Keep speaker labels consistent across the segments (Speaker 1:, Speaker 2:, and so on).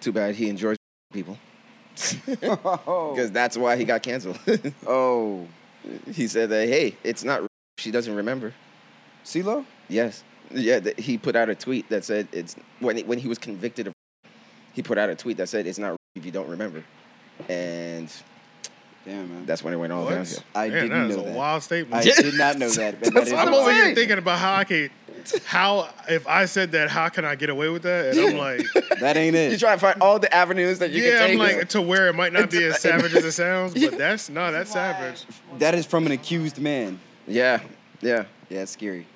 Speaker 1: Too bad he and George people.
Speaker 2: oh.
Speaker 1: Because that's why he got canceled.
Speaker 2: oh.
Speaker 1: he said that, hey, it's not. She doesn't remember.
Speaker 2: CeeLo?
Speaker 1: Yes. Yeah, that he put out a tweet that said it's when he, when he was convicted of he put out a tweet that said it's not if you don't remember. And
Speaker 2: Damn, man.
Speaker 1: that's when it went all
Speaker 3: What?
Speaker 1: downhill.
Speaker 2: I
Speaker 3: Man,
Speaker 2: didn't
Speaker 3: Oh, that is
Speaker 2: know
Speaker 3: a
Speaker 2: that.
Speaker 3: wild statement.
Speaker 2: I did not know that. But that
Speaker 1: That's
Speaker 2: is
Speaker 1: what
Speaker 3: I'm
Speaker 1: I'm
Speaker 3: over
Speaker 1: saying.
Speaker 3: here thinking about how I can, how if I said that, how can I get away with that? And I'm like,
Speaker 2: that ain't
Speaker 1: You're
Speaker 2: it.
Speaker 1: trying to find all the avenues that you
Speaker 3: yeah,
Speaker 1: can
Speaker 3: I'm
Speaker 1: take.
Speaker 3: like to where it might not be as savage as it sounds, but that's no, that's
Speaker 4: Wild.
Speaker 3: savage.
Speaker 2: That is from an accused man.
Speaker 1: yeah, yeah.
Speaker 2: Yeah, it's scary.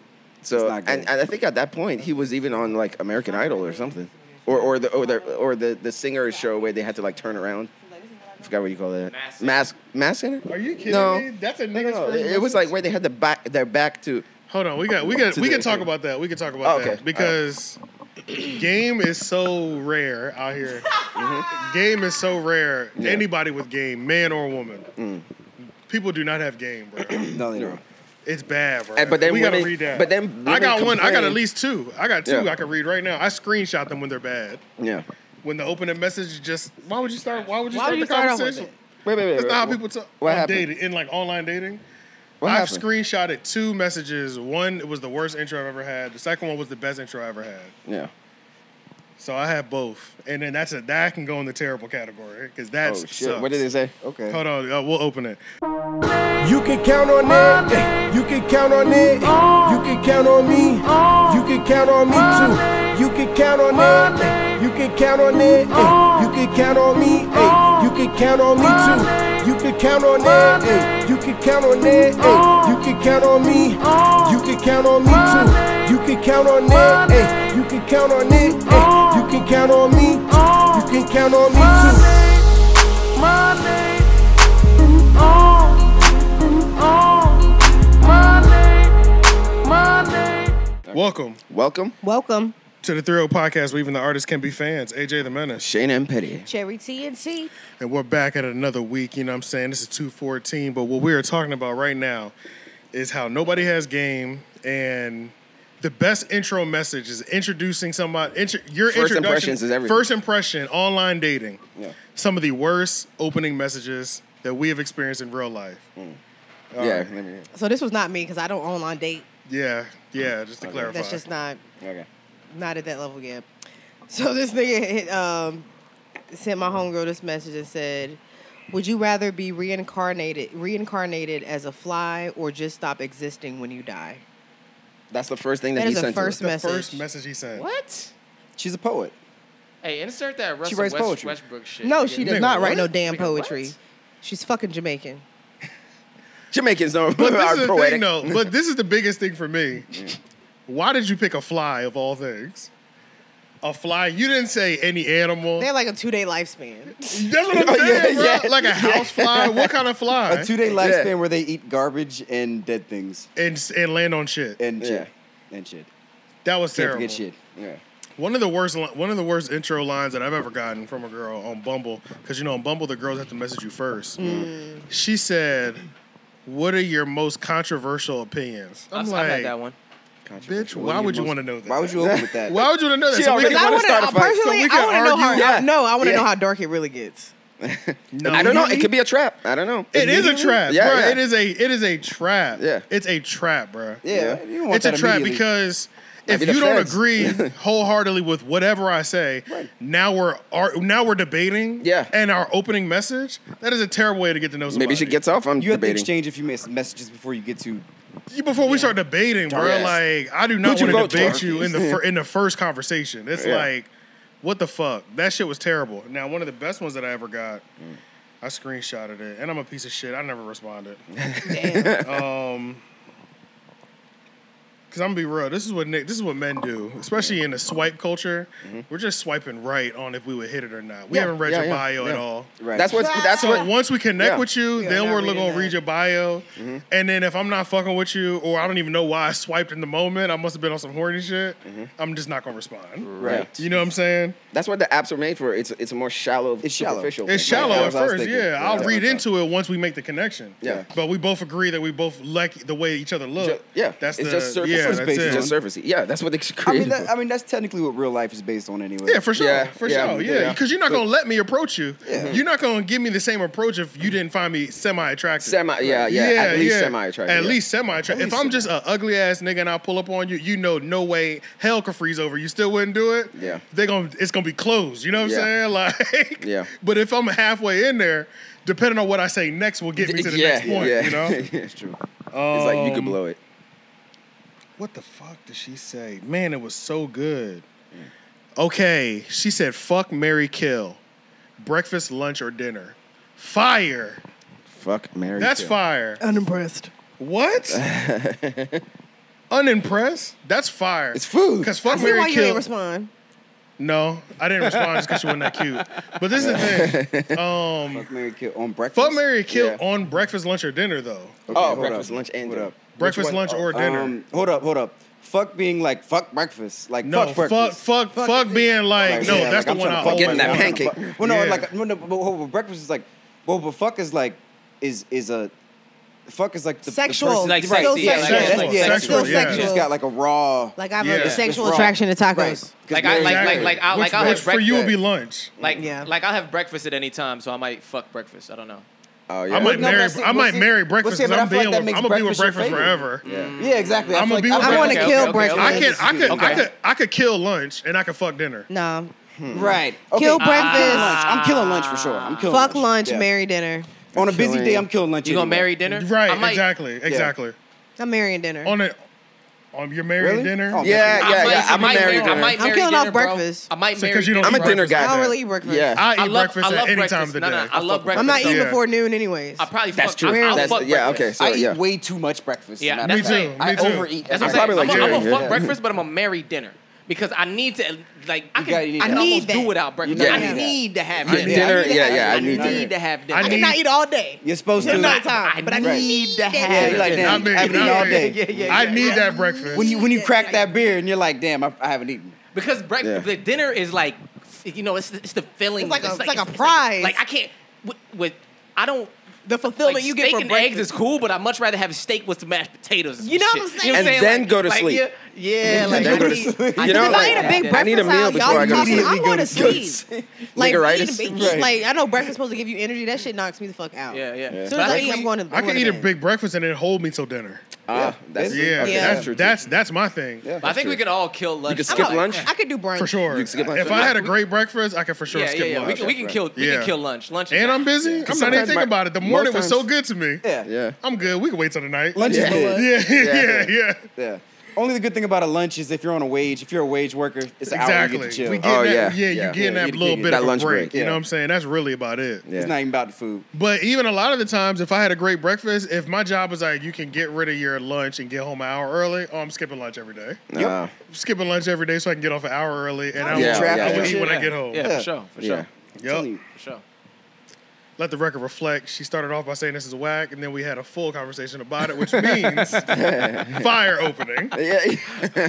Speaker 1: So
Speaker 2: not
Speaker 1: and,
Speaker 2: good.
Speaker 1: and I think at that point he was even on like American Idol or something, or or the or the or the the singer show where they had to like turn around. I forgot what you call that.
Speaker 5: Mask singer.
Speaker 1: Mask mask singer.
Speaker 3: Are you kidding
Speaker 1: No.
Speaker 3: me? That's a
Speaker 1: No,
Speaker 3: nigga's
Speaker 1: no,
Speaker 3: first
Speaker 1: it, it was
Speaker 3: message.
Speaker 1: like where they had the back their back to.
Speaker 3: Hold on, we got we got we
Speaker 1: Today.
Speaker 3: can talk about that. We can talk about
Speaker 1: Oh, okay.
Speaker 3: that because game is so rare out here.
Speaker 1: Mm-hmm.
Speaker 3: Game is so rare. Anybody with game, man or woman,
Speaker 1: Mm.
Speaker 3: people do not have game, bro.
Speaker 2: No, they don't.
Speaker 3: It's bad, bro.
Speaker 1: And- but then
Speaker 3: we gotta
Speaker 1: women-
Speaker 3: read that.
Speaker 1: but then
Speaker 3: I got
Speaker 1: women
Speaker 3: one. I got at
Speaker 1: complain.
Speaker 3: least two. I got two.
Speaker 1: Yeah.
Speaker 3: I can read right now. I screenshot them when they're bad.
Speaker 1: Yeah.
Speaker 3: When the opening message is just why would you start? Why would you
Speaker 4: Why
Speaker 3: start
Speaker 4: would
Speaker 3: the
Speaker 4: you start off with
Speaker 3: conversation?
Speaker 4: it?
Speaker 1: Wait, wait, wait.
Speaker 3: That's
Speaker 1: wait.
Speaker 3: not how people talk
Speaker 1: What
Speaker 3: on
Speaker 1: happened?
Speaker 3: dating in like online dating.
Speaker 1: What
Speaker 3: I've
Speaker 1: happened?
Speaker 3: screenshotted two messages. One it was the worst intro I've ever had. The second one was the best intro I ever had.
Speaker 1: Yeah.
Speaker 3: So I have both, and then that's a that can go in the terrible category because that's
Speaker 1: oh shit! What did they say?
Speaker 2: Okay.
Speaker 3: Hold on, uh, we'll open it.
Speaker 6: You can count on it. eh, You can count on it. eh, You can count on me. You can count on me too. You can count on it. eh, You can count on it. eh, You can count on me. eh, You can count on me too. You can count on it. eh, You can count on it. eh, You can count on me. You can count on me too. You can count on it. eh, You can count on it. eh, You can count on me. You can count on me too.
Speaker 3: Welcome
Speaker 1: Welcome,
Speaker 4: Welcome,
Speaker 3: to the 30 Podcast, where even the artists can be fans. AJ the Menace,
Speaker 1: Shane M. Petty.
Speaker 4: Cherry TNT.
Speaker 3: and we're back at another week. You know what I'm saying? This is 214, but what we are talking about right now is how nobody has game and. The best intro message is introducing somebody. Intro, your
Speaker 1: First
Speaker 3: introduction,
Speaker 1: impressions is everything.
Speaker 3: First impression, online dating.
Speaker 1: Yeah.
Speaker 3: Some of the worst opening messages that we have experienced in real life. Uh, All
Speaker 1: Hmm. yeah.
Speaker 3: right.
Speaker 1: let me-
Speaker 4: So this was not me because I don't online date.
Speaker 3: Yeah, yeah, just to clarify.
Speaker 4: That's just not
Speaker 1: Okay.
Speaker 4: not at that level yet. So this nigga hit, um, sent my homegirl this message and said, "Would you rather be reincarnated reincarnated as a fly or just stop existing when you die?"
Speaker 1: That's the first thing that,
Speaker 4: That
Speaker 1: he
Speaker 4: is the
Speaker 1: sent
Speaker 4: first
Speaker 3: the
Speaker 4: message.
Speaker 3: first message he sent.
Speaker 4: What?
Speaker 2: She's a poet.
Speaker 5: Hey, insert that Russell
Speaker 2: writes
Speaker 5: West-
Speaker 2: poetry.
Speaker 5: Westbrook shit.
Speaker 4: No,
Speaker 5: Nigga,
Speaker 4: she does
Speaker 3: Nigga,
Speaker 4: not write no
Speaker 5: what?
Speaker 4: damn
Speaker 5: Nigga, what?
Speaker 4: poetry. She's fucking Jamaican.
Speaker 1: to us. Jamaicans don't
Speaker 3: But this
Speaker 1: are
Speaker 3: is the
Speaker 1: poetic.
Speaker 3: thing, though. But this is the biggest thing for me. Why did you pick a fly of all things? A fly? You didn't say any animal. That's
Speaker 4: They have like a two day lifespan.
Speaker 3: what I'm
Speaker 1: Oh, yeah,
Speaker 3: saying, bro.
Speaker 1: yeah.
Speaker 3: Like a house fly. What kind of fly?
Speaker 2: A two day lifespan where they eat garbage and dead things
Speaker 3: and s- and land on shit.
Speaker 2: and shit. And shit.
Speaker 3: That was
Speaker 2: Can't
Speaker 3: terrible.
Speaker 2: forget shit.
Speaker 1: Yeah.
Speaker 3: One of the worst. li- One of the worst intro lines that I've ever gotten from a girl on Bumble, because you know on Bumble the girls have to message you first.
Speaker 5: Mm.
Speaker 3: She said, "What are your most controversial opinions?" I'm
Speaker 5: I've, I've
Speaker 3: like,
Speaker 5: had that one.
Speaker 3: Bitch, why would you want to know that?
Speaker 2: Why would you open with that?
Speaker 3: Why would you want to know that?
Speaker 1: She
Speaker 3: So we
Speaker 1: already-
Speaker 4: Because
Speaker 3: can,
Speaker 1: wanna
Speaker 4: I want
Speaker 1: start a
Speaker 4: to
Speaker 1: fight, so
Speaker 4: personally,
Speaker 3: we
Speaker 4: I
Speaker 3: can
Speaker 4: want to know how.
Speaker 3: argue?
Speaker 4: I-
Speaker 1: Yeah.
Speaker 4: No, I want to
Speaker 1: Yeah.
Speaker 4: know how dark it really gets.
Speaker 3: no,
Speaker 1: I don't know. It could be a trap. I don't know.
Speaker 3: It is a trap,
Speaker 1: Yeah,
Speaker 3: bro.
Speaker 1: yeah.
Speaker 3: It is a. It is a trap.
Speaker 1: Yeah.
Speaker 3: It's a trap, bro.
Speaker 2: Yeah,
Speaker 1: Yeah.
Speaker 2: you don't want
Speaker 3: It's a
Speaker 2: that
Speaker 3: trap
Speaker 2: immediately.
Speaker 3: because if
Speaker 1: be the
Speaker 3: you don't
Speaker 1: feds.
Speaker 3: agree wholeheartedly with whatever I say, now we're ar- now we're debating.
Speaker 1: Yeah.
Speaker 3: And our opening message that is a terrible way to get to know somebody.
Speaker 1: Maybe she gets off on
Speaker 2: you have to
Speaker 1: debating.
Speaker 2: exchange a few mes- messages before you get to
Speaker 3: before we start debating, bro.
Speaker 1: Yes.
Speaker 3: Like I do not
Speaker 1: Who'd you
Speaker 3: want to
Speaker 1: vote
Speaker 3: debate
Speaker 1: for?
Speaker 3: you in the fir- in the first conversation. It's
Speaker 1: Yeah.
Speaker 3: like, what the fuck? That shit was terrible. Now one of the best ones that I ever got, I screenshotted it, and I'm a piece of shit. I never responded. Um,
Speaker 4: Damn.
Speaker 3: Cause I'm gonna be real. This is what Nick, this is what men do, especially in the swipe culture. We're just swiping right on if we would hit it or not. We haven't read
Speaker 1: Mm-hmm. yeah, yeah,
Speaker 3: your bio at
Speaker 1: yeah.
Speaker 3: all.
Speaker 2: right.
Speaker 1: That's what. That's
Speaker 3: So
Speaker 1: what.
Speaker 3: once we connect
Speaker 1: Yeah.
Speaker 3: with you,
Speaker 4: We are
Speaker 3: then
Speaker 4: not
Speaker 3: we're
Speaker 4: reading
Speaker 3: gonna
Speaker 4: that.
Speaker 3: read your bio. And then if I'm not fucking with you, or I don't even know why I swiped in the moment, I must have been on some horny shit. I'm just not gonna respond.
Speaker 2: right.
Speaker 3: You know what I'm saying?
Speaker 1: That's what the apps are made for. It's it's a more shallow,
Speaker 2: It's shallow.
Speaker 1: superficial.
Speaker 3: It's
Speaker 1: thing.
Speaker 3: shallow
Speaker 2: that
Speaker 3: at
Speaker 2: was what I was
Speaker 3: first,
Speaker 2: thinking.
Speaker 3: yeah.
Speaker 2: Yeah,
Speaker 3: I'll
Speaker 2: that's
Speaker 3: read
Speaker 2: what I
Speaker 3: into it once we make the connection.
Speaker 1: Yeah.
Speaker 3: But we both agree that we both like the way each other look.
Speaker 1: Ju- yeah,
Speaker 3: that's
Speaker 1: it's
Speaker 3: the
Speaker 1: just surface
Speaker 3: Yeah,
Speaker 2: what it's
Speaker 3: that's
Speaker 2: based
Speaker 3: it.
Speaker 2: on.
Speaker 3: Just
Speaker 1: Just surfacey. Yeah, that's what they
Speaker 2: I
Speaker 1: created.
Speaker 2: mean, that, I mean, that's technically what real life is based on anyway.
Speaker 3: Yeah, for sure.
Speaker 1: Yeah,
Speaker 3: for
Speaker 1: yeah,
Speaker 3: sure. Yeah.
Speaker 1: yeah.
Speaker 3: Because you're not going to let me approach you.
Speaker 2: Yeah.
Speaker 3: You're not going to give me the same approach if you didn't find me semi attractive.
Speaker 1: semi. Yeah, yeah. at least
Speaker 3: yeah.
Speaker 1: semi attractive.
Speaker 3: At least semi attractive. If I'm just an ugly ass nigga and I pull up on you, you know, no way hell could freeze over. You still wouldn't do it.
Speaker 1: Yeah.
Speaker 3: They're going to, it's going to be closed. You know what
Speaker 1: Yeah.
Speaker 3: I'm saying? Like,
Speaker 1: Yeah.
Speaker 3: But if I'm halfway in there, depending on what I say next will get me to the next point, you know?
Speaker 1: it's true.
Speaker 3: Um,
Speaker 1: it's like you could blow it.
Speaker 3: What the fuck did she say? Man, it was so good. Okay, she said, fuck Mary Kill. Breakfast, lunch, or dinner. Fire.
Speaker 1: Fuck Mary.
Speaker 3: That's
Speaker 1: kill.
Speaker 3: fire.
Speaker 4: Unimpressed.
Speaker 3: What? Unimpressed? That's fire.
Speaker 1: It's food.
Speaker 3: Because
Speaker 4: I
Speaker 3: fuck
Speaker 4: see
Speaker 3: Mary
Speaker 4: why you
Speaker 3: Kill.
Speaker 4: didn't respond.
Speaker 3: no, I didn't respond just because she wasn't that cute. But this is the thing. Um,
Speaker 2: Fuck Mary Kill on breakfast.
Speaker 3: fuck Mary Kill
Speaker 1: Yeah.
Speaker 3: on breakfast, lunch, or dinner, though.
Speaker 2: Okay,
Speaker 1: oh,
Speaker 2: hold
Speaker 1: breakfast,
Speaker 2: up.
Speaker 1: lunch, and
Speaker 2: Hold
Speaker 1: dinner.
Speaker 2: up.
Speaker 3: Breakfast,
Speaker 1: one?
Speaker 3: lunch, or dinner.
Speaker 2: Um, hold up, hold up. Fuck being like fuck breakfast, like
Speaker 3: no,
Speaker 2: fuck
Speaker 3: fuck,
Speaker 2: breakfast.
Speaker 3: fuck, fuck, being like,
Speaker 2: Like,
Speaker 3: no,
Speaker 2: yeah,
Speaker 3: that's
Speaker 2: like,
Speaker 3: the
Speaker 2: I'm
Speaker 3: one
Speaker 2: tryna
Speaker 3: I
Speaker 2: fuck
Speaker 3: always
Speaker 1: Getting that
Speaker 3: want.
Speaker 1: pancake.
Speaker 2: But- Well, no,
Speaker 3: Yeah.
Speaker 2: like no, no, but, but, but breakfast is like, well, but fuck is like, is is a, fuck is like the the
Speaker 4: Sexual.
Speaker 2: person-
Speaker 4: Like
Speaker 2: right?
Speaker 4: still
Speaker 2: yeah,
Speaker 4: sexual.
Speaker 2: yeah, that's- yeah, that's
Speaker 4: Still
Speaker 2: what it is.
Speaker 4: sexual.
Speaker 2: You just got like a raw,
Speaker 4: Like I have
Speaker 3: Yeah.
Speaker 4: a sexual
Speaker 2: It's raw.
Speaker 4: attraction to
Speaker 2: right?
Speaker 4: tacos.
Speaker 2: 'Cause
Speaker 5: Like I
Speaker 2: Mary-
Speaker 5: like like
Speaker 3: Exactly.
Speaker 5: like I'll
Speaker 3: Which-
Speaker 5: like I'll
Speaker 3: which
Speaker 5: have
Speaker 3: for you would be
Speaker 5: breakfast.
Speaker 3: lunch.
Speaker 5: Like
Speaker 4: Yeah.
Speaker 5: like I'll have breakfast at any time, so I might fuck breakfast. I don't know.
Speaker 1: Oh yeah.
Speaker 3: I might
Speaker 2: no,
Speaker 3: marry.
Speaker 2: that's it.
Speaker 3: I
Speaker 2: Well,
Speaker 3: might
Speaker 2: see-
Speaker 3: marry
Speaker 2: well,
Speaker 3: breakfast.
Speaker 2: see, but
Speaker 3: 'cause
Speaker 2: I
Speaker 3: I'm
Speaker 2: feel like
Speaker 3: being
Speaker 2: that
Speaker 3: with,
Speaker 2: makes
Speaker 3: I'm gonna be with
Speaker 2: breakfast your
Speaker 3: breakfast
Speaker 2: favorite.
Speaker 3: forever.
Speaker 5: Mm.
Speaker 1: yeah.
Speaker 2: yeah, exactly.
Speaker 3: I'ma
Speaker 2: feel
Speaker 3: be
Speaker 2: like-
Speaker 3: with
Speaker 4: I want to
Speaker 3: Okay,
Speaker 4: kill
Speaker 5: okay, okay,
Speaker 4: breakfast.
Speaker 5: okay.
Speaker 3: I
Speaker 5: Yeah,
Speaker 3: could. I could. I
Speaker 5: Okay.
Speaker 3: could. I could kill lunch and I could fuck dinner.
Speaker 4: No.
Speaker 2: Right. Okay,
Speaker 4: Kill
Speaker 2: I'm killing
Speaker 4: breakfast.
Speaker 2: lunch. I'm killing lunch for sure. I'm killing
Speaker 4: Fuck lunch,
Speaker 2: Yeah.
Speaker 4: marry dinner.
Speaker 2: On a busy
Speaker 1: Killing-
Speaker 2: day, I'm killing lunch.
Speaker 5: You gonna
Speaker 2: anyway.
Speaker 5: marry dinner?
Speaker 3: Right.
Speaker 5: I might,
Speaker 3: exactly. Exactly.
Speaker 4: I'm marrying dinner.
Speaker 3: On a on your married
Speaker 2: Really?
Speaker 3: dinner.
Speaker 2: Oh,
Speaker 1: Yeah,
Speaker 5: I
Speaker 1: yeah,
Speaker 5: might,
Speaker 1: yeah.
Speaker 5: I
Speaker 1: I'm a
Speaker 5: might
Speaker 1: married
Speaker 5: marry. I
Speaker 1: dinner.
Speaker 5: might
Speaker 4: I'm
Speaker 5: marry
Speaker 4: killing
Speaker 5: dinner,
Speaker 4: off
Speaker 5: bro.
Speaker 4: breakfast.
Speaker 5: I might
Speaker 3: So,
Speaker 5: marry.
Speaker 3: 'cause you don't
Speaker 1: I'm
Speaker 3: eat
Speaker 1: a dinner
Speaker 3: breakfast.
Speaker 1: guy.
Speaker 4: I don't
Speaker 1: dinner.
Speaker 4: really eat breakfast.
Speaker 1: Yeah.
Speaker 3: I eat
Speaker 5: I love-
Speaker 3: breakfast
Speaker 5: I
Speaker 3: at
Speaker 5: love
Speaker 3: any
Speaker 5: breakfast.
Speaker 3: time of the
Speaker 5: No,
Speaker 3: day.
Speaker 5: no, I
Speaker 3: I'll
Speaker 5: love
Speaker 3: fuck
Speaker 4: I'm not
Speaker 5: breakfast.
Speaker 4: eating
Speaker 3: Yeah.
Speaker 4: before noon anyways.
Speaker 5: I probably
Speaker 1: That's
Speaker 5: fuck,
Speaker 1: true.
Speaker 5: I'll
Speaker 4: That's-
Speaker 5: fuck
Speaker 1: yeah,
Speaker 5: breakfast.
Speaker 1: okay, so-
Speaker 2: I eat
Speaker 1: yeah.
Speaker 2: way too much breakfast.
Speaker 5: Yeah,
Speaker 2: and I-
Speaker 5: that's
Speaker 3: Me
Speaker 5: right.
Speaker 3: too.
Speaker 2: I
Speaker 3: Me too.
Speaker 2: overeat. every day.
Speaker 5: That's what I'm saying.
Speaker 1: probably like
Speaker 5: I'm,
Speaker 1: Jerry
Speaker 5: gonna
Speaker 1: here.
Speaker 5: fuck
Speaker 1: Yeah.
Speaker 5: breakfast, but I'm gonna marry dinner because I need to like I can,
Speaker 2: gotta eat
Speaker 5: I
Speaker 2: that.
Speaker 5: can
Speaker 4: I need
Speaker 5: almost do
Speaker 4: that.
Speaker 5: without breakfast.
Speaker 2: You
Speaker 5: I
Speaker 2: gotta eat that.
Speaker 5: need to have
Speaker 1: Yeah,
Speaker 5: dinner.
Speaker 1: dinner.
Speaker 4: need
Speaker 1: Yeah,
Speaker 4: that.
Speaker 1: yeah.
Speaker 5: I
Speaker 1: I need
Speaker 5: need
Speaker 1: dinner.
Speaker 5: to have
Speaker 3: I
Speaker 5: dinner.
Speaker 4: I
Speaker 3: need-
Speaker 4: cannot eat all day.
Speaker 2: You're supposed to.
Speaker 4: There's no
Speaker 5: I-
Speaker 4: time, but I
Speaker 5: I
Speaker 4: need
Speaker 5: need to
Speaker 4: that.
Speaker 2: Yeah,
Speaker 5: have
Speaker 2: you're like,
Speaker 5: dinner.
Speaker 2: damn,
Speaker 3: Not me,
Speaker 2: I haven't
Speaker 3: not
Speaker 2: eaten all
Speaker 3: me.
Speaker 2: day.
Speaker 5: Yeah, yeah,
Speaker 3: I
Speaker 5: yeah,
Speaker 3: need
Speaker 5: yeah.
Speaker 3: that breakfast.
Speaker 2: When you when you crack that beer and you're like, damn, I, I haven't eaten.
Speaker 5: Because breakfast,
Speaker 1: Yeah.
Speaker 5: the dinner is like, you know, it's it's the filling.
Speaker 4: It's like a- it's like a prize.
Speaker 5: Like, I can't with, with I don't.
Speaker 4: The
Speaker 5: Like
Speaker 4: fulfillment you get
Speaker 5: steak
Speaker 4: for
Speaker 5: and
Speaker 4: breakfast.
Speaker 5: eggs is cool, but I would much rather have steak with some mashed potatoes. And
Speaker 4: You
Speaker 5: some
Speaker 4: know
Speaker 5: shit.
Speaker 4: what I'm
Speaker 5: You know
Speaker 1: saying? And then
Speaker 5: Like-
Speaker 1: go to
Speaker 5: like,
Speaker 1: sleep.
Speaker 5: Yeah, yeah like
Speaker 1: then
Speaker 5: I
Speaker 1: go to
Speaker 5: need-
Speaker 1: sleep.
Speaker 5: I
Speaker 1: You know,
Speaker 5: need-
Speaker 4: If I
Speaker 1: like,
Speaker 4: eat a big
Speaker 1: I
Speaker 4: breakfast,
Speaker 1: need a meal
Speaker 4: out,
Speaker 1: before
Speaker 4: y'all
Speaker 1: I go to
Speaker 4: talking,
Speaker 1: sleep.
Speaker 4: I'm going to
Speaker 1: Good.
Speaker 4: sleep. Like,
Speaker 1: Niggeritis?
Speaker 4: eating,
Speaker 2: Right.
Speaker 4: like I know breakfast supposed to give you energy. That shit knocks me the fuck out.
Speaker 5: Yeah, yeah.
Speaker 1: Yeah.
Speaker 4: As
Speaker 5: But
Speaker 4: soon as I
Speaker 5: think
Speaker 4: eat,
Speaker 5: we-
Speaker 4: I'm going to.
Speaker 3: I
Speaker 4: going
Speaker 3: can
Speaker 4: to
Speaker 3: eat a
Speaker 4: bed.
Speaker 3: big breakfast and then hold me till dinner.
Speaker 1: Ah, that's
Speaker 3: Yeah,
Speaker 1: okay,
Speaker 4: Yeah.
Speaker 1: That's
Speaker 3: that's
Speaker 1: true. too.
Speaker 3: that's that's my thing.
Speaker 2: Yeah.
Speaker 5: I think we could all kill lunch.
Speaker 1: could
Speaker 5: though.
Speaker 1: skip
Speaker 4: I'm a-
Speaker 1: lunch?
Speaker 4: I could do brunch
Speaker 3: For sure.
Speaker 1: You can skip lunch.
Speaker 3: If I had a great breakfast, I could for sure
Speaker 5: Yeah, yeah,
Speaker 3: skip
Speaker 5: yeah. We
Speaker 3: lunch.
Speaker 5: can, we can kill. We
Speaker 3: Yeah.
Speaker 5: can kill lunch. Lunch.
Speaker 3: And I'm busy. I'm not even
Speaker 1: sometimes
Speaker 3: thinking
Speaker 1: my-
Speaker 3: about it. The
Speaker 1: most
Speaker 3: morning was so
Speaker 1: times-
Speaker 3: good to me.
Speaker 2: Yeah.
Speaker 1: Yeah.
Speaker 3: I'm good. We can wait till tonight.
Speaker 2: Lunch
Speaker 1: Yeah.
Speaker 2: is good.
Speaker 3: Yeah, yeah,
Speaker 1: Yeah.
Speaker 3: yeah.
Speaker 2: Yeah. Only the good thing about a lunch is if you're on a wage, if you're a wage worker, it's an hour you
Speaker 3: Exactly.
Speaker 2: get to chill.
Speaker 3: We get
Speaker 1: Oh,
Speaker 3: that, yeah,
Speaker 1: yeah,
Speaker 3: yeah,
Speaker 1: yeah.
Speaker 3: you getting
Speaker 2: Yeah,
Speaker 3: that
Speaker 2: you
Speaker 3: little
Speaker 2: get
Speaker 3: bit
Speaker 1: that
Speaker 3: of a
Speaker 1: lunch
Speaker 3: break.
Speaker 1: break,
Speaker 3: You know
Speaker 2: yeah.
Speaker 3: what I'm saying? That's really about it.
Speaker 1: Yeah.
Speaker 2: It's not even about the food.
Speaker 3: But even a lot of the times, if I had a great breakfast, if my job was like you can get rid of your lunch and get home an hour early, oh, I'm skipping lunch every day.
Speaker 1: Nah.
Speaker 3: I'm skipping lunch every day so I can get off an hour early and I will,
Speaker 1: Yeah,
Speaker 3: I
Speaker 1: yeah,
Speaker 3: will
Speaker 1: yeah.
Speaker 3: eat when I get home.
Speaker 5: Yeah,
Speaker 2: Yeah.
Speaker 5: for sure. For
Speaker 1: Yeah.
Speaker 5: sure.
Speaker 3: Yup.
Speaker 2: Telling you.
Speaker 5: For sure.
Speaker 3: Let the record reflect. She started off by saying this is whack, and then we had a full conversation about it, which means fire opening.
Speaker 1: Yeah.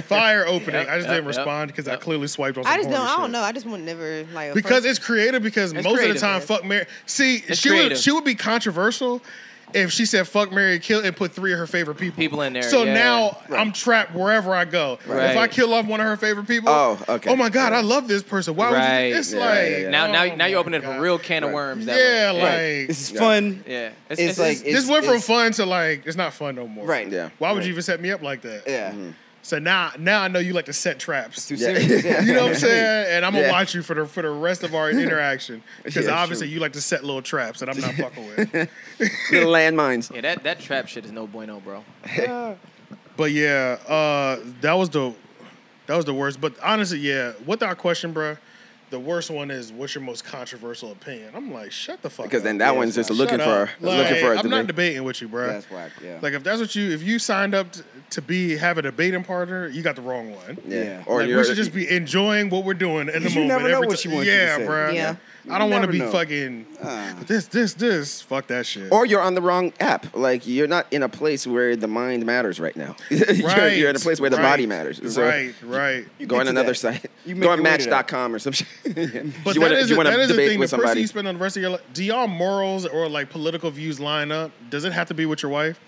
Speaker 3: Fire opening. I just
Speaker 5: yep,
Speaker 3: didn't
Speaker 5: yep,
Speaker 3: respond because I
Speaker 5: yep.
Speaker 3: clearly swiped on. Some
Speaker 4: I just don't.
Speaker 3: horny
Speaker 4: I don't
Speaker 3: shit.
Speaker 4: know. I just would never like
Speaker 3: Because it's creative. Because most of the
Speaker 5: creative,
Speaker 3: time,
Speaker 5: man.
Speaker 3: fuck Mary. See,
Speaker 5: It's
Speaker 3: she would
Speaker 5: creative.
Speaker 3: she would be controversial if she said fuck Mary kill and put three of her favorite people
Speaker 5: People in there,
Speaker 3: So
Speaker 5: yeah.
Speaker 3: now I'm trapped wherever I go. If I
Speaker 5: Right.
Speaker 3: kill off one of her favorite people,
Speaker 1: Oh, okay.
Speaker 3: Oh my god, I love this person. Why would
Speaker 5: Right.
Speaker 3: you? It's
Speaker 5: Yeah,
Speaker 3: like
Speaker 1: yeah, yeah.
Speaker 5: Now, now,
Speaker 3: oh
Speaker 5: now you're
Speaker 3: my
Speaker 5: opening up
Speaker 3: God.
Speaker 5: a real can of worms. That
Speaker 3: Yeah,
Speaker 5: way.
Speaker 3: like
Speaker 2: This is
Speaker 3: this,
Speaker 2: fun.
Speaker 5: Yeah. It's,
Speaker 2: It's like-
Speaker 5: it's-
Speaker 2: it's-
Speaker 3: went from
Speaker 2: it's-
Speaker 3: fun to like it's not fun no more.
Speaker 2: Right.
Speaker 1: Yeah.
Speaker 3: Why would you even set me up like that?
Speaker 2: Yeah.
Speaker 3: So now, now I know you like to set traps.
Speaker 2: Too
Speaker 1: Yeah.
Speaker 2: serious. Yeah.
Speaker 3: You know what I'm saying? And I'm gonna
Speaker 1: Yeah.
Speaker 3: watch you for the for the rest of our interaction because
Speaker 1: Yeah,
Speaker 3: obviously
Speaker 1: true.
Speaker 3: you like to set little traps that I'm not fucking with.
Speaker 1: Little landmines.
Speaker 5: yeah, that, that trap shit is no bueno, bro.
Speaker 3: But yeah, uh, that was the that was the worst. But honestly, yeah, without question, bro, the worst one is what's your most controversial opinion? I'm like, shut the fuck.
Speaker 1: Because
Speaker 3: up.
Speaker 1: then that one's just
Speaker 2: Shut
Speaker 1: looking
Speaker 3: Shut
Speaker 1: for
Speaker 3: up.
Speaker 1: looking for a
Speaker 3: Like, I'm not
Speaker 1: debate.
Speaker 3: debating with you, bro.
Speaker 2: That's whack. Yeah.
Speaker 3: Like if that's what you if you signed up t- to be have a debating partner, you got the wrong one.
Speaker 1: Yeah.
Speaker 2: Yeah.
Speaker 1: Or
Speaker 3: Like, we
Speaker 1: you're-
Speaker 3: should just be enjoying what we're doing in the
Speaker 2: You
Speaker 3: moment.
Speaker 2: never know
Speaker 3: every
Speaker 2: what
Speaker 3: ti-
Speaker 2: she wants you to
Speaker 3: yeah,
Speaker 2: say.
Speaker 3: bruh.
Speaker 4: Yeah.
Speaker 3: I don't
Speaker 2: You
Speaker 3: want to
Speaker 2: never
Speaker 3: be
Speaker 2: know.
Speaker 3: fucking this, this, this. Fuck that shit.
Speaker 1: Ah. Or you're on the wrong app. Like you're not in a place where the mind matters right now. you're,
Speaker 3: Right.
Speaker 1: you're in a place where the
Speaker 3: Right.
Speaker 1: body matters. So
Speaker 3: right, right.
Speaker 1: Go on
Speaker 2: get to
Speaker 1: another
Speaker 2: that.
Speaker 1: site.
Speaker 2: You make
Speaker 1: Go on
Speaker 2: your way to that.
Speaker 1: Match.com or some shit.
Speaker 3: But
Speaker 1: you want
Speaker 3: that
Speaker 1: to
Speaker 3: is
Speaker 1: you
Speaker 3: a-
Speaker 1: want
Speaker 3: that
Speaker 1: to
Speaker 3: is the
Speaker 1: debate
Speaker 3: thing.
Speaker 1: with
Speaker 3: the person
Speaker 1: somebody?
Speaker 3: you spend on the rest of your life, do y'all morals or like political views line up? Does it have to be with your wife?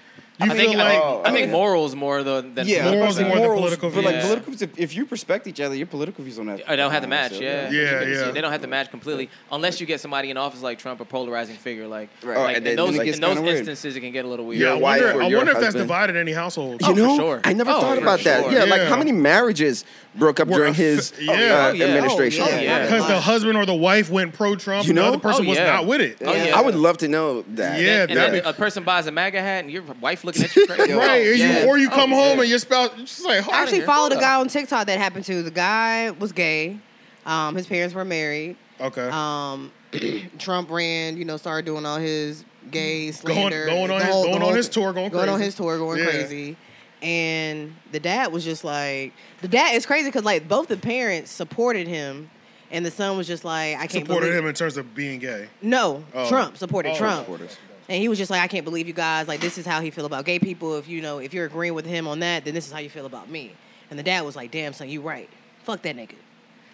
Speaker 3: You
Speaker 5: I
Speaker 3: feel
Speaker 5: think, I
Speaker 3: like
Speaker 5: think, I think morals more though than
Speaker 2: yeah,
Speaker 5: political
Speaker 3: Morals
Speaker 2: morals,
Speaker 3: are more than political
Speaker 2: but like
Speaker 5: views.
Speaker 2: political views, if, if you respect each other, your political views don't have.
Speaker 5: I don't have to match.
Speaker 2: so,
Speaker 3: Yeah,
Speaker 5: Yeah, You can-
Speaker 3: yeah.
Speaker 5: They don't have to match completely unless you get somebody in office like Trump, a polarizing figure. Like,
Speaker 2: Right.
Speaker 5: like,
Speaker 1: Oh, and
Speaker 5: in
Speaker 1: then
Speaker 5: those,
Speaker 1: it
Speaker 2: gets
Speaker 5: in those
Speaker 2: kinda weird.
Speaker 5: instances, it can get a little weird.
Speaker 3: yeah, I
Speaker 1: Your wife
Speaker 3: wonder,
Speaker 1: or
Speaker 3: I
Speaker 1: your
Speaker 3: wonder if that's
Speaker 1: husband.
Speaker 3: divided any household.
Speaker 5: Oh,
Speaker 1: you
Speaker 5: for
Speaker 1: know,
Speaker 5: sure.
Speaker 1: I never
Speaker 5: Oh,
Speaker 1: thought
Speaker 5: for
Speaker 1: about that.
Speaker 5: sure.
Speaker 1: Yeah, like
Speaker 3: Yeah.
Speaker 1: how many marriages broke up
Speaker 3: Were
Speaker 1: during
Speaker 3: affa-
Speaker 1: his
Speaker 3: yeah.
Speaker 1: uh,
Speaker 3: Oh,
Speaker 5: yeah.
Speaker 1: administration?
Speaker 5: Oh, yeah.
Speaker 3: Because the husband or the wife went pro Trump,
Speaker 1: You
Speaker 3: and the
Speaker 1: know?
Speaker 3: other person
Speaker 5: Oh,
Speaker 3: was
Speaker 5: yeah.
Speaker 3: not with it.
Speaker 5: Oh,
Speaker 4: Yeah.
Speaker 5: yeah.
Speaker 1: I would love to know that.
Speaker 3: Yeah,
Speaker 5: and
Speaker 3: that'd
Speaker 5: then uh,
Speaker 3: be-
Speaker 5: a person buys a MAGA hat and your wife looking at you crazy.
Speaker 3: Right, and you-
Speaker 4: Yeah.
Speaker 3: or you come
Speaker 5: Oh,
Speaker 3: home
Speaker 5: yeah.
Speaker 3: and your spouse just like,
Speaker 4: I actually followed a
Speaker 5: Hold
Speaker 4: guy on TikTok that happened to. The guy was gay. Um, his parents were married.
Speaker 3: Okay,
Speaker 4: Um, Trump ran, you know, started doing all his gay
Speaker 3: Going-
Speaker 4: slander,
Speaker 3: going on his-
Speaker 4: the whole- the
Speaker 3: going on
Speaker 4: whole-
Speaker 3: his tour, going
Speaker 4: on
Speaker 3: crazy.
Speaker 4: his tour, going
Speaker 3: Yeah.
Speaker 4: crazy. And the dad was just like, the dad is crazy because like both the parents supported him, and the son was just like, I can't
Speaker 3: supported
Speaker 4: believe
Speaker 3: him in terms of being gay.
Speaker 4: No,
Speaker 3: Oh.
Speaker 4: Trump supported
Speaker 3: Oh,
Speaker 4: Trump.
Speaker 3: supporters.
Speaker 4: And he was just like, I can't believe you guys. Like, this is how he feel about gay people. If you know, if you're agreeing with him on that, then this is how you feel about me. And the dad was like, Damn, son, you right. Fuck that nigga.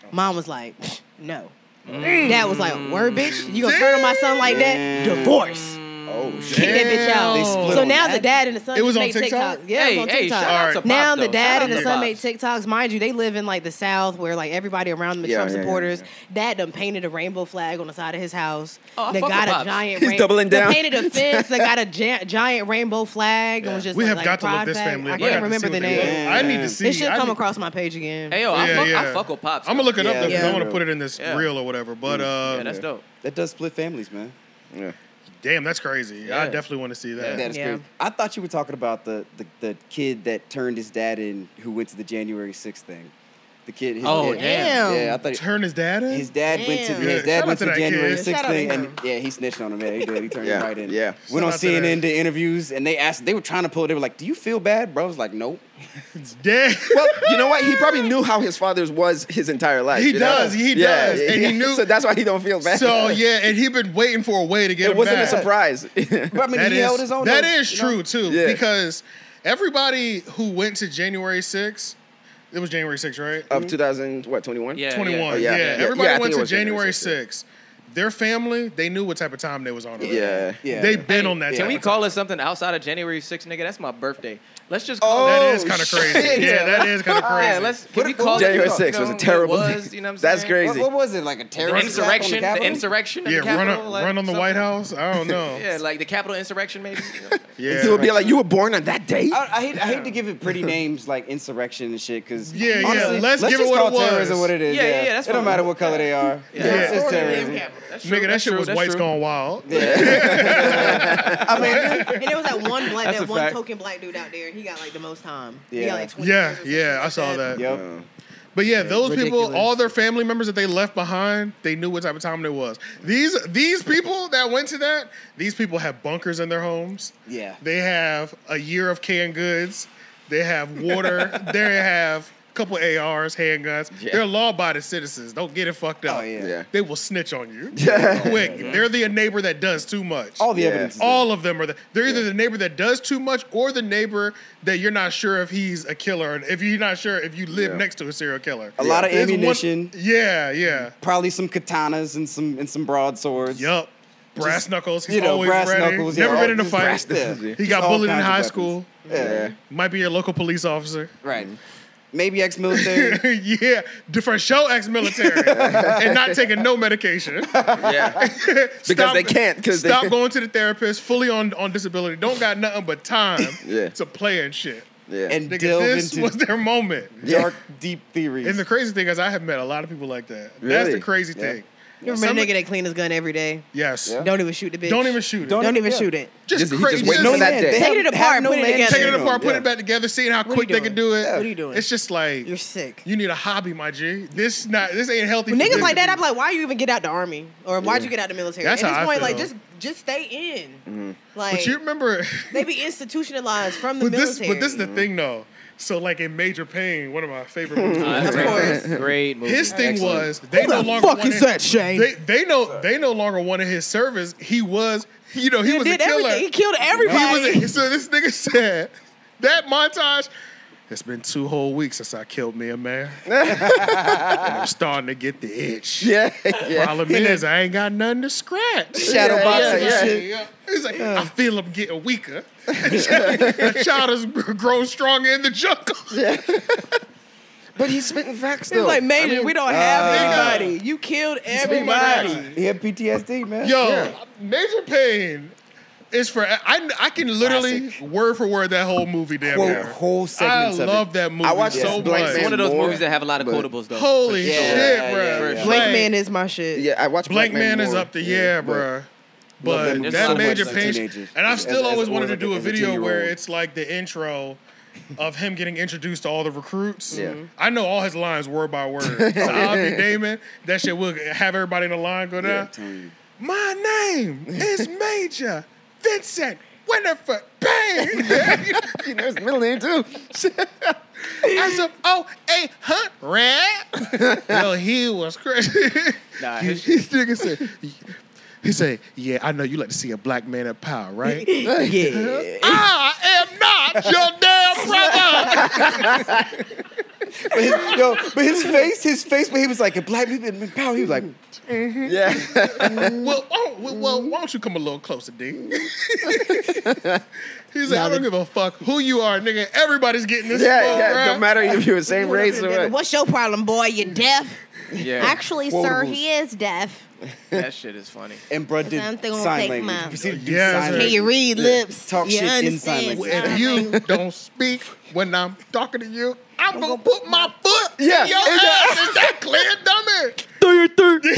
Speaker 3: Oh.
Speaker 4: Mom was like, No.
Speaker 3: Mm.
Speaker 4: Dad was like, Word, bitch. You gonna turn on my son like that? Divorce.
Speaker 1: Oh shit.
Speaker 4: Kick that bitch out.
Speaker 5: They
Speaker 2: split
Speaker 4: so
Speaker 2: on
Speaker 4: now
Speaker 2: that?
Speaker 4: the dad and the son
Speaker 3: It was
Speaker 4: just
Speaker 3: on
Speaker 4: made
Speaker 3: TikTok?
Speaker 4: Yeah, it
Speaker 5: Hey,
Speaker 4: was on
Speaker 5: hey,
Speaker 4: Tiktok.
Speaker 5: shout out to
Speaker 3: Alright.
Speaker 5: Pop,
Speaker 4: Now the
Speaker 5: though.
Speaker 4: dad and
Speaker 5: Shout out
Speaker 4: the
Speaker 5: to
Speaker 4: son
Speaker 5: Pop.
Speaker 4: made TikToks. Mind you, they live in like the South where like everybody around them is
Speaker 1: Yeah,
Speaker 4: Trump
Speaker 1: yeah, yeah,
Speaker 4: supporters. Dad done painted a rainbow flag on the side of his house.
Speaker 5: Oh, I
Speaker 4: they
Speaker 5: fuck
Speaker 4: got
Speaker 5: with
Speaker 4: a
Speaker 5: Pops.
Speaker 4: giant.
Speaker 1: He's doubling
Speaker 4: they
Speaker 1: down.
Speaker 4: painted a fence. They got a gi- giant rainbow flag. And was just
Speaker 3: We
Speaker 4: like,
Speaker 3: have
Speaker 4: like,
Speaker 3: got to look
Speaker 4: pride
Speaker 3: this
Speaker 4: flag.
Speaker 3: family.
Speaker 4: I
Speaker 3: up.
Speaker 4: can't
Speaker 3: have to
Speaker 4: remember
Speaker 3: see
Speaker 4: the
Speaker 3: what they
Speaker 4: name.
Speaker 3: look. I need to see.
Speaker 4: It should
Speaker 3: I
Speaker 4: come
Speaker 3: need-
Speaker 4: across my page again.
Speaker 5: Hey, yo, I, fuck, I fuck with pops.
Speaker 3: I'm gonna look it up
Speaker 2: Yeah,
Speaker 3: though, 'cause
Speaker 2: yeah.
Speaker 3: I want to put it in this
Speaker 5: Yeah.
Speaker 3: reel or whatever. But uh,
Speaker 5: Yeah, that's dope.
Speaker 2: That does split families, man.
Speaker 1: Yeah.
Speaker 3: damn, that's crazy. I
Speaker 5: Yeah.
Speaker 3: definitely want to see that.
Speaker 2: That is
Speaker 4: Yeah.
Speaker 2: crazy. I thought you were talking about the, the the kid that turned his dad in, who went to the January 6th thing. The kid. His
Speaker 5: Oh,
Speaker 2: dad,
Speaker 4: damn.
Speaker 2: Yeah, I thought. he-
Speaker 3: Turn his dad in.
Speaker 2: His dad went to
Speaker 4: Damn.
Speaker 2: the, his
Speaker 3: Yeah,
Speaker 2: dad
Speaker 3: shout
Speaker 2: went to
Speaker 3: out to
Speaker 2: the
Speaker 3: that
Speaker 2: January
Speaker 3: kid.
Speaker 2: sixth
Speaker 4: Shout out
Speaker 2: thing,
Speaker 4: to
Speaker 2: and
Speaker 4: him.
Speaker 2: yeah, he snitched on him. Man, he did. He turned
Speaker 1: Yeah,
Speaker 2: him right in.
Speaker 1: yeah.
Speaker 2: went
Speaker 3: Shout
Speaker 2: on
Speaker 3: out to
Speaker 2: CNN
Speaker 3: that.
Speaker 2: to interviews, and they asked. They were trying to pull. They were like, "Do you feel bad, bro?" I was like, "Nope."
Speaker 3: Damn.
Speaker 1: Well, you know what? He probably knew how his father's was his entire life.
Speaker 3: He
Speaker 1: you know?
Speaker 3: does, he
Speaker 1: Yeah,
Speaker 3: does, and he knew-
Speaker 1: So that's why he don't feel bad.
Speaker 3: So yeah, and he'd been waiting for a way to get
Speaker 1: it
Speaker 3: him
Speaker 1: wasn't
Speaker 3: back.
Speaker 1: a surprise.
Speaker 2: But I mean,
Speaker 3: That
Speaker 2: he
Speaker 3: is-
Speaker 2: held his own.
Speaker 3: that
Speaker 2: though,
Speaker 3: is
Speaker 2: you know?
Speaker 3: true too,
Speaker 1: Yeah.
Speaker 3: because everybody who went to January 6th, it was January 6th, right?
Speaker 1: of 2000, what 21?
Speaker 5: Yeah.
Speaker 3: 21. Yeah,
Speaker 5: Oh,
Speaker 1: yeah, yeah.
Speaker 3: everybody
Speaker 1: Yeah, I
Speaker 3: went
Speaker 1: think it
Speaker 3: to
Speaker 1: was January
Speaker 3: January
Speaker 1: 6th,
Speaker 3: 6th. Their family, they knew what type of time they was on. Already.
Speaker 1: Yeah.
Speaker 2: Yeah.
Speaker 3: They've been
Speaker 5: Hey,
Speaker 3: on that.
Speaker 5: Can
Speaker 3: type
Speaker 5: we
Speaker 3: of time.
Speaker 5: call it something outside of January 6th, nigga? That's my birthday. Let's just call it.
Speaker 3: That is
Speaker 1: Oh,
Speaker 3: kind of crazy.
Speaker 1: shit.
Speaker 3: Yeah, that is kind of crazy.
Speaker 5: Yeah, let's. Can we
Speaker 2: what-
Speaker 5: call
Speaker 1: January
Speaker 5: it?
Speaker 1: 6th
Speaker 5: you
Speaker 1: was a
Speaker 5: know,
Speaker 1: terrible.
Speaker 5: It was, you know what I'm
Speaker 1: That's
Speaker 5: saying?
Speaker 2: What,
Speaker 1: crazy.
Speaker 2: what was it like a
Speaker 5: The
Speaker 2: terrorist attack on
Speaker 5: insurrection, the,
Speaker 2: Capitol?
Speaker 5: insurrection, at
Speaker 3: yeah,
Speaker 5: the Capitol,
Speaker 3: run,
Speaker 5: like,
Speaker 3: run on the
Speaker 5: something.
Speaker 3: White House. I don't know.
Speaker 5: Yeah, like the Capitol insurrection, maybe.
Speaker 3: yeah.
Speaker 1: It would be like you were born on that date.
Speaker 2: I, I hate I hate to give it pretty names like insurrection and shit because
Speaker 3: Yeah, yeah,
Speaker 2: honestly,
Speaker 3: let's give it
Speaker 2: just
Speaker 3: what
Speaker 2: call
Speaker 3: it was.
Speaker 2: terrorism what it is.
Speaker 5: Yeah, yeah, yeah, that's
Speaker 2: it don't
Speaker 5: what-
Speaker 2: matter what color they are. Yeah,
Speaker 3: Yeah.
Speaker 2: it's
Speaker 3: Or the
Speaker 2: terrorism.
Speaker 3: Nigga, that shit was White's Gone Wild.
Speaker 4: I mean, and there was that one black,
Speaker 5: That's
Speaker 4: that
Speaker 5: a
Speaker 4: one
Speaker 5: fact.
Speaker 4: token black dude out there. and He got like the most time. He
Speaker 2: Yeah.
Speaker 4: got, like, 20
Speaker 3: Yeah,
Speaker 4: years or something
Speaker 3: yeah, I
Speaker 4: like
Speaker 3: saw that.
Speaker 2: Yep.
Speaker 3: But yeah, those
Speaker 4: Ridiculous.
Speaker 3: people, all their family members that they left behind, they knew what type of time it was. These these people that went to that, these people have bunkers in their homes.
Speaker 2: Yeah.
Speaker 3: They have a year of canned goods. They have water. they have a couple ARs, handguns.
Speaker 1: Yeah.
Speaker 3: They're law-abiding citizens. Don't get it fucked up.
Speaker 2: Oh, yeah.
Speaker 1: Yeah.
Speaker 3: They will snitch on you.
Speaker 1: Yeah.
Speaker 3: Quick. They're the neighbor that does too much.
Speaker 2: All the
Speaker 1: Yeah.
Speaker 2: evidence. is
Speaker 3: All of them are. The, they're either the neighbor that does too much, or the neighbor that you're not sure if he's a killer, and if you're not sure if you live
Speaker 1: Yeah.
Speaker 3: next to a serial killer.
Speaker 2: A lot of
Speaker 3: There's one-
Speaker 2: ammunition.
Speaker 3: yeah, yeah.
Speaker 2: Probably some katanas and some and some broadswords.
Speaker 3: Yup. Brass knuckles. He's
Speaker 2: You know,
Speaker 3: always
Speaker 2: brass
Speaker 3: ready.
Speaker 2: knuckles.
Speaker 3: Never
Speaker 2: yeah,
Speaker 3: been in a
Speaker 2: all-
Speaker 3: fight.
Speaker 2: just- yeah,
Speaker 1: He
Speaker 3: He
Speaker 2: just
Speaker 3: got
Speaker 2: all
Speaker 3: bullied in
Speaker 2: kinds of
Speaker 3: high
Speaker 2: weapons.
Speaker 3: school.
Speaker 2: Yeah.
Speaker 3: Might be a local police officer.
Speaker 2: Right. Maybe ex-military.
Speaker 3: yeah, d- for sure, ex-military, and not taking no medication.
Speaker 1: yeah.
Speaker 3: Stop-
Speaker 1: they can't, 'cause they-
Speaker 3: stop going to the therapist. Fully on on disability. Don't got nothing but time
Speaker 1: Yeah.
Speaker 3: to play and shit.
Speaker 1: Yeah.
Speaker 2: and
Speaker 3: Nigga,
Speaker 2: delve
Speaker 3: this
Speaker 2: into
Speaker 3: was their moment.
Speaker 1: Yeah.
Speaker 2: dark, deep theories.
Speaker 3: And the crazy thing is, I have met a lot of people like that. That's
Speaker 1: Really?
Speaker 3: the crazy
Speaker 2: Yeah.
Speaker 3: thing.
Speaker 4: You remember
Speaker 3: Some-
Speaker 4: a nigga that clean his gun every day?
Speaker 3: yes.
Speaker 4: Don't even shoot the bitch.
Speaker 3: Don't even shoot it.
Speaker 4: Don't,
Speaker 2: Don't even-
Speaker 4: even
Speaker 2: yeah.
Speaker 4: shoot it.
Speaker 3: just
Speaker 1: Just- he
Speaker 3: crazy.
Speaker 1: just waiting for
Speaker 3: just
Speaker 1: that day.
Speaker 2: they
Speaker 4: Take it
Speaker 2: have-
Speaker 4: apart,
Speaker 2: have
Speaker 4: put it
Speaker 2: land
Speaker 4: together.
Speaker 3: taking it
Speaker 2: syndrome.
Speaker 3: apart, put
Speaker 2: Yeah.
Speaker 3: it back together, seeing how
Speaker 4: are
Speaker 3: quick
Speaker 4: you
Speaker 3: they can do it.
Speaker 4: doing? What are you doing?
Speaker 3: It's just like
Speaker 4: You're sick.
Speaker 3: You need a hobby, my G. This not this ain't healthy.
Speaker 4: When
Speaker 3: for
Speaker 4: niggas
Speaker 3: you.
Speaker 4: like that, I'm like, why you even get out the army or why'd you get out the military?
Speaker 3: That's
Speaker 4: At
Speaker 3: how
Speaker 4: this
Speaker 3: I
Speaker 4: point,
Speaker 3: feel. Mm-hmm.
Speaker 4: like, just just stay in. Like,
Speaker 3: But you remember,
Speaker 4: they be institutionalized from the
Speaker 3: but this
Speaker 4: military.
Speaker 3: but this is the thing though. So like in Major Pain, one of my favorite movies.
Speaker 4: Of course.
Speaker 5: Great movie.
Speaker 3: His thing was they no longer
Speaker 4: fuck
Speaker 3: wanted-
Speaker 4: is that, Shane?
Speaker 3: They they no they no longer wanted his service. He was you know he,
Speaker 4: He
Speaker 3: was a
Speaker 4: did
Speaker 3: killer.
Speaker 4: everything. He killed
Speaker 3: He
Speaker 4: everybody.
Speaker 3: was a- so this nigga said that montage. It's been two whole weeks since I killed me a man. and I'm starting to get the itch.
Speaker 1: Yeah, yeah.
Speaker 3: Problem is, I ain't got nothing to scratch.
Speaker 2: Shadow
Speaker 1: Yeah,
Speaker 2: boxing and
Speaker 1: yeah, yeah.
Speaker 2: shit.
Speaker 3: Yeah. He's like, I feel I'm getting weaker. the child has grown stronger in the jungle.
Speaker 1: But he's spitting facts
Speaker 4: It's
Speaker 1: though.
Speaker 4: like, Major,
Speaker 1: I mean,
Speaker 4: we don't
Speaker 3: uh,
Speaker 4: have anybody. You killed everybody.
Speaker 2: He had PTSD, man.
Speaker 3: Yo,
Speaker 1: Yeah.
Speaker 3: Major Pain is for I, I can literally word for word that whole movie damn
Speaker 2: Quote
Speaker 3: near.
Speaker 2: whole
Speaker 3: I
Speaker 2: segments of
Speaker 3: love
Speaker 2: it.
Speaker 3: that movie
Speaker 1: I watched
Speaker 3: so
Speaker 1: Blank
Speaker 3: much.
Speaker 5: It's one of those
Speaker 1: More,
Speaker 5: movies that have a lot of
Speaker 1: but-
Speaker 5: quotables though.
Speaker 3: Holy
Speaker 2: Yeah,
Speaker 3: shit,
Speaker 2: yeah,
Speaker 3: bro.
Speaker 2: yeah,
Speaker 5: yeah.
Speaker 4: Blank
Speaker 3: Blank,
Speaker 4: Man is my shit.
Speaker 1: Yeah, I watched
Speaker 3: Blank Man, is
Speaker 1: Moore.
Speaker 3: up the yeah, bruh.
Speaker 2: that
Speaker 3: But
Speaker 2: movie
Speaker 3: that
Speaker 2: so much
Speaker 3: Major
Speaker 2: as a
Speaker 3: Pain,
Speaker 2: teenager.
Speaker 3: and I've
Speaker 2: As-
Speaker 3: still
Speaker 2: as-
Speaker 3: always
Speaker 2: as-
Speaker 3: wanted to
Speaker 2: as a-
Speaker 3: do a
Speaker 2: as a
Speaker 3: video where
Speaker 2: 10-year-old.
Speaker 3: it's like the intro. Of him getting introduced to all the recruits,
Speaker 1: Yeah.
Speaker 3: I know all his lines word by word. So I'll be Damon. That shit will have everybody in the line go down.
Speaker 2: Tony.
Speaker 3: My name is Major Vincent Winifred Payne.
Speaker 1: He knows his middle name too.
Speaker 3: As of 0800. Yo, he was crazy.
Speaker 5: Nah,
Speaker 3: he,
Speaker 5: his-
Speaker 3: his nigga said, he said, yeah, I know you like to see a black man in power, right?
Speaker 4: Yeah.
Speaker 3: I am not your damn brother.
Speaker 2: But his, yo, but his face, his face when he was like, "And black people in power, he was like,
Speaker 1: yeah.
Speaker 3: well,
Speaker 1: Mm-hmm.
Speaker 3: oh, well, well, why don't you come a little closer, D? he said, I don't give a fuck who you are, nigga. Everybody's getting this
Speaker 1: Yeah,
Speaker 3: phone,
Speaker 1: yeah.
Speaker 3: bruh."
Speaker 1: Don't matter if you're the same race or what.
Speaker 4: What's your problem, boy? You deaf?
Speaker 5: Yeah,
Speaker 7: Actually,
Speaker 2: Quotables.
Speaker 7: sir, he is deaf.
Speaker 5: that shit is funny.
Speaker 2: and bruh did
Speaker 7: Something gonna
Speaker 2: sign
Speaker 7: take
Speaker 2: language.
Speaker 7: my-
Speaker 2: He proceeded to do sign
Speaker 3: Yeah, sir.
Speaker 2: language.
Speaker 7: Can you read lips?
Speaker 2: Talk
Speaker 7: you
Speaker 2: shit in
Speaker 7: understand
Speaker 2: sign language.
Speaker 3: If you don't speak when I'm talking to you, I'm gonna put my foot
Speaker 1: Yeah,
Speaker 3: in your
Speaker 1: in
Speaker 3: ass. Is that clear, dummy?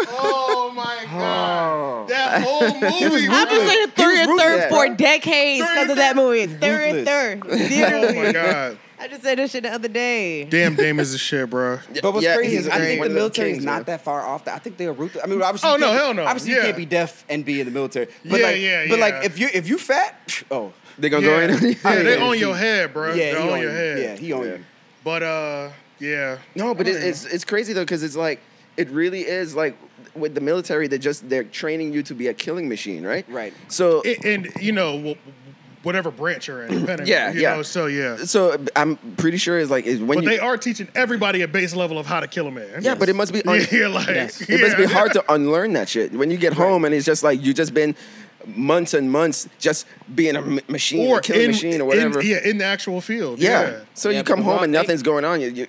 Speaker 3: oh my god, that whole movie.
Speaker 4: I've been
Speaker 3: was-
Speaker 4: saying third and third
Speaker 1: bro.
Speaker 4: for decades because of that movie. Third and
Speaker 2: Ruthless.
Speaker 4: third.
Speaker 3: oh my
Speaker 4: Literally.
Speaker 3: god,
Speaker 4: I just said this shit the other day.
Speaker 3: damn, Damon's a shit, bro.
Speaker 2: But what's
Speaker 1: Yeah,
Speaker 2: crazy
Speaker 1: he's
Speaker 2: is I
Speaker 1: great.
Speaker 2: think
Speaker 1: One of
Speaker 2: the
Speaker 1: them
Speaker 2: military is
Speaker 1: kings,
Speaker 2: not
Speaker 1: man.
Speaker 2: that far off. I think they are ruthless. I mean, obviously,
Speaker 3: Oh,
Speaker 2: you
Speaker 3: no,
Speaker 2: can't-
Speaker 3: hell no.
Speaker 2: Obviously,
Speaker 3: Yeah.
Speaker 2: you can't be deaf and be in the military. But
Speaker 3: Yeah,
Speaker 2: like,
Speaker 3: yeah,
Speaker 2: but like,
Speaker 3: yeah.
Speaker 2: if you if you fat, psh, oh
Speaker 1: They gonna
Speaker 3: yeah,
Speaker 1: go in.
Speaker 3: yeah, they
Speaker 2: Yeah.
Speaker 3: on your head,
Speaker 2: yeah,
Speaker 3: bro. they
Speaker 2: he
Speaker 3: on
Speaker 2: on
Speaker 3: your
Speaker 2: you.
Speaker 3: head.
Speaker 2: Yeah, he on
Speaker 1: Yeah.
Speaker 2: you.
Speaker 3: But uh, yeah,
Speaker 1: No, but it, it's it's crazy though because it's like it really is like with the military they just they're training you to be a killing machine, right?
Speaker 2: Right.
Speaker 1: So
Speaker 3: It- and you know wh- whatever branch you're in, depending.
Speaker 1: Yeah,
Speaker 3: you
Speaker 1: yeah.
Speaker 3: Know, so yeah,
Speaker 1: so I'm pretty sure it's like it's when
Speaker 3: but
Speaker 1: you
Speaker 3: they are teaching everybody a base level of how to kill a man.
Speaker 1: yeah, but it must be un-
Speaker 3: yeah, like
Speaker 1: it must be
Speaker 3: yeah.
Speaker 1: hard to unlearn that shit when you get home and it's just like you just been months and months just being a m- machine, a killing machine or whatever.
Speaker 3: In, yeah, in the actual field.
Speaker 1: Yeah.
Speaker 3: Yeah.
Speaker 1: So
Speaker 5: Yeah,
Speaker 1: you
Speaker 5: but
Speaker 1: come
Speaker 5: the
Speaker 1: home
Speaker 5: wrong
Speaker 1: and
Speaker 5: thing-
Speaker 1: nothing's going on. You, you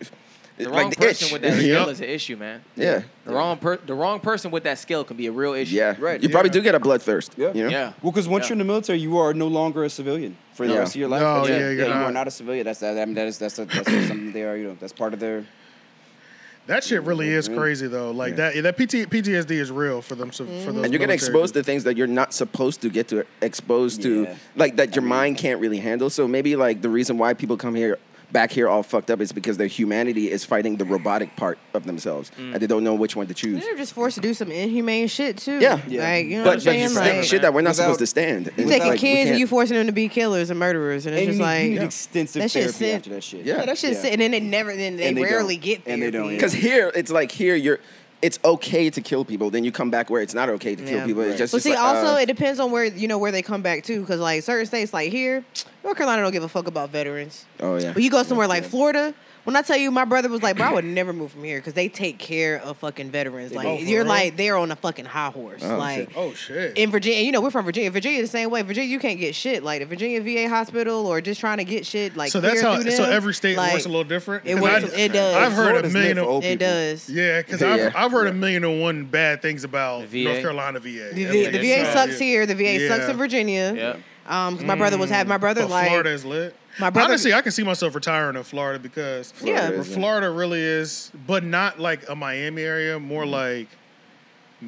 Speaker 5: The
Speaker 1: like
Speaker 5: wrong
Speaker 1: the
Speaker 5: person
Speaker 1: itch.
Speaker 5: with that
Speaker 3: Yep.
Speaker 5: skill is an issue, man.
Speaker 1: yeah.
Speaker 5: The wrong per- the wrong person with that skill can be a real issue.
Speaker 1: Yeah.
Speaker 2: Right,
Speaker 1: You probably
Speaker 3: yeah.
Speaker 1: do get a bloodthirst.
Speaker 2: Yeah.
Speaker 1: You know?
Speaker 5: Yeah.
Speaker 2: Well, because once
Speaker 5: Yeah.
Speaker 2: you're in the military, you are no longer a civilian for the
Speaker 1: Yeah.
Speaker 2: rest of your life.
Speaker 3: No,
Speaker 2: That's
Speaker 3: yeah,
Speaker 2: it.
Speaker 3: you're
Speaker 2: you
Speaker 3: not.
Speaker 2: are not a civilian. That's that. I mean, that is that's, that's something they are. You know, that's part of their.
Speaker 3: That shit really is
Speaker 1: Mm-hmm.
Speaker 3: crazy though. Like that that PT, PTSD is real for them so- for those
Speaker 1: And you're getting
Speaker 3: military
Speaker 1: exposed
Speaker 3: dudes.
Speaker 1: to things that you're not supposed to get to exposed to,
Speaker 2: Yeah.
Speaker 1: like that your mind can't really handle. So maybe like the reason why people come here back here all fucked up is because their humanity is fighting the robotic part of themselves,
Speaker 5: Mm.
Speaker 1: and they don't know which one to choose.
Speaker 4: They're just forced to do some inhumane shit too.
Speaker 1: Yeah.
Speaker 2: Yeah.
Speaker 4: Like, you know
Speaker 1: But,
Speaker 4: what
Speaker 1: but
Speaker 4: I'm
Speaker 1: it's
Speaker 4: saying?
Speaker 1: the
Speaker 4: Like,
Speaker 1: shit that we're not
Speaker 2: Without-
Speaker 1: supposed to stand. It's
Speaker 4: you taking
Speaker 1: like, we
Speaker 4: kids and
Speaker 1: can't-
Speaker 4: you forcing them to be killers and murderers, and it's
Speaker 2: And you,
Speaker 4: just
Speaker 2: need-
Speaker 4: like
Speaker 2: you need extensive
Speaker 4: that shit
Speaker 2: therapy
Speaker 4: sick.
Speaker 2: after that shit.
Speaker 1: Yeah.
Speaker 4: that shit's
Speaker 2: Yeah.
Speaker 4: sick. and then they never, then they,
Speaker 2: And they
Speaker 4: rarely
Speaker 2: don't.
Speaker 4: get there.
Speaker 2: And they don't,
Speaker 1: Because here, it's like here you're, it's okay to kill people. Then you come back where it's not okay to kill
Speaker 4: Yeah.
Speaker 1: people. It's just,
Speaker 4: But
Speaker 1: just
Speaker 4: see,
Speaker 1: like,
Speaker 4: also
Speaker 1: uh,
Speaker 4: it depends on where you know where they come back to, because like certain states, like here, North Carolina don't give a fuck about veterans.
Speaker 1: Oh, yeah.
Speaker 4: But you go somewhere like Florida. When I tell you, my brother was like, "Bro, I would never move from here because they take care of fucking veterans. Like
Speaker 3: do. Oh, for
Speaker 4: you're
Speaker 3: real?
Speaker 4: like they're on a fucking high horse.
Speaker 1: shit.
Speaker 4: like
Speaker 3: Oh shit.
Speaker 4: in Virginia, you know we're from Virginia. Virginia the same way. Virginia, you can't get shit. Like the Virginia VA hospital or just trying to get shit. Like
Speaker 3: so that's
Speaker 4: cleared
Speaker 3: how.
Speaker 4: through
Speaker 3: So
Speaker 4: them.
Speaker 3: every state
Speaker 4: Like,
Speaker 3: works a little different.
Speaker 4: it
Speaker 3: 'Cause
Speaker 4: works- it does.
Speaker 3: I've heard a
Speaker 2: Florida's
Speaker 3: million
Speaker 2: meant for
Speaker 3: of
Speaker 2: old
Speaker 4: It
Speaker 2: people.
Speaker 4: does.
Speaker 3: yeah, because
Speaker 1: Yeah.
Speaker 3: I've, I've heard a million and one bad things about
Speaker 5: The
Speaker 3: North
Speaker 5: VA.
Speaker 3: Carolina VA.
Speaker 4: The,
Speaker 5: Yeah,
Speaker 4: the
Speaker 5: yeah,
Speaker 4: VA
Speaker 5: yeah.
Speaker 4: sucks here. The VA sucks
Speaker 3: Yeah. Mm.
Speaker 4: in Virginia.
Speaker 5: Yeah.
Speaker 4: Um, 'cause my brother was having my brother
Speaker 3: But
Speaker 4: like
Speaker 3: Florida is lit.
Speaker 4: My brother-
Speaker 3: Honestly, I can see myself retiring in Florida because
Speaker 4: Yeah.
Speaker 1: Florida is, uh,
Speaker 3: Florida really is, but not like a Miami area, more
Speaker 4: Mm-hmm.
Speaker 3: like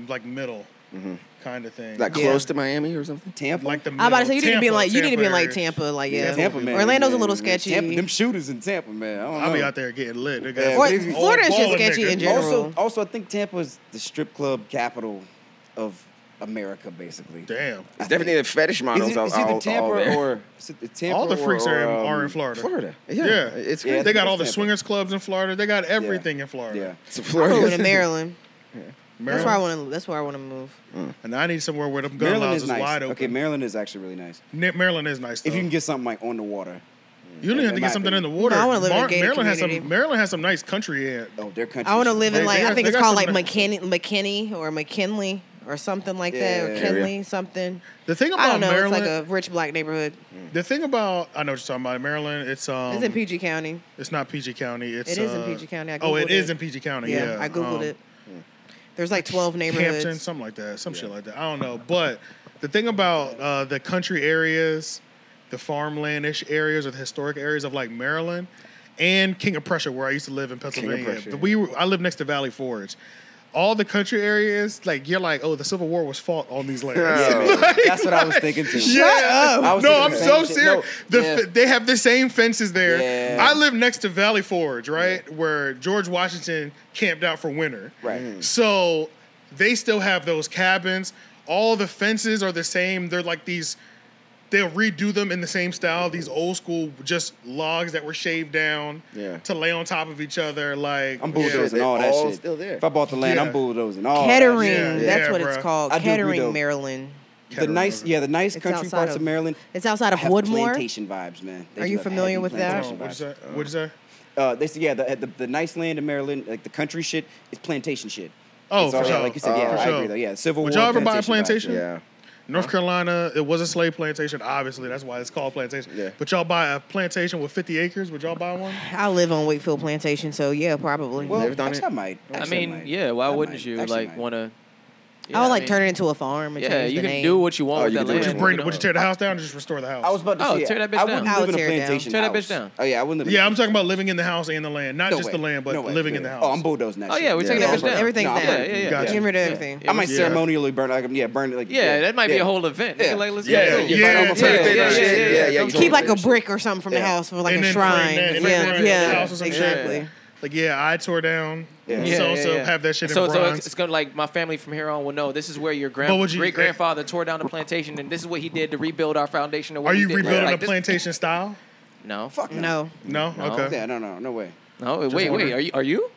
Speaker 3: like middle
Speaker 2: Mm-hmm.
Speaker 3: kind of thing.
Speaker 1: like
Speaker 4: Yeah.
Speaker 1: close to Miami or something.
Speaker 2: Tampa.
Speaker 3: like the
Speaker 4: I'm about to say you need to be in
Speaker 3: Tampa,
Speaker 4: like you need to be in like
Speaker 3: area.
Speaker 4: Tampa, like
Speaker 3: Yeah,
Speaker 4: yeah.
Speaker 2: Tampa, man.
Speaker 4: Orlando's a
Speaker 2: man,
Speaker 4: little
Speaker 2: man.
Speaker 4: sketchy.
Speaker 2: Tampa, them shooters in Tampa, man. I don't
Speaker 3: I'll
Speaker 2: know.
Speaker 3: be out there getting lit. They got
Speaker 2: Yeah,
Speaker 4: Or,
Speaker 3: old
Speaker 2: maybe-
Speaker 4: Florida is just
Speaker 3: baller
Speaker 4: sketchy
Speaker 3: niggas.
Speaker 4: in general.
Speaker 2: Also, also, I think Tampa is the strip club capital of America, basically.
Speaker 3: Oh, Damn.
Speaker 1: It's definitely the fetish models.
Speaker 2: Is it, is
Speaker 1: all,
Speaker 2: either
Speaker 1: all-
Speaker 2: Tampa
Speaker 1: all there.
Speaker 2: or is it the Tampa
Speaker 3: All the freaks
Speaker 2: or,
Speaker 3: are in,
Speaker 2: um,
Speaker 3: are in Florida.
Speaker 1: Florida.
Speaker 3: Yeah.
Speaker 1: Yeah, it's
Speaker 2: Yeah.
Speaker 1: yeah.
Speaker 3: They got all the
Speaker 2: Tampa.
Speaker 3: swingers clubs in Florida. They got everything in Florida.
Speaker 2: Yeah. Oh,
Speaker 1: It's
Speaker 4: I'm
Speaker 1: Florida.
Speaker 4: going to Maryland. That's where I
Speaker 3: Maryland.
Speaker 4: want to. That's where I want to move.
Speaker 3: And I need somewhere where the gun
Speaker 2: Maryland
Speaker 3: laws
Speaker 2: is
Speaker 3: is,
Speaker 2: nice.
Speaker 3: wide open.
Speaker 2: Okay, Maryland is actually really nice.
Speaker 3: Ne- Maryland is nice. Though.
Speaker 2: If you can get something like on the water.
Speaker 3: You don't even have to
Speaker 2: in
Speaker 3: get
Speaker 2: my
Speaker 3: something in the
Speaker 2: opinion.
Speaker 3: water.
Speaker 4: No, I wanna live in a gated
Speaker 3: Maryland has
Speaker 4: community.
Speaker 3: some. Maryland has some nice country air.
Speaker 2: Oh, their country.
Speaker 4: I want to live
Speaker 3: They-
Speaker 4: in like
Speaker 3: they
Speaker 4: I
Speaker 3: got-
Speaker 4: think
Speaker 3: they
Speaker 4: it's
Speaker 3: got
Speaker 4: called like
Speaker 3: some
Speaker 4: McKinney, McKinney or McKinley or something like that, or
Speaker 2: Yeah.
Speaker 4: Kinley something.
Speaker 3: The thing
Speaker 4: I
Speaker 3: about
Speaker 4: don't know.
Speaker 3: Maryland,
Speaker 4: It's like a rich black neighborhood.
Speaker 3: the thing about I know what you're talking about. Maryland, it's um,
Speaker 4: it's in PG County.
Speaker 3: It's not PG County. It's
Speaker 4: It is in
Speaker 3: uh,
Speaker 4: PG County. I
Speaker 3: oh, it
Speaker 4: Googled
Speaker 3: is
Speaker 4: it.
Speaker 3: in PG County.
Speaker 4: Yeah,
Speaker 3: Yeah,
Speaker 4: I googled
Speaker 3: um,
Speaker 4: it. There's like 12 neighborhoods.
Speaker 3: Hampton, something like that, some shit like that. I don't know. But the thing about uh, the country areas, the farmlandish areas or the historic areas of like Maryland and King of Prussia, where I used to live in Pennsylvania,
Speaker 2: Prussia.
Speaker 3: we were, I live next to Valley Forge. All the country areas, like you're like, oh, the Civil War was fought on these lands.
Speaker 2: Yeah, man. That's what I was thinking too. I
Speaker 3: Yeah.
Speaker 2: was
Speaker 3: No, I'm
Speaker 2: thinking the
Speaker 3: so
Speaker 2: same shit.
Speaker 3: serious.
Speaker 2: No,
Speaker 3: The f-
Speaker 2: yeah.
Speaker 3: they have the same fences there.
Speaker 2: Yeah.
Speaker 3: I live next to Valley Forge, right? Where George Washington camped out for winter.
Speaker 2: Right. Mhm.
Speaker 3: So they still have those cabins. All the fences are the same. They're like these they'll redo them in the same style, these old school just logs that were shaved down
Speaker 1: Yeah.
Speaker 3: to lay on top of each other like
Speaker 2: I'm
Speaker 3: yeah.
Speaker 2: bulldozing
Speaker 1: they're
Speaker 2: all that
Speaker 1: all
Speaker 2: shit.
Speaker 1: still there.
Speaker 2: If I bought the land,
Speaker 3: Yeah.
Speaker 2: I'm bulldozing all that
Speaker 4: Kettering.
Speaker 2: shit.
Speaker 3: Yeah,
Speaker 4: that's
Speaker 3: yeah,
Speaker 4: what it's
Speaker 3: bruh.
Speaker 4: called.
Speaker 2: I do agree,
Speaker 4: Kettering,
Speaker 2: though.
Speaker 4: Maryland.
Speaker 2: The nice, yeah, the nice
Speaker 4: It's
Speaker 2: country
Speaker 4: outside
Speaker 2: parts of,
Speaker 4: of-
Speaker 2: Maryland.
Speaker 4: It's outside of
Speaker 2: have
Speaker 4: Woodmore.
Speaker 2: Plantation vibes, man. They
Speaker 4: Are
Speaker 2: do
Speaker 4: you
Speaker 2: have
Speaker 4: familiar
Speaker 2: heavy
Speaker 4: with that?
Speaker 3: Hold
Speaker 2: plantation
Speaker 3: on, what'd you say?
Speaker 2: vibes.
Speaker 3: What'd you say?
Speaker 2: Uh, they say, yeah, the, the, the nice land in Maryland, like the country shit, is plantation shit.
Speaker 3: Oh,
Speaker 2: It's
Speaker 3: for
Speaker 2: all-
Speaker 3: sure.
Speaker 2: Like you said,
Speaker 3: Oh,
Speaker 2: yeah,
Speaker 3: for
Speaker 2: I
Speaker 3: sure.
Speaker 2: agree though. Yeah, Civil
Speaker 3: Would
Speaker 2: War.
Speaker 3: y'all ever buy a
Speaker 2: plantation?
Speaker 3: plantation?
Speaker 2: vibes.
Speaker 1: Yeah.
Speaker 3: North Carolina, it was a slave plantation, obviously. That's why it's called plantation.
Speaker 1: Yeah.
Speaker 3: But y'all buy a plantation with 50 acres? Would y'all buy one?
Speaker 4: I live on Wakefield Plantation, so yeah, probably.
Speaker 2: Well,
Speaker 1: Never done
Speaker 2: actually,
Speaker 1: it?
Speaker 2: I might.
Speaker 5: I
Speaker 2: Actually,
Speaker 5: mean,
Speaker 2: might.
Speaker 5: yeah. Why
Speaker 2: I
Speaker 5: wouldn't
Speaker 2: might.
Speaker 5: you
Speaker 2: Actually, I
Speaker 5: like
Speaker 2: might.
Speaker 5: want to?
Speaker 4: I would like turn it into a farm. And
Speaker 5: Yeah,
Speaker 4: change
Speaker 5: you
Speaker 4: the
Speaker 5: can
Speaker 4: name.
Speaker 5: do what you want
Speaker 1: Oh,
Speaker 5: with
Speaker 1: you
Speaker 5: that
Speaker 1: can do what
Speaker 5: land.
Speaker 1: you
Speaker 3: Just
Speaker 1: want.
Speaker 3: bring, would you tear the house down or just restore the house?
Speaker 2: I was about to
Speaker 5: Oh,
Speaker 2: say,
Speaker 5: tear that bitch
Speaker 2: I wouldn't
Speaker 5: down.
Speaker 4: I
Speaker 2: live in
Speaker 4: would
Speaker 2: a
Speaker 4: tear it down.
Speaker 2: plantation
Speaker 5: Tear that
Speaker 2: house.
Speaker 5: bitch down.
Speaker 2: Oh yeah, I wouldn't live. in
Speaker 3: yeah,
Speaker 2: a
Speaker 3: I'm talking about living in the house and the land, not
Speaker 2: No
Speaker 3: just
Speaker 2: way.
Speaker 3: the land, but
Speaker 2: No way.
Speaker 3: living
Speaker 2: Yeah.
Speaker 3: in the house.
Speaker 2: Oh, I'm bulldozing that
Speaker 5: Oh
Speaker 2: shit.
Speaker 5: yeah, we're taking
Speaker 4: Yeah,
Speaker 5: that bitch down.
Speaker 4: everything's
Speaker 5: yeah,
Speaker 2: down.
Speaker 5: Yeah, yeah, yeah.
Speaker 3: Gotcha.
Speaker 4: Get rid of everything.
Speaker 5: Yeah,
Speaker 2: I might
Speaker 3: Yeah.
Speaker 2: ceremonially burn it. Like, yeah, burn it. Like,
Speaker 5: Yeah, that might be a whole event.
Speaker 2: Yeah.
Speaker 5: Nigga, Like, let's
Speaker 3: Yeah, yeah,
Speaker 5: go. yeah,
Speaker 3: yeah, yeah, yeah,
Speaker 5: yeah,
Speaker 1: yeah, yeah, yeah.
Speaker 4: Keep like a brick or something from the house for like
Speaker 3: and
Speaker 4: a
Speaker 3: then
Speaker 4: shrine.
Speaker 3: frame that, and then
Speaker 4: yeah,
Speaker 3: frame the
Speaker 4: yeah,
Speaker 3: house or some
Speaker 4: exactly.
Speaker 3: shit. Like, yeah, I tore down.
Speaker 2: Yeah.
Speaker 5: Yeah,
Speaker 3: so and so
Speaker 5: yeah, yeah.
Speaker 3: have that shit
Speaker 5: so,
Speaker 3: in
Speaker 5: so
Speaker 3: bronze.
Speaker 5: it's, it's gonna like my family from here on will know this is where your
Speaker 3: But
Speaker 5: grand
Speaker 3: would you-
Speaker 5: great grandfather tore down the plantation and this is what he did to rebuild our foundation. Or what
Speaker 3: Are
Speaker 5: he
Speaker 3: you
Speaker 5: did.
Speaker 3: rebuilding
Speaker 5: Like,
Speaker 3: a
Speaker 5: this-
Speaker 3: plantation style?
Speaker 5: No,
Speaker 2: Fuck no.
Speaker 4: No,
Speaker 3: No?
Speaker 5: No.
Speaker 3: Okay.
Speaker 2: Yeah, no, no, no way.
Speaker 5: no. Wait, wait.
Speaker 3: wondering.
Speaker 5: Are you? Are you?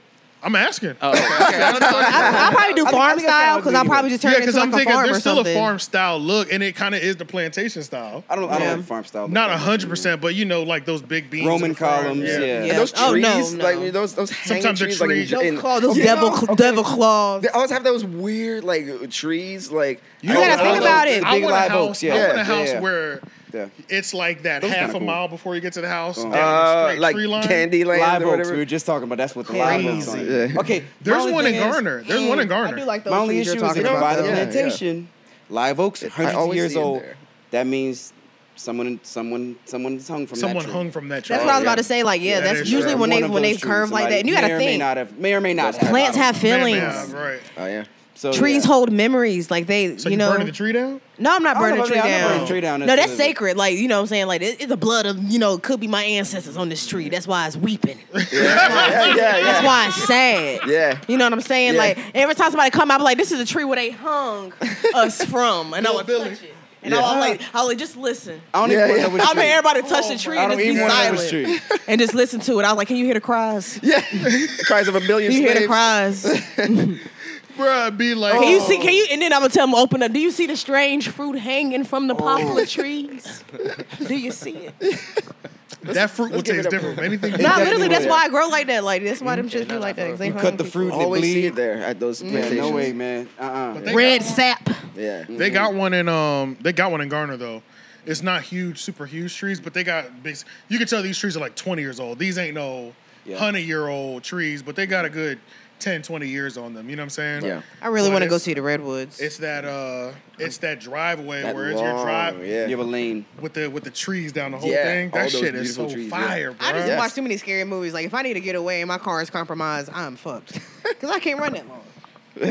Speaker 3: I'm asking.
Speaker 4: Uh,
Speaker 5: Oh, okay. okay. I don't know.
Speaker 4: I'll probably do
Speaker 2: I think- I
Speaker 4: farm
Speaker 2: think I
Speaker 4: style
Speaker 2: would
Speaker 4: because
Speaker 2: do
Speaker 4: I'll
Speaker 2: that.
Speaker 4: probably just turn
Speaker 3: yeah,
Speaker 4: it
Speaker 3: because
Speaker 4: into
Speaker 3: I'm
Speaker 4: like a
Speaker 3: thinking
Speaker 4: farm or
Speaker 3: there's still
Speaker 4: something.
Speaker 3: a farm style look, and it kind of is the plantation style.
Speaker 2: I don't. I don't
Speaker 4: Yeah.
Speaker 2: like farm style.
Speaker 3: Not
Speaker 2: like that.
Speaker 3: 100%, but you know, like those big beams.
Speaker 2: Roman
Speaker 3: in the front.
Speaker 2: columns, yeah.
Speaker 1: And those trees,
Speaker 4: Oh, no, no.
Speaker 1: like those those hanging
Speaker 3: Sometimes the
Speaker 1: trees,
Speaker 3: trees-
Speaker 1: like in- in-
Speaker 4: Those claws, those devil, devil claws.
Speaker 1: They always have those weird like trees, like
Speaker 3: You
Speaker 1: I
Speaker 4: gotta
Speaker 1: don't- I
Speaker 4: think
Speaker 1: don't
Speaker 4: about
Speaker 1: know.
Speaker 4: it.
Speaker 3: I
Speaker 2: Big
Speaker 3: want a
Speaker 2: live
Speaker 3: house.
Speaker 2: oaks, yeah.
Speaker 3: I want a
Speaker 2: Yeah,
Speaker 3: house
Speaker 2: yeah.
Speaker 3: where
Speaker 2: Yeah.
Speaker 3: it's like that
Speaker 2: Those
Speaker 3: half
Speaker 2: kinda
Speaker 3: a
Speaker 2: cool. Uh-huh.
Speaker 3: mile before you get to the house,
Speaker 1: Uh,
Speaker 3: down the straight
Speaker 1: like
Speaker 3: tree line.
Speaker 1: Candyland
Speaker 2: Live
Speaker 1: or
Speaker 2: oaks.
Speaker 1: whatever.
Speaker 2: We were just talking about. That's what the live oaks.
Speaker 3: Crazy.
Speaker 2: are.
Speaker 1: Yeah.
Speaker 2: Okay.
Speaker 3: There's
Speaker 2: my only
Speaker 3: one in
Speaker 2: thing is-
Speaker 3: Garner. There's one in
Speaker 4: I
Speaker 3: Garner.
Speaker 4: do like those
Speaker 2: My only
Speaker 4: trees
Speaker 2: issue
Speaker 4: you're
Speaker 2: is if
Speaker 4: talking
Speaker 2: you buy
Speaker 4: about.
Speaker 2: the
Speaker 1: Yeah, yeah.
Speaker 2: plantation, live oaks, hundreds of
Speaker 1: always
Speaker 2: years
Speaker 1: see 'em
Speaker 2: old.
Speaker 1: there.
Speaker 2: That means someone, someone, someone's hung from that
Speaker 3: Someone
Speaker 2: tree.
Speaker 3: hung from that tree.
Speaker 4: That's what I was about to say. Like, yeah,
Speaker 3: Yeah, that
Speaker 4: that's
Speaker 3: is
Speaker 4: usually
Speaker 3: true.
Speaker 4: when
Speaker 2: One
Speaker 4: they
Speaker 2: of
Speaker 4: when
Speaker 2: those
Speaker 4: they
Speaker 2: trees,
Speaker 4: curve like that. And you
Speaker 2: may
Speaker 4: got to
Speaker 2: or May
Speaker 4: think,
Speaker 2: not have, may or may not. Have
Speaker 4: plants have
Speaker 3: Man, man,
Speaker 4: feelings.
Speaker 3: right.
Speaker 1: Oh yeah.
Speaker 2: So,
Speaker 4: Trees
Speaker 2: yeah.
Speaker 4: hold memories. Like they,
Speaker 3: So
Speaker 4: you
Speaker 3: you
Speaker 4: know.
Speaker 3: burning the tree down?
Speaker 4: No, I'm not
Speaker 2: I don't
Speaker 4: burning
Speaker 2: know
Speaker 4: a
Speaker 2: if
Speaker 4: tree
Speaker 2: I'm not
Speaker 4: down.
Speaker 2: burning a tree down.
Speaker 4: No,
Speaker 2: That's
Speaker 4: that's
Speaker 2: a-
Speaker 4: sacred. Like you know, what I'm saying, like it, it's the blood of you know, could be my ancestors on this tree. That's why it's weeping.
Speaker 1: Yeah, yeah,
Speaker 4: That's
Speaker 1: yeah.
Speaker 4: why it's sad.
Speaker 1: Yeah.
Speaker 4: You know what I'm saying?
Speaker 1: Yeah.
Speaker 4: Like every time somebody come, I'm like, this is a tree where they hung us from, and I would touch it. And
Speaker 1: Yeah.
Speaker 4: I'm like, I like, just listen.
Speaker 2: I don't
Speaker 1: Yeah,
Speaker 2: even
Speaker 1: yeah.
Speaker 2: want to know
Speaker 4: I
Speaker 2: which
Speaker 4: mean,
Speaker 2: tree.
Speaker 4: everybody touch the tree
Speaker 2: I
Speaker 4: and
Speaker 2: don't
Speaker 4: just be
Speaker 2: even want to know which
Speaker 4: silent
Speaker 2: tree.
Speaker 4: and just listen to it. I was like, can you hear the cries? Can
Speaker 1: The cries of a million
Speaker 4: you hear the
Speaker 1: slaves.
Speaker 4: cries?
Speaker 3: Bruh, I'd be like,
Speaker 4: Can you see? Can you? And then I'm gonna tell them open up. Do you see the strange fruit hanging from the poplar trees? Do you see it?
Speaker 3: that fruit will
Speaker 1: give it
Speaker 3: taste
Speaker 1: a-
Speaker 3: different from anything.
Speaker 4: Nah,
Speaker 2: definitely
Speaker 4: literally, that's
Speaker 2: will.
Speaker 4: why I grow like that. Like that's why them shits be like that. 'cause they
Speaker 2: You
Speaker 4: hung
Speaker 2: cut the
Speaker 4: people.
Speaker 2: fruit, they
Speaker 1: Always see
Speaker 2: bleed.
Speaker 1: it there at those
Speaker 2: Yeah,
Speaker 1: plantations.
Speaker 2: no way, man. Uh-uh.
Speaker 3: they
Speaker 4: Red
Speaker 3: got one-
Speaker 4: sap.
Speaker 1: Yeah. Mm-hmm.
Speaker 3: They got one in um. They got one in Garner though. It's not huge, super huge trees, but they got big. You can tell these trees are like 20 years old. These ain't no
Speaker 2: Yeah.
Speaker 3: 100 year old trees, but they got a good 10, 20 years on them. You know what I'm saying?
Speaker 1: Yeah.
Speaker 4: I really
Speaker 3: But
Speaker 4: want to go
Speaker 3: it's-
Speaker 4: see the redwoods.
Speaker 3: It's that uh, it's that driveway
Speaker 1: That
Speaker 3: where it's your
Speaker 1: long,
Speaker 3: drive
Speaker 1: Yeah.
Speaker 2: You have a lane.
Speaker 3: with the with the trees down the whole
Speaker 1: Yeah,
Speaker 3: thing.
Speaker 1: all
Speaker 3: That
Speaker 1: those
Speaker 3: shit is so
Speaker 1: beautiful trees, yeah.
Speaker 3: fire, bro.
Speaker 4: I just
Speaker 1: Yes.
Speaker 4: watch too many scary movies. Like if I need to get away and my car is compromised, I'm fucked because I can't run that long.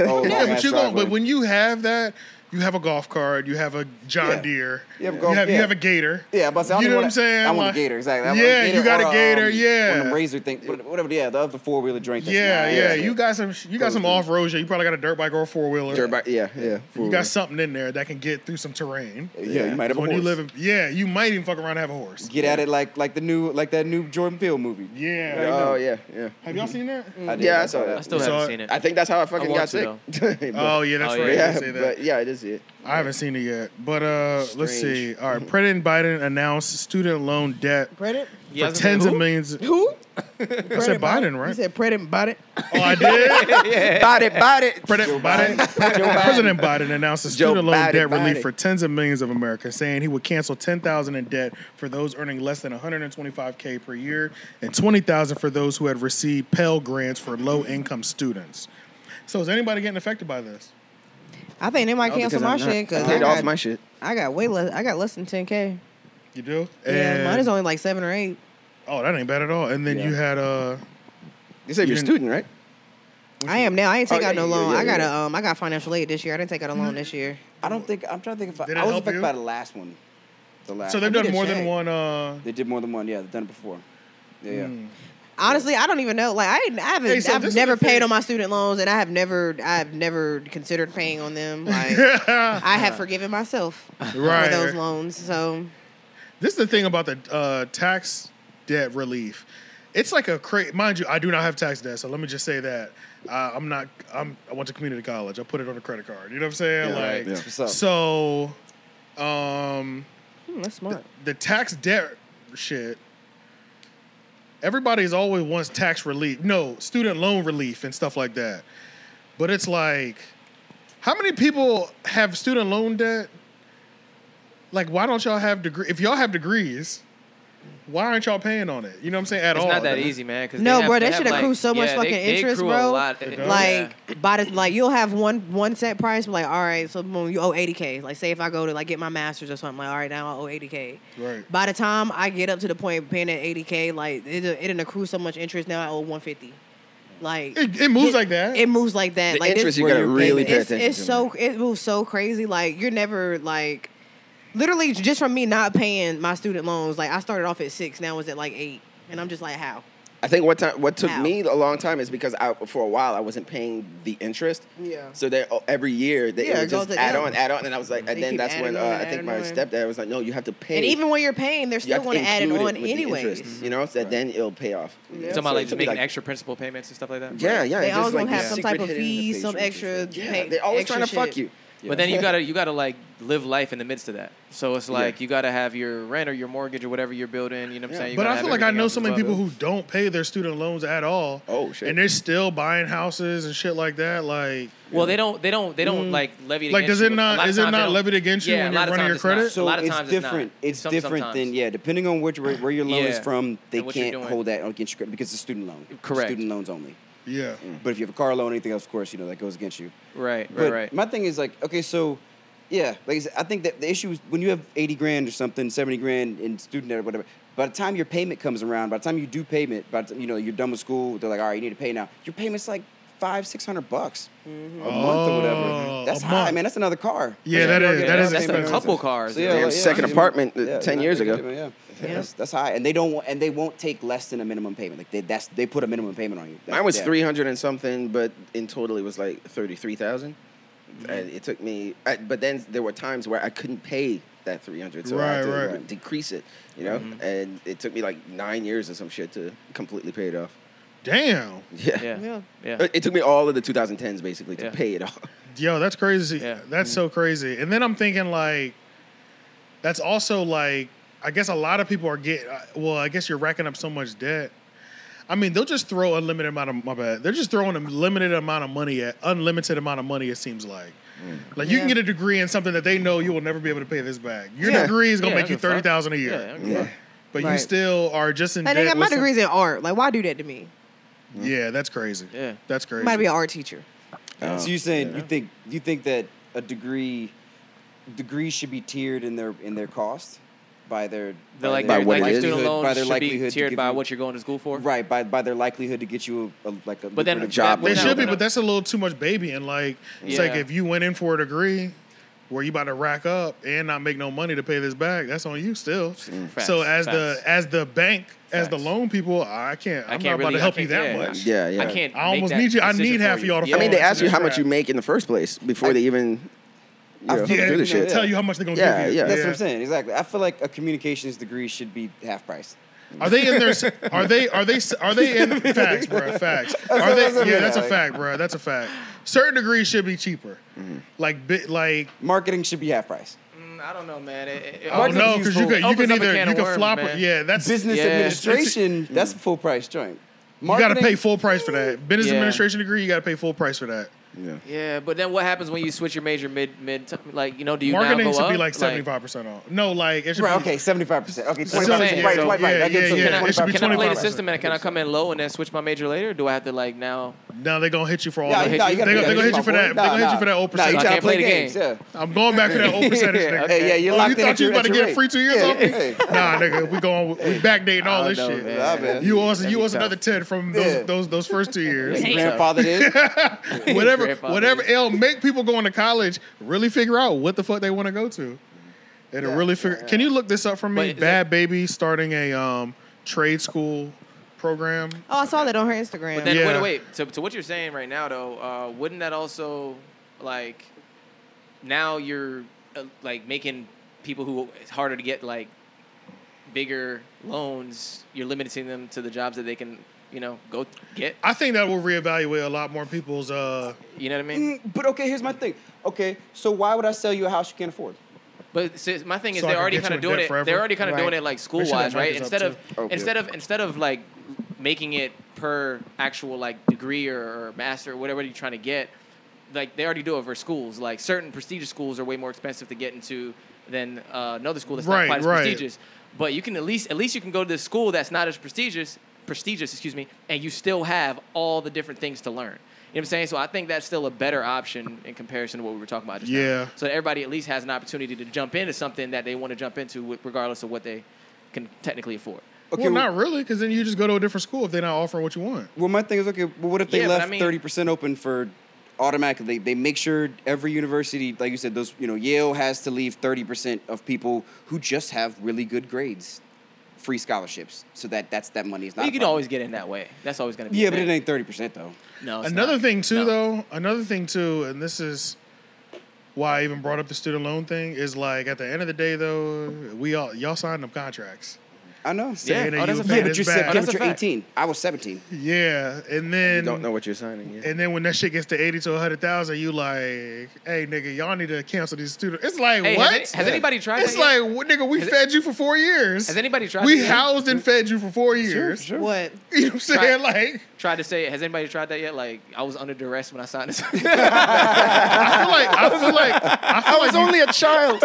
Speaker 2: Oh,
Speaker 3: yeah, but you
Speaker 2: going
Speaker 3: going but when you have that, you have a golf cart, you have a John
Speaker 2: Yeah.
Speaker 3: Deere,
Speaker 2: You have a golf-
Speaker 3: you, have, you
Speaker 2: yeah.
Speaker 3: have a Gator.
Speaker 2: Yeah, but I don't
Speaker 3: you know
Speaker 2: want
Speaker 3: what I'm saying?
Speaker 2: I want
Speaker 3: Like-
Speaker 2: a gator, exactly. I want a
Speaker 3: yeah, you got
Speaker 2: or,
Speaker 3: a gator.
Speaker 2: um,
Speaker 3: yeah,
Speaker 2: One of them razor thing, what- whatever. Yeah, the other four wheeler drink. that's
Speaker 3: yeah,
Speaker 2: not-
Speaker 3: yeah, You got some. You got
Speaker 2: Those
Speaker 3: some
Speaker 2: things.
Speaker 3: off road. You probably got a dirt bike or a four wheeler.
Speaker 1: Dirt bike- Yeah, yeah.
Speaker 3: You got something in there that can get through some terrain.
Speaker 2: Yeah, you might have a
Speaker 3: When
Speaker 2: horse.
Speaker 3: you live, in, yeah, you might even fuck around and have a horse.
Speaker 2: Get at it like like the new like that new Jordan Peele movie.
Speaker 5: Mm-hmm.
Speaker 3: Yeah.
Speaker 1: Oh yeah, yeah.
Speaker 3: Have y'all seen that?
Speaker 2: I did,
Speaker 1: Yeah, I
Speaker 2: I
Speaker 1: saw that.
Speaker 5: I still
Speaker 3: So,
Speaker 5: haven't seen it.
Speaker 1: I think that's how I fucking
Speaker 5: I
Speaker 1: got
Speaker 5: want
Speaker 1: sick.
Speaker 5: to,
Speaker 1: But-
Speaker 3: Oh yeah, that's
Speaker 5: Oh,
Speaker 3: right.
Speaker 5: yeah.
Speaker 3: I did
Speaker 1: yeah,
Speaker 3: say that.
Speaker 1: but yeah, it is it.
Speaker 3: I haven't seen it yet. But uh, let's see.
Speaker 1: Strange.
Speaker 3: All right, President Biden announced student loan debt
Speaker 4: President?
Speaker 5: Yeah, I
Speaker 3: for
Speaker 5: was gonna say,
Speaker 3: tens of
Speaker 5: who?
Speaker 3: millions.
Speaker 4: Who?
Speaker 3: I said Biden,
Speaker 4: You
Speaker 3: right?
Speaker 4: said President Biden.
Speaker 3: Oh, I did.
Speaker 1: Bought it, bought it.
Speaker 3: President Biden. President Biden announced a
Speaker 1: Joe
Speaker 3: student loan
Speaker 1: Biden,
Speaker 3: debt relief
Speaker 1: Biden.
Speaker 3: for tens of millions of Americans, saying he would cancel 10,000 in debt for those earning less than 125k per year and 20,000 for those who had received Pell grants for low-income students. So is anybody getting affected by this?
Speaker 4: I think they might
Speaker 1: Oh,
Speaker 4: cancel my shit because I,
Speaker 1: paid off
Speaker 4: got-
Speaker 1: my shit.
Speaker 4: I got way less. I got less than 10K.
Speaker 3: You do?
Speaker 4: Yeah, mine
Speaker 3: And-
Speaker 4: is only like seven or eight.
Speaker 3: Oh, that ain't bad at all. And then you had uh
Speaker 1: You said you're a
Speaker 4: Mm-hmm.
Speaker 3: didn't-
Speaker 1: student, right?
Speaker 4: I am now. I ain't take
Speaker 1: Oh,
Speaker 4: out
Speaker 1: yeah,
Speaker 4: no
Speaker 1: yeah,
Speaker 4: loan.
Speaker 1: yeah,
Speaker 4: I got
Speaker 1: yeah. Mm-hmm.
Speaker 4: a um. I got financial aid this year. I didn't take out a loan this year.
Speaker 2: I don't think I'm trying to think if I,
Speaker 3: Did it
Speaker 2: I was
Speaker 3: help
Speaker 2: affected
Speaker 3: you?
Speaker 2: by the last one. The last.
Speaker 3: so
Speaker 2: they
Speaker 3: they've
Speaker 4: need
Speaker 3: done
Speaker 4: to
Speaker 3: more than
Speaker 4: check.
Speaker 3: one uh
Speaker 2: did more than one. Yeah, they've done it before. Yeah, yeah.
Speaker 3: Mm.
Speaker 4: Honestly, I don't even know. Like I, ain't- I haven't.
Speaker 3: Hey, so this
Speaker 4: I've
Speaker 3: is
Speaker 4: never
Speaker 3: the thing.
Speaker 4: paid on my student loans, and I have never. I've never considered paying on them. Like I have forgiven myself
Speaker 3: Right.
Speaker 4: for those loans. So
Speaker 3: This is the thing about the uh, tax debt relief. It's like a cra mind you. I do not have tax debt, so let me just say that uh, I'm not. I'm. I went to community college. I put it on a credit card. You know what I'm saying?
Speaker 2: Yeah,
Speaker 3: like
Speaker 2: right. That's what's up.
Speaker 3: so. Um,
Speaker 4: hmm, that's smart.
Speaker 3: the tax debt shit. Everybody's always wants tax relief. No, student loan relief and stuff like that. But it's like, how many people have student loan debt? Like, why don't y'all have degree? If y'all have degrees, why aren't y'all paying on it? You know what I'm saying? At
Speaker 5: It's
Speaker 3: all,
Speaker 5: not that easy, man. 'cause
Speaker 4: No,
Speaker 5: they
Speaker 4: bro, that
Speaker 5: have, they have,
Speaker 4: should accrue
Speaker 5: like-
Speaker 4: so much
Speaker 5: yeah,
Speaker 4: fucking
Speaker 5: they, they
Speaker 4: interest,
Speaker 5: accrue
Speaker 4: bro.
Speaker 5: A lot.
Speaker 3: It does.
Speaker 5: Yeah.
Speaker 4: Like by the, like you'll have one one set price. Like all right, so boom, you owe eighty k. Like say if I go to like get my master's or something, like all right now I owe eighty k.
Speaker 3: Right.
Speaker 4: By the time I get up to the point of paying that eighty k, like it it didn't accrue so much interest. Now I owe one fifty. Like
Speaker 3: It, it moves like that.
Speaker 4: it moves like that.
Speaker 1: The
Speaker 4: like
Speaker 1: interest
Speaker 4: this,
Speaker 1: you gotta
Speaker 2: where your
Speaker 1: really pay
Speaker 4: it's,
Speaker 1: attention
Speaker 4: it's
Speaker 1: to.
Speaker 4: so it moves so crazy. Like you're never like literally just from me not paying my student loans. Like I started off at six, now it's at like eight, and I'm just like how.
Speaker 1: I think what time what took
Speaker 4: Wow.
Speaker 1: me a long time is because I for a while I wasn't paying the interest.
Speaker 4: Yeah.
Speaker 1: So they oh, every year they
Speaker 4: Yeah,
Speaker 1: it
Speaker 4: it
Speaker 1: would
Speaker 4: goes
Speaker 1: just
Speaker 4: to-
Speaker 1: add
Speaker 4: yeah.
Speaker 1: on, add on, and I was like, and
Speaker 4: They
Speaker 1: then
Speaker 4: keep
Speaker 1: that's when
Speaker 4: adding
Speaker 1: uh,
Speaker 4: on and
Speaker 1: I think
Speaker 4: adding
Speaker 1: my
Speaker 4: on.
Speaker 1: stepdad was like, no, you have to pay.
Speaker 4: And even when you're paying, they're
Speaker 1: you
Speaker 4: still
Speaker 1: have to
Speaker 4: going to add it
Speaker 1: include
Speaker 4: on
Speaker 1: with the
Speaker 4: anyways.
Speaker 1: interest, Mm-hmm. you know, so that then it'll pay off. Yeah.
Speaker 5: Somebody like
Speaker 1: should
Speaker 5: just
Speaker 1: be
Speaker 5: making
Speaker 1: like-
Speaker 5: extra principal payments and stuff like that.
Speaker 1: Yeah, yeah.
Speaker 4: They
Speaker 1: just
Speaker 4: always
Speaker 1: like
Speaker 4: gonna have some
Speaker 1: secret
Speaker 4: type of
Speaker 1: hidden
Speaker 4: fee,
Speaker 1: interface
Speaker 4: some
Speaker 1: or something.
Speaker 4: extra
Speaker 1: Yeah,
Speaker 4: pay-
Speaker 1: they're always
Speaker 4: extra
Speaker 1: trying to fuck
Speaker 4: shit.
Speaker 1: you.
Speaker 5: But then you gotta you gotta like live life in the midst of that. So it's like
Speaker 1: Yeah.
Speaker 5: you gotta have your rent or your mortgage or whatever you're building. You know what I'm saying? You
Speaker 3: But
Speaker 5: gotta
Speaker 3: I feel
Speaker 5: have
Speaker 3: like I
Speaker 5: everything
Speaker 3: know
Speaker 5: else
Speaker 3: so
Speaker 5: as
Speaker 3: many
Speaker 5: well,
Speaker 3: people
Speaker 5: though.
Speaker 3: who don't pay their student loans at all.
Speaker 1: Oh, shit.
Speaker 3: And they're still buying houses and shit like that. Like
Speaker 5: Well, they don't they don't they don't like levy. it
Speaker 3: Like, does
Speaker 5: against
Speaker 3: it
Speaker 5: you. A
Speaker 3: not-
Speaker 5: lot of
Speaker 3: is it
Speaker 5: times they
Speaker 3: not
Speaker 5: don't-
Speaker 3: levied against you
Speaker 5: Yeah,
Speaker 3: when
Speaker 5: a
Speaker 3: you're
Speaker 5: lot of
Speaker 3: running
Speaker 5: times
Speaker 3: your
Speaker 5: it's not.
Speaker 3: credit?
Speaker 5: a
Speaker 2: So
Speaker 5: lot of
Speaker 2: it's
Speaker 5: times
Speaker 2: different.
Speaker 5: It's, not.
Speaker 2: It's
Speaker 5: Some-
Speaker 2: different
Speaker 5: sometimes.
Speaker 2: than yeah, depending on which where, where your loan is
Speaker 5: Yeah.
Speaker 2: from, they
Speaker 5: And what you're
Speaker 2: can't
Speaker 5: doing.
Speaker 2: hold that against your credit because it's a student loan.
Speaker 5: Correct.
Speaker 2: Student loans only.
Speaker 3: yeah.
Speaker 5: Mm.
Speaker 2: But if you have a car loan or anything else, of course, you know that goes against you.
Speaker 5: Right, right,
Speaker 2: But
Speaker 5: right.
Speaker 2: my thing is like, okay, so yeah, like I said, I think that the issue is when you have eighty grand or something, seventy grand in student debt or whatever. By the time your payment comes around, by the time you do payment, by the time, you know you're done with school, they're like, all right, you need to pay now. Your payment's like five, six hundred bucks a month or
Speaker 3: Oh,
Speaker 2: whatever. That's
Speaker 3: a
Speaker 2: high,
Speaker 3: month.
Speaker 2: man. That's another car.
Speaker 3: Yeah, that is that is
Speaker 5: That's a
Speaker 3: expensive.
Speaker 5: couple cars.
Speaker 2: So, yeah,
Speaker 1: Damn
Speaker 2: like, yeah,
Speaker 1: second
Speaker 2: I mean,
Speaker 1: apartment, uh,
Speaker 2: yeah,
Speaker 1: 10
Speaker 2: yeah,
Speaker 1: years
Speaker 2: yeah,
Speaker 1: ago.
Speaker 2: Yeah, That's, that's high, and they don't want, and they won't take less than a minimum payment. Like they, that's they put a minimum payment on you. That's,
Speaker 1: Mine was
Speaker 2: yeah.
Speaker 1: three hundred and something, but in total it was like thirty three thousand.
Speaker 3: Mm-hmm.
Speaker 1: And it took me, I, but then there were times where I couldn't pay that three hundred, so I had to
Speaker 3: Right, right. Mm-hmm.
Speaker 1: decrease it. You know, and it took me like nine years or some shit to completely pay it off.
Speaker 3: Damn.
Speaker 1: Yeah, Uh,
Speaker 5: yeah, yeah.
Speaker 1: It, it took me all of the 2010s basically to
Speaker 5: Yeah.
Speaker 1: pay it off.
Speaker 3: Yo, that's crazy.
Speaker 5: Yeah.
Speaker 3: That's so crazy. And then I'm thinking like, that's also like, I guess a lot of people are getting. Well, I guess you're racking up so much debt. I mean, they'll just throw a limited amount of my bad. They're just throwing a limited amount of money at unlimited amount of money. It seems like.
Speaker 5: Mm.
Speaker 3: Like you can get a degree in something that they know you will never be able to pay this back. Your
Speaker 1: Yeah.
Speaker 3: degree is gonna
Speaker 5: Yeah,
Speaker 3: make you
Speaker 5: that's a fact.
Speaker 3: thirty thousand a year,
Speaker 5: Yeah, I don't give a fuck.
Speaker 3: but you
Speaker 4: Right.
Speaker 3: still are just in
Speaker 4: Like,
Speaker 3: debt.
Speaker 4: they got my
Speaker 3: with some-
Speaker 4: degrees in art. Like, why do that to me?
Speaker 3: Yeah, that's crazy.
Speaker 5: Mm. Yeah.
Speaker 3: that's crazy.
Speaker 4: I might be an art teacher.
Speaker 1: Um,
Speaker 3: Oh,
Speaker 2: So you saying you think you think that a degree degrees should be tiered in their in their cost by their
Speaker 5: The like,
Speaker 1: By
Speaker 5: by
Speaker 2: their,
Speaker 5: their,
Speaker 1: what it
Speaker 5: like your
Speaker 1: is.
Speaker 5: student
Speaker 2: likelihood-
Speaker 5: loans
Speaker 2: by their
Speaker 5: should be
Speaker 2: likelihood to
Speaker 5: tiered
Speaker 2: give
Speaker 5: by
Speaker 2: you-
Speaker 5: what you're going to school for.
Speaker 2: right by by their likelihood to get you a, a like a
Speaker 5: But then
Speaker 2: lucrative
Speaker 1: job
Speaker 5: that-
Speaker 3: They
Speaker 1: Well,
Speaker 3: should
Speaker 1: no,
Speaker 3: be,
Speaker 1: no.
Speaker 3: but that's a little too much baby. And like, it's like
Speaker 5: Yeah.
Speaker 3: if you went in for a degree, where you about to rack up and not make no money to pay this back, that's on you still. So as
Speaker 5: Mm, Facts,
Speaker 3: the
Speaker 5: facts.
Speaker 3: as the bank, as the
Speaker 5: Facts.
Speaker 3: loan people, I can't. I'm
Speaker 5: I can't
Speaker 3: not about
Speaker 5: really-
Speaker 3: to
Speaker 5: I
Speaker 3: help you
Speaker 5: can't-
Speaker 3: that
Speaker 5: yeah.
Speaker 3: much.
Speaker 1: Yeah, yeah.
Speaker 5: I can't.
Speaker 3: I
Speaker 5: make
Speaker 3: almost
Speaker 5: that
Speaker 3: need you- I
Speaker 5: decision
Speaker 3: need
Speaker 5: for
Speaker 3: half of y'all to
Speaker 5: Yeah.
Speaker 1: I mean, they
Speaker 3: Yeah.
Speaker 1: ask you how much
Speaker 3: Right.
Speaker 1: you make in the first place before they even you know,
Speaker 2: feel-
Speaker 1: do
Speaker 3: Yeah,
Speaker 1: the shit.
Speaker 3: tell you how much they're gonna
Speaker 1: Yeah,
Speaker 3: give you.
Speaker 1: yeah.
Speaker 2: That's what I'm saying. Exactly. I feel like a communications degree should be half price.
Speaker 3: Are they in their? Are they? Are they? Are they in facts, bro? Facts. Are
Speaker 2: what-
Speaker 3: they?
Speaker 2: that's what I
Speaker 3: Yeah,
Speaker 2: mean,
Speaker 3: that's a
Speaker 2: like-
Speaker 3: fact, bro. That's a fact. Certain degrees should be cheaper.
Speaker 5: Mm-hmm.
Speaker 3: Like, bit like.
Speaker 2: Marketing should be half price.
Speaker 5: Mm, I don't know, man. It, it, it
Speaker 3: Oh
Speaker 5: opens-
Speaker 3: no, because you could you
Speaker 5: opens
Speaker 3: can
Speaker 5: up a
Speaker 3: either
Speaker 5: can
Speaker 3: you
Speaker 5: of
Speaker 3: can
Speaker 5: worms,
Speaker 3: flop. Or,
Speaker 5: man.
Speaker 3: yeah, that's
Speaker 2: Business
Speaker 5: Yeah.
Speaker 2: administration, that's a full price joint.
Speaker 3: You got to
Speaker 2: Marketing,
Speaker 3: pay full price for that. Business
Speaker 5: Yeah.
Speaker 3: administration degree, you got to pay full price for that.
Speaker 1: Yeah.
Speaker 5: Yeah, but then what happens when you switch your major mid mid? T- like you know, do you now
Speaker 3: Marketing
Speaker 5: go
Speaker 3: should
Speaker 5: up?
Speaker 3: be like seventy five percent off. No, like it should
Speaker 2: Right,
Speaker 3: be.
Speaker 2: okay, 75%. Okay, 25%.
Speaker 5: what I'm saying,
Speaker 2: right,
Speaker 5: so-
Speaker 2: right, right.
Speaker 3: yeah,
Speaker 2: I get
Speaker 3: yeah,
Speaker 2: you,
Speaker 3: yeah,
Speaker 5: Can I,
Speaker 3: it should be
Speaker 5: can I play the
Speaker 3: 25%.
Speaker 5: system and can I come in low and then switch my major later? Or do I have to like now?
Speaker 3: Now they're gonna hit you for all
Speaker 2: Nah,
Speaker 3: that.
Speaker 2: you- nah,
Speaker 3: they
Speaker 2: you gotta do
Speaker 3: gonna, they
Speaker 2: that.
Speaker 3: gonna hit you for that.
Speaker 2: Nah,
Speaker 3: they gonna hit
Speaker 2: nah.
Speaker 3: you for that old
Speaker 2: Nah, you
Speaker 3: percentage.
Speaker 2: trying to
Speaker 5: can't
Speaker 2: play
Speaker 5: play the
Speaker 2: games.
Speaker 5: game.
Speaker 2: Yeah.
Speaker 3: I'm going back to that old percentage.
Speaker 5: Yeah,
Speaker 3: nigga.
Speaker 5: okay.
Speaker 2: Hey, yeah, you're
Speaker 3: Oh,
Speaker 2: locked
Speaker 3: you
Speaker 2: in at
Speaker 3: thought you
Speaker 2: your-
Speaker 3: was about
Speaker 2: at
Speaker 3: to
Speaker 2: your
Speaker 3: get
Speaker 2: rate.
Speaker 3: free two years
Speaker 2: Yeah,
Speaker 3: off me?
Speaker 2: hey.
Speaker 3: Nah, nigga, we going we backdating all this
Speaker 5: I don't
Speaker 3: shit.
Speaker 5: know,
Speaker 2: Nah, man.
Speaker 3: You owe us
Speaker 5: That'd
Speaker 3: you
Speaker 5: be
Speaker 3: owe us
Speaker 5: tough.
Speaker 3: another ten from
Speaker 2: Yeah.
Speaker 3: those, those those first two years.
Speaker 2: Grandfather is.
Speaker 3: whatever
Speaker 5: Grandfather
Speaker 3: whatever
Speaker 5: days.
Speaker 3: L make people going to college really figure out what the fuck they want to go to. It'll really figure. Can you look this up for
Speaker 5: But
Speaker 3: me?
Speaker 5: is
Speaker 3: Bad baby starting a um trade school program.
Speaker 4: Oh, I saw that on her Instagram.
Speaker 5: Then
Speaker 3: Yeah.
Speaker 5: wait, wait. To, to what you're saying right now, though, uh, wouldn't that also like now you're uh, like making people who it's harder to get like bigger loans? You're limiting them to the jobs that they can, you know, go th- get.
Speaker 3: I think that will reevaluate a lot more people's. uh
Speaker 5: You know what I mean?
Speaker 2: Mm, but okay, here's my thing. Okay, so why would I sell you a house you can't afford?
Speaker 5: But see, my thing is,
Speaker 3: So I
Speaker 5: they're
Speaker 3: can
Speaker 5: already
Speaker 3: get
Speaker 5: kind
Speaker 3: you in
Speaker 5: of doing
Speaker 3: debt
Speaker 5: it.
Speaker 3: forever?
Speaker 5: They're already kind of
Speaker 4: Right.
Speaker 5: doing it like school
Speaker 3: Make sure that
Speaker 5: wise,
Speaker 3: mic is up,
Speaker 5: right? Instead of
Speaker 3: too. Oh,
Speaker 2: Okay.
Speaker 5: instead of instead of like making it per actual like degree or, or master or whatever you're trying to get, like they already do it for schools. Like certain prestigious schools are way more expensive to get into than uh, another school that's
Speaker 3: Right,
Speaker 5: not quite as
Speaker 3: right.
Speaker 5: prestigious. But you can at least at least you can go to this school that's not as prestigious prestigious, excuse me, and you still have all the different things to learn. You know what I'm saying? So I think that's still a better option in comparison to what we were talking about just now.
Speaker 3: Yeah.
Speaker 5: So that everybody at least has an opportunity to jump into something that they want to jump into, with- regardless of what they can technically afford.
Speaker 2: Okay,
Speaker 3: well,
Speaker 2: well-
Speaker 3: not really, because then you just go to a different school if they're not offering what you want.
Speaker 2: Well, my thing is okay. Well, what if they
Speaker 5: Yeah, but I
Speaker 2: left
Speaker 5: mean-
Speaker 2: thirty percent open for automatically? They, they make sure every university, like you said, those you know Yale has to leave thirty percent of people who just have really good grades free scholarships, so that that's that money is not.
Speaker 5: you
Speaker 2: a
Speaker 5: can
Speaker 2: problem.
Speaker 5: always get in that way. That's always going to be.
Speaker 2: Yeah,
Speaker 5: a
Speaker 2: but it
Speaker 5: thing.
Speaker 2: ain't thirty percent though.
Speaker 5: No. it's
Speaker 3: Another
Speaker 5: not.
Speaker 3: thing too,
Speaker 5: No.
Speaker 3: though. Another thing too, and this is why I even brought up the student loan thing is like at the end of the day, though, we all y'all signed them contracts.
Speaker 2: I know.
Speaker 5: Yeah,
Speaker 3: saying that
Speaker 5: oh,
Speaker 3: you were
Speaker 5: that's a fact.
Speaker 2: Yeah,
Speaker 3: paying
Speaker 2: but
Speaker 3: us
Speaker 2: you're, se-
Speaker 3: back.
Speaker 2: yeah,
Speaker 5: That's
Speaker 2: but
Speaker 5: a
Speaker 2: you're
Speaker 5: fact.
Speaker 2: 18. I was 17.
Speaker 3: Yeah, and then
Speaker 1: You don't know what you're signing. Yeah.
Speaker 3: And then when that shit gets to eighty to hundred thousand, you like, hey nigga, y'all need to cancel these students. It's like
Speaker 5: Hey, has
Speaker 3: what?
Speaker 5: any- has anybody tried
Speaker 3: It's
Speaker 5: that yet?
Speaker 3: like what, nigga, we fed you for four years.
Speaker 5: Has anybody tried
Speaker 3: We
Speaker 5: that yet?
Speaker 3: housed and fed you for four years.
Speaker 4: What?
Speaker 3: You know what I'm saying? Like,
Speaker 5: Tried to say, has anybody tried that yet? Like, I was under duress when I signed this.
Speaker 3: I feel like I feel like I feel like you-
Speaker 1: a child.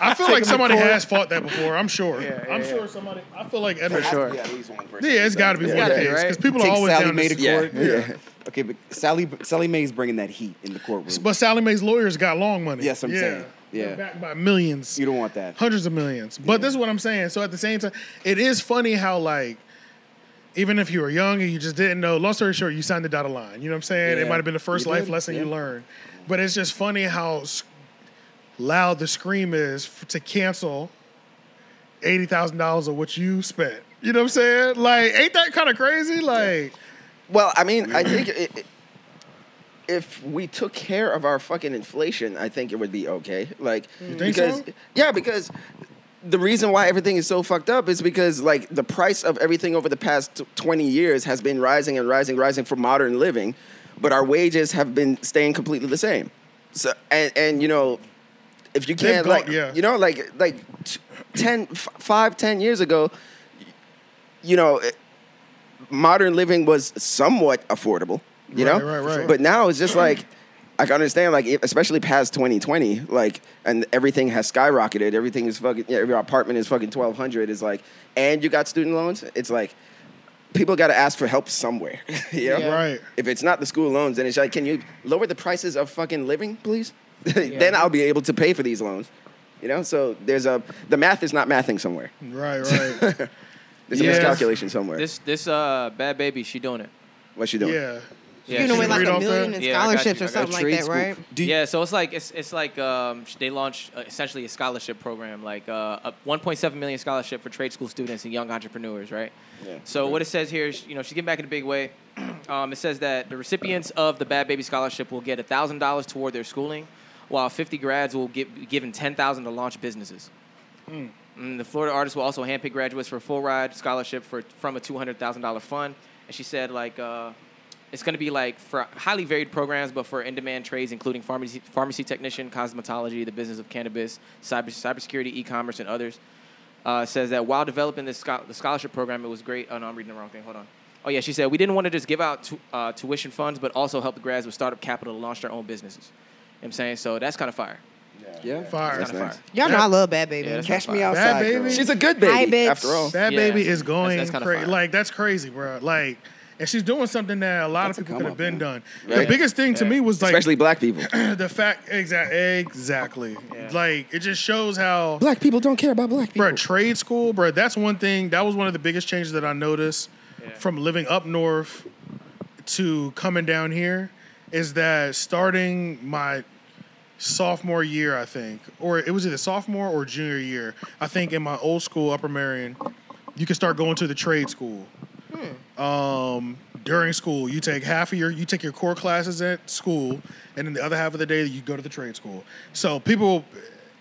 Speaker 3: I feel like somebody has fought that before. I'm sure.
Speaker 5: yeah,
Speaker 3: I'm
Speaker 5: yeah.
Speaker 3: sure somebody. I feel like for
Speaker 5: sure.
Speaker 2: at least one person.
Speaker 3: Yeah, it's got to be one
Speaker 5: gotta
Speaker 3: of
Speaker 5: be,
Speaker 3: these because
Speaker 5: right?
Speaker 3: people are
Speaker 2: Take
Speaker 3: always
Speaker 2: Sally
Speaker 3: down
Speaker 2: Mae
Speaker 3: to
Speaker 2: to
Speaker 3: yeah.
Speaker 2: court. Yeah. Okay, but Sally Sally Mae's bringing that heat in the courtroom.
Speaker 3: But Sally Mae's lawyers got long money.
Speaker 2: Yes, I'm
Speaker 3: yeah.
Speaker 2: saying.
Speaker 3: They're
Speaker 2: Yeah.
Speaker 3: backed by millions.
Speaker 2: you don't want that.
Speaker 3: hundreds of millions. But this is what I'm saying. So at the same time, it is funny how like even if you were young and you just didn't know, long story short, you signed the dotted line. You know what I'm saying? It
Speaker 2: Yeah.
Speaker 3: might have been the first
Speaker 2: You
Speaker 3: life
Speaker 2: did,
Speaker 3: lesson you
Speaker 2: yeah.
Speaker 3: learned. But it's just funny how s- loud the scream is f- to cancel eighty thousand dollars of what you spent. You know what I'm saying? Like, ain't that kind of crazy? Like,
Speaker 1: Well, I mean, I think it, it- if we took care of our fucking inflation, I think it would be okay. Like,
Speaker 3: think
Speaker 1: because
Speaker 3: so?
Speaker 1: yeah, because the reason why everything is so fucked up is because like the price of everything over the past t- 20 years has been rising and rising rising for modern living, but our wages have been staying completely the same. So and and you know, if you
Speaker 3: They've
Speaker 1: can't
Speaker 3: gone-
Speaker 1: like
Speaker 3: yeah.
Speaker 1: you know like like t- 10 f- 5 10 years ago, you know, it- modern living was somewhat affordable, you
Speaker 3: Right,
Speaker 1: know?
Speaker 3: right, right.
Speaker 1: But now it's just like, I can understand, like, if- especially past 2020, like, and everything has skyrocketed. Everything is fucking, yeah, every apartment is fucking 1200 It's like, and you got student loans. It's like, people got to ask for help somewhere. you know?
Speaker 4: Yeah.
Speaker 3: right.
Speaker 1: If it's not the school loans, then it's like, can you lower the prices of fucking living, please? then I'll be able to pay for these loans. You know, so there's a, the math is not mathing somewhere.
Speaker 3: Right, right.
Speaker 1: There's a
Speaker 5: Yeah.
Speaker 1: miscalculation somewhere.
Speaker 5: this this uh bad baby, she doing it.
Speaker 1: What's she doing?
Speaker 3: yeah.
Speaker 5: Yeah,
Speaker 4: giving away
Speaker 5: she-
Speaker 4: like
Speaker 3: read
Speaker 4: a
Speaker 3: off
Speaker 4: million
Speaker 3: that?
Speaker 4: in
Speaker 5: Yeah, I got
Speaker 4: scholarships
Speaker 5: you,
Speaker 4: or
Speaker 5: I got
Speaker 4: something like
Speaker 2: trade
Speaker 4: that,
Speaker 2: school.
Speaker 4: right?
Speaker 2: Do you-
Speaker 5: yeah, so it's like it's, it's like um, sh- they launched uh, essentially a scholarship program, like uh, a 1.7 million scholarship for trade school students and young entrepreneurs, right?
Speaker 2: Yeah.
Speaker 5: So what it says here is, you know, she's getting back in a big way. um, it says that the recipients of the Bad Baby Scholarship will get thousand dollars toward their schooling, while 50 grads will give be given 10,000 to launch businesses. And the Florida artist will also handpick graduates for a full ride scholarship for from a two hundred thousand dollar fund. And she said like uh, it's going to be like for highly varied programs, but for in demand trades including pharmacy, pharmacy technician, cosmetology, the business of cannabis, cyber cybersecurity, e commerce, and others. Uh, says that while developing this scho- the scholarship program, it was great. Oh no, I'm reading the wrong thing. Hold on. Oh yeah, she said we didn't want to just give out tu- uh, tuition funds, but also help the grads with startup capital to launch their own businesses. You know what I'm saying so that's kind of fire.
Speaker 2: Yeah.
Speaker 3: Fire.
Speaker 5: That's kind of fire.
Speaker 4: Y'all know I love Bad Baby.
Speaker 5: Yeah, that's
Speaker 2: Catch me
Speaker 5: Bad
Speaker 2: outside.
Speaker 3: baby.
Speaker 2: girl.
Speaker 1: She's a good baby,
Speaker 4: bitch.
Speaker 1: after all.
Speaker 3: That
Speaker 5: Yeah.
Speaker 3: baby is going
Speaker 5: That's- that's kinda
Speaker 3: crazy.
Speaker 5: fire.
Speaker 3: Like that's crazy, bro. Like, and she's doing something that a lot
Speaker 2: That's a
Speaker 3: of people
Speaker 2: come
Speaker 3: could have
Speaker 2: up,
Speaker 3: been
Speaker 2: man.
Speaker 3: done.
Speaker 1: Right.
Speaker 3: The biggest thing to
Speaker 5: Yeah.
Speaker 3: me was like
Speaker 1: especially black people.
Speaker 3: the fact exactly exactly.
Speaker 5: Yeah.
Speaker 3: Like it just shows how
Speaker 1: black people don't care about black
Speaker 3: Bruh, trade school, bruh, that's one thing. That was one of the biggest changes that I noticed
Speaker 5: Yeah.
Speaker 3: from living up north to coming down here is that starting my sophomore year, I think, or it was either sophomore or junior year, I think in my old school, Upper Marion, you can start going to the trade school. Um, during school, you take half of your you take your core classes at school, and then the other half of the day you go to the trade school. So people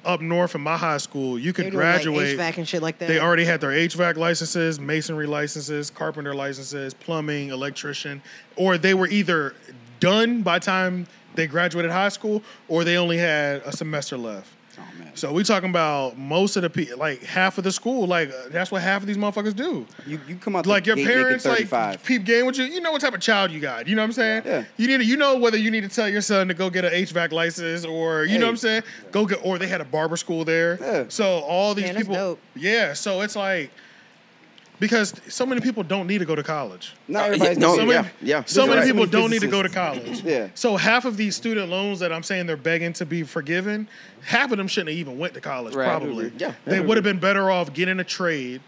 Speaker 3: up north in my high school, you could
Speaker 4: They're doing, like,
Speaker 3: graduate
Speaker 4: HVAC and shit like that.
Speaker 3: they already had their HVAC licenses, masonry licenses, carpenter licenses, plumbing, electrician, or they were either done by the time they graduated high school, or they only had a semester left.
Speaker 4: Oh,
Speaker 2: man.
Speaker 3: So we talking about most of the people, like half of the school, like uh, that's what half of these motherfuckers do.
Speaker 2: You, you come out
Speaker 3: Like
Speaker 2: the
Speaker 3: your
Speaker 2: gate making
Speaker 3: parents, like
Speaker 2: 35.
Speaker 3: peep game with you. You know what type of child you got. You know what I'm saying?
Speaker 2: Yeah.
Speaker 3: You need, to, you know whether you need to tell your son to go get an HVAC license, or you know
Speaker 2: Hey.
Speaker 3: what I'm saying? Go get, or they had a barber school there.
Speaker 2: Yeah.
Speaker 3: So all these
Speaker 4: Man, that's
Speaker 3: people,
Speaker 4: dope.
Speaker 3: yeah. So it's like because so many people don't need to go to college.
Speaker 2: not everybody's
Speaker 1: no,
Speaker 2: no,
Speaker 3: So many,
Speaker 1: yeah, yeah.
Speaker 3: So
Speaker 1: You're
Speaker 3: many
Speaker 1: right.
Speaker 3: people
Speaker 2: So many
Speaker 3: don't need to go to
Speaker 2: physicists.
Speaker 3: college.
Speaker 2: Yeah.
Speaker 3: So half of these student loans that I'm saying they're begging to be forgiven, half of them shouldn't have even went to college.
Speaker 5: Right.
Speaker 3: Probably.
Speaker 1: Yeah.
Speaker 3: They would have been better off getting a trade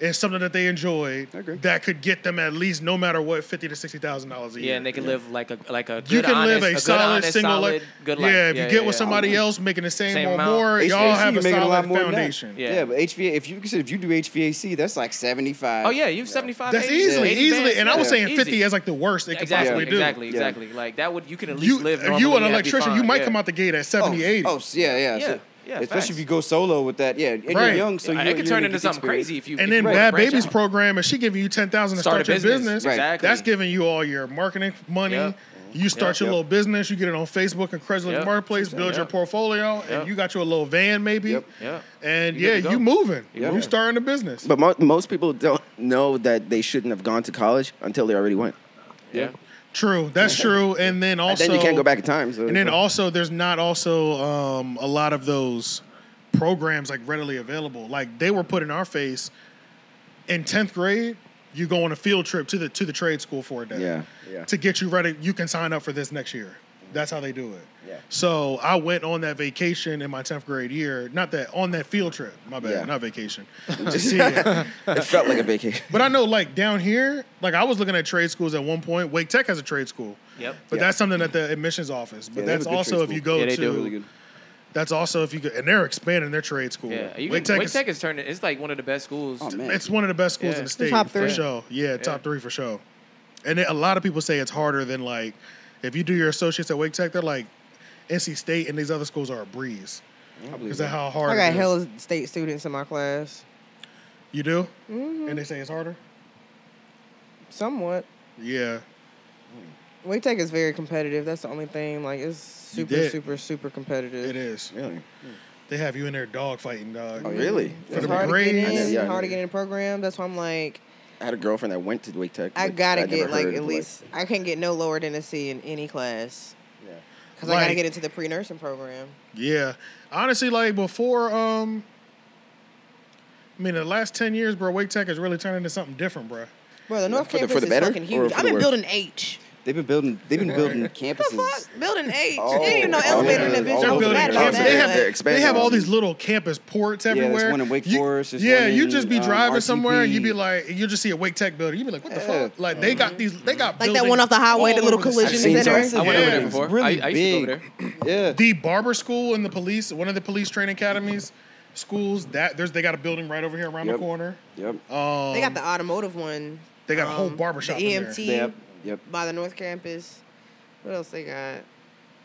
Speaker 3: and something that they enjoyed
Speaker 2: I agree.
Speaker 3: that could get them at least, no matter what, fifty to sixty thousand dollars a year.
Speaker 5: Yeah, and they can live like a like a good,
Speaker 3: you can
Speaker 5: honest,
Speaker 3: live a,
Speaker 5: good,
Speaker 3: solid
Speaker 5: honest,
Speaker 3: single
Speaker 5: solid,
Speaker 3: life.
Speaker 5: good life.
Speaker 3: Yeah, if you get
Speaker 5: yeah,
Speaker 3: with
Speaker 5: yeah.
Speaker 3: somebody else making the same,
Speaker 5: Same
Speaker 3: or
Speaker 5: amount.
Speaker 3: more, y'all
Speaker 2: HVAC,
Speaker 3: have
Speaker 2: you're
Speaker 3: a
Speaker 2: making a lot
Speaker 3: solid
Speaker 2: more than that.
Speaker 3: foundation.
Speaker 5: Yeah.
Speaker 2: Yeah. but HVAC, if you consider if you do HVAC, that's like seventy five.
Speaker 5: Oh yeah, you've seventy five.
Speaker 3: That's easily, easily, and I was
Speaker 2: Yeah.
Speaker 3: saying
Speaker 5: Easy.
Speaker 3: fifty as like the worst it could
Speaker 5: exactly,
Speaker 3: possibly do.
Speaker 5: exactly,
Speaker 2: Yeah.
Speaker 5: exactly. Like that would you can at least
Speaker 3: you,
Speaker 5: live.
Speaker 3: if you an
Speaker 5: normally and be
Speaker 3: electrician,
Speaker 5: fine.
Speaker 3: you might
Speaker 5: yeah.
Speaker 3: come out the gate at
Speaker 2: Oh,
Speaker 3: 70, 80.
Speaker 2: oh, yeah, yeah,
Speaker 5: Yeah,
Speaker 2: so-
Speaker 5: yeah,
Speaker 2: Especially
Speaker 5: facts.
Speaker 2: if you go solo with that, yeah, and
Speaker 3: Right.
Speaker 2: you're young, so
Speaker 5: Yeah,
Speaker 2: you
Speaker 5: it could turn into something crazy if you.
Speaker 3: and
Speaker 5: if
Speaker 3: then
Speaker 5: you
Speaker 3: Bad
Speaker 5: branch
Speaker 3: Babies
Speaker 5: out.
Speaker 3: program, and she giving you 10000 to
Speaker 5: Start
Speaker 3: start,
Speaker 5: a
Speaker 3: your
Speaker 5: business.
Speaker 3: business.
Speaker 2: Right.
Speaker 5: Exactly.
Speaker 3: That's giving you all your marketing money.
Speaker 5: Yep.
Speaker 3: You start
Speaker 5: Yep.
Speaker 3: your
Speaker 2: Yep.
Speaker 3: little business, you get it on Facebook and Craigslist
Speaker 5: Yep.
Speaker 3: Marketplace, build your
Speaker 5: Yep.
Speaker 3: portfolio,
Speaker 5: Yep.
Speaker 3: and you got your little van maybe.
Speaker 2: Yep.
Speaker 5: Yep.
Speaker 3: And
Speaker 5: You good
Speaker 3: yeah,
Speaker 5: to go.
Speaker 3: you moving.
Speaker 5: Yeah.
Speaker 3: You starting a business.
Speaker 1: But mo- most people don't know that they shouldn't have gone to college until they already went.
Speaker 5: Yeah.
Speaker 3: True, that's true. And then also,
Speaker 1: And then you can't go back in time. So
Speaker 3: And then also, there's not also um, a lot of those programs like readily available. Like they were put in our face in tenth grade. You go on a field trip to the to the trade school for a day.
Speaker 1: Yeah, yeah.
Speaker 3: To get you ready, you can sign up for this next year. That's how they do it.
Speaker 1: Yeah.
Speaker 3: So I went on that vacation in my tenth grade year. Not that on that field trip. My bad.
Speaker 1: Yeah.
Speaker 3: Not vacation. See, yeah.
Speaker 1: it felt like a vacation.
Speaker 3: But I know, like down here, like I was looking at trade schools at one point. Wake Tech has a trade school.
Speaker 5: Yep.
Speaker 3: But
Speaker 1: Yeah.
Speaker 3: that's something at the admissions office. But
Speaker 2: Yeah, they have
Speaker 3: that's
Speaker 2: a good
Speaker 3: also
Speaker 2: trade
Speaker 3: if you
Speaker 2: school.
Speaker 3: go
Speaker 5: Yeah, they
Speaker 3: to.
Speaker 5: do.
Speaker 2: Really good.
Speaker 3: That's also if you go, and they're expanding their trade school.
Speaker 5: Yeah. You
Speaker 3: Wake
Speaker 5: can,
Speaker 3: Tech
Speaker 5: Wake
Speaker 3: is-
Speaker 5: Tech is turning. It's like one of the best schools.
Speaker 2: Oh man,
Speaker 3: it's one of the best schools
Speaker 5: Yeah.
Speaker 3: in the state
Speaker 4: top
Speaker 3: for
Speaker 4: three.
Speaker 3: sure. Yeah, top three for sure. And it- a lot of people say it's harder than like if you do your associates at Wake Tech, they're like NC State and these other schools are a breeze. Is that how hard
Speaker 4: I
Speaker 3: it
Speaker 4: got
Speaker 3: is?
Speaker 4: hella state students in my class.
Speaker 3: you do? And they say it's harder?
Speaker 4: Somewhat.
Speaker 3: Yeah.
Speaker 4: Wake Tech is very competitive. That's the only thing. Like it's
Speaker 3: You
Speaker 4: super,
Speaker 3: did.
Speaker 4: super, super competitive.
Speaker 3: It is.
Speaker 1: Really?
Speaker 3: They have you in there dog fighting, dog.
Speaker 1: Oh, really?
Speaker 3: For
Speaker 4: It's
Speaker 3: the
Speaker 4: hard to get
Speaker 3: grades.
Speaker 4: in.
Speaker 1: Yeah, yeah,
Speaker 4: hard to
Speaker 1: yeah.
Speaker 4: get in the program. That's why I'm like,
Speaker 1: I had a girlfriend that went to Wake Tech.
Speaker 4: I
Speaker 1: but
Speaker 4: gotta
Speaker 1: I'd never
Speaker 4: get like
Speaker 1: heard
Speaker 4: at
Speaker 1: of,
Speaker 4: least I can't get no lower than a C in any class
Speaker 1: yeah.
Speaker 4: because I gotta
Speaker 3: Like-
Speaker 4: get into the pre nursing program.
Speaker 3: Yeah. Honestly, like before, um, I mean, the last 10 years, bro, Wake Tech has really turned into something different, bro.
Speaker 4: Bro, the North
Speaker 1: for the- for
Speaker 4: Campus
Speaker 1: the
Speaker 4: is
Speaker 1: better
Speaker 4: fucking
Speaker 1: or
Speaker 4: huge.
Speaker 1: for
Speaker 4: I'm
Speaker 1: the
Speaker 4: in
Speaker 1: worse?
Speaker 4: Building H.
Speaker 2: They've been building. They've been building
Speaker 4: the
Speaker 2: campuses.
Speaker 4: fuck? Building eight.
Speaker 2: Oh,
Speaker 4: you didn't even know
Speaker 2: oh,
Speaker 4: elevator
Speaker 2: yeah.
Speaker 4: in that bitch.
Speaker 2: They're
Speaker 4: I was
Speaker 3: building
Speaker 4: mad about
Speaker 3: campuses. They
Speaker 4: that.
Speaker 3: have-
Speaker 4: Like,
Speaker 1: expanding
Speaker 3: they have all
Speaker 1: on
Speaker 3: these
Speaker 1: you.
Speaker 3: little campus ports
Speaker 2: there's
Speaker 3: everywhere.
Speaker 2: one in Wake
Speaker 3: You-
Speaker 2: Forest, there's
Speaker 3: yeah,
Speaker 2: one
Speaker 3: you
Speaker 2: in,
Speaker 3: just be
Speaker 2: um,
Speaker 3: driving somewhere and you
Speaker 2: RTP.
Speaker 3: be like, you just see a Wake Tech building. You be like, what the
Speaker 2: Yeah.
Speaker 3: fuck? Like they got these, they got
Speaker 4: that
Speaker 3: buildings
Speaker 4: one off the highway,
Speaker 3: all
Speaker 4: the little
Speaker 3: over
Speaker 4: collision
Speaker 3: city.
Speaker 2: I've seen
Speaker 4: center.
Speaker 2: some
Speaker 5: I went over there
Speaker 3: Yeah.
Speaker 5: before.
Speaker 2: Really
Speaker 5: I, I
Speaker 2: big.
Speaker 5: used to go over there.
Speaker 2: Yeah.
Speaker 3: the barber school and the police, one of the police training academies, schools that there's they got a building right over here around
Speaker 2: Yep.
Speaker 3: the corner.
Speaker 2: Yep.
Speaker 3: Um,
Speaker 4: They got the automotive one. Um,
Speaker 3: They got a whole barber shop
Speaker 4: The
Speaker 3: in there.
Speaker 4: EMT
Speaker 2: Yep. Yep.
Speaker 4: by the North Campus. What else they got?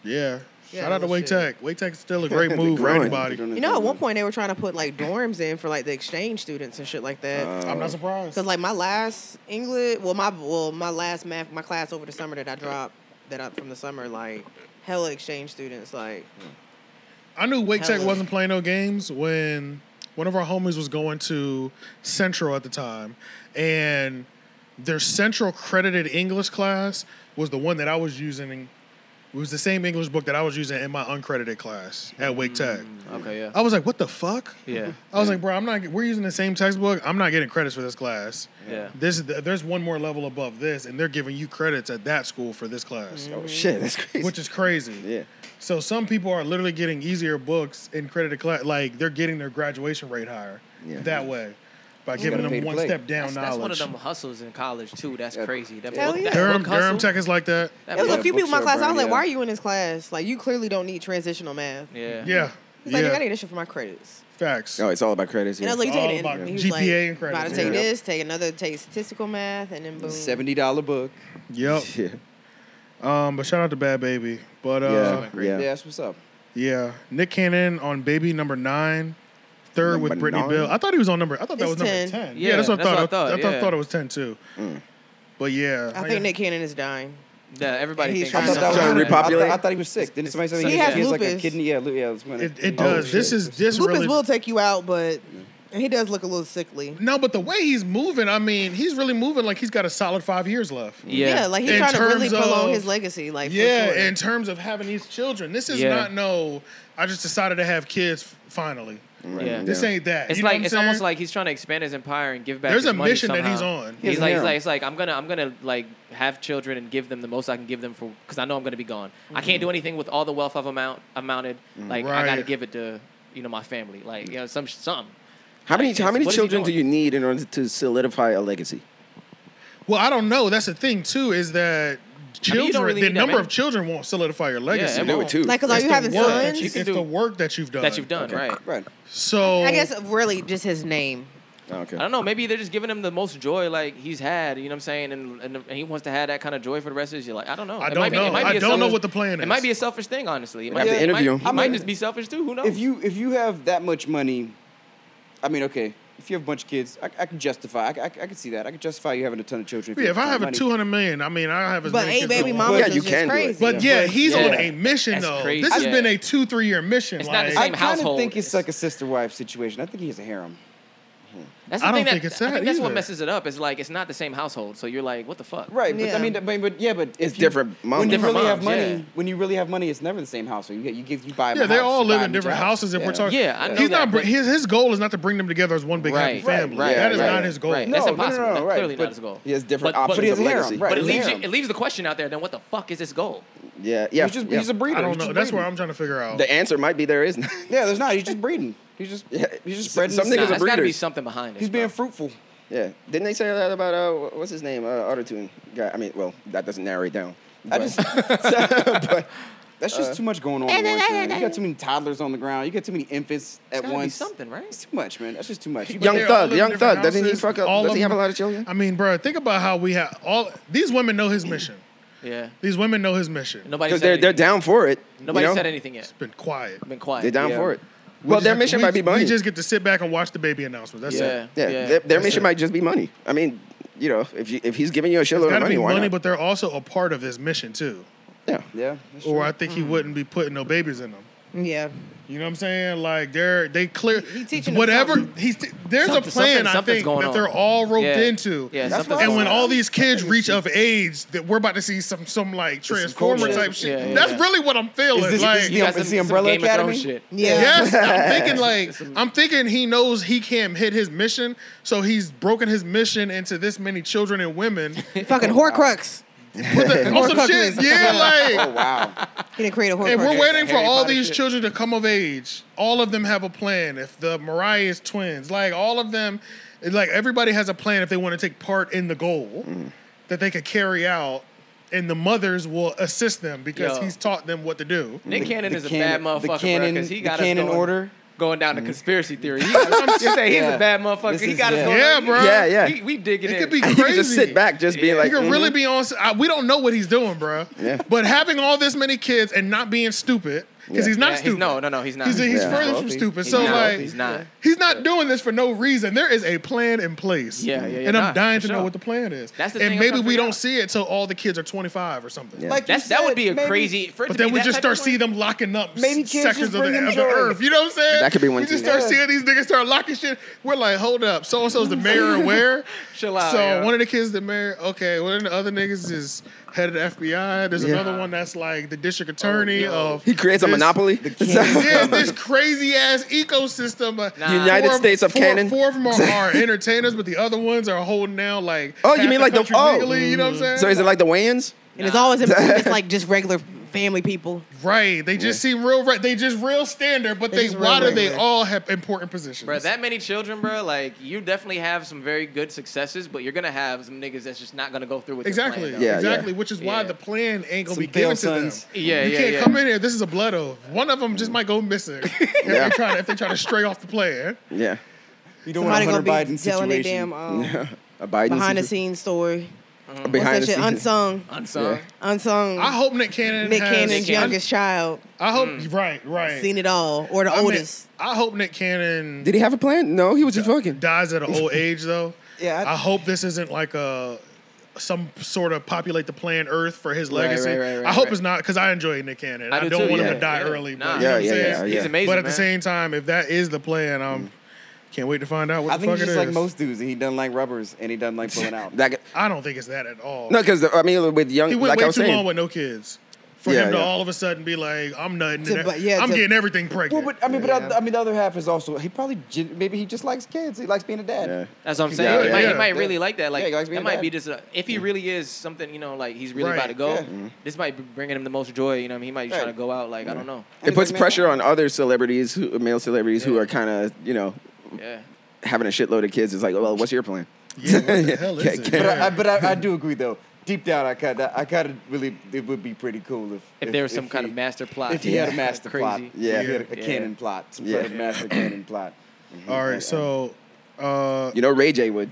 Speaker 3: yeah.
Speaker 4: Yeah,
Speaker 3: Shout out to
Speaker 4: well,
Speaker 3: Wake
Speaker 4: shit.
Speaker 3: Tech. Wake Tech's still a great move for
Speaker 1: growing.
Speaker 3: anybody.
Speaker 4: You know, at one point they were trying to put like dorms in for like the exchange students and shit like
Speaker 1: Uh,
Speaker 4: that.
Speaker 3: I'm not surprised.
Speaker 4: Cause like my last English, well my well my last math my class over the summer that I dropped that up from the summer like hella exchange students like
Speaker 3: I knew Wake Tech
Speaker 4: Hell.
Speaker 3: wasn't playing no games when one of our homies was going to Central at the time, and their Central credited English class was the one that I was using. It was the same English book that I was using in my uncredited class at Wake Tech.
Speaker 4: Mm.
Speaker 5: Okay, yeah.
Speaker 3: I was like, "What the fuck?"
Speaker 5: Yeah.
Speaker 3: I was like, "Bro, I'm not. We're using the same textbook. I'm not getting credits for this class.
Speaker 5: Yeah.
Speaker 3: This is the, there's one more level above this, and they're giving you credits at that school for this class,
Speaker 1: Oh shit, that's crazy.
Speaker 3: which is crazy.
Speaker 1: yeah.
Speaker 3: So some people are literally getting easier books in credit class, like they're getting their graduation rate higher
Speaker 1: Yeah.
Speaker 3: that way by
Speaker 2: gotta
Speaker 3: giving
Speaker 2: pay
Speaker 3: them
Speaker 2: to
Speaker 3: one
Speaker 2: play.
Speaker 3: step down
Speaker 5: That's, that's one of
Speaker 3: knowledge.
Speaker 5: them hustles in college too. That's
Speaker 2: Yeah.
Speaker 5: crazy. That
Speaker 4: Hell
Speaker 5: book,
Speaker 4: yeah.
Speaker 5: that
Speaker 3: Durham,
Speaker 5: book hustle,
Speaker 3: Durham Tech is like that.
Speaker 5: that
Speaker 4: There was
Speaker 5: book-
Speaker 4: a few people in my
Speaker 2: bookstore
Speaker 4: class. I was
Speaker 2: burn,
Speaker 4: like,
Speaker 2: yeah.
Speaker 4: why are you in this class? Like, you clearly don't need transitional math.
Speaker 5: Yeah.
Speaker 3: Yeah,
Speaker 4: He's like,
Speaker 3: yeah.
Speaker 4: dude, I need this shit for my credits.
Speaker 3: Facts.
Speaker 1: No, it's all about credits.
Speaker 4: And I
Speaker 1: Yeah.
Speaker 4: was like, you
Speaker 3: All
Speaker 4: take it.
Speaker 3: about
Speaker 4: And he was
Speaker 3: GPA
Speaker 4: like,
Speaker 3: and
Speaker 4: About to
Speaker 3: credits,
Speaker 4: take
Speaker 2: yeah.
Speaker 4: this, take another, take statistical math, and then boom.
Speaker 2: Seventy dollar book.
Speaker 3: Yep.
Speaker 1: yeah.
Speaker 3: Um, but shout out to Bad Baby. But
Speaker 5: Oh,
Speaker 3: uh,
Speaker 1: Yeah. Yeah.
Speaker 2: Yeah, that's what's up.
Speaker 3: yeah. Nick Cannon on Baby number nine, third with
Speaker 1: Number
Speaker 3: Brittany
Speaker 1: nine?
Speaker 3: Bill. I thought he was on number. I thought that
Speaker 4: It's
Speaker 3: was number
Speaker 4: 10.
Speaker 3: ten. Yeah, that's what I thought. I thought, I thought,
Speaker 5: yeah.
Speaker 3: it was ten too. But yeah,
Speaker 4: I think Nick Cannon is dying.
Speaker 5: Yeah, everybody
Speaker 4: He's
Speaker 5: thinks
Speaker 4: trying
Speaker 5: he's
Speaker 4: to-
Speaker 5: on
Speaker 1: Trying to repop-
Speaker 5: crack.
Speaker 2: I thought,
Speaker 1: Populate.
Speaker 2: I thought he was sick. Didn't somebody say
Speaker 4: He
Speaker 2: he,
Speaker 4: has
Speaker 2: he has like a
Speaker 4: lupus.
Speaker 2: kidney? Yeah, lu- yeah. it's one of-
Speaker 3: it, it
Speaker 2: Oh,
Speaker 3: does. this
Speaker 2: shit.
Speaker 3: is this
Speaker 4: Lupus
Speaker 3: really
Speaker 4: will take you out, but and he does look a little sickly.
Speaker 3: No, but the way he's moving, I mean, he's really moving like he's got a solid five years left.
Speaker 5: Yeah.
Speaker 4: Yeah, like he's
Speaker 3: In
Speaker 4: trying to really
Speaker 3: terms of-
Speaker 4: prolong his legacy. Like, for
Speaker 3: Yeah,
Speaker 4: sure.
Speaker 3: in terms of having these children, this is
Speaker 5: Yeah.
Speaker 3: not no. I just decided to have kids f- finally.
Speaker 1: Right.
Speaker 5: Yeah.
Speaker 3: This ain't that.
Speaker 5: It's
Speaker 3: You know what
Speaker 5: like
Speaker 3: I'm
Speaker 5: it's
Speaker 3: saying?
Speaker 5: almost like he's trying to expand his empire and give back.
Speaker 3: There's
Speaker 5: his
Speaker 3: a
Speaker 5: money
Speaker 3: mission that he's
Speaker 5: somehow.
Speaker 3: on. He
Speaker 5: He's
Speaker 2: has
Speaker 5: like,
Speaker 2: an
Speaker 5: he's
Speaker 2: harem.
Speaker 5: like, it's like I'm gonna, I'm gonna like have children and give them the most I can give them for, because I know I'm gonna be gone. I
Speaker 4: Mm-hmm.
Speaker 5: can't do anything with all the wealth I've amount, amounted. Like I gotta
Speaker 3: Right.
Speaker 5: give it to, you know, my family. Like you know, some something.
Speaker 1: How many
Speaker 5: Like,
Speaker 1: how many
Speaker 5: what is he
Speaker 1: children do
Speaker 5: doing?
Speaker 1: you need in order to solidify a legacy?
Speaker 3: Well, I don't know. That's the thing too is that
Speaker 5: mean, you
Speaker 3: children,
Speaker 5: don't really
Speaker 3: the
Speaker 5: need that
Speaker 3: number
Speaker 5: many.
Speaker 3: of children won't solidify your legacy.
Speaker 5: it
Speaker 1: Do it
Speaker 5: won't.
Speaker 1: too.
Speaker 4: like, cause are
Speaker 3: It's
Speaker 4: you
Speaker 3: the
Speaker 4: having
Speaker 3: work that
Speaker 4: sons?
Speaker 3: you-
Speaker 5: You can
Speaker 3: it's
Speaker 5: do-
Speaker 3: the work that you've done.
Speaker 5: That you've done right.
Speaker 2: Right.
Speaker 3: So
Speaker 4: I guess really just his name.
Speaker 1: Oh, okay.
Speaker 5: I don't know. Maybe they're just giving him the most joy like he's had. You know what I'm saying? And, and, and he wants to have that kind of joy for the rest of his life. I don't know.
Speaker 3: I
Speaker 5: It
Speaker 3: don't
Speaker 5: might be- it
Speaker 3: know.
Speaker 5: might be
Speaker 3: I
Speaker 5: a
Speaker 3: don't know
Speaker 5: selfish-
Speaker 3: what the plan
Speaker 5: It
Speaker 3: is.
Speaker 5: might be a selfish thing, honestly. It
Speaker 1: have
Speaker 5: might,
Speaker 1: to
Speaker 5: it might-
Speaker 1: interview him.
Speaker 5: He
Speaker 1: I
Speaker 5: might
Speaker 2: mean,
Speaker 5: just be selfish too. Who knows?
Speaker 2: If you if you have that much money, I mean, okay. If you have a bunch of kids, I, I can justify. I, I, I can see that. I can justify you having a ton of children.
Speaker 3: yeah, if I have a
Speaker 2: money.
Speaker 3: two hundred million, I mean, I have as
Speaker 4: But
Speaker 3: many
Speaker 4: hey,
Speaker 3: kids
Speaker 4: baby
Speaker 3: as I
Speaker 4: mama
Speaker 3: want.
Speaker 1: Yeah,
Speaker 4: is
Speaker 1: you
Speaker 4: just
Speaker 1: can do it.
Speaker 4: crazy.
Speaker 3: But yeah, he's
Speaker 5: Yeah.
Speaker 3: on a mission
Speaker 5: That's
Speaker 3: though.
Speaker 5: crazy.
Speaker 3: This has
Speaker 5: Yeah.
Speaker 3: been a two three year mission.
Speaker 5: It's not the
Speaker 3: like,
Speaker 2: I kind
Speaker 5: same
Speaker 2: of
Speaker 5: household.
Speaker 2: think it's like a sister wife situation. I think he has a harem.
Speaker 5: That's the
Speaker 3: I don't
Speaker 5: thing
Speaker 3: think
Speaker 5: that,
Speaker 3: it's
Speaker 5: I
Speaker 3: that
Speaker 5: think that's what
Speaker 3: either.
Speaker 5: messes it up. It's like it's not the same household, so you're like, what the fuck?
Speaker 2: Right, but
Speaker 4: Yeah.
Speaker 2: I mean, but, but yeah, but
Speaker 1: It's
Speaker 2: if you-
Speaker 1: different moms.
Speaker 2: When you
Speaker 5: Different
Speaker 2: really have
Speaker 5: moms,
Speaker 2: money,
Speaker 5: yeah.
Speaker 2: when you really have money, it's never the same house. So you get you give you buy. them
Speaker 3: Yeah,
Speaker 2: a
Speaker 3: they
Speaker 2: house,
Speaker 3: all
Speaker 2: you
Speaker 3: live
Speaker 2: buy them
Speaker 3: in
Speaker 2: a
Speaker 3: different
Speaker 2: job.
Speaker 3: houses. If
Speaker 2: Yeah.
Speaker 3: we're talking,
Speaker 5: Yeah, I know
Speaker 3: he's
Speaker 5: that,
Speaker 3: not. br-
Speaker 5: but-
Speaker 3: His his goal is not to bring them together as one big happy
Speaker 5: Right, right,
Speaker 3: family.
Speaker 1: right,
Speaker 3: That is
Speaker 1: right,
Speaker 3: not his goal.
Speaker 5: Right.
Speaker 2: No,
Speaker 5: That's
Speaker 2: no,
Speaker 5: impossible.
Speaker 2: no, no,
Speaker 5: That's
Speaker 2: right,
Speaker 5: clearly
Speaker 2: but
Speaker 5: not his goal.
Speaker 1: He has different
Speaker 5: But- but-
Speaker 1: options
Speaker 2: but he
Speaker 1: of
Speaker 2: has
Speaker 1: legacy.
Speaker 2: harem, right.
Speaker 5: But it
Speaker 2: it's
Speaker 5: leaves, you,
Speaker 2: harem.
Speaker 5: it leaves the question out there. Then what the fuck is his goal?
Speaker 1: Yeah, yeah.
Speaker 2: He's just
Speaker 1: yeah.
Speaker 2: he's a breeder.
Speaker 3: I don't
Speaker 2: He's
Speaker 3: know.
Speaker 2: just
Speaker 3: That's
Speaker 2: breeding.
Speaker 3: where I'm trying to figure out.
Speaker 1: the answer might be there is none.
Speaker 2: Yeah, there's not. He's just breeding. He's just
Speaker 1: Yeah.
Speaker 2: he's just spreading.
Speaker 1: Some
Speaker 2: the
Speaker 1: niggas
Speaker 5: Nah,
Speaker 1: are
Speaker 2: seed.
Speaker 5: there's got to be
Speaker 1: breeders.
Speaker 5: something behind it.
Speaker 2: He's being fruitful.
Speaker 1: Yeah. Didn't they say that about uh what's his name? Uh autotune guy. I mean, well, that doesn't narrow it down.
Speaker 2: I
Speaker 1: But-
Speaker 2: just that's
Speaker 5: Uh.
Speaker 2: just too much going on. At once, man. You got too many toddlers on the ground. You got too many infants at
Speaker 5: gotta be
Speaker 2: once.
Speaker 5: something, right?
Speaker 2: It's too much, man. That's just too much. You-
Speaker 1: Young
Speaker 3: They're all
Speaker 1: Thug,
Speaker 3: living
Speaker 1: Young
Speaker 3: different
Speaker 1: Thug. Doesn't he
Speaker 3: houses.
Speaker 1: fuck up?
Speaker 3: All
Speaker 1: Does
Speaker 3: of
Speaker 1: he have a
Speaker 3: them-
Speaker 1: lot of children?
Speaker 3: I mean, bro, think about how we have all these women know his mission.
Speaker 5: Yeah.
Speaker 3: These women know his mission.
Speaker 5: Nobody
Speaker 1: Because
Speaker 5: said
Speaker 1: they're they're
Speaker 5: anything.
Speaker 1: down for it. you
Speaker 5: Nobody
Speaker 1: know?
Speaker 5: said anything yet.
Speaker 3: Been quiet.
Speaker 5: Been quiet.
Speaker 1: They're down
Speaker 2: Yeah.
Speaker 1: for it.
Speaker 3: We
Speaker 1: well,
Speaker 3: just
Speaker 1: their
Speaker 3: have-
Speaker 1: mission
Speaker 3: we-
Speaker 1: might be money.
Speaker 3: We just get to sit back and watch the baby announcements. That's
Speaker 5: Yeah.
Speaker 3: it.
Speaker 1: yeah,
Speaker 5: yeah.
Speaker 1: their, their
Speaker 3: That's
Speaker 1: mission
Speaker 3: it.
Speaker 1: might just be money. I mean, you know, if you, if he's giving you a shitload of
Speaker 3: Got to
Speaker 1: money,
Speaker 3: be
Speaker 1: why
Speaker 3: money,
Speaker 1: not?
Speaker 3: but they're also a part of this mission too.
Speaker 1: yeah,
Speaker 2: Yeah, that's true.
Speaker 3: Or I think he wouldn't be putting no babies in them.
Speaker 4: Yeah.
Speaker 3: You know what I'm saying? Like they're they clear
Speaker 4: He- he teaching them
Speaker 3: whatever
Speaker 4: something.
Speaker 3: he's t- there's a
Speaker 5: Something-
Speaker 3: plan
Speaker 5: something-
Speaker 3: I
Speaker 5: something's
Speaker 3: think
Speaker 5: going
Speaker 3: that
Speaker 5: on.
Speaker 3: they're all roped
Speaker 5: Yeah.
Speaker 3: into.
Speaker 5: Yeah,
Speaker 2: That's
Speaker 5: something's
Speaker 2: what I'm
Speaker 3: And when
Speaker 2: saying.
Speaker 3: all these kids reach of age, that we're about to see some some like transformer
Speaker 2: culture.
Speaker 3: type shit.
Speaker 5: Yeah, yeah,
Speaker 3: That's
Speaker 5: yeah.
Speaker 3: really what I'm feeling.
Speaker 2: Is this-
Speaker 3: like
Speaker 2: is
Speaker 5: You guys
Speaker 2: It's
Speaker 5: some-
Speaker 2: the
Speaker 5: some
Speaker 2: Umbrella
Speaker 5: Game of Thrones
Speaker 2: Academy?
Speaker 5: shit.
Speaker 4: Yeah.
Speaker 3: Yes, I'm thinking like I'm thinking he knows he can't hit his mission, so he's broken his mission into this many children and women.
Speaker 4: Fucking Horcrux.
Speaker 3: Put that on some shit. Yeah,
Speaker 2: Oh
Speaker 3: like
Speaker 2: wow.
Speaker 4: He didn't create a horror.
Speaker 3: if we're
Speaker 4: cartoon.
Speaker 3: waiting for
Speaker 5: Harry
Speaker 3: all
Speaker 5: Potter
Speaker 3: these
Speaker 5: shit.
Speaker 3: children to come of age, all of them have a plan. If the Mariah's twins, like all of them, like everybody has a plan if they want to take part in the goal that they could carry out, and the mothers will assist them because
Speaker 5: Yo.
Speaker 3: he's taught them what to do.
Speaker 5: Nick Cannon
Speaker 2: the
Speaker 5: is a
Speaker 2: Cannon-
Speaker 5: bad
Speaker 2: the
Speaker 5: motherfucker
Speaker 2: Cannon-
Speaker 5: because he
Speaker 2: the
Speaker 5: got
Speaker 2: Cannon
Speaker 5: us going,
Speaker 2: order?
Speaker 5: going down to conspiracy theory. He got us, you say he's
Speaker 2: Yeah.
Speaker 5: a bad motherfucker.
Speaker 2: This
Speaker 5: he
Speaker 2: is-
Speaker 5: got us
Speaker 2: yeah.
Speaker 5: going.
Speaker 3: Yeah, bro.
Speaker 1: Yeah, yeah.
Speaker 5: We, we digging
Speaker 3: It
Speaker 5: in.
Speaker 3: could be
Speaker 1: You
Speaker 3: crazy.
Speaker 1: can just sit back, just being
Speaker 5: Yeah.
Speaker 1: like,
Speaker 3: You could
Speaker 1: mhm.
Speaker 3: really be on. s I we don't know what he's doing, bro.
Speaker 1: Yeah.
Speaker 3: But having all this many kids and not being stupid, because
Speaker 1: Yeah.
Speaker 3: he's not
Speaker 5: Yeah, he's-
Speaker 3: stupid.
Speaker 5: no, no, no, he's not.
Speaker 3: He's, he's
Speaker 1: Yeah.
Speaker 3: further from
Speaker 2: Healthy.
Speaker 3: stupid.
Speaker 5: He's
Speaker 3: so
Speaker 5: not.
Speaker 3: like,
Speaker 5: He's not.
Speaker 3: He's not doing this for no reason. There is a plan in place.
Speaker 5: Yeah, yeah, yeah,
Speaker 3: And I'm
Speaker 5: nah,
Speaker 3: dying
Speaker 5: for
Speaker 3: to know
Speaker 5: sure.
Speaker 3: what the plan is.
Speaker 5: That's the
Speaker 3: and
Speaker 5: thing I'm
Speaker 3: maybe
Speaker 5: trying to
Speaker 3: we
Speaker 5: figure
Speaker 3: don't
Speaker 5: out.
Speaker 3: see it till all the kids are 25 or something.
Speaker 1: Yeah.
Speaker 2: Like you
Speaker 5: That's, that would
Speaker 2: said,
Speaker 5: be a
Speaker 2: maybe-
Speaker 5: crazy. For it
Speaker 3: But
Speaker 5: to
Speaker 3: then
Speaker 5: be
Speaker 3: we
Speaker 5: that
Speaker 3: just
Speaker 5: type of
Speaker 3: start seeing
Speaker 5: one-
Speaker 3: them locking up
Speaker 2: Maybe kids
Speaker 3: sections
Speaker 2: just
Speaker 3: of,
Speaker 2: bring
Speaker 3: the,
Speaker 2: them
Speaker 3: of the
Speaker 2: joy.
Speaker 3: earth. You know what I'm saying?
Speaker 1: That could be one
Speaker 3: We just
Speaker 1: thing.
Speaker 3: start
Speaker 2: Yeah.
Speaker 3: seeing these niggas start locking shit. We're like, hold up, so and so's the mayor of where?
Speaker 5: Chill out,
Speaker 3: So
Speaker 5: yeah.
Speaker 3: one of the kids the mayor. Okay, one of the other niggas is head of the FBI. There's
Speaker 1: Yeah.
Speaker 3: another one that's like the district attorney of.
Speaker 1: He creates a
Speaker 3: this-
Speaker 1: monopoly.
Speaker 3: Yeah, this crazy ass ecosystem. uh,
Speaker 5: Nah.
Speaker 1: United
Speaker 3: four
Speaker 1: States of
Speaker 3: four,
Speaker 1: Canaan.
Speaker 3: Four of them are, are entertainers, but the other ones are holding down like.
Speaker 1: Oh, you
Speaker 3: half
Speaker 1: mean like the-
Speaker 3: country
Speaker 1: oh.
Speaker 3: legally, you know what I'm saying?
Speaker 1: so is it like the Wayans?
Speaker 4: and it's always it's like just regular family people.
Speaker 3: right? They just seem real. Right? They just real standard, but
Speaker 4: They
Speaker 3: they,
Speaker 4: just real
Speaker 3: why do they
Speaker 4: regular.
Speaker 3: all have important positions?
Speaker 5: Bro, that many children, bro, like you definitely have some very good successes, but you're gonna have some niggas that's just not gonna go through with their plan,
Speaker 3: Exactly.
Speaker 5: though.
Speaker 1: Yeah,
Speaker 3: exactly.
Speaker 1: yeah.
Speaker 3: Which is why
Speaker 5: Yeah.
Speaker 3: the plan ain't gonna
Speaker 2: Some
Speaker 3: be given
Speaker 2: failed
Speaker 3: to them.
Speaker 2: sons.
Speaker 5: Yeah,
Speaker 3: you
Speaker 5: yeah,
Speaker 3: can't
Speaker 5: yeah.
Speaker 3: come in here. This is a blood oath. One of them just might go missing if, they try to, if they try to stray off the plan.
Speaker 1: Yeah.
Speaker 2: You don't
Speaker 4: Somebody
Speaker 2: want
Speaker 4: gonna
Speaker 2: a
Speaker 4: be
Speaker 2: Hunter Biden
Speaker 4: telling
Speaker 2: situation.
Speaker 4: their damn um,
Speaker 1: A Biden
Speaker 4: behind the
Speaker 1: situ-
Speaker 4: scenes story.
Speaker 1: Behind
Speaker 4: What's that
Speaker 1: the
Speaker 4: shit?
Speaker 1: scenes.
Speaker 4: Unsung,
Speaker 5: Unsung.
Speaker 1: Yeah.
Speaker 4: unsung.
Speaker 3: I hope Nick Cannon.
Speaker 4: Nick
Speaker 3: has,
Speaker 4: Cannon's
Speaker 5: Cannon.
Speaker 4: youngest child
Speaker 3: I hope.
Speaker 5: Mm.
Speaker 3: Right. Right.
Speaker 4: seen it all, or the
Speaker 3: I mean,
Speaker 4: oldest.
Speaker 3: I hope Nick Cannon
Speaker 1: Did he have a plan? No, he was just fucking.
Speaker 3: dies at an old age though.
Speaker 2: Yeah,
Speaker 3: I,
Speaker 2: I-
Speaker 3: hope this isn't like a some sort of populate the planet Earth for his legacy.
Speaker 5: right, right, right,
Speaker 3: I hope
Speaker 5: right.
Speaker 3: it's not because I enjoy Nick Cannon.
Speaker 5: I
Speaker 3: I,
Speaker 5: do
Speaker 3: don't
Speaker 5: too,
Speaker 3: want him
Speaker 1: yeah,
Speaker 3: to die
Speaker 5: yeah.
Speaker 3: early.
Speaker 5: Nah.
Speaker 3: But, you know
Speaker 1: Yeah,
Speaker 3: what I'm
Speaker 1: yeah,
Speaker 3: saying?
Speaker 1: yeah, yeah.
Speaker 5: He's amazing.
Speaker 3: But at the
Speaker 5: man.
Speaker 3: same time, if that is the plan, um, can't wait to find out what
Speaker 2: I
Speaker 3: the
Speaker 2: think
Speaker 3: fuck
Speaker 2: he's
Speaker 3: it
Speaker 2: just like
Speaker 3: is.
Speaker 2: most dudes, and he doesn't like rubbers, and he doesn't like pulling out.
Speaker 1: That, guy-
Speaker 3: I don't think it's that at all.
Speaker 1: no, because I mean, with young,
Speaker 3: he went
Speaker 1: like
Speaker 3: way
Speaker 1: I
Speaker 3: too
Speaker 1: was saying,
Speaker 3: long with no kids. For
Speaker 1: Yeah,
Speaker 3: him to
Speaker 1: yeah.
Speaker 3: all of a sudden be like, I'm nothing.
Speaker 4: To-
Speaker 3: and
Speaker 4: but yeah,
Speaker 3: I'm
Speaker 4: to-
Speaker 3: getting everything pregnant.
Speaker 2: well, but I mean, but I, I mean, the other half is also he probably gen- maybe he just likes kids. He likes being a dad.
Speaker 1: yeah.
Speaker 5: That's what I'm
Speaker 1: Yeah,
Speaker 5: saying. he,
Speaker 1: yeah,
Speaker 5: might,
Speaker 3: yeah.
Speaker 5: he might
Speaker 2: Yeah.
Speaker 5: really like that. Like
Speaker 2: Yeah, he likes being
Speaker 5: that might
Speaker 2: a
Speaker 5: be
Speaker 2: dad.
Speaker 5: just a, if he really is something, you know, like he's really
Speaker 3: Right.
Speaker 5: about to go.
Speaker 2: Yeah.
Speaker 5: This might be bringing him the most joy. You know, what I mean, he might be
Speaker 2: Right.
Speaker 5: trying to go out. Like I don't know.
Speaker 1: it puts
Speaker 2: Like, man-
Speaker 1: pressure on other celebrities, who, male celebrities, who
Speaker 5: Yeah.
Speaker 1: are kind of you know
Speaker 5: Yeah.
Speaker 1: having a shitload of kids. It's like, well, what's your plan?
Speaker 3: yeah, what the hell is
Speaker 1: Can't-
Speaker 3: it?
Speaker 1: can't-
Speaker 2: But I, I, but I, I do agree though. Deep down, I kind of, I kind of really, it would be pretty cool if
Speaker 5: If, there was some kind
Speaker 2: he-
Speaker 5: of master plot.
Speaker 2: if he had a master
Speaker 5: Crazy.
Speaker 2: plot,
Speaker 1: Yeah.
Speaker 2: if he had a
Speaker 5: Yeah.
Speaker 2: cannon plot, some
Speaker 1: Yeah.
Speaker 2: sort of master cannon plot.
Speaker 3: All right, so uh,
Speaker 1: You know, Ray J would.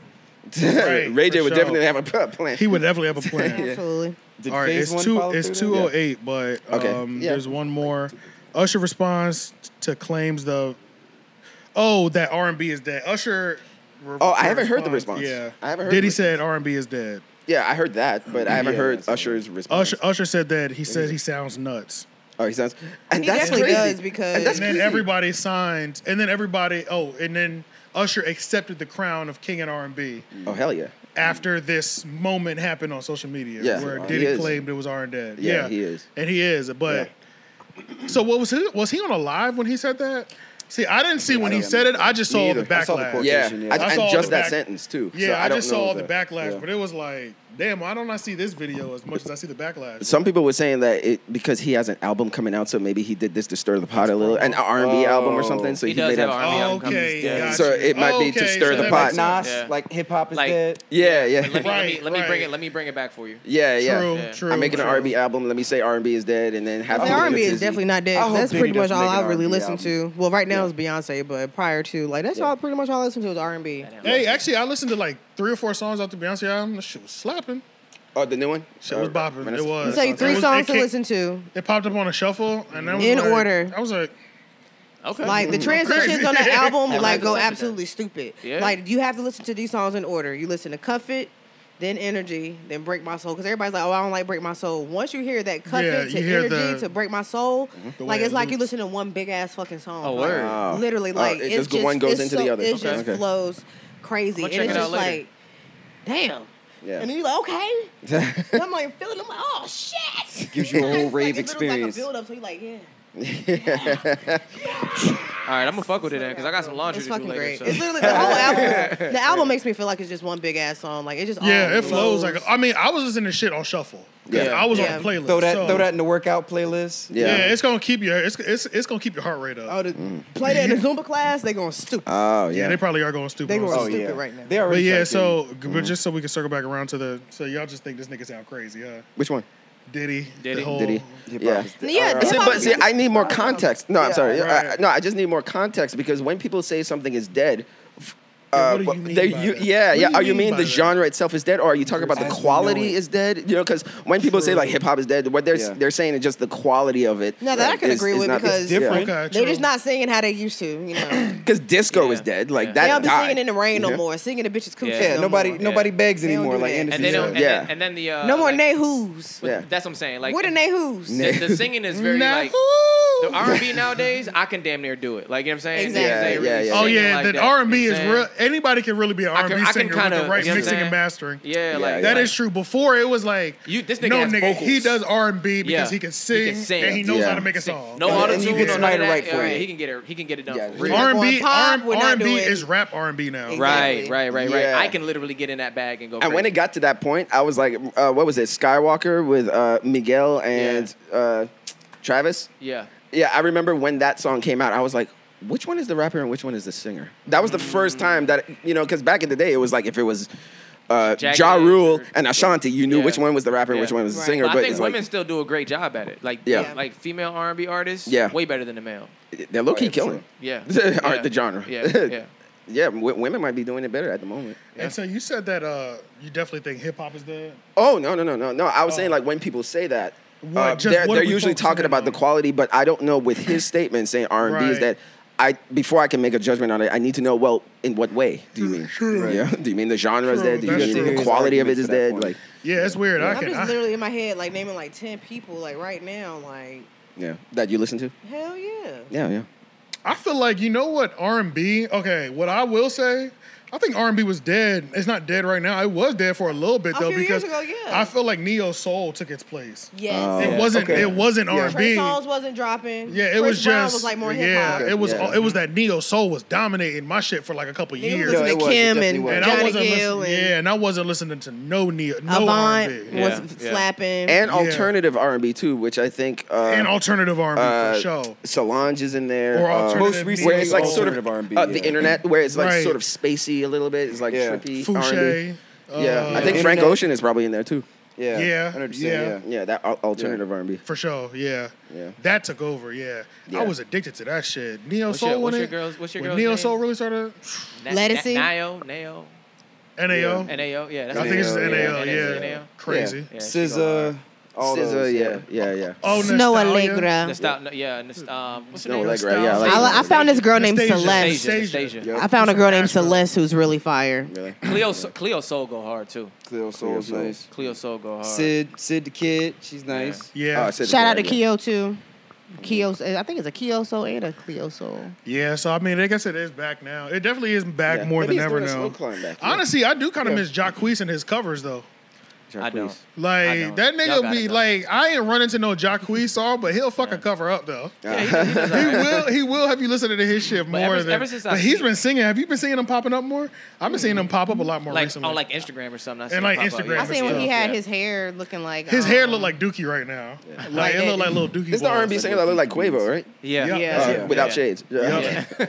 Speaker 3: Right,
Speaker 1: Ray J
Speaker 3: for
Speaker 1: would
Speaker 3: sure.
Speaker 1: definitely have a p- plan.
Speaker 3: he would definitely have a plan.
Speaker 4: Absolutely.
Speaker 2: Did
Speaker 3: All right,
Speaker 2: phase
Speaker 3: it's
Speaker 2: one
Speaker 3: two.
Speaker 2: follow
Speaker 3: It's
Speaker 2: through
Speaker 3: two
Speaker 2: then?
Speaker 3: oh eight, but
Speaker 1: Okay.
Speaker 3: um,
Speaker 1: Yeah.
Speaker 3: there's one more. Usher responds to claims the. Oh, that R and B is dead. Usher. re-
Speaker 1: Oh, I haven't heard the response.
Speaker 3: Yeah,
Speaker 1: I haven't heard
Speaker 3: Diddy
Speaker 1: the-
Speaker 3: said R and B is dead.
Speaker 1: yeah, I heard that, but I haven't
Speaker 2: Yeah,
Speaker 1: heard
Speaker 2: that's-
Speaker 1: Usher's response.
Speaker 3: Usher, Usher said that he said he sounds nuts,
Speaker 1: Oh, he sounds. And
Speaker 4: He
Speaker 1: that's
Speaker 4: definitely
Speaker 1: crazy.
Speaker 4: does because-
Speaker 1: and that's
Speaker 3: and then
Speaker 1: crazy.
Speaker 3: everybody signed, and then everybody. Oh, and then Usher accepted the crown of king and R and B
Speaker 1: Oh hell yeah.
Speaker 3: after this moment happened on social media,
Speaker 1: Yeah.
Speaker 3: where
Speaker 1: He
Speaker 3: Diddy
Speaker 1: is.
Speaker 3: claimed it was R and dead.
Speaker 1: Yeah, he is.
Speaker 3: and he is. But so what was he? Was he on a live when he said that? See, I didn't see when he said it. I just saw the
Speaker 1: either.
Speaker 3: backlash.
Speaker 2: I saw the court
Speaker 1: Yeah,
Speaker 2: Yeah.
Speaker 1: I,
Speaker 2: I
Speaker 1: and
Speaker 3: saw
Speaker 1: just
Speaker 3: the
Speaker 1: that
Speaker 3: back-
Speaker 1: sentence too.
Speaker 3: Yeah,
Speaker 1: so
Speaker 3: I,
Speaker 1: I, don't
Speaker 3: just
Speaker 1: know
Speaker 3: saw the, backlash,
Speaker 1: yeah.
Speaker 3: but it was like, damn, why don't I see this video as much as I see the backlash?
Speaker 1: Some people were saying that it because he has an album coming out, so maybe he did this to stir the pot a little, an R and B album or something. So
Speaker 5: He
Speaker 1: he,
Speaker 5: does
Speaker 1: made
Speaker 5: have
Speaker 1: a-
Speaker 5: R&B.
Speaker 3: Oh,
Speaker 5: album coming
Speaker 3: okay,
Speaker 5: instead.
Speaker 3: gotcha.
Speaker 1: So it might be to
Speaker 3: Okay,
Speaker 1: stir the
Speaker 3: that
Speaker 1: pot.
Speaker 2: like
Speaker 3: makes
Speaker 2: Nas,
Speaker 5: Yeah.
Speaker 2: like hip hop is
Speaker 5: Like-
Speaker 2: dead.
Speaker 1: Yeah, yeah,
Speaker 5: But let me, let me,
Speaker 3: Right,
Speaker 5: let me bring
Speaker 3: right.
Speaker 5: it. Let me bring it back for you.
Speaker 1: yeah, yeah.
Speaker 3: True,
Speaker 5: Yeah.
Speaker 3: true.
Speaker 1: I'm making an
Speaker 3: true.
Speaker 1: R&B album. Let me say R&B is dead, and then half
Speaker 2: I
Speaker 1: of
Speaker 4: The
Speaker 1: it
Speaker 2: hope
Speaker 4: R&B
Speaker 2: Diddy
Speaker 4: is
Speaker 1: is-
Speaker 4: definitely not dead.
Speaker 2: I hope
Speaker 4: That's
Speaker 2: Diddy
Speaker 4: pretty much
Speaker 2: doesn't
Speaker 4: all
Speaker 2: make an
Speaker 4: I really
Speaker 2: R&B
Speaker 4: listen
Speaker 2: album.
Speaker 4: to. Well, right now it's Beyonce, but prior to like that's all pretty much all I listen to is R&B.
Speaker 3: Hey, actually, I listened to like three or four songs off the Beyonce album. That shit was slapping.
Speaker 1: Oh, the new one.
Speaker 3: Shit was
Speaker 1: Uh,
Speaker 3: bopping. It
Speaker 1: Renaissance-
Speaker 3: was.
Speaker 4: I'll tell you
Speaker 3: It
Speaker 4: three
Speaker 3: was-
Speaker 4: songs
Speaker 3: it
Speaker 4: to
Speaker 3: came-
Speaker 4: listen to.
Speaker 3: It popped up on a shuffle, and I was
Speaker 4: In
Speaker 3: like-
Speaker 4: order.
Speaker 3: I was like,
Speaker 5: Okay.
Speaker 4: Like the transitions
Speaker 3: Crazy.
Speaker 4: on the album
Speaker 5: Yeah,
Speaker 4: like
Speaker 5: right.
Speaker 4: go absolutely stupid.
Speaker 5: Yeah.
Speaker 4: Like you have to listen to these songs in order. You listen to Cuff It, then Energy, then Break My Soul. Because everybody's like, oh, I don't like Break My Soul. Once you hear that Cuff
Speaker 3: Yeah,
Speaker 4: It to
Speaker 3: you hear
Speaker 4: Energy
Speaker 3: the-
Speaker 4: to Break My Soul,
Speaker 3: The
Speaker 4: like
Speaker 3: way
Speaker 4: it's
Speaker 3: it
Speaker 4: like you
Speaker 3: loops.
Speaker 4: listen to one big ass fucking song.
Speaker 5: Oh,
Speaker 4: Like,
Speaker 5: word.
Speaker 1: Wow.
Speaker 4: Literally,
Speaker 1: Oh,
Speaker 4: like
Speaker 1: it
Speaker 4: it's
Speaker 1: just go- one goes
Speaker 4: it's
Speaker 1: into
Speaker 4: so-
Speaker 1: the other.
Speaker 4: It
Speaker 1: Okay.
Speaker 4: just
Speaker 1: Okay.
Speaker 4: flows crazy,
Speaker 5: I'm
Speaker 4: and
Speaker 5: gonna
Speaker 4: it's
Speaker 5: check it out
Speaker 4: just
Speaker 5: later.
Speaker 4: like, damn.
Speaker 1: Yeah.
Speaker 4: And then you're like, okay. And I'm like feeling, I'm like, oh shit.
Speaker 2: Gives you a whole
Speaker 4: It's
Speaker 2: rave
Speaker 4: like, It's literally like a
Speaker 2: experience.
Speaker 4: build up, so you're like, yeah.
Speaker 5: All right, I'm gonna fuck with it then because I got some laundry
Speaker 4: It's
Speaker 5: to do
Speaker 4: fucking
Speaker 5: later.
Speaker 4: great.
Speaker 5: So.
Speaker 4: It's literally the whole album. The album makes me feel like it's just one big ass song. Like it just all
Speaker 3: Yeah, it flows like I mean, I was listening to shit on shuffle. Yeah,
Speaker 1: Yeah.
Speaker 3: I was
Speaker 4: Oh, Yeah.
Speaker 3: on playlist.
Speaker 2: Throw that,
Speaker 3: so-
Speaker 2: throw that in the workout playlist.
Speaker 1: Yeah.
Speaker 3: Yeah. it's gonna keep your it's, it's it's gonna keep your heart rate up.
Speaker 4: oh, the, play that in the Zumba class. They going stupid.
Speaker 1: Oh
Speaker 3: yeah.
Speaker 1: yeah.
Speaker 3: they probably are going stupid.
Speaker 4: They
Speaker 3: on
Speaker 4: were
Speaker 3: some-
Speaker 4: all stupid right now.
Speaker 2: They already
Speaker 3: But yeah,
Speaker 2: tried
Speaker 3: so but just so we can circle back around to the so y'all just think this nigga sound crazy, huh?
Speaker 1: Which one?
Speaker 3: Diddy,
Speaker 5: Diddy.
Speaker 3: the whole,
Speaker 1: Diddy.
Speaker 2: to-
Speaker 1: Yeah.
Speaker 4: Yeah,
Speaker 2: Alright.
Speaker 4: Hip
Speaker 1: See,
Speaker 4: hop
Speaker 1: but
Speaker 4: is
Speaker 1: see,
Speaker 4: just-
Speaker 1: I need more context. No, I'm sorry. I, I-
Speaker 3: right.
Speaker 1: no, I just need more context because when people say something is dead, f-
Speaker 3: Yeah,
Speaker 1: uh,
Speaker 3: what do you mean
Speaker 1: they-
Speaker 3: by
Speaker 1: yeah,
Speaker 3: that? What do
Speaker 1: yeah.
Speaker 3: you
Speaker 1: Are you
Speaker 3: mean
Speaker 1: mean
Speaker 3: by
Speaker 1: the
Speaker 3: that?
Speaker 1: genre itself is dead, or are you talking about the
Speaker 2: As we know
Speaker 1: quality
Speaker 2: it.
Speaker 1: is dead? You know, because when people say like hip hop is dead, what they're s-
Speaker 2: Yeah.
Speaker 1: they're saying is just the quality of it.
Speaker 4: No, that I
Speaker 1: like,
Speaker 4: can
Speaker 1: is-
Speaker 4: agree
Speaker 1: is
Speaker 4: with
Speaker 1: not-
Speaker 4: because- It's different.
Speaker 3: Okay,
Speaker 4: They're
Speaker 3: true.
Speaker 4: just not singing how they used to. You know,
Speaker 1: because disco
Speaker 5: Yeah.
Speaker 1: is dead. Like
Speaker 5: Yeah.
Speaker 1: that
Speaker 4: they don't be
Speaker 1: died.
Speaker 4: singing in the rain no more. Singing the bitches coochie.
Speaker 5: Yeah,
Speaker 2: Yeah,
Speaker 4: no
Speaker 2: nobody
Speaker 4: more.
Speaker 2: nobody begs
Speaker 4: They don't
Speaker 2: anymore
Speaker 4: do
Speaker 2: like
Speaker 4: that.
Speaker 2: Anderson
Speaker 5: and they don't.
Speaker 2: said.
Speaker 5: And,
Speaker 1: Yeah.
Speaker 5: then, and then the uh,
Speaker 4: No more
Speaker 5: like,
Speaker 4: nay who's.
Speaker 1: Yeah.
Speaker 5: That's what I'm saying. Like
Speaker 4: Where the nay who's?
Speaker 5: the, the singing is very
Speaker 3: Nah.
Speaker 5: like the R&B nowadays. I can damn near do it. Like you know what I'm saying?
Speaker 4: Exactly.
Speaker 5: Niggas ain't
Speaker 1: Yeah,
Speaker 5: really
Speaker 1: yeah, yeah.
Speaker 3: Oh
Speaker 5: singing
Speaker 3: yeah,
Speaker 5: like
Speaker 3: that
Speaker 5: that,
Speaker 3: R and B
Speaker 5: you know
Speaker 3: is
Speaker 5: what I'm
Speaker 3: real.
Speaker 5: saying?
Speaker 3: Anybody can really be an
Speaker 5: I
Speaker 3: R
Speaker 5: can-
Speaker 3: and B
Speaker 5: I can
Speaker 3: singer with
Speaker 5: kinda-
Speaker 3: the right
Speaker 5: you know what I'm
Speaker 3: mixing
Speaker 5: saying?
Speaker 3: and mastering.
Speaker 5: Yeah,
Speaker 1: Yeah,
Speaker 5: like
Speaker 1: yeah.
Speaker 5: like,
Speaker 3: That is true. Before it was like
Speaker 5: You- this nigga
Speaker 3: no
Speaker 5: has
Speaker 3: nigga, he
Speaker 5: vocals.
Speaker 3: does R and B because
Speaker 5: Yeah.
Speaker 3: he can
Speaker 5: He
Speaker 3: sing
Speaker 5: can sing.
Speaker 3: and he knows
Speaker 1: Yeah.
Speaker 3: how to make a
Speaker 5: sing-
Speaker 3: song.
Speaker 5: No
Speaker 2: And-
Speaker 5: auto
Speaker 2: and you
Speaker 5: tune.
Speaker 2: get
Speaker 5: no
Speaker 2: somebody
Speaker 5: none of
Speaker 2: to write
Speaker 5: that.
Speaker 2: for
Speaker 5: Yeah,
Speaker 2: it.
Speaker 5: He can get it. He can get it done
Speaker 1: Yeah,
Speaker 5: for
Speaker 1: yeah.
Speaker 5: real.
Speaker 3: R and B,
Speaker 4: Going pop, we're not
Speaker 3: R and B
Speaker 4: doing-
Speaker 3: is rap R and B now.
Speaker 5: Right, right, right, right.
Speaker 1: Yeah.
Speaker 5: I can literally get in that bag and go.
Speaker 1: And when it got to that point, I was like, uh, what was it? Skywalker with uh, Miguel and uh, Travis.
Speaker 5: yeah,
Speaker 1: Yeah, I remember when that song came out, I was like, which one is the rapper and which one is the singer? That was the
Speaker 5: Mm.
Speaker 1: first time that, you know, because back in the day, it was like if it was uh,
Speaker 5: Jagged
Speaker 1: Ja
Speaker 5: Edge
Speaker 1: Rule
Speaker 5: or-
Speaker 1: and Ashanti, you knew
Speaker 5: Yeah.
Speaker 1: which one was the rapper and
Speaker 5: Yeah.
Speaker 1: which one was the
Speaker 4: Right.
Speaker 1: singer.
Speaker 5: but
Speaker 1: But
Speaker 5: I think
Speaker 1: it's
Speaker 5: women
Speaker 1: like,
Speaker 5: still do a great job at it. Like
Speaker 1: Yeah.
Speaker 5: yeah, like female R&B artists.
Speaker 1: Yeah.
Speaker 5: way better than the male.
Speaker 1: they're low key
Speaker 2: Right,
Speaker 1: killing.
Speaker 5: Oh, Yeah,
Speaker 1: Art-
Speaker 5: Yeah.
Speaker 1: the genre.
Speaker 5: Yeah, yeah.
Speaker 1: Yeah, w- women might be doing it better at the moment.
Speaker 3: And so you said that uh, you definitely think hip hop is dead.
Speaker 1: Oh no no no no no! I was saying
Speaker 3: Oh.
Speaker 1: like when people say that,
Speaker 3: What-
Speaker 1: uh,
Speaker 3: just
Speaker 1: they're,
Speaker 3: what
Speaker 1: they're
Speaker 3: are we
Speaker 1: usually
Speaker 3: focusing
Speaker 1: talking about
Speaker 3: on?
Speaker 1: the quality, but I don't know with his statement saying R and B is
Speaker 3: Right.
Speaker 1: that. I before I can make a judgment on it, I need to know well in what way do you mean?
Speaker 3: True.
Speaker 1: Yeah, do you mean the genre is
Speaker 3: True,
Speaker 1: dead? Do you
Speaker 3: that's
Speaker 1: mean the
Speaker 2: true.
Speaker 1: quality of it is
Speaker 2: Arguments to that
Speaker 1: dead?
Speaker 2: point.
Speaker 1: Like
Speaker 3: Yeah, it's weird. I
Speaker 4: I'm
Speaker 3: can.
Speaker 4: just
Speaker 3: I,
Speaker 4: literally in my head like naming like ten people like right now like
Speaker 1: yeah, that you listen to?
Speaker 4: hell yeah.
Speaker 1: Yeah, yeah.
Speaker 3: I feel like you know what R and B. Okay, what I will say, I think R and B was dead. It's not dead right now. It was dead for a little bit
Speaker 4: A
Speaker 3: though
Speaker 4: few
Speaker 3: because
Speaker 4: years ago, yeah.
Speaker 3: I feel like neo soul took its place.
Speaker 4: Yes.
Speaker 1: Oh.
Speaker 3: It wasn't.
Speaker 2: okay.
Speaker 3: It wasn't
Speaker 2: Yeah.
Speaker 3: R and
Speaker 4: Trey
Speaker 3: B.
Speaker 4: Songz wasn't dropping.
Speaker 3: Yeah, it
Speaker 4: Chris
Speaker 3: was
Speaker 4: Brown
Speaker 3: just
Speaker 4: was like more hip
Speaker 3: yeah.
Speaker 4: hop.
Speaker 3: It was
Speaker 1: Yeah.
Speaker 3: it was that neo soul was dominating my shit for like a couple
Speaker 4: They
Speaker 3: years.
Speaker 4: were
Speaker 2: No,
Speaker 4: listening
Speaker 2: it
Speaker 4: to
Speaker 2: was, it
Speaker 4: Kim
Speaker 2: definitely
Speaker 4: and
Speaker 2: was.
Speaker 3: and I
Speaker 4: Johnny
Speaker 3: wasn't
Speaker 4: Gill
Speaker 3: listening, yeah,
Speaker 4: and
Speaker 3: and I wasn't listening to no neo, no
Speaker 4: Avant
Speaker 3: R&B,
Speaker 5: Yeah,
Speaker 4: was
Speaker 5: yeah.
Speaker 4: slapping.
Speaker 1: And
Speaker 3: Yeah.
Speaker 1: alternative R and B too, which I think uh,
Speaker 3: and alternative R&B
Speaker 1: uh,
Speaker 3: for sure.
Speaker 1: Solange is in there.
Speaker 3: Or
Speaker 1: uh,
Speaker 3: alternative
Speaker 2: Most
Speaker 3: music.
Speaker 2: recently,
Speaker 1: where it's like sort of
Speaker 2: alternative R&B,
Speaker 1: uh, the
Speaker 2: yeah.
Speaker 1: internet, where it's like
Speaker 3: Right.
Speaker 1: sort of spacey a little bit. It's like
Speaker 2: Yeah.
Speaker 1: trippy R&B.
Speaker 3: Fouché.
Speaker 1: Yeah, I
Speaker 3: uh,
Speaker 1: think Frank
Speaker 2: Internet.
Speaker 1: Ocean is probably in there too.
Speaker 2: Yeah,
Speaker 3: Yeah,
Speaker 2: 100%,
Speaker 3: yeah.
Speaker 1: Yeah, that al- alternative R&B.
Speaker 3: For sure, yeah.
Speaker 1: Yeah.
Speaker 3: That took over, yeah.
Speaker 1: Yeah.
Speaker 3: I was addicted to that shit. Neo
Speaker 5: What's
Speaker 3: Soul
Speaker 5: your- what's
Speaker 3: when
Speaker 5: your
Speaker 3: it-
Speaker 5: girl's- what's your
Speaker 3: when
Speaker 5: girl's
Speaker 3: Neo
Speaker 5: name?
Speaker 3: Soul really started
Speaker 5: Na-
Speaker 4: Lettucey?
Speaker 5: Na- Nao, Nao,
Speaker 3: NAO.
Speaker 5: Nao. Yeah, that's
Speaker 3: I think it's just
Speaker 1: NAO,
Speaker 3: NAO, yeah.
Speaker 5: NAO.
Speaker 3: Crazy.
Speaker 5: Yeah, she uh,
Speaker 2: SZA, all
Speaker 1: SZA,
Speaker 2: those,
Speaker 1: yeah, yeah, yeah.
Speaker 3: Oh,
Speaker 4: Snow
Speaker 3: Nostalgia.
Speaker 4: Allegra.
Speaker 5: Nostal- no, yeah, nos- um, what's her
Speaker 1: No,
Speaker 5: name?
Speaker 1: like right, yeah, like,
Speaker 4: I, li- I found this girl named
Speaker 3: Nastasia.
Speaker 4: Celeste.
Speaker 5: Anastasia.
Speaker 3: Anastasia.
Speaker 5: Anastasia.
Speaker 2: Yep.
Speaker 4: I found a girl named
Speaker 3: Asheville.
Speaker 4: Celeste who's really fire.
Speaker 1: really.
Speaker 5: Cleo, So- Cleo Soul go hard too.
Speaker 2: Cleo Soul's
Speaker 1: Soul.
Speaker 2: nice.
Speaker 5: Cleo Soul go hard.
Speaker 2: Sid, Sid the Kid, she's nice.
Speaker 3: Yeah.
Speaker 1: Oh, I said
Speaker 4: Shout out to
Speaker 1: yeah.
Speaker 4: Keo too. Keo, I think it's a Keo soul and a Cleo soul.
Speaker 3: yeah, so I mean, I guess it is back now. It definitely is back
Speaker 1: Yeah.
Speaker 3: more
Speaker 1: Maybe he's
Speaker 3: than ever
Speaker 1: doing a slow
Speaker 3: now.
Speaker 1: climb back, yeah.
Speaker 3: Honestly, I do kind of miss Jacquees and his covers, though.
Speaker 5: I don't. I
Speaker 3: Like,
Speaker 5: don't.
Speaker 3: that
Speaker 5: Y'all
Speaker 3: nigga
Speaker 5: gotta
Speaker 3: be
Speaker 5: know.
Speaker 3: like, I ain't running to no Jacquees song, but he'll fucking cover up, though.
Speaker 5: Yeah, he, he does all
Speaker 3: He
Speaker 5: right.
Speaker 3: will. He will have you listening to his shit more
Speaker 5: ever-
Speaker 3: than.
Speaker 5: ever since I
Speaker 3: but he's
Speaker 5: see-
Speaker 3: been singing. Have you been seeing him popping up more? I've been seeing him pop up a lot more
Speaker 5: like
Speaker 3: recently.
Speaker 5: on like Instagram or something. I
Speaker 3: And, like,
Speaker 5: it pop up,
Speaker 3: Instagram
Speaker 5: yeah.
Speaker 4: I seen when he
Speaker 3: stuff,
Speaker 4: had his hair looking like
Speaker 3: his hair look
Speaker 4: um,
Speaker 3: like Dookie right now. Like,
Speaker 4: Like
Speaker 3: it look
Speaker 4: that.
Speaker 3: like little Dookie.
Speaker 1: It's the
Speaker 3: balls.
Speaker 1: R&B singer that looked like Quavo, right?
Speaker 5: Yeah,
Speaker 3: Yeah.
Speaker 4: Yeah.
Speaker 1: Uh,
Speaker 5: yeah.
Speaker 1: Without
Speaker 5: yeah.
Speaker 1: shades. Yeah.
Speaker 3: Yeah.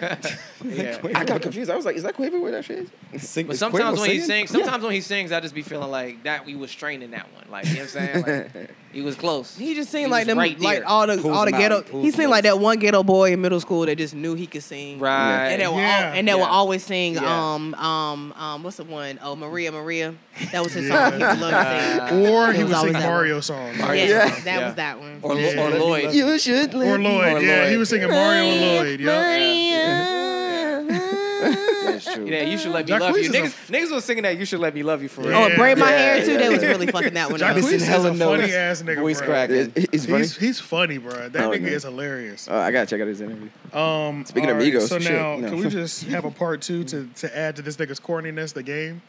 Speaker 5: Yeah.
Speaker 1: I got confused. I was like, is that Quavo without shades?
Speaker 2: Sing-
Speaker 5: But
Speaker 2: is
Speaker 5: sometimes
Speaker 2: Quavo
Speaker 5: when he
Speaker 2: singing?
Speaker 5: sings, sometimes when he sings, I just be feeling like that we was straining that one. Like you know what I'm saying? Like, he was close.
Speaker 4: He just seemed
Speaker 5: He
Speaker 4: like
Speaker 5: was
Speaker 4: them,
Speaker 5: right
Speaker 4: like
Speaker 5: there.
Speaker 4: all the
Speaker 2: Pulls
Speaker 4: all the
Speaker 2: him out
Speaker 4: ghetto.
Speaker 2: and pulls
Speaker 4: He seemed
Speaker 2: him
Speaker 4: like
Speaker 2: up.
Speaker 4: that one ghetto boy in middle school that just knew he could sing.
Speaker 5: right.
Speaker 4: And that were
Speaker 3: Yeah.
Speaker 4: all, and that were
Speaker 5: Yeah.
Speaker 4: always sing.
Speaker 5: Yeah.
Speaker 4: Um, um, um, what's the one? Oh, Maria, Maria. That was his
Speaker 3: Yeah.
Speaker 4: song. He loved to sing.
Speaker 3: Or
Speaker 4: It
Speaker 3: he would
Speaker 4: was
Speaker 3: sing
Speaker 4: always that
Speaker 3: Mario songs.
Speaker 4: Yeah,
Speaker 5: Mario.
Speaker 4: that
Speaker 5: Yeah.
Speaker 4: was that one.
Speaker 5: Or,
Speaker 3: Yeah.
Speaker 5: or Lloyd.
Speaker 1: You should
Speaker 3: Or Lloyd.
Speaker 5: Or
Speaker 3: Yeah, he
Speaker 5: Lloyd.
Speaker 3: was singing Mario and Lloyd. Yeah.
Speaker 2: That's true.
Speaker 5: Yeah, you should let me
Speaker 3: Jacquees
Speaker 5: love you.
Speaker 3: is a-
Speaker 5: Niggas, niggas was singing that you should let me love you for real.
Speaker 4: Oh,
Speaker 3: Yeah.
Speaker 4: braid my
Speaker 1: Yeah,
Speaker 4: hair too.
Speaker 1: yeah,
Speaker 4: They was
Speaker 1: yeah.
Speaker 4: really fucking that one up.
Speaker 3: Jacquees
Speaker 2: Missing
Speaker 3: is
Speaker 2: hella
Speaker 3: a
Speaker 2: notes.
Speaker 3: funny ass nigga.
Speaker 2: Voice
Speaker 3: bruh.
Speaker 2: crack.
Speaker 1: Is- He's funny.
Speaker 3: He's he's funny, bro. That
Speaker 1: Oh,
Speaker 3: nigga
Speaker 1: man.
Speaker 3: is hilarious.
Speaker 1: Uh, I gotta check out his interview.
Speaker 3: Um,
Speaker 1: Speaking of
Speaker 3: alright,
Speaker 1: Migos,
Speaker 3: so
Speaker 1: shit,
Speaker 3: now
Speaker 1: no.
Speaker 3: can we just have a part two to, to add to this nigga's corniness? The game.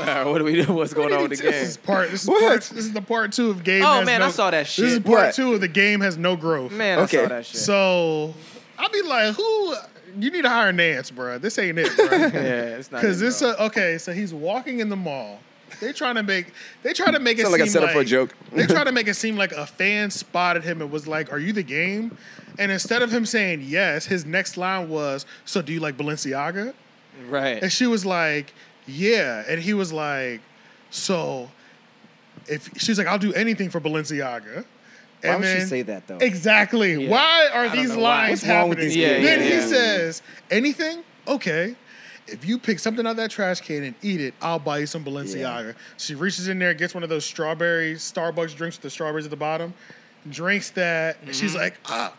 Speaker 5: Alright, what do we do? What's going on with the
Speaker 3: This
Speaker 5: game?
Speaker 3: is part. This is,
Speaker 1: What?
Speaker 3: part, this is the part two of game.
Speaker 5: Oh,
Speaker 3: has
Speaker 5: man,
Speaker 3: no-
Speaker 5: I saw that shit.
Speaker 3: This is part
Speaker 1: What?
Speaker 3: two of the game has no growth.
Speaker 5: Man,
Speaker 1: Okay.
Speaker 5: I saw that shit.
Speaker 3: So I'll be like, who? you need to hire Nance, bro. This ain't it, bro.
Speaker 5: Yeah, it's not.
Speaker 3: Because
Speaker 5: it,
Speaker 3: this
Speaker 5: bro.
Speaker 3: uh, okay, so he's walking in the mall. They trying to make they trying to make it
Speaker 1: Sound like I
Speaker 3: seem
Speaker 1: set up for a joke.
Speaker 3: they try to make it seem like a fan spotted him and was like, "Are you the game?" And instead of him saying yes, his next line was, "So do you like Balenciaga?" And
Speaker 5: right.
Speaker 3: she was like, "Yeah," and he was like, "So if she's like, I'll do anything for Balenciaga."
Speaker 2: Why
Speaker 3: And
Speaker 2: would she
Speaker 3: then-
Speaker 2: say that though?
Speaker 3: Exactly.
Speaker 5: Yeah.
Speaker 3: Why are
Speaker 5: don't
Speaker 3: these
Speaker 5: know why.
Speaker 3: lines
Speaker 2: What's wrong with
Speaker 3: happening?
Speaker 2: these
Speaker 5: kids?
Speaker 3: then
Speaker 5: Yeah,
Speaker 3: he
Speaker 5: yeah.
Speaker 3: says, anything? Okay. If you pick something out of that trash can and eat it, I'll buy you some Balenciaga. She reaches in there, gets one of those strawberry Starbucks drinks with the strawberries at the bottom, drinks that, and
Speaker 5: Mm-hmm.
Speaker 3: she's like, ah,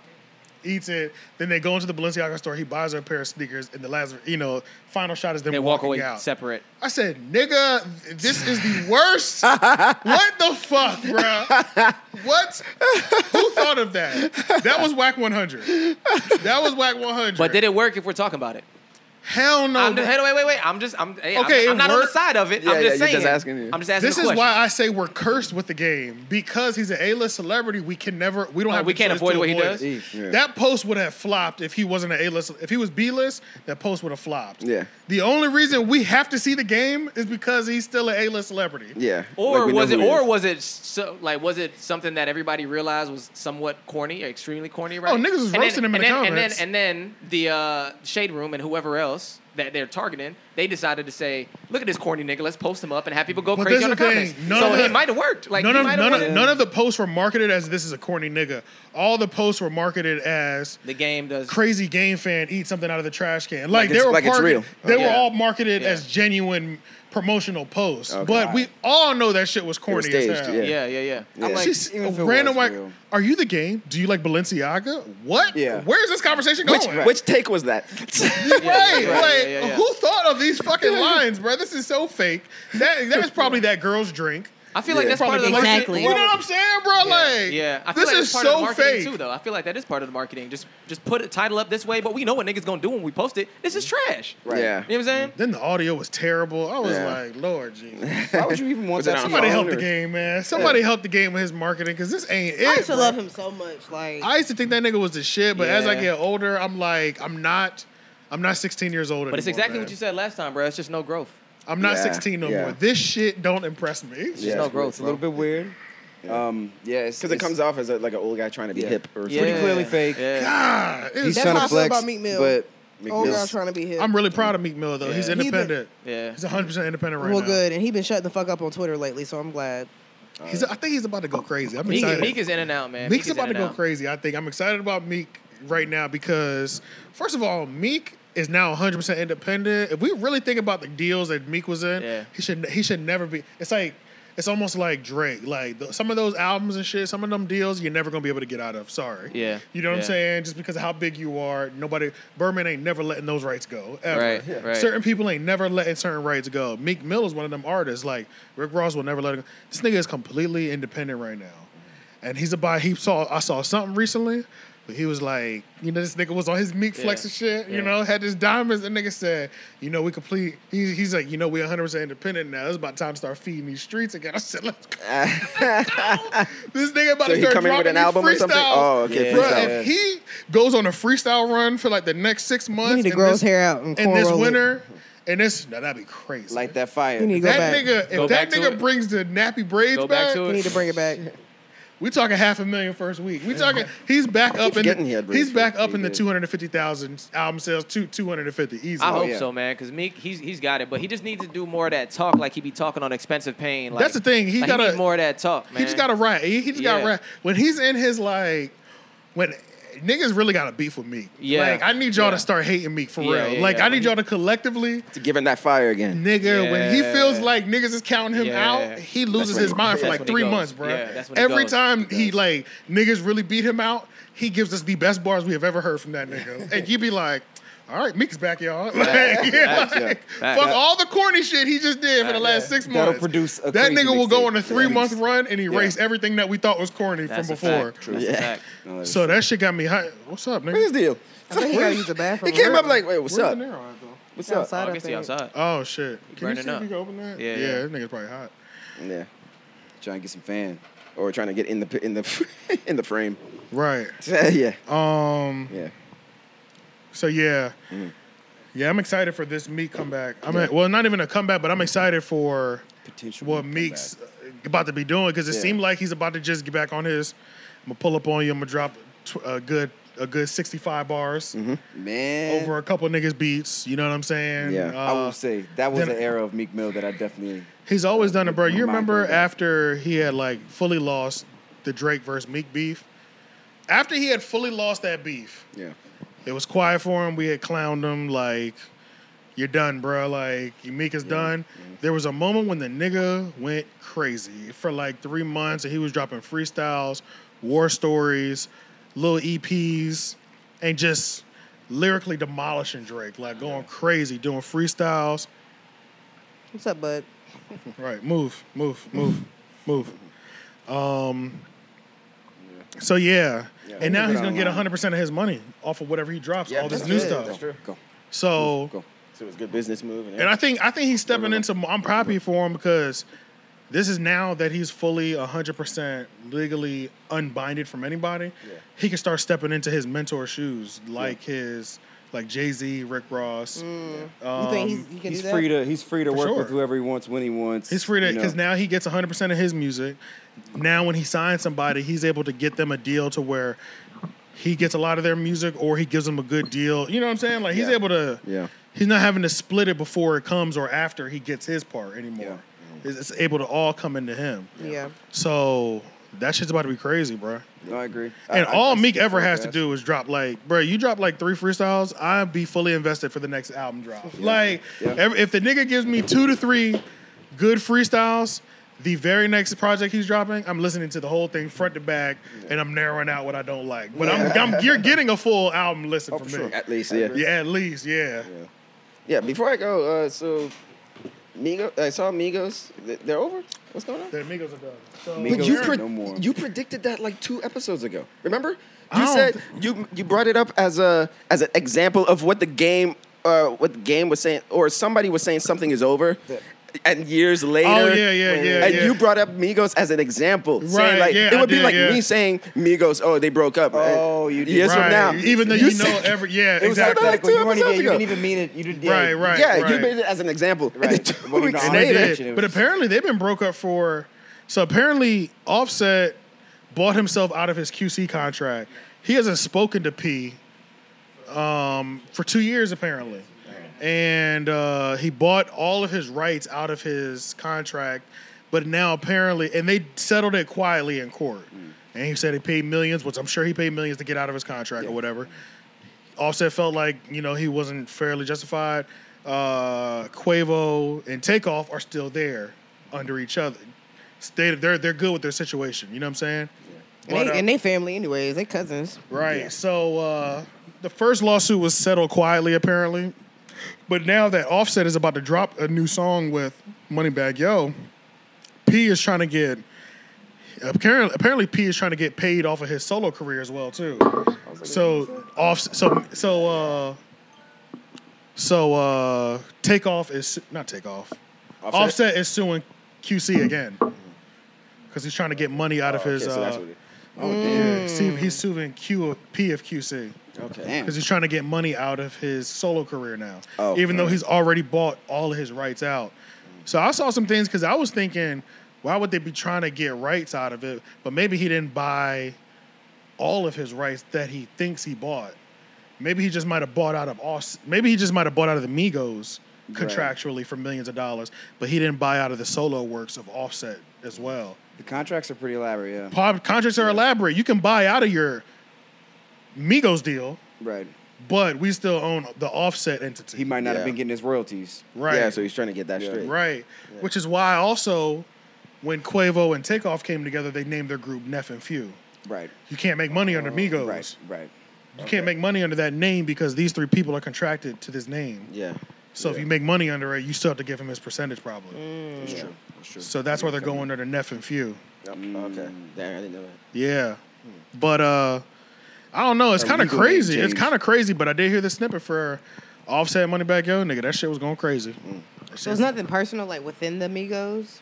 Speaker 3: eats it. Then they go into the Balenciaga store. He buys her a pair of sneakers, and the last, you know, final shot is them
Speaker 5: They walk
Speaker 3: walking
Speaker 5: away
Speaker 3: out.
Speaker 5: separate.
Speaker 3: I said, nigga, this is the worst. what the fuck, bro? What? Who thought of that? That was whack 100. That was whack 100.
Speaker 5: But did it work? If we're talking about it,
Speaker 3: Hell no.
Speaker 5: I'm just, hey, wait, wait, wait. I'm just, I'm, hey,
Speaker 3: Oh, Okay,
Speaker 5: I'm,
Speaker 3: it
Speaker 5: I'm not on the
Speaker 3: worked.
Speaker 5: side of it.
Speaker 1: Yeah,
Speaker 5: I'm just
Speaker 1: yeah,
Speaker 5: saying.
Speaker 1: you're just asking it.
Speaker 5: I'm just asking.
Speaker 3: this
Speaker 5: the
Speaker 3: is
Speaker 5: question.
Speaker 3: why I say we're cursed with the game because he's an A-list celebrity. We can never, we don't
Speaker 5: Oh,
Speaker 3: have.
Speaker 5: we
Speaker 3: the
Speaker 5: can't
Speaker 3: choice
Speaker 5: avoid
Speaker 3: to
Speaker 5: what he
Speaker 3: avoid
Speaker 5: does?
Speaker 3: it.
Speaker 2: Yeah.
Speaker 3: That post would have flopped if he wasn't an A-list. If he was B-list, that post would have flopped.
Speaker 1: Yeah.
Speaker 3: The only reason we have to see the game is because he's still an A-list celebrity.
Speaker 1: Yeah.
Speaker 5: Or
Speaker 1: Like, we know
Speaker 5: was it?
Speaker 1: who he
Speaker 5: Or
Speaker 1: is.
Speaker 5: was it? So, like, was it something that everybody realized was somewhat corny, or extremely corny? Right?
Speaker 3: Oh, niggas was
Speaker 5: And then-
Speaker 3: roasting him in
Speaker 5: and
Speaker 3: the
Speaker 5: then-
Speaker 3: comments.
Speaker 5: And then, and then the uh, shade room and whoever else that they're targeting, they decided to say, "Look at this corny nigga. Let's post him up and have people go
Speaker 3: But
Speaker 5: crazy
Speaker 3: there's
Speaker 5: on the,
Speaker 3: the thing,
Speaker 5: comments."
Speaker 3: none
Speaker 5: so
Speaker 3: of the-
Speaker 5: it might have worked. Like,
Speaker 3: none
Speaker 5: he
Speaker 3: of
Speaker 5: might have
Speaker 3: none
Speaker 5: won
Speaker 3: of, none of the posts were marketed as this is a corny nigga. All the posts were marketed as
Speaker 5: the game does.
Speaker 3: crazy game fan eat something out of the trash can. Like,
Speaker 1: it's-
Speaker 3: they were
Speaker 1: like it's
Speaker 3: market-
Speaker 1: real.
Speaker 3: They were
Speaker 5: Yeah.
Speaker 3: all marketed
Speaker 5: Yeah.
Speaker 3: as genuine promotional posts. But we all know that shit was corny as
Speaker 1: staged,
Speaker 3: hell.
Speaker 1: yeah.
Speaker 5: yeah, yeah, yeah.
Speaker 2: I'm like,
Speaker 3: She's
Speaker 2: even if it
Speaker 3: random
Speaker 2: was
Speaker 3: like,
Speaker 2: real.
Speaker 3: are you the game? Do you like Balenciaga? What?
Speaker 2: Yeah.
Speaker 3: Where's this conversation
Speaker 1: Which,
Speaker 3: going?
Speaker 1: which take was that?
Speaker 3: Right,
Speaker 5: yeah,
Speaker 3: like
Speaker 5: yeah, yeah, yeah.
Speaker 3: who thought of these fucking lines, bro? This is so fake. That that is probably that girl's drink.
Speaker 5: I feel like that's part of the
Speaker 3: Like,
Speaker 5: marketing.
Speaker 7: Exactly.
Speaker 3: You know what I'm saying, bro? Like,
Speaker 5: yeah, I feel
Speaker 3: this
Speaker 5: like
Speaker 3: is
Speaker 5: that's part of the
Speaker 3: so
Speaker 5: marketing
Speaker 3: fake.
Speaker 5: too, though. I feel like that is part of the marketing. Just, just put a title up this way, but we know what niggas gonna do when we post it. This is trash.
Speaker 1: Right. Yeah.
Speaker 5: You know what I'm saying?
Speaker 3: Then the audio was terrible. I was
Speaker 1: Yeah.
Speaker 3: like, Lord Jesus.
Speaker 2: Why would you even want
Speaker 1: Was it
Speaker 2: that?
Speaker 1: on
Speaker 2: to
Speaker 3: Somebody
Speaker 2: your
Speaker 3: help the
Speaker 2: owner?
Speaker 3: game, man. Somebody help the game with his marketing because this ain't it.
Speaker 4: I used
Speaker 3: bro.
Speaker 4: to love him so much. Like
Speaker 3: I used to think that nigga was the shit, but as I
Speaker 5: Yeah.
Speaker 3: get older, I'm like, I'm not. I'm not 16 years old
Speaker 5: But it's
Speaker 3: anymore,
Speaker 5: exactly
Speaker 3: man.
Speaker 5: what you said last time, bro. It's just no growth.
Speaker 3: I'm not
Speaker 1: Yeah,
Speaker 3: 16 no
Speaker 1: yeah.
Speaker 3: more. This shit don't impress me.
Speaker 5: It's
Speaker 1: Yeah.
Speaker 5: just no
Speaker 2: It's
Speaker 5: growth.
Speaker 2: a little bit weird. Um, yeah, it's
Speaker 1: Because it comes
Speaker 2: out
Speaker 1: off as a, like an old guy trying to be
Speaker 2: Yeah.
Speaker 1: hip or
Speaker 2: pretty
Speaker 1: something.
Speaker 5: Yeah.
Speaker 2: clearly fake.
Speaker 5: Yeah.
Speaker 3: God, it's-
Speaker 2: He's
Speaker 4: That's
Speaker 2: trying
Speaker 4: how
Speaker 2: to
Speaker 4: I feel
Speaker 2: flex,
Speaker 4: about Meat Mill.
Speaker 2: but
Speaker 4: old girl
Speaker 1: Yes.
Speaker 4: trying to be hip.
Speaker 3: I'm really proud of Meek Mill though. He's
Speaker 5: Yeah. He
Speaker 4: been-
Speaker 3: independent.
Speaker 5: Yeah.
Speaker 3: He's 100 percent independent right
Speaker 4: well,
Speaker 3: now.
Speaker 4: good, and he been shutting the fuck up on Twitter lately, so I'm glad.
Speaker 3: He's, I think he's about to go crazy. I'm
Speaker 5: Meek,
Speaker 3: excited.
Speaker 5: Meek is in and out, man.
Speaker 3: Meek's
Speaker 5: Meek is
Speaker 3: about
Speaker 5: in
Speaker 3: to
Speaker 5: and
Speaker 3: go
Speaker 5: out.
Speaker 3: crazy. I think I'm excited about Meek right now because first of all, Meek is now 100 percent independent. If we really think about the deals that Meek was in,
Speaker 5: Yeah.
Speaker 3: he should he should never be. It's like it's almost like Drake. Like th- some of those albums and shit, some of them deals you're never gonna be able to get out of. Sorry.
Speaker 5: Yeah.
Speaker 3: You know what I'm
Speaker 5: Yeah.
Speaker 3: saying? Just because of how big you are, nobody Berman ain't never letting those rights go. Ever.
Speaker 5: Right, Yeah. right.
Speaker 3: Certain people ain't never letting certain rights go. Meek Mill is one of them artists. Like Rick Ross will never let him. This nigga is completely independent right now and he's about he saw I saw something recently. But he was like, you know, this nigga was on his meat flex
Speaker 5: Yeah,
Speaker 3: and shit, you
Speaker 5: yeah.
Speaker 3: know, had his diamonds. And nigga said, you know, we complete. He, he's like, you know, we 100% independent now. It's about time to start feeding these streets again. I said, let's go. this nigga about
Speaker 1: So
Speaker 3: to
Speaker 1: he
Speaker 3: start
Speaker 1: come in
Speaker 3: dropping
Speaker 1: with an
Speaker 3: these
Speaker 1: album or something?
Speaker 3: freestyles.
Speaker 1: Oh, okay,
Speaker 3: Bruh,
Speaker 1: freestyle.
Speaker 3: if he goes on a freestyle run for like the next six months,
Speaker 4: He need to
Speaker 3: and
Speaker 4: grow
Speaker 3: this-
Speaker 4: his hair out and
Speaker 3: and this
Speaker 4: cornroll it.
Speaker 3: winter, and this, now that'd be crazy.
Speaker 2: like that fire.
Speaker 4: You need to go
Speaker 3: that
Speaker 4: back.
Speaker 3: nigga,
Speaker 5: Go
Speaker 3: if that
Speaker 5: back to
Speaker 3: nigga
Speaker 5: it.
Speaker 3: brings the nappy braids
Speaker 5: Go back to
Speaker 4: You
Speaker 5: it.
Speaker 4: need to bring it back.
Speaker 3: we talking half a million first week. We talking he's back up in
Speaker 1: forgetting he
Speaker 3: the,
Speaker 1: had
Speaker 3: he's
Speaker 1: Bridgeford.
Speaker 3: back up in the
Speaker 1: He did.
Speaker 3: two hundred and fifty thousand album sales to two hundred and fifty easy.
Speaker 5: I hope
Speaker 2: yeah.
Speaker 5: so, man. Because Meek, he's he's got it, but he just needs to do more of that talk, like he be talking on expensive pain. Like,
Speaker 3: That's the thing, he
Speaker 5: like,
Speaker 3: gotta-
Speaker 5: need more of that talk, man.
Speaker 3: He just got to rap. He, he just got
Speaker 5: Yeah.
Speaker 3: to rap. When he's in his like, when niggas really got to beef with Meek.
Speaker 5: Yeah.
Speaker 3: Like I need y'all
Speaker 5: Yeah.
Speaker 3: to start hating Meek for
Speaker 5: Yeah,
Speaker 3: real.
Speaker 5: yeah,
Speaker 3: like
Speaker 5: yeah.
Speaker 3: I need y'all to collectively.
Speaker 1: To give him that fire again.
Speaker 3: Nigga, when he
Speaker 5: Yeah.
Speaker 3: feels like niggas is counting him
Speaker 5: Yeah.
Speaker 3: out, he loses
Speaker 1: when
Speaker 3: his
Speaker 1: he-
Speaker 3: mind for
Speaker 5: that's
Speaker 3: like
Speaker 5: when he
Speaker 3: three
Speaker 5: goes.
Speaker 3: months, bro.
Speaker 5: Yeah, that's when he
Speaker 3: Every
Speaker 5: goes.
Speaker 3: time he, like niggas really beat him out, he gives us the best bars we have ever heard from that nigga, and you be like. All right, Meek's back, y'all. Like, yeah, like,
Speaker 5: Facts, yeah. Facts.
Speaker 3: Fuck all the corny shit he just did for the last six months.
Speaker 2: That'll produce a crazy
Speaker 3: that nigga will go
Speaker 2: mixtape,
Speaker 3: on a
Speaker 2: at
Speaker 3: three month
Speaker 2: least.
Speaker 3: run and erase everything that we thought was corny
Speaker 5: That's
Speaker 3: from
Speaker 5: a
Speaker 3: before.
Speaker 5: fact. That's a
Speaker 1: Yeah.
Speaker 5: fact.
Speaker 2: No, that's-
Speaker 3: So that shit got me hot. What's up,
Speaker 1: What's his
Speaker 3: nigga?
Speaker 1: deal?
Speaker 4: I think he gotta use the bathroom.
Speaker 1: He came up
Speaker 4: Really?
Speaker 1: like, wait, what's
Speaker 3: Where's
Speaker 1: up?
Speaker 3: the narrow at, though?
Speaker 1: What's up?
Speaker 4: outside.
Speaker 5: Oh, I
Speaker 4: I
Speaker 5: can see
Speaker 4: think.
Speaker 5: outside.
Speaker 3: Oh shit! Can you
Speaker 5: Burning
Speaker 3: see if
Speaker 5: up.
Speaker 3: you can open that?
Speaker 5: Yeah,
Speaker 3: yeah,
Speaker 5: yeah.
Speaker 3: that nigga's probably hot.
Speaker 1: Yeah.
Speaker 2: trying to get some fan.
Speaker 1: Or trying to get in the in the in the frame.
Speaker 3: Right.
Speaker 1: yeah.
Speaker 3: Um.
Speaker 1: Yeah.
Speaker 3: So yeah, yeah, I'm excited for this Meek comeback. I'm well, not even a comeback, but I'm excited for
Speaker 2: Potential
Speaker 3: what
Speaker 2: Meek
Speaker 3: Meek's about to be doing because it
Speaker 2: Yeah.
Speaker 3: seemed like he's about to just get back on his. I'm gonna pull up on you. I'm gonna drop tw- a good a good 65 bars
Speaker 2: Mm-hmm. man.
Speaker 3: over a couple niggas beats. You know what I'm saying?
Speaker 1: Yeah.
Speaker 3: Uh,
Speaker 2: I will say that was
Speaker 3: then-
Speaker 2: the era of Meek Mill that I definitely.
Speaker 3: He's always done it, bro. You
Speaker 2: Michael
Speaker 3: remember
Speaker 2: Jackson.
Speaker 3: after he had like fully lost the Drake versus Meek beef? After he had fully lost that beef,
Speaker 1: Yeah.
Speaker 3: it was quiet for him. We had clowned him like, "You're done, bro. Like Meek is done." There was a moment when the nigga went crazy for like three months, and he was dropping freestyles, war stories, little EPs, and just lyrically demolishing Drake, like going crazy, doing freestyles.
Speaker 4: What's up, bud?
Speaker 3: Right. Move, move, move, move. Um. So yeah, and now he's gonna get 100 percent of his money off of whatever he drops, all this
Speaker 1: that's
Speaker 3: new
Speaker 1: good.
Speaker 3: stuff.
Speaker 1: That's true.
Speaker 2: Go,
Speaker 3: So,
Speaker 2: go.
Speaker 1: So it was a good business move.
Speaker 3: and I think I think he's stepping into. I'm happy for him because this is now that he's fully 100 percent legally unbinded from anybody. He can start stepping into his mentor shoes, like his like Jay Z, Rick Ross.
Speaker 1: Mm.
Speaker 4: you
Speaker 3: Um,
Speaker 4: think he's, he can
Speaker 2: He's
Speaker 4: do that?
Speaker 2: free to he's free to
Speaker 3: For
Speaker 2: work
Speaker 3: sure.
Speaker 2: with whoever he wants when he wants.
Speaker 3: He's free to
Speaker 2: you know.
Speaker 3: because now he gets 100 percent of his music. Now, when he signs somebody, he's able to get them a deal to where he gets a lot of their music, or he gives them a good deal. You know what I'm saying? Like he's able to.
Speaker 1: Yeah.
Speaker 3: He's not having to split it before it comes or after he gets his part anymore. It's, it's able to all come into him.
Speaker 4: Yeah.
Speaker 3: So that shit's about to be crazy, bro.
Speaker 2: No, I agree. I-
Speaker 3: And
Speaker 2: I-
Speaker 3: all
Speaker 2: I
Speaker 3: Meek
Speaker 2: speak
Speaker 3: ever
Speaker 2: for
Speaker 3: has to
Speaker 2: that.
Speaker 3: do is drop like, bro, you drop like three freestyles, I'd be fully invested for the next album drop. Like,
Speaker 2: Yeah.
Speaker 3: every, if the nigga gives me two to three good freestyles, the very next project he's dropping, I'm listening to the whole thing front to back, and I'm narrowing out what I don't like. But I'm, I'm you're getting a full album listen
Speaker 2: Oh,
Speaker 3: from
Speaker 2: for
Speaker 3: me.
Speaker 2: sure.
Speaker 1: At least, yeah.
Speaker 3: Yeah, at least, yeah.
Speaker 1: Yeah, before I go, uh, so Migos, I saw Migos. Th- They're over. What's going on?
Speaker 3: The Amigos are done. So,
Speaker 2: Migos
Speaker 1: but you,
Speaker 2: are
Speaker 1: pre-
Speaker 2: no more.
Speaker 1: you predicted that like two episodes ago. Remember?
Speaker 3: I
Speaker 1: You
Speaker 3: don't
Speaker 1: said
Speaker 3: th-
Speaker 1: you you brought it up as a as an example of what the game uh, what the game was saying or somebody was saying something is over. And years later,
Speaker 3: Oh, yeah, yeah, yeah,
Speaker 1: and
Speaker 3: yeah.
Speaker 1: you brought up Migos as an example,
Speaker 3: Right,
Speaker 1: saying like
Speaker 3: yeah,
Speaker 1: it
Speaker 3: I
Speaker 1: would be
Speaker 3: did,
Speaker 1: like
Speaker 3: yeah.
Speaker 1: me saying Migos, oh they broke up.
Speaker 2: Oh,
Speaker 1: Uh,
Speaker 2: you did.
Speaker 1: Years from
Speaker 3: right.
Speaker 1: now,
Speaker 3: even though you, know
Speaker 1: said-
Speaker 3: every yeah,
Speaker 2: It was
Speaker 3: exactly.
Speaker 1: like
Speaker 2: hypothetical.
Speaker 1: two
Speaker 2: You, weren't even,
Speaker 1: episodes
Speaker 2: you didn't
Speaker 1: ago.
Speaker 2: even mean it. You didn't. yeah.
Speaker 3: Right, right,
Speaker 1: yeah, you
Speaker 3: right.
Speaker 1: made it as an example. And
Speaker 2: Right.
Speaker 1: then two
Speaker 2: Well, you
Speaker 1: weeks
Speaker 2: know,
Speaker 3: And they
Speaker 2: Right.
Speaker 1: later,
Speaker 3: did. But apparently they've been broke up for so apparently Offset bought himself out of his QC contract. He hasn't spoken to P um, for two years apparently. And uh, he bought all of his rights out of his contract, but now apparently and they settled it quietly in court. And he said he paid millions, which I'm sure he paid millions to get out of his contract or whatever. Offset felt like you know he wasn't fairly justified. Uh, Quavo and Takeoff are still there under each other. They, they're they're good with their situation. You know what I'm saying?
Speaker 4: And,
Speaker 3: But,
Speaker 4: they,
Speaker 3: uh,
Speaker 4: and they family, anyways. They cousins.
Speaker 3: Right. So uh, the first lawsuit was settled quietly, apparently. But now that Offset is about to drop a new song with Moneybag Yo, P is trying to get. Apparently, apparently, P is trying to get paid off of his solo career as well too. So off, so so uh, so uh, takeoff is not takeoff. Offset, is suing QC again because he's trying to get money out of his.
Speaker 1: Oh, Okay, so that's
Speaker 3: uh,
Speaker 1: what it-
Speaker 3: yeah, see, he's suing Q of P of QC
Speaker 2: Damn.
Speaker 3: because he's trying to get money out of his solo career now.
Speaker 1: Oh,
Speaker 3: even though
Speaker 1: alright.
Speaker 3: he's already bought all of his rights out. So I saw some things because I was thinking, why would they be trying to get rights out of it? But maybe he didn't buy all of his rights that he thinks he bought. Maybe he just might have bought out of Aus- Maybe he just might have bought out of the Migos contractually for millions of dollars, but he didn't buy out of the solo works of Offset as well.
Speaker 2: The contracts are pretty elaborate. Yeah.
Speaker 3: Pop, contracts are elaborate. You can buy out of your Migos deal,
Speaker 2: Right.
Speaker 3: but we still own the offset entity.
Speaker 2: He might not have
Speaker 1: Yeah.
Speaker 2: been getting his royalties.
Speaker 3: right.
Speaker 1: Yeah, so he's trying to get that straight.
Speaker 3: right. Which is why also when Quavo and Takeoff came together, they named their group Neff and Few.
Speaker 2: Right.
Speaker 3: You can't make money under Migos.
Speaker 2: Right. Right.
Speaker 3: You can't make money under that name because these three people are contracted to this name.
Speaker 1: Yeah.
Speaker 3: So if you make money under it, you still have to give him his percentage probably.
Speaker 1: That's true. That's true.
Speaker 3: So that's why they're going under Neff and Few.
Speaker 1: Yep. Okay. Dang, I didn't know that.
Speaker 3: Yeah. But uh I don't know. It's kind of
Speaker 2: legal name
Speaker 3: crazy. It's
Speaker 2: change.
Speaker 3: kind of crazy, but I did hear the snippet for Offset Money Back Yo. Nigga, that shit was going crazy. That
Speaker 4: Mm. So
Speaker 3: shit-
Speaker 4: it's nothing personal, like within the Migos.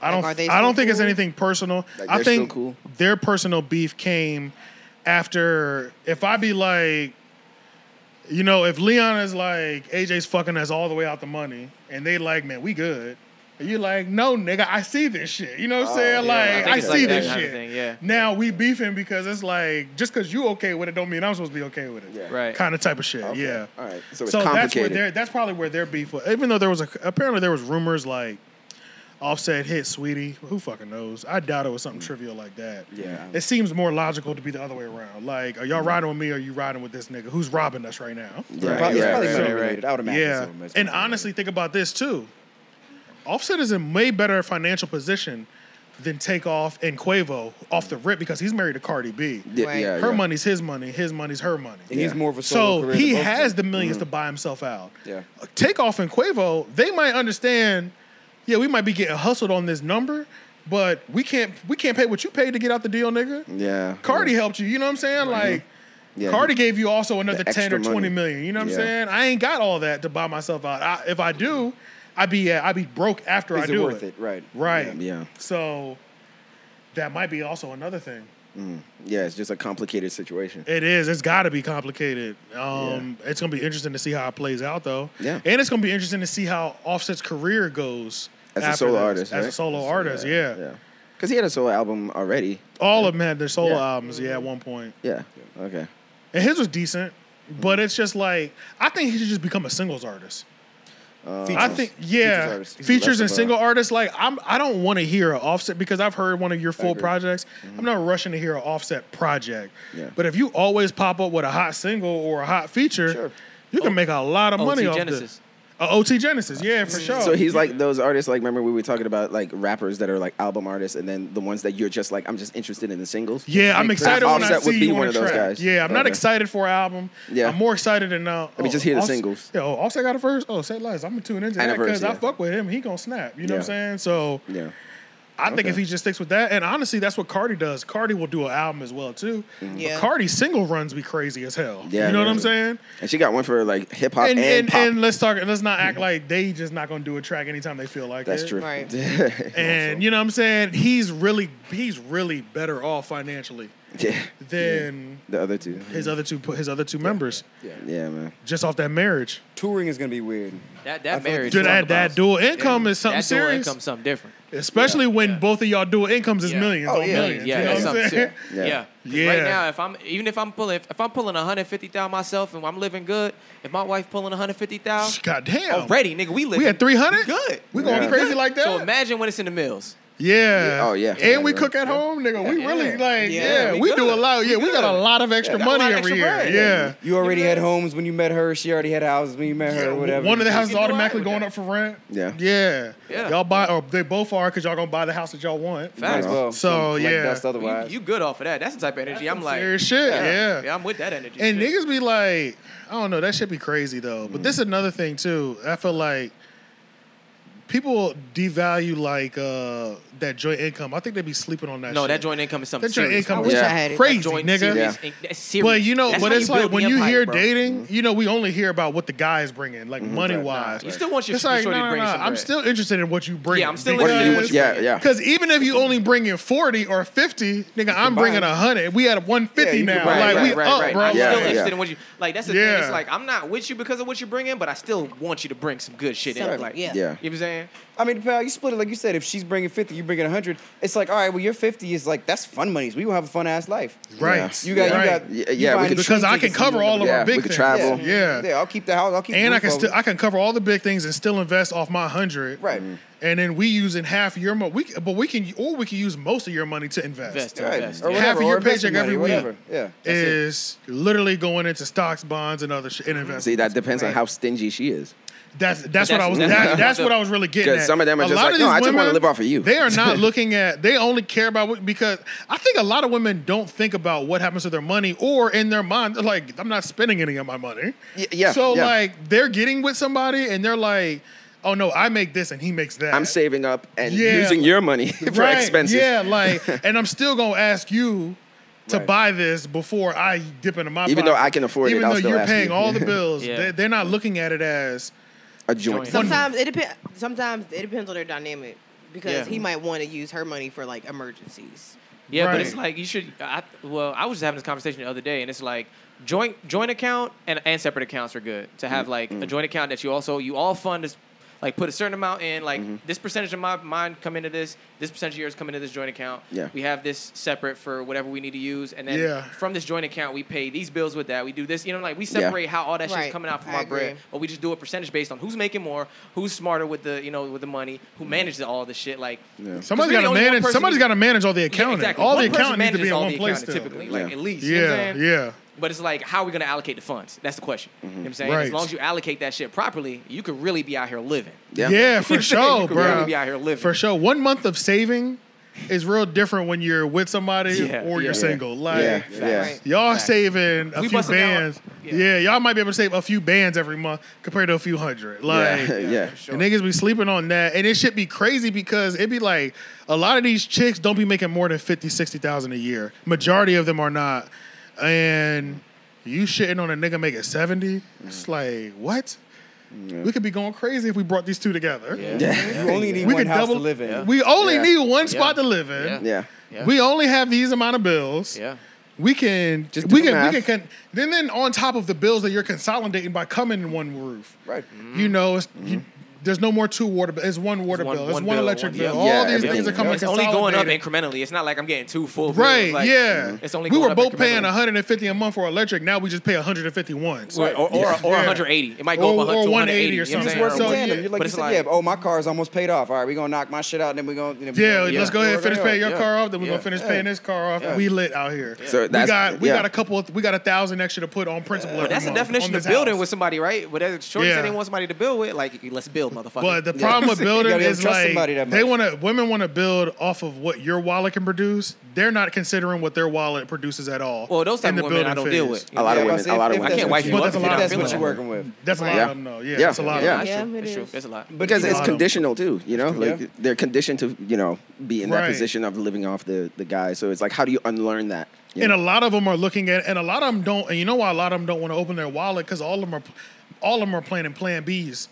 Speaker 3: I don't.
Speaker 4: are they
Speaker 3: I don't
Speaker 4: still
Speaker 3: think it's
Speaker 4: cool?
Speaker 3: anything personal.
Speaker 1: Like,
Speaker 3: I
Speaker 1: they're still
Speaker 3: think
Speaker 1: cool?
Speaker 3: their personal beef came after. If I be like, You know, if Leon is like AJ's fucking us all the way out the money, and they like, man, we good. And you're like, no, nigga, I see this shit. You know what I'm saying?
Speaker 5: Oh, yeah, I
Speaker 3: like,
Speaker 5: think
Speaker 3: I,
Speaker 5: it's
Speaker 3: see
Speaker 5: like that
Speaker 3: this
Speaker 5: kind of
Speaker 3: shit.
Speaker 5: thing, yeah.
Speaker 3: Now we beefing because it's like, just because you okay with it, don't mean I'm supposed to be okay with it.
Speaker 1: Yeah.
Speaker 5: Right.
Speaker 3: Kind of type of shit.
Speaker 1: Okay.
Speaker 3: Yeah.
Speaker 1: All right. So it's
Speaker 3: that's where
Speaker 1: complicated.
Speaker 3: their that's probably where their beef was. Even though there was a apparently there was rumors like Offset hit Sweetie. Who fucking knows? I doubt it was something trivial like that.
Speaker 2: Yeah.
Speaker 3: It seems more logical to be the other way around. Like, are y'all riding with me or are you riding with this nigga who's robbing us right now?
Speaker 2: It's probably, it's
Speaker 1: right,
Speaker 2: probably
Speaker 1: right,
Speaker 2: murder
Speaker 1: right, right.
Speaker 2: related. I would imagine.
Speaker 3: yeah.
Speaker 2: so much.
Speaker 3: And honestly, think about this too. Offset is in way better financial position than Takeoff and Quavo off the rip because he's married to Cardi B.
Speaker 1: Yeah,
Speaker 4: Right.
Speaker 1: yeah,
Speaker 3: Her
Speaker 1: yeah.
Speaker 3: money's his money, his money's her money.
Speaker 2: And he's more of a solo
Speaker 3: So
Speaker 2: career
Speaker 3: he
Speaker 2: than both of
Speaker 3: has
Speaker 2: them.
Speaker 3: the 1000000s to buy himself out.
Speaker 2: Yeah.
Speaker 3: Takeoff and Quavo, they might understand. Yeah, we might be getting hustled on this number, but we can't we can't pay what you paid to get out the deal, nigga.
Speaker 2: Mm-hmm.
Speaker 1: Yeah.
Speaker 3: Cardi helped you. You know what I'm saying? Like,
Speaker 1: Yeah.
Speaker 3: Cardi gave you also another
Speaker 1: The
Speaker 3: ten or
Speaker 1: extra money.
Speaker 3: twenty million. You know what
Speaker 1: Yeah.
Speaker 3: I'm saying? I ain't got all that to buy myself out. I, if I do, I be uh, I be broke after
Speaker 2: Is
Speaker 3: I
Speaker 2: it
Speaker 3: do
Speaker 2: worth it? Right.
Speaker 3: Right.
Speaker 1: Yeah, yeah.
Speaker 3: So that might be also another thing.
Speaker 1: Yeah, it's just a complicated situation.
Speaker 3: It is. It's got to be complicated. Um, It's going to be interesting to see how it plays out, though.
Speaker 1: Yeah.
Speaker 3: And it's going to be interesting to see how Offset's career goes
Speaker 1: As a
Speaker 3: after
Speaker 1: solo
Speaker 3: this.
Speaker 1: artist,
Speaker 3: As a
Speaker 1: right?
Speaker 3: solo artist, yeah.
Speaker 1: Yeah. Because he had a solo album already.
Speaker 3: All of them had their solo
Speaker 1: Yeah. Mm-hmm.
Speaker 3: albums, yeah, at one point.
Speaker 1: Yeah. Okay.
Speaker 3: And his was decent, but
Speaker 1: Mm.
Speaker 3: it's just like I think he should just become a singles artist.
Speaker 1: Uh,
Speaker 3: I think
Speaker 2: Features
Speaker 3: yeah,
Speaker 2: artist.
Speaker 1: Less
Speaker 3: features, and
Speaker 1: of a-
Speaker 3: single artists. Like I'm, I don't want to hear an offset because I've heard one of your full projects. I'm not rushing to hear an offset project.
Speaker 1: Mm-hmm. Yeah.
Speaker 3: But if you always pop up with a hot single or a hot feature,
Speaker 2: Sure.
Speaker 3: you
Speaker 1: Oh.
Speaker 3: can make a lot of
Speaker 5: OT
Speaker 3: money off
Speaker 5: Genesis.
Speaker 3: this. Uh, OT Genesis, yeah, for sure.
Speaker 1: Mm. So he's like those artists. Like, remember we were talking about like rappers that are like album artists, and then the ones that you're just like, I'm just interested in the singles.
Speaker 3: yeah, I'm excited when I
Speaker 1: Offset would
Speaker 3: see
Speaker 1: be
Speaker 3: you on
Speaker 1: one
Speaker 3: a
Speaker 1: of those
Speaker 3: track.
Speaker 1: guys.
Speaker 3: Yeah, I'm not
Speaker 1: Okay.
Speaker 3: excited for an album.
Speaker 1: Yeah.
Speaker 3: I'm more excited than uh,
Speaker 1: Let me just hear the
Speaker 3: Offs-
Speaker 1: singles.
Speaker 3: Yeah, oh, Offset got a first. Oh, say less. I'm gonna tune into that
Speaker 1: And a verse,
Speaker 3: because I
Speaker 1: yeah.
Speaker 3: fuck with him. He gonna snap. You know what I'm
Speaker 1: Yeah.
Speaker 3: saying? So
Speaker 1: Yeah.
Speaker 3: I think
Speaker 1: Okay.
Speaker 3: if he just sticks with that, and honestly, that's what Cardi does. Cardi will do an album as well too.
Speaker 4: Yeah.
Speaker 3: But Cardi's single runs be crazy as hell.
Speaker 1: Mm-hmm. Yeah,
Speaker 3: you know what I'm
Speaker 1: yeah.
Speaker 3: saying?
Speaker 1: And she got one for like hip hop
Speaker 3: And
Speaker 1: and,
Speaker 3: and,
Speaker 1: pop. Mm-hmm.
Speaker 3: and let's talk. Let's not act like they just not gonna do a track anytime they feel like
Speaker 1: That's
Speaker 3: it.
Speaker 1: true.
Speaker 4: Right.
Speaker 3: And you know what I'm saying? He's really he's really better off financially
Speaker 1: yeah.
Speaker 3: than
Speaker 1: The other two.
Speaker 3: his other two his other two members
Speaker 1: Yeah, man.
Speaker 3: just off that marriage.
Speaker 2: touring is gonna be weird.
Speaker 5: That
Speaker 2: I
Speaker 5: that
Speaker 2: feel like
Speaker 5: marriage.
Speaker 3: Dude, that,
Speaker 5: talk
Speaker 3: that
Speaker 5: about-
Speaker 3: dual income is something
Speaker 5: that dual
Speaker 3: serious.
Speaker 5: income's something different.
Speaker 3: Especially when both of y'all dual incomes is
Speaker 5: Yeah.
Speaker 3: millions
Speaker 2: Oh,
Speaker 3: on
Speaker 2: yeah.
Speaker 3: millions.
Speaker 5: Yeah,
Speaker 3: you know
Speaker 5: that's
Speaker 3: what I'm
Speaker 5: something
Speaker 3: saying?
Speaker 5: serious. Yeah.
Speaker 1: Yeah.
Speaker 5: 'Cause Right
Speaker 3: Yeah.
Speaker 5: now, if I'm even if I'm pulling if, if I'm pulling 150 thousand myself and I'm living good, if my wife pulling 150 thousand
Speaker 3: God damn.
Speaker 5: already, nigga, Oh, we living
Speaker 3: We at 300?
Speaker 5: good.
Speaker 3: We going
Speaker 1: Yeah.
Speaker 3: crazy like that?
Speaker 5: So imagine when it's in the mills.
Speaker 3: Yeah.
Speaker 1: Yeah. Oh, yeah.
Speaker 3: And
Speaker 1: Yeah,
Speaker 3: we
Speaker 1: yeah.
Speaker 3: cook at home, nigga. we
Speaker 5: Yeah.
Speaker 3: really like
Speaker 4: Yeah.
Speaker 3: yeah.
Speaker 5: We
Speaker 3: we do a
Speaker 5: good.
Speaker 3: lot. Yeah, we,
Speaker 5: good.
Speaker 3: got a lot of extra
Speaker 5: got a lot
Speaker 3: money
Speaker 5: of
Speaker 3: every
Speaker 5: extra
Speaker 3: year.
Speaker 5: bread.
Speaker 3: Yeah.
Speaker 2: You already had homes when you met her. She already had houses when you met her. or whatever.
Speaker 3: One of the
Speaker 5: You
Speaker 3: houses
Speaker 5: can do
Speaker 3: automatically
Speaker 5: all right
Speaker 3: going up
Speaker 5: with
Speaker 3: for rent.
Speaker 1: Yeah.
Speaker 3: Yeah.
Speaker 5: Yeah.
Speaker 3: Y'all buy or they both are because y'all gonna buy the house that y'all want.
Speaker 2: Might
Speaker 5: Facts.
Speaker 2: as well.
Speaker 3: So,
Speaker 2: Like
Speaker 3: yeah.
Speaker 2: dust
Speaker 5: You,
Speaker 2: otherwise.
Speaker 5: you good off of that? That's the type of energy I'm like.
Speaker 3: Serious shit.
Speaker 5: Yeah.
Speaker 3: Yeah.
Speaker 5: I'm with that energy.
Speaker 3: And
Speaker 5: Shit. Mm.
Speaker 3: niggas be like, I don't know, that should be crazy though. But this is another thing too. I feel like people devalue like uh that joint income. I think they be sleeping on that
Speaker 5: no,
Speaker 3: shit.
Speaker 5: that joint income is something.
Speaker 3: that joint
Speaker 5: serious.
Speaker 3: income
Speaker 4: I wish
Speaker 3: is
Speaker 4: I had it.
Speaker 3: crazy,
Speaker 5: That joint
Speaker 3: nigga.
Speaker 5: serious in- that's serious.
Speaker 3: But you know,
Speaker 5: That's
Speaker 3: but
Speaker 5: how
Speaker 3: it's
Speaker 5: you
Speaker 3: like
Speaker 5: build
Speaker 3: when
Speaker 5: the
Speaker 3: you
Speaker 5: empire,
Speaker 3: hear
Speaker 5: bro. Mm-hmm.
Speaker 3: dating, you know, we only hear about what the guy is bringing, like money wise.
Speaker 5: You still want your
Speaker 3: it's like,
Speaker 5: shorty
Speaker 3: no,
Speaker 5: to
Speaker 3: no,
Speaker 5: bring
Speaker 3: no,
Speaker 5: some
Speaker 3: I'm
Speaker 5: bread.
Speaker 3: still interested in what you bring.
Speaker 5: Yeah, I'm still
Speaker 1: What do you?
Speaker 5: Because-
Speaker 1: yeah, yeah.
Speaker 3: Because even if you only bring in 40 or 50, nigga, I'm bringing 100. We at 150
Speaker 2: Yeah, you
Speaker 3: now.
Speaker 2: can-
Speaker 3: like, we up, bro.
Speaker 5: I'm
Speaker 1: Yeah,
Speaker 5: still
Speaker 1: yeah.
Speaker 5: interested in what you like. That's the
Speaker 3: Yeah.
Speaker 5: thing. It's like I'm not with you because of what you bring in, but I still want you to bring some good shit in.
Speaker 4: Something,
Speaker 5: Like,
Speaker 4: yeah.
Speaker 5: you know
Speaker 1: Yeah.
Speaker 5: what I'm saying?
Speaker 2: I mean, pal, you split it like you said. If she's bringing fifty, you bringing hundred. It's like, all right, well, your fifty is like that's fun money. So we gonna have a fun ass life.
Speaker 3: Right.
Speaker 2: You got,
Speaker 3: right.
Speaker 2: you got,
Speaker 1: Yeah,
Speaker 2: you
Speaker 1: yeah, we
Speaker 2: buying
Speaker 1: could-
Speaker 2: train
Speaker 3: Because I
Speaker 2: tickets
Speaker 3: can
Speaker 2: and
Speaker 3: cover
Speaker 2: you-
Speaker 3: all of
Speaker 1: Yeah,
Speaker 3: our
Speaker 1: we
Speaker 3: big
Speaker 1: could
Speaker 3: things.
Speaker 1: travel.
Speaker 2: Yeah.
Speaker 3: Yeah.
Speaker 2: yeah, I'll keep the house. I'll keep.
Speaker 3: And
Speaker 2: the
Speaker 3: I can
Speaker 2: roof
Speaker 3: still
Speaker 2: over.
Speaker 3: I can cover all the big things and still invest off my hundred.
Speaker 2: Right. Mhm.
Speaker 3: And then we using half your money. We, but we can or we can use most of your money to invest.
Speaker 5: Invest.
Speaker 2: Right.
Speaker 5: Invest,
Speaker 2: Or
Speaker 5: yeah.
Speaker 2: whatever,
Speaker 3: Half of your
Speaker 2: or investment
Speaker 3: paycheck
Speaker 2: money,
Speaker 3: every week.
Speaker 2: whatever. Yeah.
Speaker 3: Is literally going into stocks, bonds, and other shit
Speaker 2: Mm-hmm.
Speaker 3: and investments.
Speaker 1: See, that depends on how stingy she is.
Speaker 3: That's that's what I was
Speaker 5: that's-
Speaker 3: that, that's
Speaker 5: that's-
Speaker 3: what I was really getting
Speaker 1: 'Cause
Speaker 3: at.
Speaker 1: some of them are
Speaker 3: A
Speaker 1: just
Speaker 3: lot
Speaker 1: like,
Speaker 3: of
Speaker 1: "No,
Speaker 3: these
Speaker 1: I just wanna
Speaker 3: women,
Speaker 1: live off of you."
Speaker 3: They are not looking at. They only care about what, because I think a lot of women don't think about what happens to their money or in their mind. they're Like I'm not spending any of my money.
Speaker 1: Y- yeah,
Speaker 3: So
Speaker 1: yeah.
Speaker 3: like they're getting with somebody and they're like, oh no, I make this and he makes that.
Speaker 1: I'm saving up and
Speaker 3: Uh, Yeah.
Speaker 1: using your money for
Speaker 3: Right,
Speaker 1: expenses.
Speaker 3: Yeah, like and I'm still gonna ask you. To
Speaker 2: Right.
Speaker 3: buy this before I dip into my
Speaker 1: Even though
Speaker 3: pocket.
Speaker 1: I can afford it,
Speaker 3: even
Speaker 1: I'll
Speaker 3: though
Speaker 1: still
Speaker 3: you're
Speaker 1: ask
Speaker 3: paying
Speaker 1: you.
Speaker 3: all the bills,
Speaker 5: Yeah.
Speaker 3: they, they're not looking at it as
Speaker 1: A joint.
Speaker 5: Joint.
Speaker 4: Sometimes it depends. Sometimes it depends on their dynamic because
Speaker 5: Yeah.
Speaker 4: he might want to use her money for like emergencies.
Speaker 5: Yeah, but it's
Speaker 3: Right.
Speaker 5: like you should. I, well, I was just having this conversation the other day, and it's like joint joint account and and separate accounts are good to
Speaker 3: Mm,
Speaker 5: have like a joint account that you also you all fund is like put a certain amount in like
Speaker 3: Mm-hmm.
Speaker 5: this percentage of my mine come into this this percentage of yours come into this joint account
Speaker 1: Yeah.
Speaker 5: we have this separate for whatever we need to use and then
Speaker 3: Yeah.
Speaker 5: from this joint account we pay these bills with that we do this you know like we separate how all that shit's
Speaker 4: Right.
Speaker 5: coming out from
Speaker 4: I
Speaker 5: our bread
Speaker 4: agree.
Speaker 5: or we just do a percentage based on who's making more who's smarter with the you know with the money who manages all the shit like
Speaker 3: Mm. Somebody's got
Speaker 5: really
Speaker 3: to
Speaker 5: only one
Speaker 3: manage.
Speaker 5: person
Speaker 3: Somebody's
Speaker 5: who's-
Speaker 3: got to manage all the
Speaker 5: yeah,
Speaker 3: accounting.
Speaker 5: exactly.
Speaker 3: All
Speaker 5: One
Speaker 3: the
Speaker 5: person
Speaker 3: accounting needs to be
Speaker 5: manages
Speaker 3: in
Speaker 5: all
Speaker 3: one
Speaker 5: the
Speaker 3: place.
Speaker 5: accounting
Speaker 3: Still.
Speaker 5: typically,
Speaker 1: Yeah.
Speaker 5: like at least. you know what
Speaker 3: Yeah,
Speaker 5: I'm saying?
Speaker 3: yeah.
Speaker 5: But it's like, how are we going to allocate the funds? That's the question. You know what I'm saying? As
Speaker 3: Right.
Speaker 5: long as you allocate that shit properly, you could really be out here living.
Speaker 1: Yeah.
Speaker 3: Yeah, for sure,
Speaker 5: You could
Speaker 3: bro.
Speaker 5: really be out here living.
Speaker 3: For sure, one month of saving is real different when you're with somebody
Speaker 5: Yeah,
Speaker 3: or
Speaker 5: yeah.
Speaker 3: you're single. Like
Speaker 1: yeah, yeah.
Speaker 4: Right.
Speaker 3: y'all
Speaker 5: Facts.
Speaker 3: saving a
Speaker 5: We
Speaker 3: few
Speaker 5: busting down-
Speaker 3: bands.
Speaker 5: yeah.
Speaker 3: Yeah. y'all might be able to save a few bands every month compared to a few hundred. Like.
Speaker 1: yeah, yeah.
Speaker 5: Sure.
Speaker 3: And niggas be sleeping on that. And it should be crazy because it be like a lot of these chicks don't be making more than 50, 60,000 a year. Majority of them are not. And you shitting on a nigga making 70? It's like, what? We could be going crazy if we brought these two together.
Speaker 2: You only need
Speaker 3: We
Speaker 2: one
Speaker 3: could
Speaker 2: house
Speaker 3: double
Speaker 2: to live in.
Speaker 3: We only
Speaker 1: Yeah.
Speaker 3: need one spot to live in.
Speaker 1: Yeah.
Speaker 5: Yeah.
Speaker 3: We only have these amount of bills.
Speaker 5: Yeah.
Speaker 3: We can
Speaker 1: Just do
Speaker 3: we
Speaker 1: the
Speaker 3: can we
Speaker 1: math.
Speaker 3: can con- then then on top of the bills that you're consolidating by coming in one roof.
Speaker 2: Right.
Speaker 3: You know, it's you, there's no more two water bills. It's one water
Speaker 5: It's one-
Speaker 3: bill. It's
Speaker 5: one
Speaker 3: one,
Speaker 5: bill,
Speaker 3: electric
Speaker 5: one-
Speaker 3: bill.
Speaker 5: yeah.
Speaker 3: All
Speaker 1: Yeah,
Speaker 3: these things
Speaker 1: everything.
Speaker 3: are coming
Speaker 5: It's only going up
Speaker 3: consolidated.
Speaker 5: incrementally. It's not like I'm getting two full. bills.
Speaker 3: Right,
Speaker 5: Like, mm-hmm.
Speaker 3: yeah.
Speaker 5: It's only
Speaker 3: we
Speaker 5: going
Speaker 3: were
Speaker 5: up
Speaker 3: both paying
Speaker 5: incrementally.
Speaker 3: 150 a month for electric. Now we just pay 151.
Speaker 5: or or, or, or 180. It might go
Speaker 3: Or-
Speaker 5: up 100
Speaker 3: or 180
Speaker 5: to
Speaker 3: or
Speaker 5: 180 you know what I'm
Speaker 3: something.
Speaker 5: saying?
Speaker 2: Work in
Speaker 3: So,
Speaker 2: tandem.
Speaker 3: yeah.
Speaker 2: You're like,
Speaker 5: But
Speaker 2: you
Speaker 5: it's
Speaker 2: said,
Speaker 5: like-
Speaker 2: yeah, oh, my car's almost paid off. All right, we're going to knock my shit out, then we're going to.
Speaker 3: Yeah, let's go ahead and finish paying your car off. Then we're
Speaker 2: Yeah.
Speaker 3: gonna finish
Speaker 2: Yeah.
Speaker 3: paying this car off.
Speaker 2: Yeah.
Speaker 3: We lit out here.
Speaker 1: So that's-
Speaker 3: we got we
Speaker 1: yeah.
Speaker 3: got a couple. Of, we got a thousand extra to put on principal.
Speaker 5: But
Speaker 3: every
Speaker 5: that's the
Speaker 3: month
Speaker 5: definition
Speaker 3: on
Speaker 5: of
Speaker 3: this
Speaker 5: building
Speaker 3: house.
Speaker 5: with somebody, right? Whatever Shorty
Speaker 3: Yeah.
Speaker 5: said they want somebody to build with, like let's build, motherfucker.
Speaker 3: But the problem with building
Speaker 2: gotta
Speaker 3: is
Speaker 2: trust
Speaker 3: like
Speaker 2: somebody that
Speaker 3: they
Speaker 2: much.
Speaker 3: want to. Women want to build off of what your wallet can produce. They're not considering what their wallet produces at all.
Speaker 5: well, those type
Speaker 3: in
Speaker 5: of
Speaker 3: the
Speaker 5: women I
Speaker 3: building
Speaker 5: don't deal
Speaker 3: phase.
Speaker 5: with.
Speaker 1: A lot of
Speaker 2: Yeah,
Speaker 1: women.
Speaker 2: if-
Speaker 1: a lot
Speaker 2: if
Speaker 1: of women.
Speaker 5: I
Speaker 2: that's
Speaker 5: can't
Speaker 2: what
Speaker 5: wipe
Speaker 2: you-
Speaker 5: you
Speaker 3: But
Speaker 5: up
Speaker 3: that's
Speaker 5: if
Speaker 3: a
Speaker 5: you're
Speaker 3: lot
Speaker 5: not
Speaker 3: of
Speaker 2: That's
Speaker 5: feeling
Speaker 2: what you're
Speaker 5: it.
Speaker 2: working with.
Speaker 3: That's a lot
Speaker 1: Yeah.
Speaker 3: of them, though. Yeah,
Speaker 1: Yeah.
Speaker 3: that's a lot
Speaker 1: Yeah.
Speaker 3: of them.
Speaker 5: That's
Speaker 4: Yeah,
Speaker 5: true.
Speaker 4: it
Speaker 5: That's true.
Speaker 4: is.
Speaker 5: That's a lot.
Speaker 1: because it's
Speaker 3: Yeah.
Speaker 1: conditional too, you know. Like
Speaker 2: Yeah.
Speaker 1: they're conditioned to, you know, be in that
Speaker 3: Right.
Speaker 1: position of living off the the guy. So it's like, how do you unlearn that? You
Speaker 3: And a
Speaker 1: know?
Speaker 3: lot of them are looking at, and a lot of them don't. And you know why a lot of them don't want to open their wallet because all of them are, all of them are planning Plan Bs.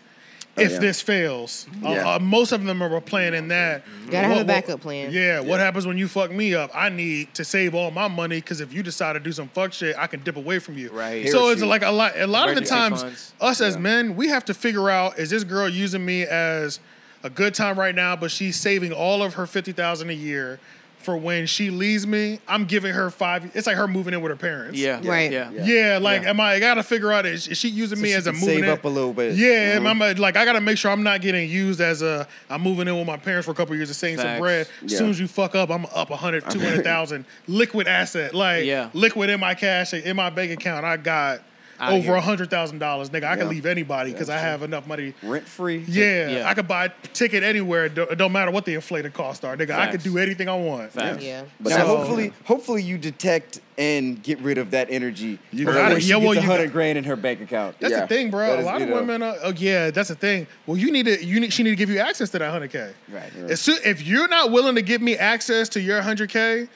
Speaker 3: If
Speaker 1: yeah.
Speaker 3: this fails, Uh,
Speaker 1: Yeah.
Speaker 3: uh, most of them are planning that.
Speaker 4: Gotta have a
Speaker 3: what-
Speaker 4: backup plan.
Speaker 3: Yeah, what happens when you fuck me up? I need to save all my money because if you decide to do some fuck shit, I can dip away from you.
Speaker 5: Right.
Speaker 3: So it's
Speaker 2: Parachute.
Speaker 3: like a lot. A lot of the
Speaker 5: Emergency
Speaker 3: times,
Speaker 5: funds.
Speaker 3: us as men, we have to figure out: is this girl using me as a good time right now, but she's saving all of her fifty thousand a year for when she leaves me? I'm giving her five. It's like her moving in with her parents.
Speaker 5: Yeah.
Speaker 4: Right.
Speaker 5: Yeah.
Speaker 1: Yeah.
Speaker 3: Yeah, like am I? I gotta figure out is, is she using me
Speaker 2: she
Speaker 3: as a
Speaker 2: can
Speaker 3: moving
Speaker 2: save
Speaker 3: in-
Speaker 2: up a little bit. Mm-hmm.
Speaker 3: Yeah, am I- like I gotta make sure I'm not getting used as a I'm moving in with my parents for a couple years and saving
Speaker 5: Facts.
Speaker 3: some bread. As
Speaker 1: Yeah.
Speaker 3: soon as you fuck up, I'm up 100, 200,000 liquid asset, like
Speaker 5: Yeah.
Speaker 3: liquid in my cash in my bank account. I got
Speaker 5: Outta
Speaker 3: over
Speaker 5: here.
Speaker 3: a hundred thousand dollars, nigga. I
Speaker 1: Yeah.
Speaker 3: can leave anybody because I have enough money.
Speaker 2: Rent free.
Speaker 3: Yeah,
Speaker 5: Yeah.
Speaker 3: I could buy a ticket anywhere. It don't, it don't matter what the inflated costs are, nigga. I could
Speaker 5: Facts.
Speaker 3: do anything I want.
Speaker 5: Facts.
Speaker 4: Yeah.
Speaker 1: But
Speaker 2: now,
Speaker 1: that's-
Speaker 2: hopefully, hopefully you detect and get rid of that energy.
Speaker 3: You
Speaker 2: before
Speaker 3: gotta-
Speaker 2: she
Speaker 3: yeah,
Speaker 2: gets
Speaker 3: well, you
Speaker 2: 100
Speaker 3: got-
Speaker 2: grand in her bank account.
Speaker 3: That's
Speaker 1: Yeah.
Speaker 3: the thing, bro.
Speaker 2: That
Speaker 3: a
Speaker 2: is,
Speaker 3: lot of
Speaker 2: you know.
Speaker 3: women, are, oh, yeah, that's the thing. Well, you need to, you need, she need to give you access to that hundred k.
Speaker 2: Right.
Speaker 3: As soo- if you're not willing to give me access to your hundred k,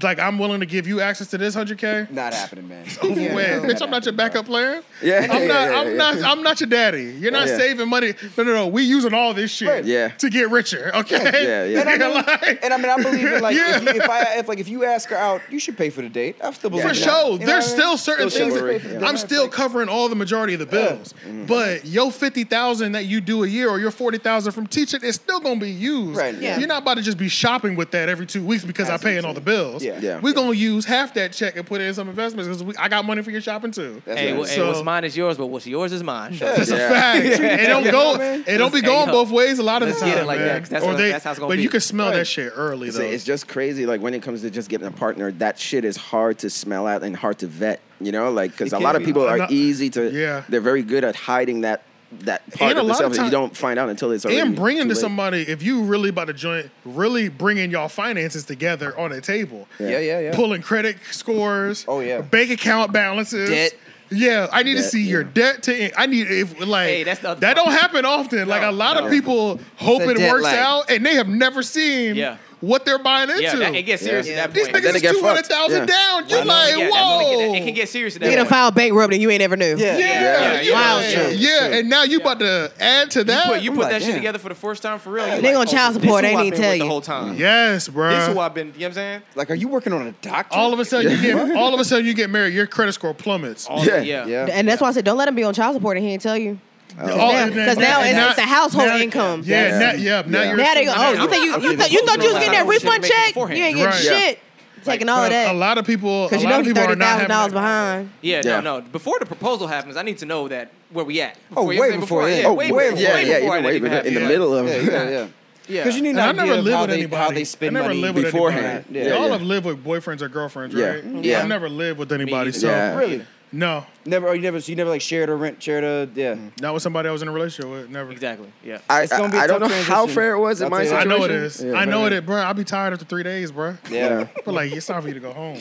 Speaker 3: like I'm willing to give you access to this hundred k.
Speaker 2: Not happening, man.
Speaker 3: Over
Speaker 4: Yeah,
Speaker 3: with,
Speaker 2: no.
Speaker 3: bitch. I'm not your backup plan.
Speaker 1: Yeah,
Speaker 3: I'm
Speaker 1: yeah,
Speaker 3: not.
Speaker 1: yeah,
Speaker 3: I'm
Speaker 1: yeah.
Speaker 3: not. I'm not your daddy. You're not
Speaker 1: Yeah.
Speaker 3: saving money. No, no, no. We using all this shit.
Speaker 2: Right.
Speaker 1: Yeah.
Speaker 3: To get richer. Okay.
Speaker 1: Yeah, yeah.
Speaker 2: And I, mean,
Speaker 3: Like-
Speaker 2: and I mean, I believe in like
Speaker 3: Yeah.
Speaker 2: if, you, if I if like if you ask her out, you should pay for the date. I'm still believing
Speaker 3: For
Speaker 2: that.
Speaker 3: sure.
Speaker 2: You know what
Speaker 3: There's
Speaker 2: I mean?
Speaker 3: still certain
Speaker 1: Still
Speaker 3: things.
Speaker 1: chivalry,
Speaker 3: that-
Speaker 1: yeah.
Speaker 3: I'm still covering all the majority of the bills. But your 50000 that you do a year or your 40000 from teaching is still going to be used.
Speaker 2: Right. Yeah.
Speaker 3: You're not about to just be shopping with that every two weeks because I'm paying all the bills.
Speaker 2: Yeah.
Speaker 1: Yeah.
Speaker 3: We're going to use half that check and put it in some investments because I got money for your shopping too.
Speaker 2: That's
Speaker 5: Hey,
Speaker 2: right.
Speaker 5: wha- hey,
Speaker 3: So-
Speaker 5: what's mine is yours, but what's yours is mine.
Speaker 3: That's
Speaker 1: Yeah.
Speaker 3: a fact. It don't go. It don't be
Speaker 5: Hey,
Speaker 3: going
Speaker 5: yo,
Speaker 3: both ways a lot of the
Speaker 5: let's
Speaker 3: time.
Speaker 5: get it like that,
Speaker 3: man.
Speaker 5: 'cause that's
Speaker 3: Or
Speaker 5: what-
Speaker 3: they-
Speaker 5: that's how it's gonna
Speaker 3: But you
Speaker 5: be.
Speaker 3: can smell that shit early
Speaker 1: It's,
Speaker 3: though.
Speaker 1: it's just crazy. Like when it comes to just getting a partner, that shit is hard to smell out and hard to vet. You know, like because a
Speaker 2: It can
Speaker 1: lot of
Speaker 2: be.
Speaker 1: people are
Speaker 3: Not-
Speaker 1: easy to.
Speaker 3: Yeah.
Speaker 1: They're very good at hiding that that part
Speaker 3: And a
Speaker 1: of
Speaker 3: lot of
Speaker 1: themselves that
Speaker 3: time-
Speaker 1: you don't find out until it's already
Speaker 3: and bringing
Speaker 1: too
Speaker 3: to
Speaker 1: late.
Speaker 3: somebody if you really about to join really bringing y'all finances together on a table
Speaker 2: Yeah, yeah, yeah.
Speaker 3: pulling credit scores
Speaker 2: Oh, yeah.
Speaker 3: bank account balances
Speaker 2: Debt.
Speaker 3: yeah, I need to
Speaker 1: Debt,
Speaker 3: see your
Speaker 1: yeah.
Speaker 3: debt to. in- I need if like
Speaker 5: Hey, that's the other
Speaker 3: that
Speaker 5: part.
Speaker 3: don't happen often. like a lot
Speaker 5: no.
Speaker 3: of people hope
Speaker 2: It's a
Speaker 3: it
Speaker 2: debt
Speaker 3: works
Speaker 2: lag.
Speaker 3: out, and they have never seen
Speaker 5: Yeah.
Speaker 3: what they're buying into.
Speaker 5: Yeah, that, it gets serious
Speaker 4: Yeah.
Speaker 5: at that
Speaker 3: These
Speaker 1: Then
Speaker 5: point.
Speaker 3: niggas
Speaker 1: it
Speaker 3: is
Speaker 1: get
Speaker 3: two hundred
Speaker 1: fucked.
Speaker 3: thousand down. You
Speaker 5: Yeah,
Speaker 3: like,
Speaker 5: yeah, that
Speaker 3: whoa.
Speaker 5: nigga- that- it can get serious at
Speaker 4: They
Speaker 5: that
Speaker 4: done
Speaker 5: point.
Speaker 4: filed bankrupt and you ain't ever knew.
Speaker 2: Yeah.
Speaker 3: Yeah,
Speaker 1: Yeah.
Speaker 3: yeah,
Speaker 4: Wild
Speaker 3: yeah,
Speaker 4: shit.
Speaker 3: yeah. And now you about to add to that.
Speaker 5: You put, you
Speaker 2: I'm
Speaker 5: put
Speaker 2: like,
Speaker 5: that shit
Speaker 2: damn.
Speaker 5: together for the first time for real. oh, They
Speaker 4: gonna child support, they didn't tell you.
Speaker 5: the whole time.
Speaker 3: yes, bro.
Speaker 5: This is who I've been. You know what I'm saying?
Speaker 2: Like, are you working on a doctor?
Speaker 3: all of a sudden you get all of a sudden you get married. Your credit score plummets.
Speaker 5: All
Speaker 1: Yeah.
Speaker 5: the- yeah.
Speaker 2: Yeah.
Speaker 4: And that's why I said don't let him be on child support and he ain't tell you.
Speaker 3: All-
Speaker 4: now-
Speaker 3: and then-
Speaker 4: 'cause now
Speaker 3: and
Speaker 4: it's- it's a household
Speaker 3: now-
Speaker 4: income.
Speaker 3: Yeah,
Speaker 1: Yeah.
Speaker 3: now, yeah, now
Speaker 2: Yeah.
Speaker 3: you're
Speaker 4: Now they go, oh,
Speaker 5: I'm-
Speaker 4: you think you,
Speaker 5: I'm
Speaker 4: you,
Speaker 5: getting
Speaker 4: thought you thought you was getting that
Speaker 5: $4,000
Speaker 4: refund
Speaker 5: shit
Speaker 4: check? You
Speaker 5: beforehand.
Speaker 4: ain't getting
Speaker 3: Right.
Speaker 4: shit. Taking all
Speaker 3: but
Speaker 4: of
Speaker 3: A
Speaker 4: that.
Speaker 3: lot of people, a
Speaker 4: Because you
Speaker 3: lot
Speaker 4: know
Speaker 3: of
Speaker 4: he's
Speaker 3: people are
Speaker 4: thirty
Speaker 3: not
Speaker 4: thousand
Speaker 3: having
Speaker 4: dollars
Speaker 3: that-
Speaker 4: behind.
Speaker 5: Yeah,
Speaker 1: Yeah.
Speaker 5: no, no. Before the proposal happens, I need to know that where we at.
Speaker 2: Oh,
Speaker 5: Before- you
Speaker 2: way
Speaker 5: know what I'm saying?
Speaker 2: before then.
Speaker 5: yeah,
Speaker 2: Oh,
Speaker 5: way,
Speaker 2: way
Speaker 5: before,
Speaker 1: Yeah,
Speaker 5: way
Speaker 1: yeah,
Speaker 5: before
Speaker 1: even
Speaker 5: that
Speaker 1: way
Speaker 5: even
Speaker 1: but in
Speaker 5: happened.
Speaker 1: the
Speaker 5: Yeah.
Speaker 1: middle of
Speaker 2: Yeah,
Speaker 1: it.
Speaker 2: yeah, yeah.
Speaker 5: Yeah,
Speaker 2: Because you need an
Speaker 3: And I
Speaker 2: idea
Speaker 3: never
Speaker 2: of
Speaker 3: lived
Speaker 2: how
Speaker 3: with
Speaker 2: they,
Speaker 3: anybody.
Speaker 2: how they spend
Speaker 3: I never
Speaker 2: money
Speaker 3: lived with
Speaker 1: beforehand.
Speaker 3: Anybody.
Speaker 2: Yeah,
Speaker 3: Y'all
Speaker 1: yeah.
Speaker 3: have lived with boyfriends or girlfriends,
Speaker 1: Yeah.
Speaker 3: right?
Speaker 1: Yeah.
Speaker 3: I've never lived with anybody, so
Speaker 1: Yeah.
Speaker 2: Really?
Speaker 3: no,
Speaker 2: Never, or you never, so you never like shared a rent, shared a yeah.
Speaker 3: not with somebody I was in a relationship with. Never.
Speaker 5: exactly. Yeah.
Speaker 1: I,
Speaker 2: It's gonna be a
Speaker 1: I, I don't know
Speaker 2: tough
Speaker 1: how
Speaker 2: transition.
Speaker 1: fair it was in
Speaker 2: I'll
Speaker 1: my
Speaker 2: tell
Speaker 3: I
Speaker 1: situation.
Speaker 2: you.
Speaker 3: know it is.
Speaker 1: Yeah.
Speaker 3: I know
Speaker 2: but-
Speaker 3: it, is, bro. I'll be tired after three days, bro.
Speaker 2: Yeah.
Speaker 3: But like, it's time for you to go home.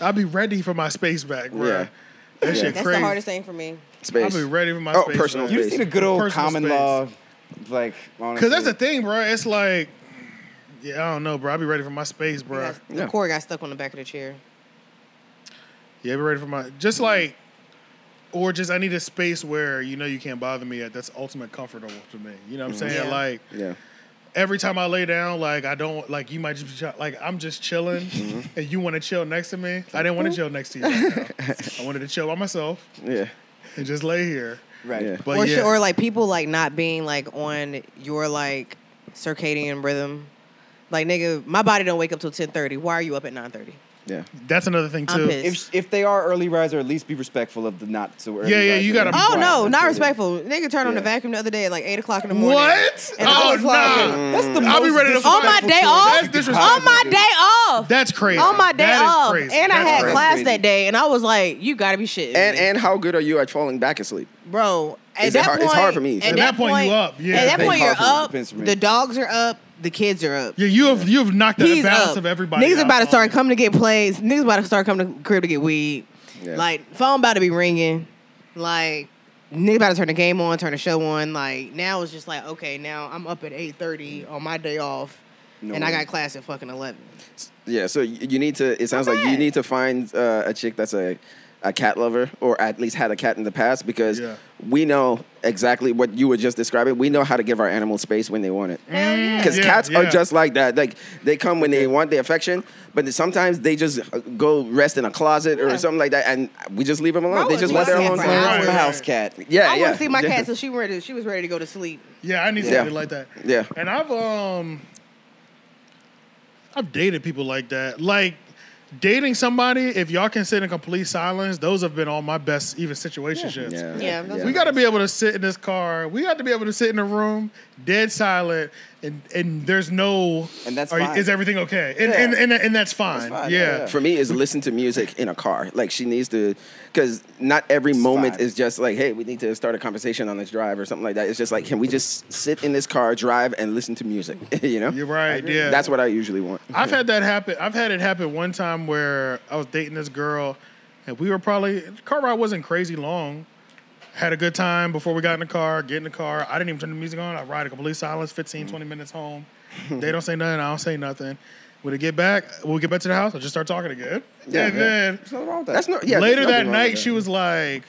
Speaker 3: I'll be ready for my space back, bro.
Speaker 1: Yeah.
Speaker 3: That
Speaker 1: Yeah.
Speaker 3: shit
Speaker 4: That's
Speaker 3: crazy.
Speaker 4: the hardest thing for me.
Speaker 3: I'll
Speaker 1: Space.
Speaker 3: be ready for my
Speaker 1: Oh,
Speaker 3: space
Speaker 1: personal
Speaker 3: back.
Speaker 2: You just need a good old
Speaker 3: Personal
Speaker 2: common
Speaker 3: space.
Speaker 2: law, like
Speaker 3: Cause that's the thing, bro. It's like, yeah, I don't know, bro. I'll be ready for my space, bro.
Speaker 4: Because
Speaker 1: Yeah.
Speaker 4: The cord got stuck on the back of the chair.
Speaker 3: Yeah, be ready for my just like, or just I need a space where you know you can't bother me. At that's ultimate comfortable to me. You know what I'm
Speaker 1: Mm-hmm.
Speaker 3: saying?
Speaker 4: Yeah.
Speaker 3: Like
Speaker 1: Yeah.
Speaker 3: every time I lay down, like I don't like you might just be ch- like I'm just chilling,
Speaker 1: Mm-hmm.
Speaker 3: and you want to chill next to me. I didn't want to chill next to you. Right now. I wanted to chill by myself
Speaker 1: Yeah.
Speaker 3: and just lay here.
Speaker 2: right.
Speaker 1: Yeah.
Speaker 3: But
Speaker 4: or,
Speaker 3: yeah,
Speaker 4: shit- or like people like not being like on your like circadian rhythm. Like nigga, my body don't wake up till ten thirty. Why are you up at nine thirty?
Speaker 1: Yeah.
Speaker 3: that's another thing
Speaker 4: I'm
Speaker 3: too.
Speaker 4: pissed.
Speaker 2: If if they are early riser, at least be respectful of the not so early.
Speaker 3: Yeah, yeah,
Speaker 2: riser.
Speaker 3: you gotta be
Speaker 4: Oh
Speaker 3: Right,
Speaker 4: no, not
Speaker 2: Yeah.
Speaker 4: respectful. Nigga turned on the
Speaker 1: Yeah.
Speaker 4: vacuum the other day at like eight o'clock in the morning.
Speaker 3: What?
Speaker 4: And I
Speaker 3: Oh
Speaker 4: was
Speaker 3: no!
Speaker 4: like,
Speaker 2: That's the
Speaker 3: I'll be
Speaker 2: most
Speaker 3: ready to
Speaker 4: On my
Speaker 3: fight.
Speaker 4: day
Speaker 3: That's
Speaker 4: off.
Speaker 3: disrespectful.
Speaker 4: On my day off.
Speaker 3: That's crazy.
Speaker 4: on Oh my day
Speaker 3: That is
Speaker 4: off.
Speaker 3: crazy.
Speaker 4: And I
Speaker 3: That's
Speaker 4: had
Speaker 3: crazy.
Speaker 4: class
Speaker 2: crazy.
Speaker 4: that day, and I was like, "You gotta be shitting."
Speaker 1: And
Speaker 4: me.
Speaker 1: and how good are you at falling back asleep?
Speaker 4: bro. At
Speaker 1: Is it
Speaker 4: that
Speaker 1: hard-
Speaker 4: point,
Speaker 1: it's hard for me.
Speaker 4: At that point,
Speaker 3: you up, yeah.
Speaker 4: At that
Speaker 2: It's
Speaker 4: point, you're
Speaker 2: hard for me.
Speaker 4: up.
Speaker 2: Depends for me.
Speaker 4: The dogs are up. The kids are up.
Speaker 3: Yeah, you have you have knocked out the
Speaker 4: He's
Speaker 3: balance
Speaker 4: up.
Speaker 3: of everybody.
Speaker 4: Niggas
Speaker 3: out.
Speaker 4: about to start coming to get plays. Niggas about to start coming to crib to get weed.
Speaker 1: Yeah.
Speaker 4: Like phone about to be ringing. Like niggas about to turn the game on, turn the show on. Like now it's just like okay, now I'm up at eight thirty on my day off,
Speaker 2: No.
Speaker 4: and I got class at fucking eleven.
Speaker 1: Yeah. So y- you need to. It sounds like you
Speaker 4: Okay.
Speaker 1: need to find uh, a chick that's a a cat lover or at least had a cat in the past because
Speaker 3: Yeah.
Speaker 1: we know exactly what you were just describing. We know how to give our animals space when they want it.
Speaker 4: Hell yeah.
Speaker 1: Because
Speaker 3: Yeah,
Speaker 1: cats are
Speaker 3: yeah.
Speaker 1: just like that. Like they come when they want the affection, but then sometimes they just uh, go rest in a closet or something like that, and we just leave them alone.
Speaker 4: I
Speaker 1: they
Speaker 4: would
Speaker 1: just
Speaker 4: love
Speaker 1: let their
Speaker 4: cats
Speaker 1: alone.
Speaker 4: for
Speaker 1: time.
Speaker 3: Right,
Speaker 2: I'm a
Speaker 3: right.
Speaker 2: house cat.
Speaker 1: Yeah,
Speaker 4: I
Speaker 1: yeah.
Speaker 4: want to see my
Speaker 1: Yeah.
Speaker 4: cat so she ready. She was ready to go to sleep.
Speaker 3: Yeah, I need
Speaker 1: Yeah.
Speaker 3: somebody like that.
Speaker 1: Yeah.
Speaker 3: And I've um I've dated people like that. Like dating somebody, if y'all can sit in complete silence, those have been all my best even situationships.
Speaker 1: Yeah.
Speaker 4: Yeah, that's
Speaker 1: yeah.
Speaker 3: We got to be able to sit in this car. We got to be able to sit in a room, dead silent, and and there's no.
Speaker 2: And that's
Speaker 3: are you-
Speaker 2: fine.
Speaker 3: Is everything okay? And and,
Speaker 2: Yeah.
Speaker 3: and, and that's fine.
Speaker 2: fine,
Speaker 3: Yeah.
Speaker 2: yeah.
Speaker 1: for me is listen to music in a car. Like she needs to, because not every moment
Speaker 2: fine.
Speaker 1: is just like, hey, we need to start a conversation on this drive or something like that. It's just like, can we just sit in this car, drive, and listen to music? you know,
Speaker 3: You're right. Yeah.
Speaker 1: That's what I usually want.
Speaker 3: I've had that happen. I've had it happen one time where I was dating this girl, and we were probably the car ride wasn't crazy long. Had a good time before we got in the car. Get in the car. I didn't even turn the music on. I ride a complete silence, 15, 20 minutes home. They don't say nothing. I don't say nothing. When we get back, when we get back to the house, I just start talking again.
Speaker 1: Yeah, yeah.
Speaker 3: and then
Speaker 2: There's nothing wrong with that.
Speaker 1: That's not yeah.
Speaker 3: later
Speaker 1: there's nothing
Speaker 3: that
Speaker 1: wrong
Speaker 3: night,
Speaker 1: with
Speaker 3: she was like,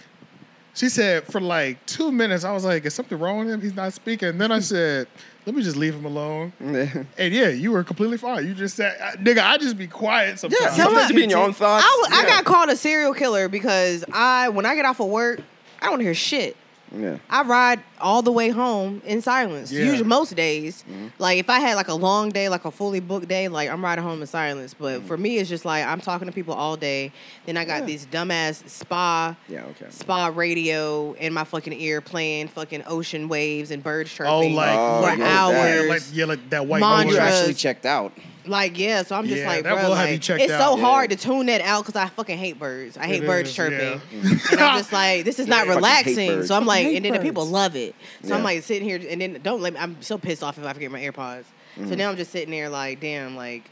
Speaker 3: she said for like two minutes, I was like, is something wrong with him? He's not speaking. And then I said, let me just leave him alone. and yeah, you were completely fine. You just said, I- nigga, I just be quiet sometimes.
Speaker 1: yeah. Sometimes you be in your own thoughts.
Speaker 4: I, w- I
Speaker 1: yeah.
Speaker 4: got called a serial killer because I when I get off of work, I don't hear shit.
Speaker 1: Yeah.
Speaker 4: I ride all the way home in silence.
Speaker 3: Yeah. Mm-hmm.
Speaker 4: Usually most days, like if I had like a long day, like a fully booked day, like I'm riding home in silence. But
Speaker 3: Mm-hmm.
Speaker 4: for me, it's just like I'm talking to people all day. Then I got these dumbass spa,
Speaker 1: Yeah, okay.
Speaker 4: spa radio in my fucking ear playing fucking ocean waves and birds chirping
Speaker 3: Oh, like,
Speaker 1: Oh,
Speaker 4: for
Speaker 1: yeah,
Speaker 3: yeah,
Speaker 1: that-
Speaker 4: hours.
Speaker 3: like, yeah, like that white
Speaker 4: Mantra.
Speaker 2: You're
Speaker 3: noise.
Speaker 2: actually
Speaker 4: Drugs.
Speaker 2: checked out.
Speaker 4: Like yeah, so I'm just
Speaker 3: Yeah,
Speaker 4: like,
Speaker 3: that
Speaker 4: bro,
Speaker 3: will have
Speaker 4: like,
Speaker 3: you checked
Speaker 4: it's
Speaker 3: out.
Speaker 4: so hard to tune that out because I fucking hate birds. I hate
Speaker 3: It
Speaker 4: birds
Speaker 3: is,
Speaker 4: chirping,
Speaker 3: yeah.
Speaker 4: and I'm just like, this is not
Speaker 1: Fucking hate
Speaker 4: relaxing.
Speaker 1: birds.
Speaker 4: So I'm like,
Speaker 2: hate
Speaker 4: and then the people
Speaker 2: birds.
Speaker 4: love it. So I'm
Speaker 1: Yeah.
Speaker 4: like sitting here, and then don't let
Speaker 1: Mm-hmm.
Speaker 4: me. I'm so pissed off if I forget my AirPods. So now I'm just sitting there like, damn, like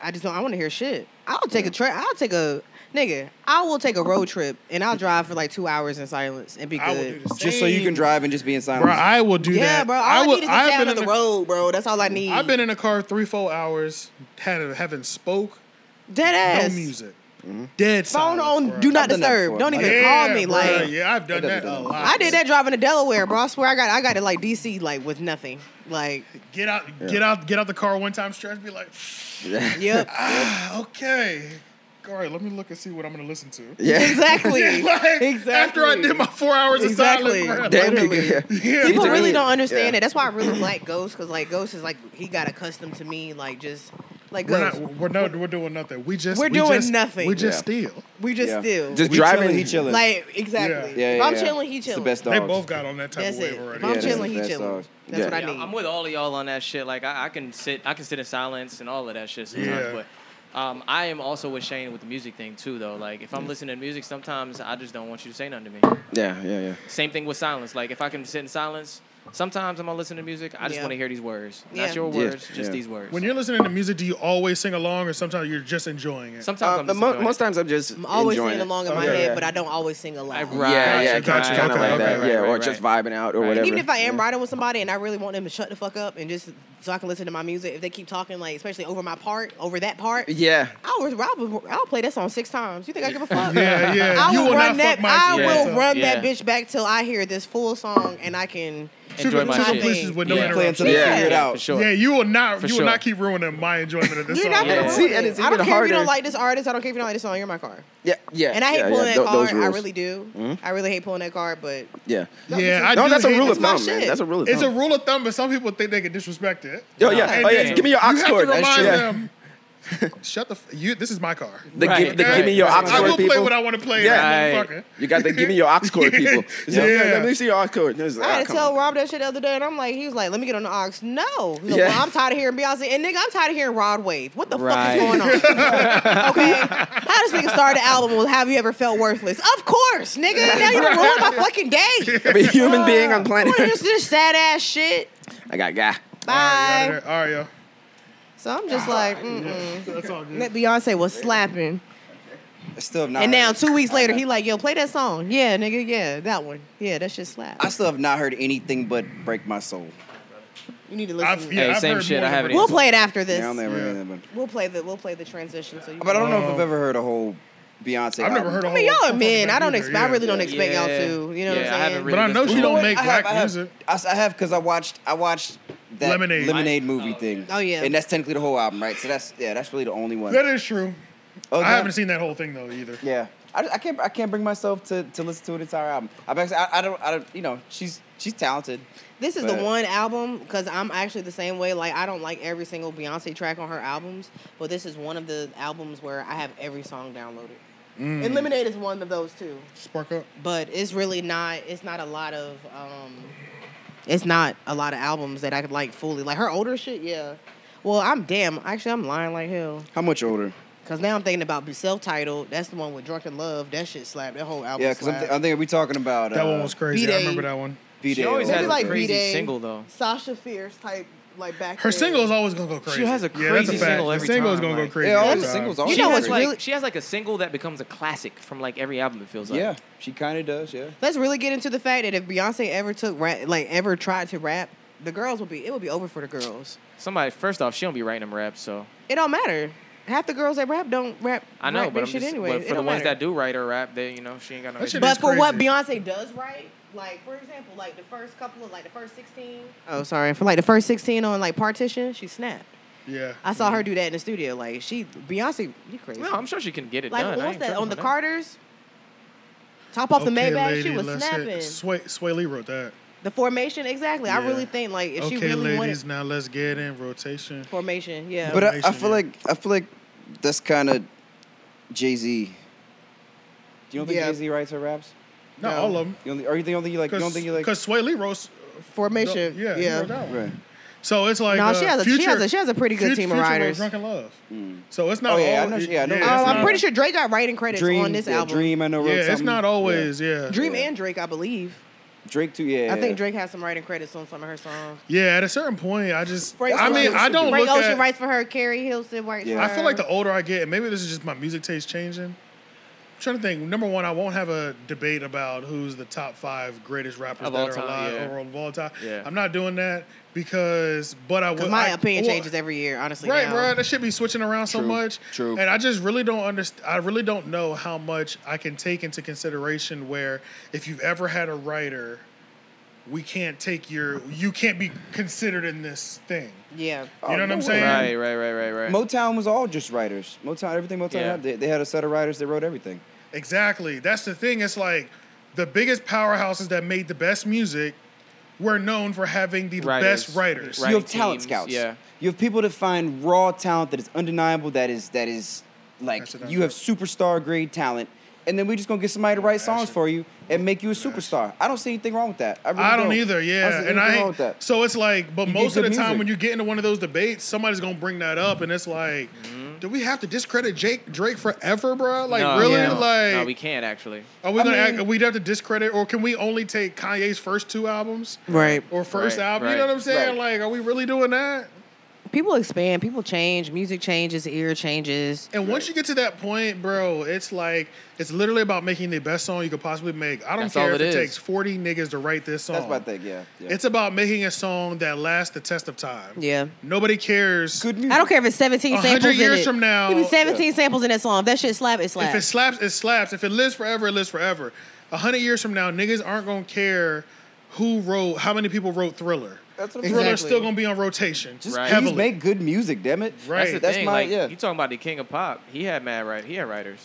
Speaker 4: I just don't. I want to hear shit. I'll take a trip. I'll take a nigga. I will take a road trip and I'll drive for like two hours in silence and be
Speaker 3: I will do
Speaker 4: good.
Speaker 3: the same.
Speaker 2: Just so you can drive and just be in silence.
Speaker 3: Bro, I will do
Speaker 4: Yeah,
Speaker 3: that.
Speaker 4: bro. All I,
Speaker 3: will,
Speaker 4: need is a
Speaker 3: I've
Speaker 4: sound
Speaker 3: been
Speaker 4: of the
Speaker 3: in a-
Speaker 4: road, bro. That's all I need.
Speaker 3: I've been in a car three, four hours, had, haven't spoke,
Speaker 4: dead ass.
Speaker 3: no music, dead
Speaker 4: Phone
Speaker 3: silence,
Speaker 4: on.
Speaker 3: bro.
Speaker 4: Do not
Speaker 2: done that
Speaker 4: disturb.
Speaker 2: before.
Speaker 4: Don't even
Speaker 3: yeah,
Speaker 4: call me.
Speaker 3: bruh,
Speaker 4: Like
Speaker 3: yeah, I've done
Speaker 2: I've
Speaker 3: that
Speaker 2: done
Speaker 3: a
Speaker 2: that.
Speaker 3: lot.
Speaker 4: I did that driving to Delaware, bro. I swear I got I got it like DC like with nothing. Like
Speaker 3: Get out, get out, get out the car one time stretch. Be like,
Speaker 4: yep.
Speaker 3: ah, okay. All right, let me look and see what I'm gonna listen to.
Speaker 1: Yeah.
Speaker 4: Exactly.
Speaker 3: Like,
Speaker 4: exactly.
Speaker 3: After I did my four hours
Speaker 4: Exactly.
Speaker 3: of silence, bro,
Speaker 1: Damn
Speaker 3: like,
Speaker 1: nigga.
Speaker 3: yeah,
Speaker 4: People
Speaker 1: It's a
Speaker 4: really
Speaker 1: weird-
Speaker 4: don't understand
Speaker 1: yeah.
Speaker 4: it. That's why I really like Ghost because like Ghost is like he got accustomed to me like just like
Speaker 3: We're
Speaker 4: Ghost.
Speaker 3: not. We're not. We're doing nothing. We just.
Speaker 4: We're
Speaker 3: we
Speaker 4: doing
Speaker 3: just-
Speaker 4: nothing.
Speaker 3: We just
Speaker 2: Yeah.
Speaker 3: steal.
Speaker 4: we just
Speaker 2: Yeah.
Speaker 4: still
Speaker 1: Just
Speaker 2: We
Speaker 1: driving.
Speaker 2: chilling, he chilling.
Speaker 4: like exactly.
Speaker 2: yeah, yeah,
Speaker 4: if I'm
Speaker 2: yeah.
Speaker 4: chilling, he
Speaker 2: It's
Speaker 4: chilling.
Speaker 2: the best
Speaker 3: They
Speaker 2: dogs.
Speaker 3: both got on that type
Speaker 4: That's
Speaker 3: of wave
Speaker 4: it. If
Speaker 3: already.
Speaker 4: I'm
Speaker 2: Yeah, that's
Speaker 4: chilling,
Speaker 2: the
Speaker 4: he
Speaker 2: best
Speaker 4: chilling.
Speaker 2: dogs.
Speaker 4: That's
Speaker 1: Yeah.
Speaker 4: what I
Speaker 5: Yeah,
Speaker 4: need.
Speaker 5: I'm with all of y'all on that shit. Like I, I can sit, I can sit in silence and all of that shit sometimes.
Speaker 3: Yeah.
Speaker 5: But um, I am also with Shane with the music thing too, though. Like if I'm listening to music, sometimes I just don't want you to say nothing to me.
Speaker 1: Yeah, yeah, yeah.
Speaker 5: Same thing with silence. Like if I can sit in silence, sometimes I'm gonna listen to music. I just
Speaker 4: Yeah.
Speaker 5: want to hear these words,
Speaker 4: Yeah.
Speaker 5: not your
Speaker 1: Yeah,
Speaker 5: words,
Speaker 1: yeah.
Speaker 5: just these words.
Speaker 3: When you're listening to music, do you always sing along, or sometimes you're just enjoying it?
Speaker 5: sometimes
Speaker 1: Uh,
Speaker 5: I'm
Speaker 1: but
Speaker 5: just
Speaker 1: mo-
Speaker 5: enjoying
Speaker 1: most
Speaker 5: it.
Speaker 1: times I'm just
Speaker 4: I'm always
Speaker 1: enjoying it.
Speaker 4: singing along in my
Speaker 3: Okay.
Speaker 4: head,
Speaker 1: Yeah.
Speaker 4: but I don't always sing aloud.
Speaker 5: Right.
Speaker 1: Yeah, yeah,
Speaker 3: Gotcha,
Speaker 1: kind of
Speaker 3: okay,
Speaker 1: like
Speaker 3: okay,
Speaker 1: that.
Speaker 3: right,
Speaker 1: yeah,
Speaker 5: right,
Speaker 1: or
Speaker 5: right.
Speaker 1: just vibing out or whatever.
Speaker 4: Even if I am riding with somebody and I really want them to shut the fuck up and just so I can listen to my music, if they keep talking like especially over my part, over that part,
Speaker 1: yeah,
Speaker 4: I was, I was, I'll play that song six times. You think I give a fuck?
Speaker 3: Yeah, yeah.
Speaker 4: I
Speaker 3: You
Speaker 4: will,
Speaker 3: will
Speaker 4: run
Speaker 3: not fuck
Speaker 4: that.
Speaker 3: my
Speaker 4: I
Speaker 5: shit
Speaker 4: will
Speaker 5: up.
Speaker 4: run that
Speaker 5: Yeah.
Speaker 4: bitch back till I hear this full song and I can.
Speaker 3: to
Speaker 5: enjoy
Speaker 3: the,
Speaker 5: my
Speaker 3: to the
Speaker 5: shit.
Speaker 3: places with no
Speaker 5: Yeah.
Speaker 2: Play until
Speaker 3: interruption.
Speaker 2: they
Speaker 1: Yeah.
Speaker 2: figure it
Speaker 5: Yeah,
Speaker 2: out.
Speaker 5: for sure.
Speaker 3: Yeah, you will not.
Speaker 5: For
Speaker 3: you
Speaker 5: sure.
Speaker 3: will not keep ruining my enjoyment of this
Speaker 4: You're
Speaker 3: song.
Speaker 4: not gonna
Speaker 5: Yeah.
Speaker 4: ruin
Speaker 1: See,
Speaker 4: it.
Speaker 1: and it's
Speaker 4: I
Speaker 1: even
Speaker 4: don't care if you
Speaker 1: harder-
Speaker 4: don't like this artist. I don't care if you don't like this song. You're my car.
Speaker 1: yeah, yeah.
Speaker 4: And I hate
Speaker 1: yeah,
Speaker 4: pulling
Speaker 1: yeah,
Speaker 4: that
Speaker 1: tho-
Speaker 4: card.
Speaker 1: those
Speaker 4: I
Speaker 1: rules. Hmm?
Speaker 4: really do. I really hate pulling that card, but
Speaker 1: Yeah.
Speaker 3: Yeah, I
Speaker 1: No,
Speaker 3: do
Speaker 1: that's a
Speaker 3: hate
Speaker 1: rule
Speaker 3: it.
Speaker 1: of
Speaker 4: my
Speaker 1: thumb, man.
Speaker 4: shit.
Speaker 1: That's a rule of
Speaker 3: It's a
Speaker 1: thumb.
Speaker 3: rule of thumb, but some people think they can disrespect it.
Speaker 1: Oh yeah,
Speaker 3: And
Speaker 1: oh yeah.
Speaker 3: then
Speaker 1: Give me your
Speaker 3: you
Speaker 1: ox
Speaker 3: have
Speaker 1: cord.
Speaker 3: To remind
Speaker 1: Yeah.
Speaker 3: them, Shut the. F- you. This is my car.
Speaker 1: The,
Speaker 5: Right.
Speaker 1: give, the
Speaker 5: Okay.
Speaker 1: give me your
Speaker 5: Right.
Speaker 1: ox
Speaker 3: I will
Speaker 1: cord
Speaker 3: play
Speaker 1: people.
Speaker 3: what I want to play.
Speaker 1: Yeah.
Speaker 3: Right.
Speaker 5: Right.
Speaker 1: you got the give me your ox cord people.
Speaker 3: Yeah.
Speaker 1: Let me see your ox cord. And it's like,
Speaker 4: I
Speaker 1: ah,
Speaker 4: had to
Speaker 1: come
Speaker 4: tell
Speaker 1: on.
Speaker 4: Rob that shit the other day, and I'm like, he was like, "Let me get on the ox." No, He's like,
Speaker 1: Yeah.
Speaker 4: well, I'm tired of hearing Beyonce, and nigga, I'm tired of hearing Rod Wave. What the
Speaker 5: Right.
Speaker 4: fuck is going on? okay, how does nigga start the album with "Have you ever felt worthless"? Of course, nigga. Now you done ruined my fucking day.
Speaker 1: I'm a human being on planet
Speaker 4: What is
Speaker 1: Earth.
Speaker 4: this sad ass shit?
Speaker 1: I got guy.
Speaker 3: All
Speaker 4: Bye.
Speaker 3: right, all right, yo.
Speaker 4: So I'm just like, mm-mm.
Speaker 3: That's all good.
Speaker 4: That Beyonce was slapping,
Speaker 2: I still have not.
Speaker 4: and now
Speaker 2: heard-
Speaker 4: two weeks later, he like, "Yo, play that song." Yeah, nigga. Yeah, that one. Yeah, that shit slap.
Speaker 2: I still have not heard anything but "Break My Soul."
Speaker 4: You need to
Speaker 3: I've,
Speaker 4: listen.
Speaker 3: yeah,
Speaker 5: Hey,
Speaker 3: I've
Speaker 5: same
Speaker 3: heard
Speaker 5: shit,
Speaker 3: more
Speaker 5: I
Speaker 3: than
Speaker 5: haven't
Speaker 3: Britney.
Speaker 4: We'll play it after this.
Speaker 2: Yeah, I don't ever heard that,
Speaker 4: We'll play the we'll play the transition. So you
Speaker 2: but, but I don't know if I've
Speaker 3: Oh.
Speaker 2: ever heard a whole Beyonce.
Speaker 3: I've never
Speaker 2: album.
Speaker 3: heard a
Speaker 4: I
Speaker 3: whole.
Speaker 4: mean, y'all are men.
Speaker 3: fucking
Speaker 4: I don't.
Speaker 3: Britney
Speaker 4: Ex-
Speaker 3: either,
Speaker 4: I really
Speaker 3: yeah.
Speaker 4: don't expect y'all to. You know
Speaker 5: Yeah,
Speaker 4: what
Speaker 5: I
Speaker 4: I'm
Speaker 5: haven't
Speaker 4: saying?
Speaker 5: really
Speaker 3: But I know
Speaker 5: listened
Speaker 3: she
Speaker 5: to
Speaker 3: don't
Speaker 5: it.
Speaker 3: make
Speaker 2: I have,
Speaker 3: black
Speaker 2: I have-
Speaker 3: music.
Speaker 2: I s- I have because I watched I watched that
Speaker 3: Lemonade.
Speaker 2: Lemonade, movie thing.
Speaker 4: Oh, yeah.
Speaker 2: and that's technically the whole album, right? So that's yeah, that's really the only one.
Speaker 3: That is true.
Speaker 2: Oh,
Speaker 3: I
Speaker 2: yeah?
Speaker 3: haven't seen that whole thing though either.
Speaker 2: e-, Yeah, I, I can't I can't bring myself to, to listen to an entire album. I've actually, I, I don't I don't you know she's she's talented.
Speaker 4: This is the
Speaker 2: But-
Speaker 4: one album because I'm actually the same way. Like I don't like every single Beyonce track on her albums, but this is one of the albums where I have every song downloaded. And Lemonade is one of those too.
Speaker 3: Spark up.
Speaker 4: But it's really not. It's not a lot of. um It's not a lot of albums that I could like fully. Like her older shit, yeah. Well, I'm damn. Actually, I'm lying like hell.
Speaker 2: How much older?
Speaker 4: Cause now I'm thinking about self titled. That's the one with Drunken Love. That shit slapped. That whole album.
Speaker 2: Yeah, because I'm,
Speaker 4: slapped.
Speaker 2: th- I'm thinking we talking about
Speaker 3: That
Speaker 2: uh,
Speaker 3: one was crazy. I
Speaker 4: B-Day.
Speaker 3: remember that one.
Speaker 2: B-Day
Speaker 5: She always
Speaker 2: or
Speaker 5: has
Speaker 4: Maybe
Speaker 5: a
Speaker 4: like
Speaker 5: crazy
Speaker 4: B-Day.
Speaker 5: single though.
Speaker 4: Sasha Fierce type like back.
Speaker 3: Her
Speaker 4: then.
Speaker 3: single is always gonna go crazy.
Speaker 5: has a
Speaker 3: yeah, that's a
Speaker 5: crazy
Speaker 3: fact.
Speaker 5: single every
Speaker 3: the single is
Speaker 5: time,
Speaker 3: gonna go
Speaker 5: like-
Speaker 3: crazy.
Speaker 2: Yeah, all
Speaker 3: every
Speaker 2: the
Speaker 3: time.
Speaker 2: singles are-
Speaker 4: You
Speaker 5: she
Speaker 4: know
Speaker 5: has
Speaker 4: what's
Speaker 5: like
Speaker 4: really?
Speaker 5: she has like a single that becomes a classic from like every album. It feels like
Speaker 2: Yeah, she kind of does. Yeah,
Speaker 4: Let's really get into the fact that if Beyonce ever took rap, like ever tried to rap, the girls would be. It would be over for the girls.
Speaker 5: somebody. First off, she don't be writing them raps, so
Speaker 4: It don't matter. Half the girls that rap don't rap.
Speaker 5: I know.
Speaker 4: rap
Speaker 5: But
Speaker 4: big
Speaker 5: I'm
Speaker 4: shit
Speaker 5: just
Speaker 4: anyway.
Speaker 5: but
Speaker 4: It
Speaker 5: for the
Speaker 4: don't
Speaker 5: ones
Speaker 4: matter.
Speaker 5: that do write her rap, they you know she ain't got no.
Speaker 3: That shit
Speaker 5: issue.
Speaker 3: is-
Speaker 4: But for what
Speaker 3: crazy.
Speaker 4: Beyonce does right, like for example, like the first couple of like the first sixteen. Oh, sorry. For like the first sixteen on like partition, she snapped.
Speaker 3: Yeah.
Speaker 4: I saw her do that in the studio. Like she, Beyonce, you crazy.
Speaker 5: No, I'm sure she can get it
Speaker 4: like
Speaker 5: done. I
Speaker 4: what was
Speaker 5: ain't
Speaker 4: that
Speaker 5: tripping
Speaker 4: on the
Speaker 5: that.
Speaker 4: Carters? Top off the
Speaker 3: Okay,
Speaker 4: Maybach,
Speaker 3: lady,
Speaker 4: she was
Speaker 3: let's
Speaker 4: snapping.
Speaker 3: hit- Sway, Sway Lee wrote that.
Speaker 4: The formation, exactly. I really think like if
Speaker 3: okay,
Speaker 4: she really
Speaker 3: ladies,
Speaker 4: wanted
Speaker 3: now let's get in rotation.
Speaker 4: formation, yeah.
Speaker 2: but uh, I, I
Speaker 3: Information,
Speaker 2: feel
Speaker 3: yeah.
Speaker 2: like I feel like that's kind of Jay Z. Do you don't think
Speaker 4: Yeah.
Speaker 2: Jay Z writes her raps?
Speaker 3: Not
Speaker 4: No.
Speaker 3: all of them.
Speaker 2: You don't, or you think, you don't think you like? You don't think you like?
Speaker 3: Because Sway Lee wrote.
Speaker 4: formation,
Speaker 3: yeah, he wrote that one.
Speaker 2: Right.
Speaker 3: So it's like
Speaker 4: No,
Speaker 3: uh,
Speaker 4: she has a
Speaker 3: future,
Speaker 4: she has a she has a pretty good
Speaker 3: future,
Speaker 4: team of
Speaker 3: future wrote
Speaker 4: writers.
Speaker 3: Drunken Love.
Speaker 5: Hmm.
Speaker 3: So it's not.
Speaker 2: Oh, yeah, I
Speaker 3: all,
Speaker 2: know she- yeah, I know
Speaker 3: it's
Speaker 2: she-
Speaker 4: Oh,
Speaker 3: not-
Speaker 4: I'm pretty sure Drake got writing credits
Speaker 2: Dream
Speaker 4: on this
Speaker 2: yeah,
Speaker 4: album.
Speaker 2: Dream, I know. wrote
Speaker 3: Yeah, it's
Speaker 2: something.
Speaker 3: not always. Yeah.
Speaker 4: Dream
Speaker 2: Yeah.
Speaker 4: and Drake, I believe.
Speaker 2: Yeah. Drake too. Yeah,
Speaker 4: I think Drake has some writing credits on some of her songs.
Speaker 3: Yeah, at a certain point, I just.
Speaker 4: Frank
Speaker 3: I mean,
Speaker 4: Ocean-
Speaker 3: I don't
Speaker 4: Frank
Speaker 3: look
Speaker 4: Ocean
Speaker 3: at.
Speaker 4: writes for her. Carrie Hilson writes
Speaker 2: Yeah.
Speaker 4: for
Speaker 3: I
Speaker 4: her.
Speaker 3: feel like the older I get, and maybe this is just my music taste changing. I'm trying to think. Number one, I won't have a debate about who's the top five greatest rappers
Speaker 5: Of
Speaker 3: that
Speaker 5: all
Speaker 3: are
Speaker 5: time,
Speaker 3: alive
Speaker 5: yeah.
Speaker 3: or of all time.
Speaker 5: Yeah.
Speaker 3: I'm not doing that because, but I
Speaker 4: Because
Speaker 3: would.
Speaker 4: my
Speaker 3: I-
Speaker 4: opinion
Speaker 3: well,
Speaker 4: changes every year, honestly.
Speaker 3: Right,
Speaker 4: now.
Speaker 3: bro. That should be switching around so
Speaker 2: True,
Speaker 3: much.
Speaker 2: true.
Speaker 3: And I just really don't understand. I really don't know how much I can take into consideration. Where if you've ever had a writer, we can't take your. You can't be considered in this thing.
Speaker 4: Yeah.
Speaker 3: You know what I'm
Speaker 2: no
Speaker 3: saying?
Speaker 5: Right, right, right, right, right.
Speaker 2: Motown was all just writers. Motown, everything Motown
Speaker 5: Yeah.
Speaker 2: had, they, they had a set of writers that wrote everything.
Speaker 3: Exactly. That's the thing. It's like the biggest powerhouses that made the best music were known for having the
Speaker 5: Writers.
Speaker 3: best writers.
Speaker 2: you
Speaker 5: Right.
Speaker 2: have talent
Speaker 5: teams,
Speaker 2: scouts.
Speaker 5: yeah.
Speaker 2: You have people that find raw talent that is undeniable. That is that is like
Speaker 3: That's what
Speaker 2: you
Speaker 3: I
Speaker 2: have superstar grade talent, and then we just gonna get somebody to write songs
Speaker 3: it.
Speaker 2: for you and make you a superstar. I don't see anything wrong with that. I, really
Speaker 3: I don't either. Yeah,
Speaker 2: don't see
Speaker 3: and
Speaker 2: anything
Speaker 3: I
Speaker 2: wrong
Speaker 3: ain't-
Speaker 2: with that.
Speaker 3: so it's like, but
Speaker 2: You get
Speaker 3: most of the
Speaker 2: good
Speaker 3: time
Speaker 2: music.
Speaker 3: when you get into one of those debates, somebody's gonna bring that up, and it's like, do we have to discredit Jake Drake forever, bro? Like,
Speaker 5: Mm-hmm. No,
Speaker 3: really?
Speaker 5: yeah.
Speaker 3: Like,
Speaker 5: no, we can't actually.
Speaker 3: are we
Speaker 2: I
Speaker 3: gonna
Speaker 2: mean-
Speaker 3: act, we'd have to discredit, or can we only take Kanye's first two albums
Speaker 4: Right.
Speaker 3: or first
Speaker 5: Right,
Speaker 3: album? You
Speaker 5: right,
Speaker 3: know what I'm saying?
Speaker 2: right.
Speaker 3: Like, are we really doing that?
Speaker 4: People expand. People change. Music changes. Ear changes.
Speaker 3: And once you get to that point, bro, it's like it's literally about making the best song you could possibly make. I don't
Speaker 5: That's
Speaker 3: care
Speaker 5: all
Speaker 3: if
Speaker 5: it
Speaker 3: it
Speaker 5: is.
Speaker 3: takes forty niggas to write this song.
Speaker 2: That's my thing. Yeah, yeah.
Speaker 3: It's about making a song that lasts the test of time.
Speaker 4: Yeah.
Speaker 3: Nobody cares
Speaker 2: good music.
Speaker 4: I don't care if it's 17
Speaker 3: A
Speaker 4: samples.
Speaker 3: hundred years
Speaker 4: in it.
Speaker 3: from now-
Speaker 4: It be 17 samples in that song. If that shit slap, it slap.
Speaker 3: if it slaps. It slaps. If it lives forever, it lives forever. A hundred years from now, niggas aren't gonna care who wrote, how many people wrote Thriller.
Speaker 2: That's what I'm
Speaker 3: Thriller's
Speaker 4: Exactly.
Speaker 3: still gonna be on rotation.
Speaker 2: Just
Speaker 5: Right.
Speaker 2: please
Speaker 3: Heavily.
Speaker 2: make good music, damn it.
Speaker 3: Right.
Speaker 5: That's the
Speaker 2: That's
Speaker 5: thing.
Speaker 2: my-
Speaker 5: like
Speaker 2: yeah.
Speaker 5: you talking about the king of pop? He had mad right. He had writers.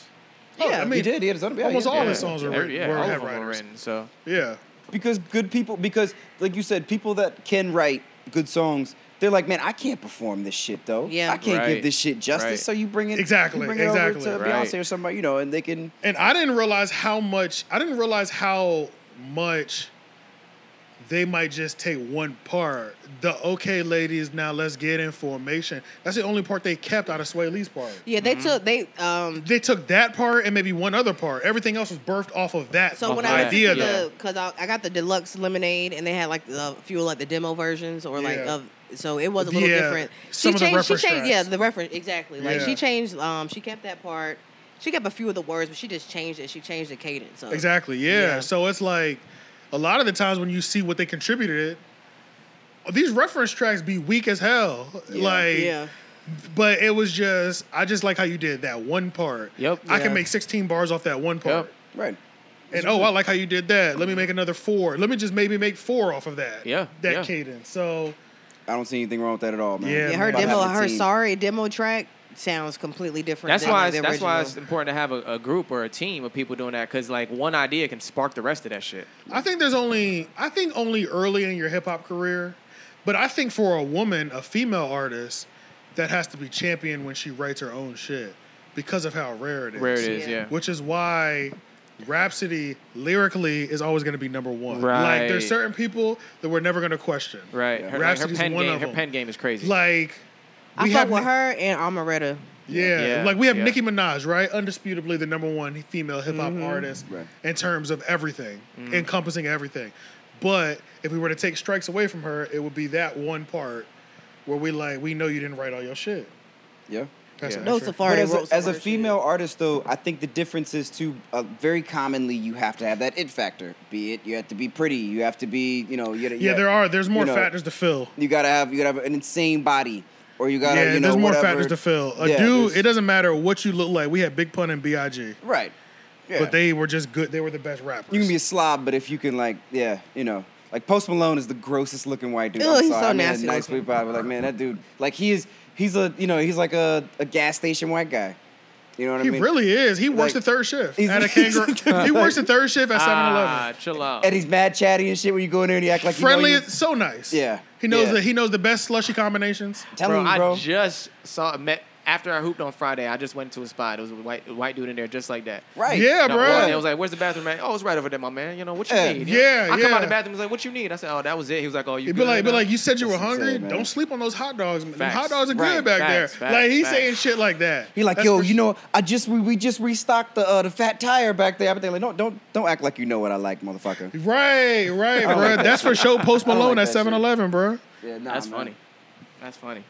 Speaker 3: yeah, I mean,
Speaker 2: he did. He had his own. yeah,
Speaker 3: almost
Speaker 2: yeah.
Speaker 3: all
Speaker 5: yeah.
Speaker 3: his songs are
Speaker 5: Every-
Speaker 3: written-
Speaker 5: yeah,
Speaker 3: were-
Speaker 5: all
Speaker 3: had
Speaker 5: of them were
Speaker 3: writers.
Speaker 5: written. So
Speaker 3: yeah.
Speaker 2: because good people because like you said people that can write good songs they're like man i can't perform this shit though
Speaker 4: Yeah.
Speaker 2: i can't give
Speaker 5: Right.
Speaker 2: this shit justice
Speaker 5: Right.
Speaker 2: so you bring it
Speaker 3: Exactly,
Speaker 2: you bring
Speaker 3: exactly.
Speaker 2: it over to
Speaker 5: Right.
Speaker 2: beyonce or somebody you know and they can
Speaker 3: And I didn't realize how much I didn't realize how much they might just take one part. The okay, ladies, now let's get in formation. That's the only part they kept out of Sway Lee's part.
Speaker 4: yeah, they
Speaker 5: Mm-hmm.
Speaker 4: took they um.
Speaker 3: They took that part and maybe one other part. Everything else was birthed off of that
Speaker 4: So when
Speaker 5: the
Speaker 4: I went
Speaker 3: idea.
Speaker 4: to
Speaker 3: though.
Speaker 4: the because I, I got the deluxe lemonade and they had like the a few like the demo versions or like
Speaker 3: Yeah.
Speaker 4: of so it was a little
Speaker 3: Yeah.
Speaker 4: different.
Speaker 3: Some of the
Speaker 4: changed.
Speaker 3: reference
Speaker 4: she changed. Yeah,
Speaker 3: tracks.
Speaker 4: the reference exactly. Like
Speaker 3: Yeah.
Speaker 4: she changed. Um, she kept that part. She kept a few of the words, but she just changed it. She changed the cadence. So.
Speaker 3: Exactly. Yeah.
Speaker 4: Yeah.
Speaker 3: So it's like a lot of the times when you see what they contributed, these reference tracks be weak as hell. Like
Speaker 4: Yeah.
Speaker 3: But it was just, I just like how you did that one part.
Speaker 5: Yep.
Speaker 3: I
Speaker 5: Yeah.
Speaker 3: can make 16 bars off that one part.
Speaker 5: Yep.
Speaker 2: right
Speaker 3: And oh, I like how you did that. Let me make another four. Let me just maybe make four off of that.
Speaker 5: Yeah,
Speaker 3: That
Speaker 5: yeah.
Speaker 3: cadence. So,
Speaker 2: i don't see anything wrong with that at all man
Speaker 3: Yeah,
Speaker 4: Yeah, her
Speaker 3: man.
Speaker 2: About
Speaker 4: demo,
Speaker 2: having a
Speaker 4: her
Speaker 2: team.
Speaker 4: sorry demo track sounds completely different.
Speaker 5: that's
Speaker 4: than
Speaker 5: why.
Speaker 4: like,
Speaker 5: It's,
Speaker 4: the
Speaker 5: that's why
Speaker 4: original.
Speaker 5: it's important to have a, a group or a team of people doing that because like one idea can spark the rest of that shit.
Speaker 3: I think there's only, I think only early in your hip hop career, but I think for a woman, a female artist, that has to be championed when she writes her own shit because of how rare it is.
Speaker 5: Rare it is. Yeah.
Speaker 3: which is why Rhapsody lyrically is always going to be number one. Like
Speaker 5: Right.
Speaker 3: there's certain people that we're never going to question.
Speaker 5: Right. Her, like, her
Speaker 3: Rhapsody's
Speaker 5: pen
Speaker 3: one
Speaker 5: game.
Speaker 3: of
Speaker 5: Her
Speaker 3: them.
Speaker 5: pen game is crazy.
Speaker 3: Like
Speaker 4: I fuck with her and Amaretta.
Speaker 3: Yeah,
Speaker 5: Yeah,
Speaker 3: like we have
Speaker 5: yeah. Mm-hmm.
Speaker 3: Nicki Minaj, right? Undisputably the number one female hip hop artist
Speaker 2: Right.
Speaker 3: in terms of everything,
Speaker 5: Mm.
Speaker 3: encompassing everything. But if we were to take strikes away from her, it would be that one part where we like we know you didn't write all your shit.
Speaker 2: yeah
Speaker 3: That's
Speaker 5: Yeah.
Speaker 3: an
Speaker 4: No
Speaker 3: extra.
Speaker 4: Safari
Speaker 2: But as
Speaker 4: wrote
Speaker 2: a,
Speaker 4: some
Speaker 2: as a
Speaker 4: of her shit.
Speaker 2: female artist, though, I think the difference is too. Uh, very commonly, you have to have that it factor. Be it you have to be pretty, you have to be, you know, you,
Speaker 3: yeah, there are there's more
Speaker 2: know,
Speaker 3: factors to fill.
Speaker 2: You gotta have, you gotta have an insane body, or you gotta,
Speaker 3: yeah,
Speaker 2: you know,
Speaker 3: there's more
Speaker 2: whatever.
Speaker 3: factors to fill. A
Speaker 2: Yeah,
Speaker 3: dude,
Speaker 2: there's-
Speaker 3: it doesn't matter what you look like. We had Big Pun and Big,
Speaker 2: right? Yeah.
Speaker 3: but they were just good. They were the best rappers.
Speaker 2: You can be a slob, but if you can, like, yeah, you know, like Post Malone is the grossest looking white dude.
Speaker 4: Ew,
Speaker 2: I'm
Speaker 4: he's
Speaker 2: sorry.
Speaker 4: so
Speaker 2: I mean,
Speaker 4: nasty
Speaker 2: A nice
Speaker 4: looking.
Speaker 2: sweet body, but like, man, that dude, like, he is, he's a, you know, he's like a, a gas station white guy. You know what
Speaker 3: he
Speaker 2: I mean?
Speaker 3: really is. He works the
Speaker 2: like,
Speaker 3: third shift
Speaker 2: he's-
Speaker 3: at a kangaroo. he works the third shift at 7-Eleven.
Speaker 5: Ah, chill out.
Speaker 2: And he's mad chatty and shit when you go in there and you act like
Speaker 3: Friendly,
Speaker 2: You know, you-
Speaker 3: so nice.
Speaker 2: Yeah,
Speaker 3: he knows
Speaker 2: yeah.
Speaker 3: that he knows the best slushy combinations.
Speaker 2: Tell
Speaker 5: bro,
Speaker 2: me, bro.
Speaker 5: I just saw met after I hooped on Friday, I just went to a spot. It was a white a white dude in there just like that.
Speaker 2: Right.
Speaker 3: Yeah,
Speaker 5: And I walked in, I
Speaker 3: bro.
Speaker 5: was like, "Where's the bathroom, man?" Oh, it's right over there, my man. You know what you
Speaker 2: Yeah.
Speaker 5: need?
Speaker 3: Yeah,
Speaker 5: I come
Speaker 3: yeah.
Speaker 5: out the bathroom. He's like, "What you need?" I said, "Oh, that was it." He was like, "Oh, you."
Speaker 3: It'd be
Speaker 5: good,
Speaker 3: like,
Speaker 5: you
Speaker 3: be
Speaker 5: know?"
Speaker 3: like, you said you were
Speaker 2: That's
Speaker 3: hungry.
Speaker 2: insane, man.
Speaker 3: Don't sleep on those hot dogs. man. Them
Speaker 5: Facts.
Speaker 3: hot dogs are
Speaker 2: Right.
Speaker 3: good back there.
Speaker 5: Facts, facts,
Speaker 3: like he's
Speaker 5: facts.
Speaker 3: saying shit like that.
Speaker 2: He like,
Speaker 3: That's
Speaker 2: yo,
Speaker 3: for
Speaker 2: you know, I just we, we just restocked the uh, the fat tire back there. I've been like, no, don't don't act like you know what I like, motherfucker.
Speaker 3: Right, right, bro. That's for show Post
Speaker 2: like
Speaker 3: Malone
Speaker 2: that
Speaker 3: at
Speaker 2: shit.
Speaker 3: 7 Eleven, bro.
Speaker 2: Yeah, nah,
Speaker 5: That's
Speaker 2: man.
Speaker 5: funny. That's funny.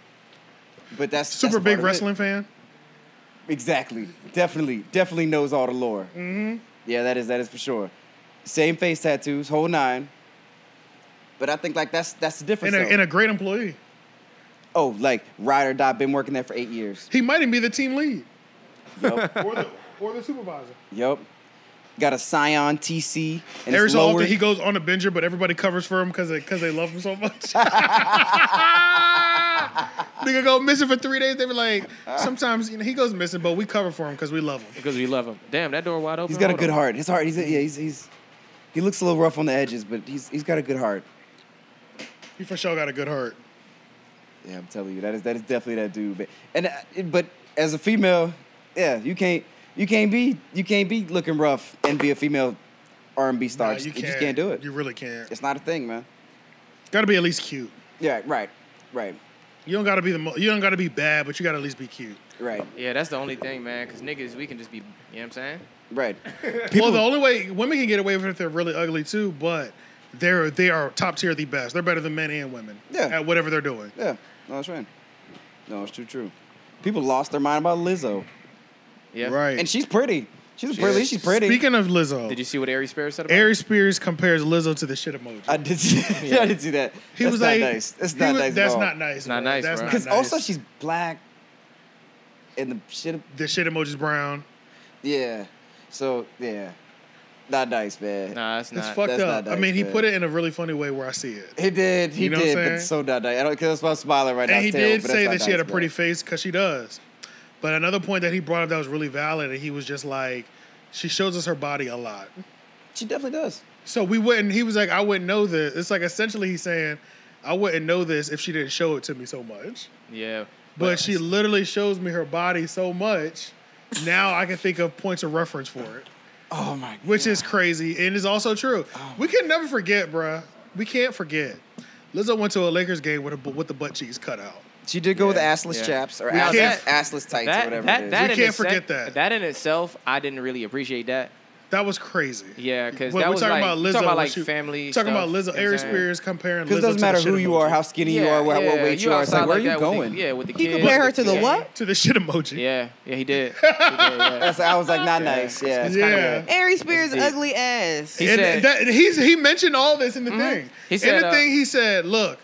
Speaker 2: But that's
Speaker 3: Super
Speaker 2: that's
Speaker 3: big
Speaker 2: part of it.
Speaker 3: wrestling fan.
Speaker 2: Exactly. Definitely, definitely knows all the lore. Mm-hmm. Yeah, that is that is for sure. Same face tattoos, whole nine. But I think like that's that's the difference.
Speaker 3: And a,
Speaker 2: though.
Speaker 3: and a great employee.
Speaker 2: oh, like ride or die. Been working there for eight years.
Speaker 3: He might even be the team lead
Speaker 2: Yup.
Speaker 3: or the, or the supervisor.
Speaker 2: yup. Got a Scion TC. And
Speaker 3: Every
Speaker 2: it's
Speaker 3: so
Speaker 2: lowered.
Speaker 3: often he goes on a binger, but everybody covers for him because they, 'cause they love him so much. Nigga go missing for three days. They be like, sometimes you know he goes missing, but we cover for him because we love him.
Speaker 5: Because we love him. Damn, that door wide open.
Speaker 2: He's got a
Speaker 5: Hold
Speaker 2: good
Speaker 5: on.
Speaker 2: heart. His heart. He's yeah. He's, he's he looks a little rough on the edges, but he's he's got a good heart.
Speaker 3: He for sure got a good heart.
Speaker 2: Yeah, I'm telling you, that is that is definitely that dude. But and uh, but as a female, yeah, you can't you can't be you can't be looking rough and be a female R&B star.
Speaker 3: Nah,
Speaker 2: you, just can't do it.
Speaker 3: You really can't.
Speaker 2: It's not a thing, man.
Speaker 3: Got to be at least cute.
Speaker 2: Yeah, right, right,
Speaker 3: You don't got to be the mo- you don't got to be bad, but you got to at least be cute.
Speaker 2: right,
Speaker 5: Yeah, that's the only thing, man. Because niggas, we can just be. You know what I'm saying?
Speaker 2: right.
Speaker 3: well, the only way women can get away with it if they're really ugly too, but they're they are top tier, the best. They're better than men and women
Speaker 2: Yeah.
Speaker 3: at whatever they're doing.
Speaker 2: Yeah, no, that's right. No, it's too true. People lost their mind about Lizzo,
Speaker 5: Yeah.
Speaker 3: Right.
Speaker 2: and she's pretty. She's a pretty. She's pretty.
Speaker 3: Speaking of Lizzo,
Speaker 5: Did you see what Ari Spears said about?
Speaker 3: Ari Spears compares Lizzo to the shit emoji.
Speaker 2: I did. See, I did see that.
Speaker 3: he
Speaker 2: that's
Speaker 3: was
Speaker 2: not
Speaker 3: like,
Speaker 2: nice. That's
Speaker 3: he
Speaker 2: not
Speaker 3: was-
Speaker 2: nice.
Speaker 3: That's
Speaker 2: at all.
Speaker 3: not nice.
Speaker 5: Not
Speaker 3: bro.
Speaker 5: nice,
Speaker 3: That's
Speaker 5: bro.
Speaker 3: not
Speaker 2: Because
Speaker 3: nice.
Speaker 2: also she's black, and the shit.
Speaker 3: the shit emoji's brown.
Speaker 2: Yeah. So yeah, not nice, man.
Speaker 5: it? Nah, that's
Speaker 3: It's
Speaker 5: not.
Speaker 3: fucked
Speaker 2: that's
Speaker 3: up.
Speaker 2: not
Speaker 3: I
Speaker 2: nice,
Speaker 3: mean, he
Speaker 2: man.
Speaker 3: put it in a really funny way where I see it.
Speaker 2: He did. He
Speaker 3: You know what
Speaker 2: did.
Speaker 3: I'm
Speaker 2: But
Speaker 3: saying?
Speaker 2: so not nice. I don't because that's why I'm smiling right now.
Speaker 3: And he
Speaker 2: It's terrible, but
Speaker 3: did
Speaker 2: that's
Speaker 3: say
Speaker 2: not
Speaker 3: that she had a
Speaker 2: nice,
Speaker 3: pretty
Speaker 2: man.
Speaker 3: face because she does. But another point that he brought up that was really valid, and he was just like, she shows us her body a lot.
Speaker 2: She definitely does.
Speaker 3: So we wouldn't. He was like, I wouldn't know this. It's like essentially he's saying, I wouldn't know this if she didn't show it to me so much.
Speaker 5: Yeah.
Speaker 3: But she literally shows me her body so much. Now I can think of points of reference for it,
Speaker 2: Oh my. Oh
Speaker 3: which is crazy and is also true. we can never forget, bruh. We can't forget. Lizzo went to a Lakers game with a bu- with the butt cheeks cut out.
Speaker 2: She did go
Speaker 5: Yeah,
Speaker 2: with assless
Speaker 5: yeah.
Speaker 2: chaps or
Speaker 3: We
Speaker 2: ass,
Speaker 3: can't-
Speaker 2: assless tights or whatever it is.
Speaker 3: that- We
Speaker 5: in
Speaker 3: can't
Speaker 5: itse-
Speaker 3: forget that.
Speaker 5: That in itself, I didn't really appreciate that.
Speaker 3: That was crazy.
Speaker 5: Yeah, because
Speaker 3: When
Speaker 5: that
Speaker 3: we're
Speaker 5: was
Speaker 3: talking
Speaker 5: like,
Speaker 3: about
Speaker 5: we're
Speaker 3: Lizzo,
Speaker 5: talking about
Speaker 3: when
Speaker 5: like
Speaker 3: she- Talking
Speaker 5: family. stuff,
Speaker 3: about
Speaker 5: you know
Speaker 3: Lizzo,
Speaker 5: what I'm
Speaker 3: Air
Speaker 5: saying?
Speaker 3: Spears comparing Lizzo
Speaker 2: Because it doesn't
Speaker 3: to the
Speaker 2: matter
Speaker 3: shit
Speaker 2: who you
Speaker 3: emoji.
Speaker 2: are, how skinny you are, what, what weight you, are. It's
Speaker 5: outside
Speaker 2: like, where are you
Speaker 5: that with the-
Speaker 2: going?
Speaker 5: yeah, with the
Speaker 4: He
Speaker 5: kids.
Speaker 4: compare her to the
Speaker 5: yeah.
Speaker 4: what?
Speaker 3: to the shit emoji.
Speaker 5: Yeah, yeah, he did. He did, yeah.
Speaker 2: That's, I was like, not nice. Yeah.
Speaker 3: yeah.
Speaker 4: Ari Spears
Speaker 5: deep.
Speaker 4: ugly ass.
Speaker 5: He
Speaker 3: and
Speaker 5: said-
Speaker 3: that, he's, he mentioned all this
Speaker 2: Mm-hmm.
Speaker 3: in the thing.
Speaker 5: He
Speaker 3: in
Speaker 5: said,
Speaker 3: the
Speaker 5: uh,
Speaker 3: thing, he said, "Look,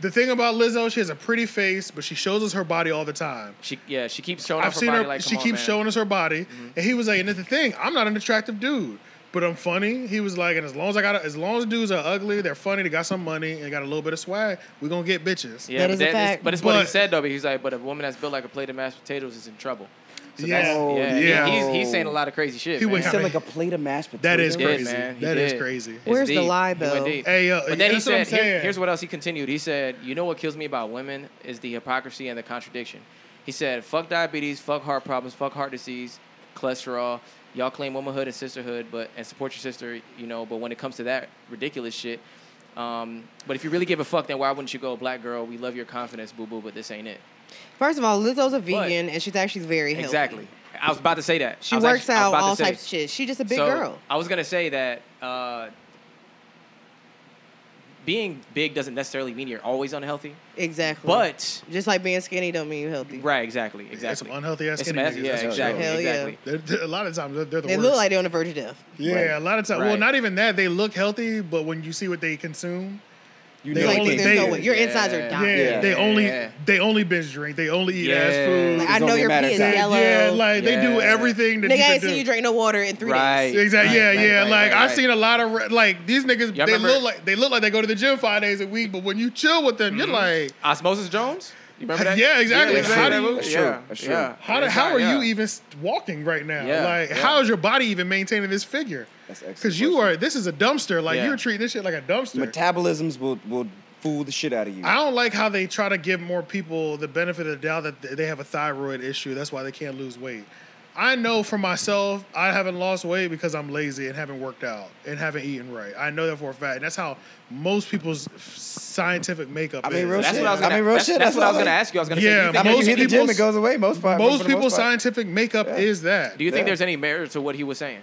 Speaker 3: the thing about Lizzo, she has a pretty face, but she shows us her body all the time.
Speaker 5: She, yeah, she keeps showing
Speaker 3: I've
Speaker 5: off her
Speaker 3: seen
Speaker 5: body
Speaker 3: her;
Speaker 5: like,
Speaker 3: she
Speaker 5: come on,
Speaker 3: keeps
Speaker 5: man. Mm-hmm.
Speaker 3: showing us her body." And he was like, "And that's the thing. I'm not an attractive dude, but I'm funny." He was like, "And as long as I got, as long as dudes are ugly, they're funny, they got some money, and got a little bit of swag, we're gonna get bitches."
Speaker 5: Yeah,
Speaker 4: That
Speaker 5: but
Speaker 4: is a
Speaker 5: it's-
Speaker 4: fact.
Speaker 5: But it's what he
Speaker 3: But-
Speaker 5: said though. But he's like, but a woman that's built like a plate of mashed potatoes is in trouble. So
Speaker 3: Yeah.
Speaker 5: that's,
Speaker 3: Oh,
Speaker 5: yeah, he-
Speaker 3: yeah.
Speaker 5: He's, he's saying a lot of crazy shit.
Speaker 3: He
Speaker 5: man.
Speaker 3: went
Speaker 2: He said like a plate of mashed potatoes.
Speaker 3: That is
Speaker 5: He did,
Speaker 3: crazy.
Speaker 5: man. He
Speaker 3: That is
Speaker 5: did.
Speaker 3: crazy.
Speaker 5: It's
Speaker 4: Where's the
Speaker 5: deep.
Speaker 4: lie,
Speaker 5: He went
Speaker 4: though?
Speaker 5: deep.
Speaker 3: Hey, yo,
Speaker 5: but then he
Speaker 3: that's what I'm
Speaker 5: said, here-
Speaker 3: saying.
Speaker 5: here's what else he continued. He said, you know what kills me about women is the hypocrisy and the contradiction. He said, fuck diabetes, fuck heart problems, fuck heart disease, cholesterol. Y'all claim womanhood and sisterhood, but and support your sister, you know. But when it comes to that ridiculous shit, um, but if you really give a fuck, then why wouldn't you go, black girl? We love your confidence, boo boo, but this ain't it.
Speaker 4: First of all, Lizzo's a vegan and she's actually very healthy.
Speaker 5: Exactly. I was about to say that.
Speaker 4: She
Speaker 5: I was
Speaker 4: works
Speaker 5: actually- I was
Speaker 4: out
Speaker 5: about to
Speaker 4: all
Speaker 5: say-
Speaker 4: types of shit. She's just a big
Speaker 5: so,
Speaker 4: girl.
Speaker 5: I was gonna say that uh, being big doesn't necessarily mean you're always unhealthy,
Speaker 4: Exactly.
Speaker 5: but
Speaker 4: just like being skinny don't mean you're healthy.
Speaker 5: right, exactly,
Speaker 3: That's some
Speaker 5: exactly.
Speaker 3: unhealthy ass
Speaker 5: It's
Speaker 3: skinny
Speaker 5: messy,
Speaker 3: niggas.
Speaker 5: yeah,
Speaker 3: That's how it
Speaker 5: exactly,
Speaker 3: goes.
Speaker 4: Hell yeah.
Speaker 5: exactly.
Speaker 3: They're- they're- a lot of times, they're, they're the
Speaker 4: They
Speaker 3: worst.
Speaker 4: look like they're on the verge of death.
Speaker 3: yeah, a lot of times. Well,
Speaker 5: Right.
Speaker 3: not even that. They look healthy, but when you see what they consume,
Speaker 2: You
Speaker 3: They
Speaker 4: It's
Speaker 2: know,
Speaker 4: like
Speaker 3: only
Speaker 4: there's no
Speaker 3: big.
Speaker 4: way. Your insides are
Speaker 5: Yeah.
Speaker 3: yeah,
Speaker 4: dying.
Speaker 2: Yeah.
Speaker 3: they only
Speaker 5: Yeah.
Speaker 3: they only binge drink. They only eat ass
Speaker 5: Yeah.
Speaker 3: food.
Speaker 4: Like, I know
Speaker 2: only a
Speaker 4: your
Speaker 2: matter
Speaker 4: pee
Speaker 2: of
Speaker 4: is
Speaker 2: time.
Speaker 3: They- yeah,
Speaker 4: yellow.
Speaker 3: like they do
Speaker 5: Yeah.
Speaker 3: everything that
Speaker 4: Nigga, I
Speaker 3: you
Speaker 4: ain't
Speaker 3: can
Speaker 4: seen you
Speaker 3: do.
Speaker 4: drink no water in three
Speaker 5: Right.
Speaker 4: days.
Speaker 3: Exactly. Yeah,
Speaker 5: Right, right,
Speaker 3: yeah.
Speaker 5: right,
Speaker 3: like
Speaker 5: right,
Speaker 3: I've
Speaker 5: right.
Speaker 3: seen a lot of re- like these niggas.
Speaker 5: Y'all
Speaker 3: they
Speaker 5: remember-
Speaker 3: look like they look like they go to the gym five days a week, but when you chill with them, you're
Speaker 5: Mm-hmm.
Speaker 3: like,
Speaker 5: Osmosis Jones, you remember that?
Speaker 3: Yeah, exactly.
Speaker 5: Yeah,
Speaker 3: That's
Speaker 5: yeah,
Speaker 3: true.
Speaker 5: yeah,
Speaker 3: That's
Speaker 5: yeah,
Speaker 2: true. That's true.
Speaker 5: yeah.
Speaker 3: how do,
Speaker 5: Yeah,
Speaker 3: how are
Speaker 5: yeah.
Speaker 3: you even s- walking right now?
Speaker 5: Yeah,
Speaker 3: like
Speaker 5: yeah.
Speaker 3: how is your body even maintaining this figure?
Speaker 2: That's an excellent
Speaker 3: Because you
Speaker 2: question.
Speaker 3: are this is a dumpster. Like
Speaker 5: Yeah.
Speaker 3: you're treating this shit like a dumpster.
Speaker 2: metabolisms will will fool the shit out of you.
Speaker 3: I don't like how they try to give more people the benefit of the doubt that th- they have a thyroid issue. That's why they can't lose weight. I know for myself, I haven't lost weight because I'm lazy and haven't worked out and haven't eaten right. I know that for a fact. And that's how most people's f- scientific makeup
Speaker 2: I mean,
Speaker 3: is.
Speaker 2: real
Speaker 5: That's
Speaker 2: shit.
Speaker 5: what I was
Speaker 2: I
Speaker 5: gonna.
Speaker 2: mean, real
Speaker 5: that's,
Speaker 2: shit,
Speaker 5: that's
Speaker 2: that's
Speaker 5: what I was
Speaker 2: all
Speaker 5: gonna
Speaker 2: I-
Speaker 5: ask you. I was gonna.
Speaker 3: Yeah,
Speaker 5: say, do you think
Speaker 3: I mean,
Speaker 5: there's
Speaker 2: you hit the
Speaker 3: people's-
Speaker 2: gym, it goes away. Most part, for
Speaker 3: most
Speaker 2: the
Speaker 3: people's
Speaker 2: part.
Speaker 3: scientific makeup is that.
Speaker 5: Do you think
Speaker 2: Yeah.
Speaker 5: there's any merit to what he was saying?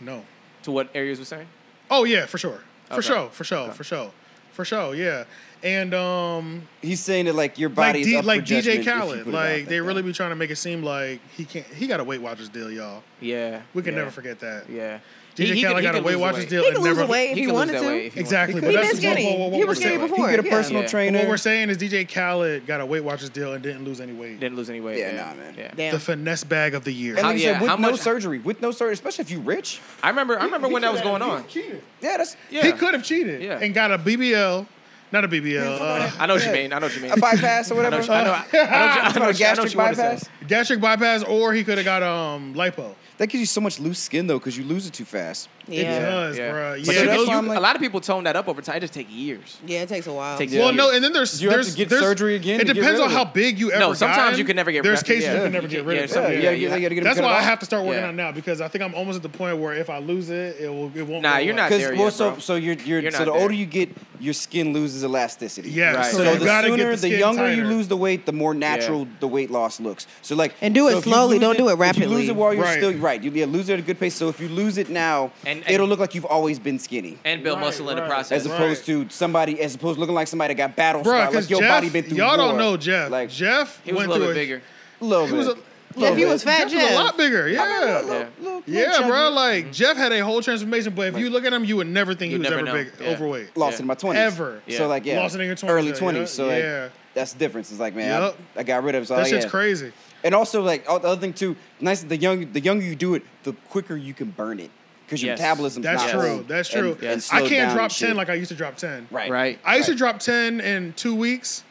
Speaker 3: no.
Speaker 5: To what Aries was saying?
Speaker 3: Oh, yeah, for sure. For
Speaker 5: Okay.
Speaker 3: sure, for sure, for sure. For sure, yeah. And um,
Speaker 2: He's saying that like your
Speaker 3: like,
Speaker 2: body is
Speaker 3: D-
Speaker 2: up
Speaker 3: like
Speaker 2: for judgment
Speaker 3: DJ
Speaker 2: if you
Speaker 3: Khaled,
Speaker 2: put it out
Speaker 3: like they
Speaker 2: that.
Speaker 3: really be trying to make it seem like he can't. He got a Weight Watchers deal, y'all.
Speaker 5: Yeah.
Speaker 3: We can
Speaker 5: yeah,
Speaker 3: never forget that.
Speaker 5: Yeah.
Speaker 3: DJ
Speaker 5: could-
Speaker 3: Khaled got a
Speaker 5: could
Speaker 3: Weight
Speaker 5: lose
Speaker 3: Watchers
Speaker 5: weight.
Speaker 3: deal.
Speaker 4: He
Speaker 3: and
Speaker 4: could lose
Speaker 3: never,
Speaker 4: the weight if
Speaker 5: He
Speaker 4: he,
Speaker 5: could lose
Speaker 4: wanted
Speaker 5: that
Speaker 4: to.
Speaker 5: weight if he
Speaker 3: Exactly,
Speaker 4: He
Speaker 3: but
Speaker 4: been
Speaker 3: that's what-
Speaker 4: skinny.
Speaker 3: what- what- what
Speaker 4: He
Speaker 3: we're
Speaker 4: was skinny
Speaker 3: saying.
Speaker 4: before.
Speaker 2: You get a
Speaker 4: yeah.
Speaker 2: personal trainer.
Speaker 3: What we're saying is DJ Khaled got a Weight Watchers deal and didn't lose any weight.
Speaker 5: Didn't lose any weight.
Speaker 2: Yeah, nah, man.
Speaker 5: Yeah.
Speaker 4: Damn.
Speaker 3: The finesse bag of the year.
Speaker 2: And
Speaker 5: How-
Speaker 2: like you
Speaker 5: yeah,
Speaker 2: said, with
Speaker 5: how
Speaker 2: no
Speaker 5: much-
Speaker 2: surgery, with no surgery, especially if you rich.
Speaker 5: I remember. I remember when that was going on.
Speaker 3: Cheated.
Speaker 2: Yeah, that's
Speaker 5: Yeah.
Speaker 3: He could have cheated
Speaker 5: Yeah.
Speaker 3: and got a BBL, not a BBL, uh,
Speaker 5: I know what you mean. I know what you mean.
Speaker 2: a bypass or
Speaker 5: I
Speaker 2: whatever.
Speaker 5: know. I know. I know. I
Speaker 2: It's
Speaker 5: know
Speaker 2: about a
Speaker 5: what you- I know
Speaker 2: gastric
Speaker 5: what you want to
Speaker 2: bypass.
Speaker 5: say.
Speaker 3: gastric bypass, or he could have got um lipo.
Speaker 2: That gives you so much loose skin though, because you lose it too fast.
Speaker 3: It
Speaker 4: Yeah.
Speaker 3: does,
Speaker 5: Yeah.
Speaker 3: bruh.
Speaker 5: But
Speaker 3: Yeah,
Speaker 2: see, that's
Speaker 3: those-
Speaker 2: why I'm
Speaker 5: A lot of people tone that up over time. It just take years.
Speaker 4: Yeah, it takes a while.
Speaker 5: Takes-
Speaker 2: Yeah.
Speaker 3: Well, no, and then there's
Speaker 2: You have to
Speaker 3: there's,
Speaker 2: get
Speaker 3: there's-
Speaker 2: surgery again
Speaker 3: It
Speaker 2: to get
Speaker 3: depends
Speaker 2: rid
Speaker 3: on
Speaker 2: of
Speaker 3: how
Speaker 2: it.
Speaker 3: big you ever.
Speaker 5: No, sometimes
Speaker 3: got.
Speaker 5: you can never get-
Speaker 3: There's
Speaker 5: yeah,
Speaker 3: cases
Speaker 5: yeah,
Speaker 3: you can
Speaker 5: you
Speaker 3: never get
Speaker 5: can't-
Speaker 3: rid
Speaker 5: yeah,
Speaker 3: of.
Speaker 5: some-
Speaker 3: it.
Speaker 5: yeah,
Speaker 2: you gotta get- you gotta get
Speaker 3: That's
Speaker 2: rid of
Speaker 3: why I
Speaker 2: all-
Speaker 3: have to start working
Speaker 5: Yeah.
Speaker 3: on it now because I think I'm almost at the point where if I lose it, it will it won't.
Speaker 5: Nah,
Speaker 3: go
Speaker 5: you're
Speaker 3: away.
Speaker 5: not
Speaker 2: Because
Speaker 5: there
Speaker 2: well,
Speaker 5: yet,
Speaker 2: so
Speaker 5: bro.
Speaker 2: so you're, you're,
Speaker 5: You're
Speaker 2: so
Speaker 5: not
Speaker 2: the older
Speaker 5: there.
Speaker 2: you get, your skin loses elasticity.
Speaker 3: Yes,
Speaker 5: Right.
Speaker 3: so,
Speaker 5: So
Speaker 2: So
Speaker 3: you
Speaker 2: the
Speaker 3: gotta
Speaker 2: sooner,
Speaker 3: get the,
Speaker 2: the,
Speaker 3: skin
Speaker 2: younger
Speaker 3: tighter.
Speaker 2: you lose the weight, the more natural the weight loss looks. So like,
Speaker 4: And
Speaker 2: so
Speaker 4: do it
Speaker 2: if you
Speaker 4: slowly,
Speaker 2: lose
Speaker 4: don't do it
Speaker 2: If you lose
Speaker 4: rapidly.
Speaker 2: it while you're
Speaker 3: Right.
Speaker 2: still right, you yeah, lose it at a good pace. So if you lose it now,
Speaker 5: And-
Speaker 2: it'll
Speaker 5: and-
Speaker 2: look like you've always been skinny,
Speaker 5: And build
Speaker 3: Right,
Speaker 5: muscle in the
Speaker 3: right.
Speaker 5: process.
Speaker 2: as
Speaker 3: Right.
Speaker 2: opposed to somebody, as opposed to looking like somebody that got battle
Speaker 3: Bruh,
Speaker 2: scarred, like your
Speaker 3: Jeff,
Speaker 2: body been through
Speaker 3: y'all
Speaker 2: war.
Speaker 3: don't know Jeff.
Speaker 2: Like
Speaker 3: Jeff
Speaker 5: He was a
Speaker 3: went
Speaker 5: little
Speaker 3: through
Speaker 5: bit bigger.
Speaker 2: little
Speaker 3: He was a
Speaker 2: bit.
Speaker 4: If he was fat,
Speaker 3: Jeff was a
Speaker 4: Jeff.
Speaker 3: lot bigger. Yeah.
Speaker 5: Yeah.
Speaker 3: Yeah, bro. Like Jeff had a whole transformation, but if you look at him, you would never think he
Speaker 5: You'd
Speaker 3: was ever
Speaker 5: never know.
Speaker 3: big,
Speaker 5: Yeah.
Speaker 3: overweight.
Speaker 2: lost
Speaker 5: Yeah.
Speaker 2: in my twenties.
Speaker 3: Ever.
Speaker 5: Yeah.
Speaker 2: So like yeah,
Speaker 3: Lost it in your 20s,
Speaker 2: early
Speaker 3: yeah,
Speaker 2: twenties. So like
Speaker 3: yeah.
Speaker 2: that's the difference. It's like man,
Speaker 3: Yup.
Speaker 2: I, I got rid of it. So
Speaker 3: That
Speaker 2: I-
Speaker 3: shit's
Speaker 2: yeah.
Speaker 3: crazy.
Speaker 2: And also like oh, the other thing too, nice the young the younger you do it, the quicker you can burn it because your
Speaker 5: Yes.
Speaker 2: metabolism's
Speaker 3: That's
Speaker 2: not
Speaker 3: true.
Speaker 2: old
Speaker 3: That's
Speaker 2: and- and
Speaker 3: true. I
Speaker 2: slowed down
Speaker 3: can't
Speaker 2: and
Speaker 3: drop
Speaker 2: shit.
Speaker 3: ten like I used to drop ten.
Speaker 2: right
Speaker 5: Right.
Speaker 3: I used to drop ten in two weeks.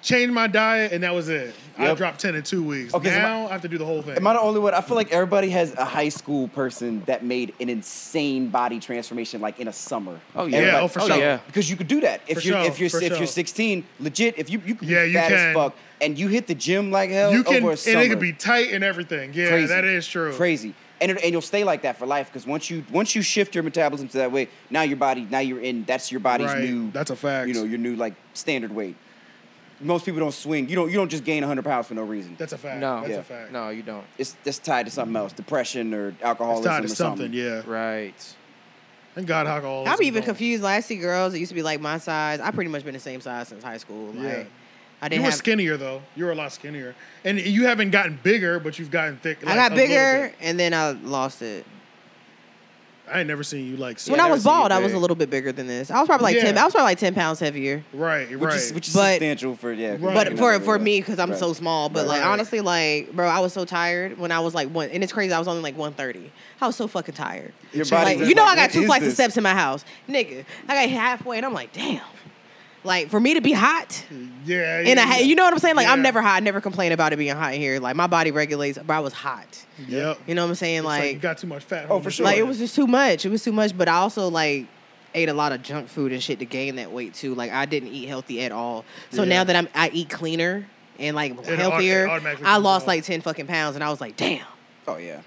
Speaker 3: Change my diet and that was it. I
Speaker 2: Yep.
Speaker 3: dropped ten in two weeks.
Speaker 2: Okay, so
Speaker 3: now
Speaker 2: my-
Speaker 3: I have to do the whole thing.
Speaker 2: Am I the only one? I feel like everybody has a high school person that made an insane body transformation, like in a summer.
Speaker 5: Oh, yeah.
Speaker 2: Everybody-
Speaker 3: Yeah, oh, for
Speaker 5: Oh,
Speaker 3: sure.
Speaker 5: yeah.
Speaker 2: Because you could do that if
Speaker 3: For
Speaker 2: you're
Speaker 3: sure,
Speaker 2: if you're
Speaker 3: for
Speaker 2: if
Speaker 3: sure.
Speaker 2: you're 16, legit. If you you could
Speaker 3: Yeah,
Speaker 2: be
Speaker 3: you
Speaker 2: fat
Speaker 3: can.
Speaker 2: as fuck and you hit the gym like hell
Speaker 3: you can
Speaker 2: over a
Speaker 3: and
Speaker 2: summer.
Speaker 3: it could be tight and everything. Yeah,
Speaker 2: Crazy.
Speaker 3: that is true.
Speaker 2: Crazy. And, it- and you'll stay like that for life because once you once you shift your metabolism to that way, now your body now you're in that's your body's
Speaker 3: Right.
Speaker 2: new
Speaker 3: That's a fact.
Speaker 2: You know your new like standard weight. Most people don't swing. You don't you don't just gain 100 pounds for no reason.
Speaker 3: That's a fact.
Speaker 5: No.
Speaker 3: That's
Speaker 2: Yeah.
Speaker 3: a fact.
Speaker 5: No, you don't.
Speaker 2: it's that's tied to something else, depression or
Speaker 3: It's
Speaker 2: alcoholism
Speaker 3: tied to
Speaker 2: or
Speaker 3: something, yeah.
Speaker 5: Right.
Speaker 3: Thank God alcohol.
Speaker 4: I'm even confused. Like I see girls that used to be like my size. I pretty much been the same size since high school. Like,
Speaker 3: Yeah.
Speaker 4: I
Speaker 3: You
Speaker 4: didn't
Speaker 3: were
Speaker 4: have.
Speaker 3: skinnier though. You were a lot skinnier, and you haven't gotten bigger, but you've gotten thick.
Speaker 4: I
Speaker 3: like,
Speaker 4: got
Speaker 3: a little
Speaker 4: bigger
Speaker 3: bit.
Speaker 4: and then I lost it.
Speaker 3: I ain't never seen you like.
Speaker 4: when
Speaker 3: so-
Speaker 4: I
Speaker 5: never
Speaker 4: was
Speaker 5: seen you
Speaker 4: bald, I was
Speaker 5: big.
Speaker 4: a little bit bigger than this. I was probably like ten.
Speaker 3: Yeah.
Speaker 4: I was probably like ten pounds heavier.
Speaker 3: right, right.
Speaker 2: Which is which is
Speaker 4: But-
Speaker 2: substantial for yeah.
Speaker 3: Right.
Speaker 4: But
Speaker 3: Right.
Speaker 4: for for me, because I'm so small. But like
Speaker 3: Right.
Speaker 4: honestly, like bro, I was so tired when I was like one. And it's crazy. I was only like one thirty. I was so fucking tired.
Speaker 2: Your
Speaker 4: Like,
Speaker 2: body was
Speaker 4: you know,
Speaker 2: like,
Speaker 4: I got
Speaker 2: "What
Speaker 4: two
Speaker 2: is
Speaker 4: flights of
Speaker 2: this?"
Speaker 4: steps in my house, nigga. I got halfway, and I'm like, damn. Like for me to be hot,
Speaker 3: yeah, yeah,
Speaker 4: and I,
Speaker 3: yeah.
Speaker 4: you know what I'm saying? Like I'm
Speaker 3: Yeah.
Speaker 4: never hot. I never complain about it being hot here. Like my body regulates, but I was hot.
Speaker 3: Yep.
Speaker 4: You know what I'm saying?
Speaker 3: It's you
Speaker 4: Like,
Speaker 3: got too much fat.
Speaker 2: Oh,
Speaker 3: on
Speaker 2: for
Speaker 3: your
Speaker 2: sure.
Speaker 4: like
Speaker 3: body.
Speaker 4: it was just too much. It was too much. But I also like ate a lot of junk food and shit to gain that weight too. Like I didn't eat healthy at all. So
Speaker 3: Yeah.
Speaker 4: now that I'm, I eat cleaner and like
Speaker 3: it
Speaker 4: healthier.
Speaker 3: automatically
Speaker 4: I
Speaker 3: comes
Speaker 4: lost
Speaker 3: off.
Speaker 4: like ten fucking pounds, and I was like, damn.
Speaker 2: Oh yeah.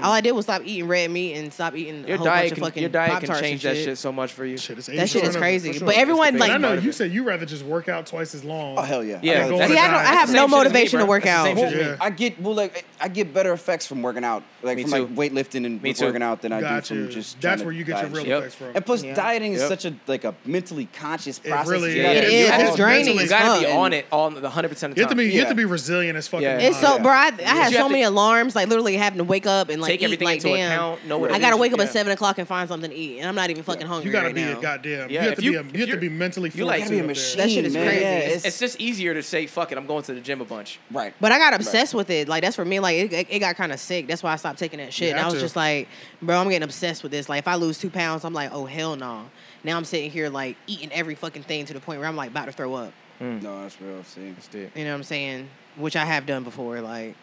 Speaker 4: All I did was stop eating red meat and stop eating
Speaker 5: Your
Speaker 4: a whole
Speaker 5: diet
Speaker 4: bunch of
Speaker 5: can,
Speaker 4: fucking
Speaker 5: your diet can
Speaker 4: Pop-Tarts and
Speaker 5: change that shit so much for you.
Speaker 3: Shit, it's
Speaker 4: That shit
Speaker 3: 80%
Speaker 4: is
Speaker 3: of it,
Speaker 4: crazy.
Speaker 3: for sure.
Speaker 4: But everyone
Speaker 5: big
Speaker 4: like
Speaker 3: And I know
Speaker 5: part of
Speaker 3: you
Speaker 5: it.
Speaker 3: said you rather just work out twice as long.
Speaker 2: Oh hell yeah.
Speaker 5: Yeah,
Speaker 2: I gotta go
Speaker 5: that's-
Speaker 2: for
Speaker 4: See, I,
Speaker 2: that.
Speaker 4: don't, I have
Speaker 5: Same
Speaker 4: no
Speaker 5: shit as me,
Speaker 4: motivation to
Speaker 5: bro.
Speaker 4: work
Speaker 5: That's the
Speaker 4: out.
Speaker 5: same shit.
Speaker 3: Yeah.
Speaker 2: I get well, like I get better effects from working out, like
Speaker 5: Me
Speaker 2: from
Speaker 5: too.
Speaker 2: like weightlifting and
Speaker 5: Me
Speaker 2: with
Speaker 5: too.
Speaker 2: working out than I
Speaker 3: Gotcha.
Speaker 2: do from just. trying
Speaker 3: That's
Speaker 2: to
Speaker 3: where you get
Speaker 2: diet
Speaker 3: your
Speaker 2: and
Speaker 3: real
Speaker 2: shit.
Speaker 5: Yep.
Speaker 3: effects from.
Speaker 2: And plus,
Speaker 4: Yeah.
Speaker 2: dieting is
Speaker 5: Yep.
Speaker 2: such a like a mentally conscious
Speaker 3: It
Speaker 2: process.
Speaker 3: really
Speaker 2: You
Speaker 3: is.
Speaker 2: gotta
Speaker 3: It
Speaker 2: do
Speaker 3: is.
Speaker 2: all
Speaker 3: It's
Speaker 2: that.
Speaker 4: draining
Speaker 5: You
Speaker 4: as
Speaker 5: gotta be
Speaker 4: fuck.
Speaker 5: on it all the hundred percent of the
Speaker 3: You have to
Speaker 5: time.
Speaker 3: be you have
Speaker 2: Yeah.
Speaker 3: to be resilient as fucking.
Speaker 5: Yeah.
Speaker 4: It's so,
Speaker 2: Yeah.
Speaker 4: bro. I, I had
Speaker 5: you
Speaker 4: so
Speaker 5: have to-
Speaker 4: many alarms, like literally having to wake up and like
Speaker 5: Take
Speaker 4: eat,
Speaker 5: everything
Speaker 4: like,
Speaker 5: into
Speaker 4: damn,
Speaker 5: account, know what it
Speaker 4: I gotta
Speaker 5: is,
Speaker 4: wake up
Speaker 5: yeah.
Speaker 4: at seven o'clock and find something to eat, and I'm not even fucking hungry
Speaker 3: You gotta
Speaker 4: right
Speaker 3: be
Speaker 4: now.
Speaker 3: a goddamn. You
Speaker 5: Yeah,
Speaker 3: have
Speaker 5: if
Speaker 3: to
Speaker 5: you-
Speaker 3: be. A, you have to
Speaker 5: you're-
Speaker 3: be mentally.
Speaker 5: you like
Speaker 3: fortified
Speaker 5: to
Speaker 2: be a
Speaker 3: up there.
Speaker 2: machine.
Speaker 4: That shit is
Speaker 2: Man,
Speaker 4: crazy.
Speaker 2: yeah,
Speaker 5: It's, it's just easier to say fuck it. I'm going to the gym a bunch.
Speaker 2: Right.
Speaker 4: But I got obsessed with it. Like that's for me. Like it, it, it got kind of sick. That's why I stopped taking that shit.
Speaker 3: You
Speaker 4: and
Speaker 3: have
Speaker 4: I was
Speaker 3: to.
Speaker 4: just like, bro, I'm getting obsessed with this. Like if I lose two pounds, I'm like, oh hell no. Now I'm sitting here like eating every fucking thing to the point where I'm like about to throw up.
Speaker 2: Mm. no, that's real. See,
Speaker 4: You know what I'm saying? Which I have done before. Like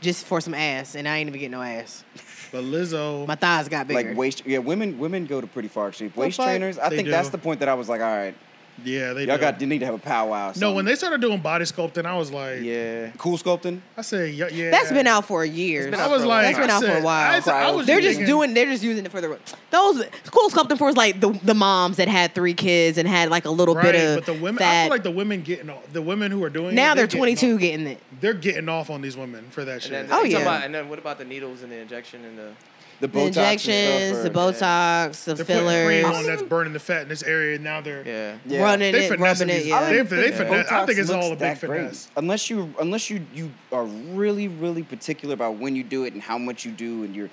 Speaker 4: just for some ass, and I ain't even getting no ass.
Speaker 3: But Lizzo,
Speaker 4: My thighs got bigger.
Speaker 2: Like waist, yeah, women women go to pretty far extreme. Waist
Speaker 4: fuck.
Speaker 2: trainers, I
Speaker 3: They
Speaker 2: think
Speaker 3: do.
Speaker 2: that's the point that I was like, all right,
Speaker 3: yeah, they
Speaker 2: y'all
Speaker 3: do.
Speaker 2: got you need to have a powwow. or
Speaker 3: no. When
Speaker 2: something.
Speaker 3: they started doing body sculpting, I was like,
Speaker 5: Yeah.
Speaker 2: cool sculpting,
Speaker 3: I said, yeah, yeah.
Speaker 4: That's been out for years.
Speaker 3: I was like,
Speaker 4: that's been
Speaker 3: I
Speaker 4: out for a
Speaker 3: said-
Speaker 4: while.
Speaker 3: I said- I was
Speaker 4: they're just
Speaker 3: thinking-
Speaker 4: doing. They're just using it for the those cool sculpting for is like the the moms that had three kids and had like a little
Speaker 3: Right,
Speaker 4: bit of
Speaker 3: but the women, I
Speaker 4: fat.
Speaker 3: feel like the women getting off. The women who are doing
Speaker 4: now
Speaker 3: it,
Speaker 4: they're
Speaker 3: getting
Speaker 4: 22
Speaker 3: off-
Speaker 4: getting it.
Speaker 3: they're getting off on these women for that shit.
Speaker 5: And then,
Speaker 4: Oh,
Speaker 5: you talking
Speaker 4: yeah.
Speaker 5: About, and then what about the needles and the injection and the?
Speaker 2: the
Speaker 4: The
Speaker 2: Botox and
Speaker 4: injections,
Speaker 2: stuff,
Speaker 4: the
Speaker 2: or-
Speaker 4: Botox, the
Speaker 3: they're putting cream on
Speaker 4: fillers,
Speaker 3: that's burning the fat in this area. Now they're
Speaker 5: Yeah.
Speaker 2: Yeah.
Speaker 4: running
Speaker 3: they
Speaker 4: it,
Speaker 3: finessing
Speaker 4: rubbing it.
Speaker 3: these.
Speaker 4: Yeah.
Speaker 3: They, they finesse. I
Speaker 2: Botox
Speaker 3: think it's
Speaker 2: looks
Speaker 3: all a big
Speaker 2: that great.
Speaker 3: finesse.
Speaker 2: Unless you unless you you are really really particular about when you do it and how much you do and you're.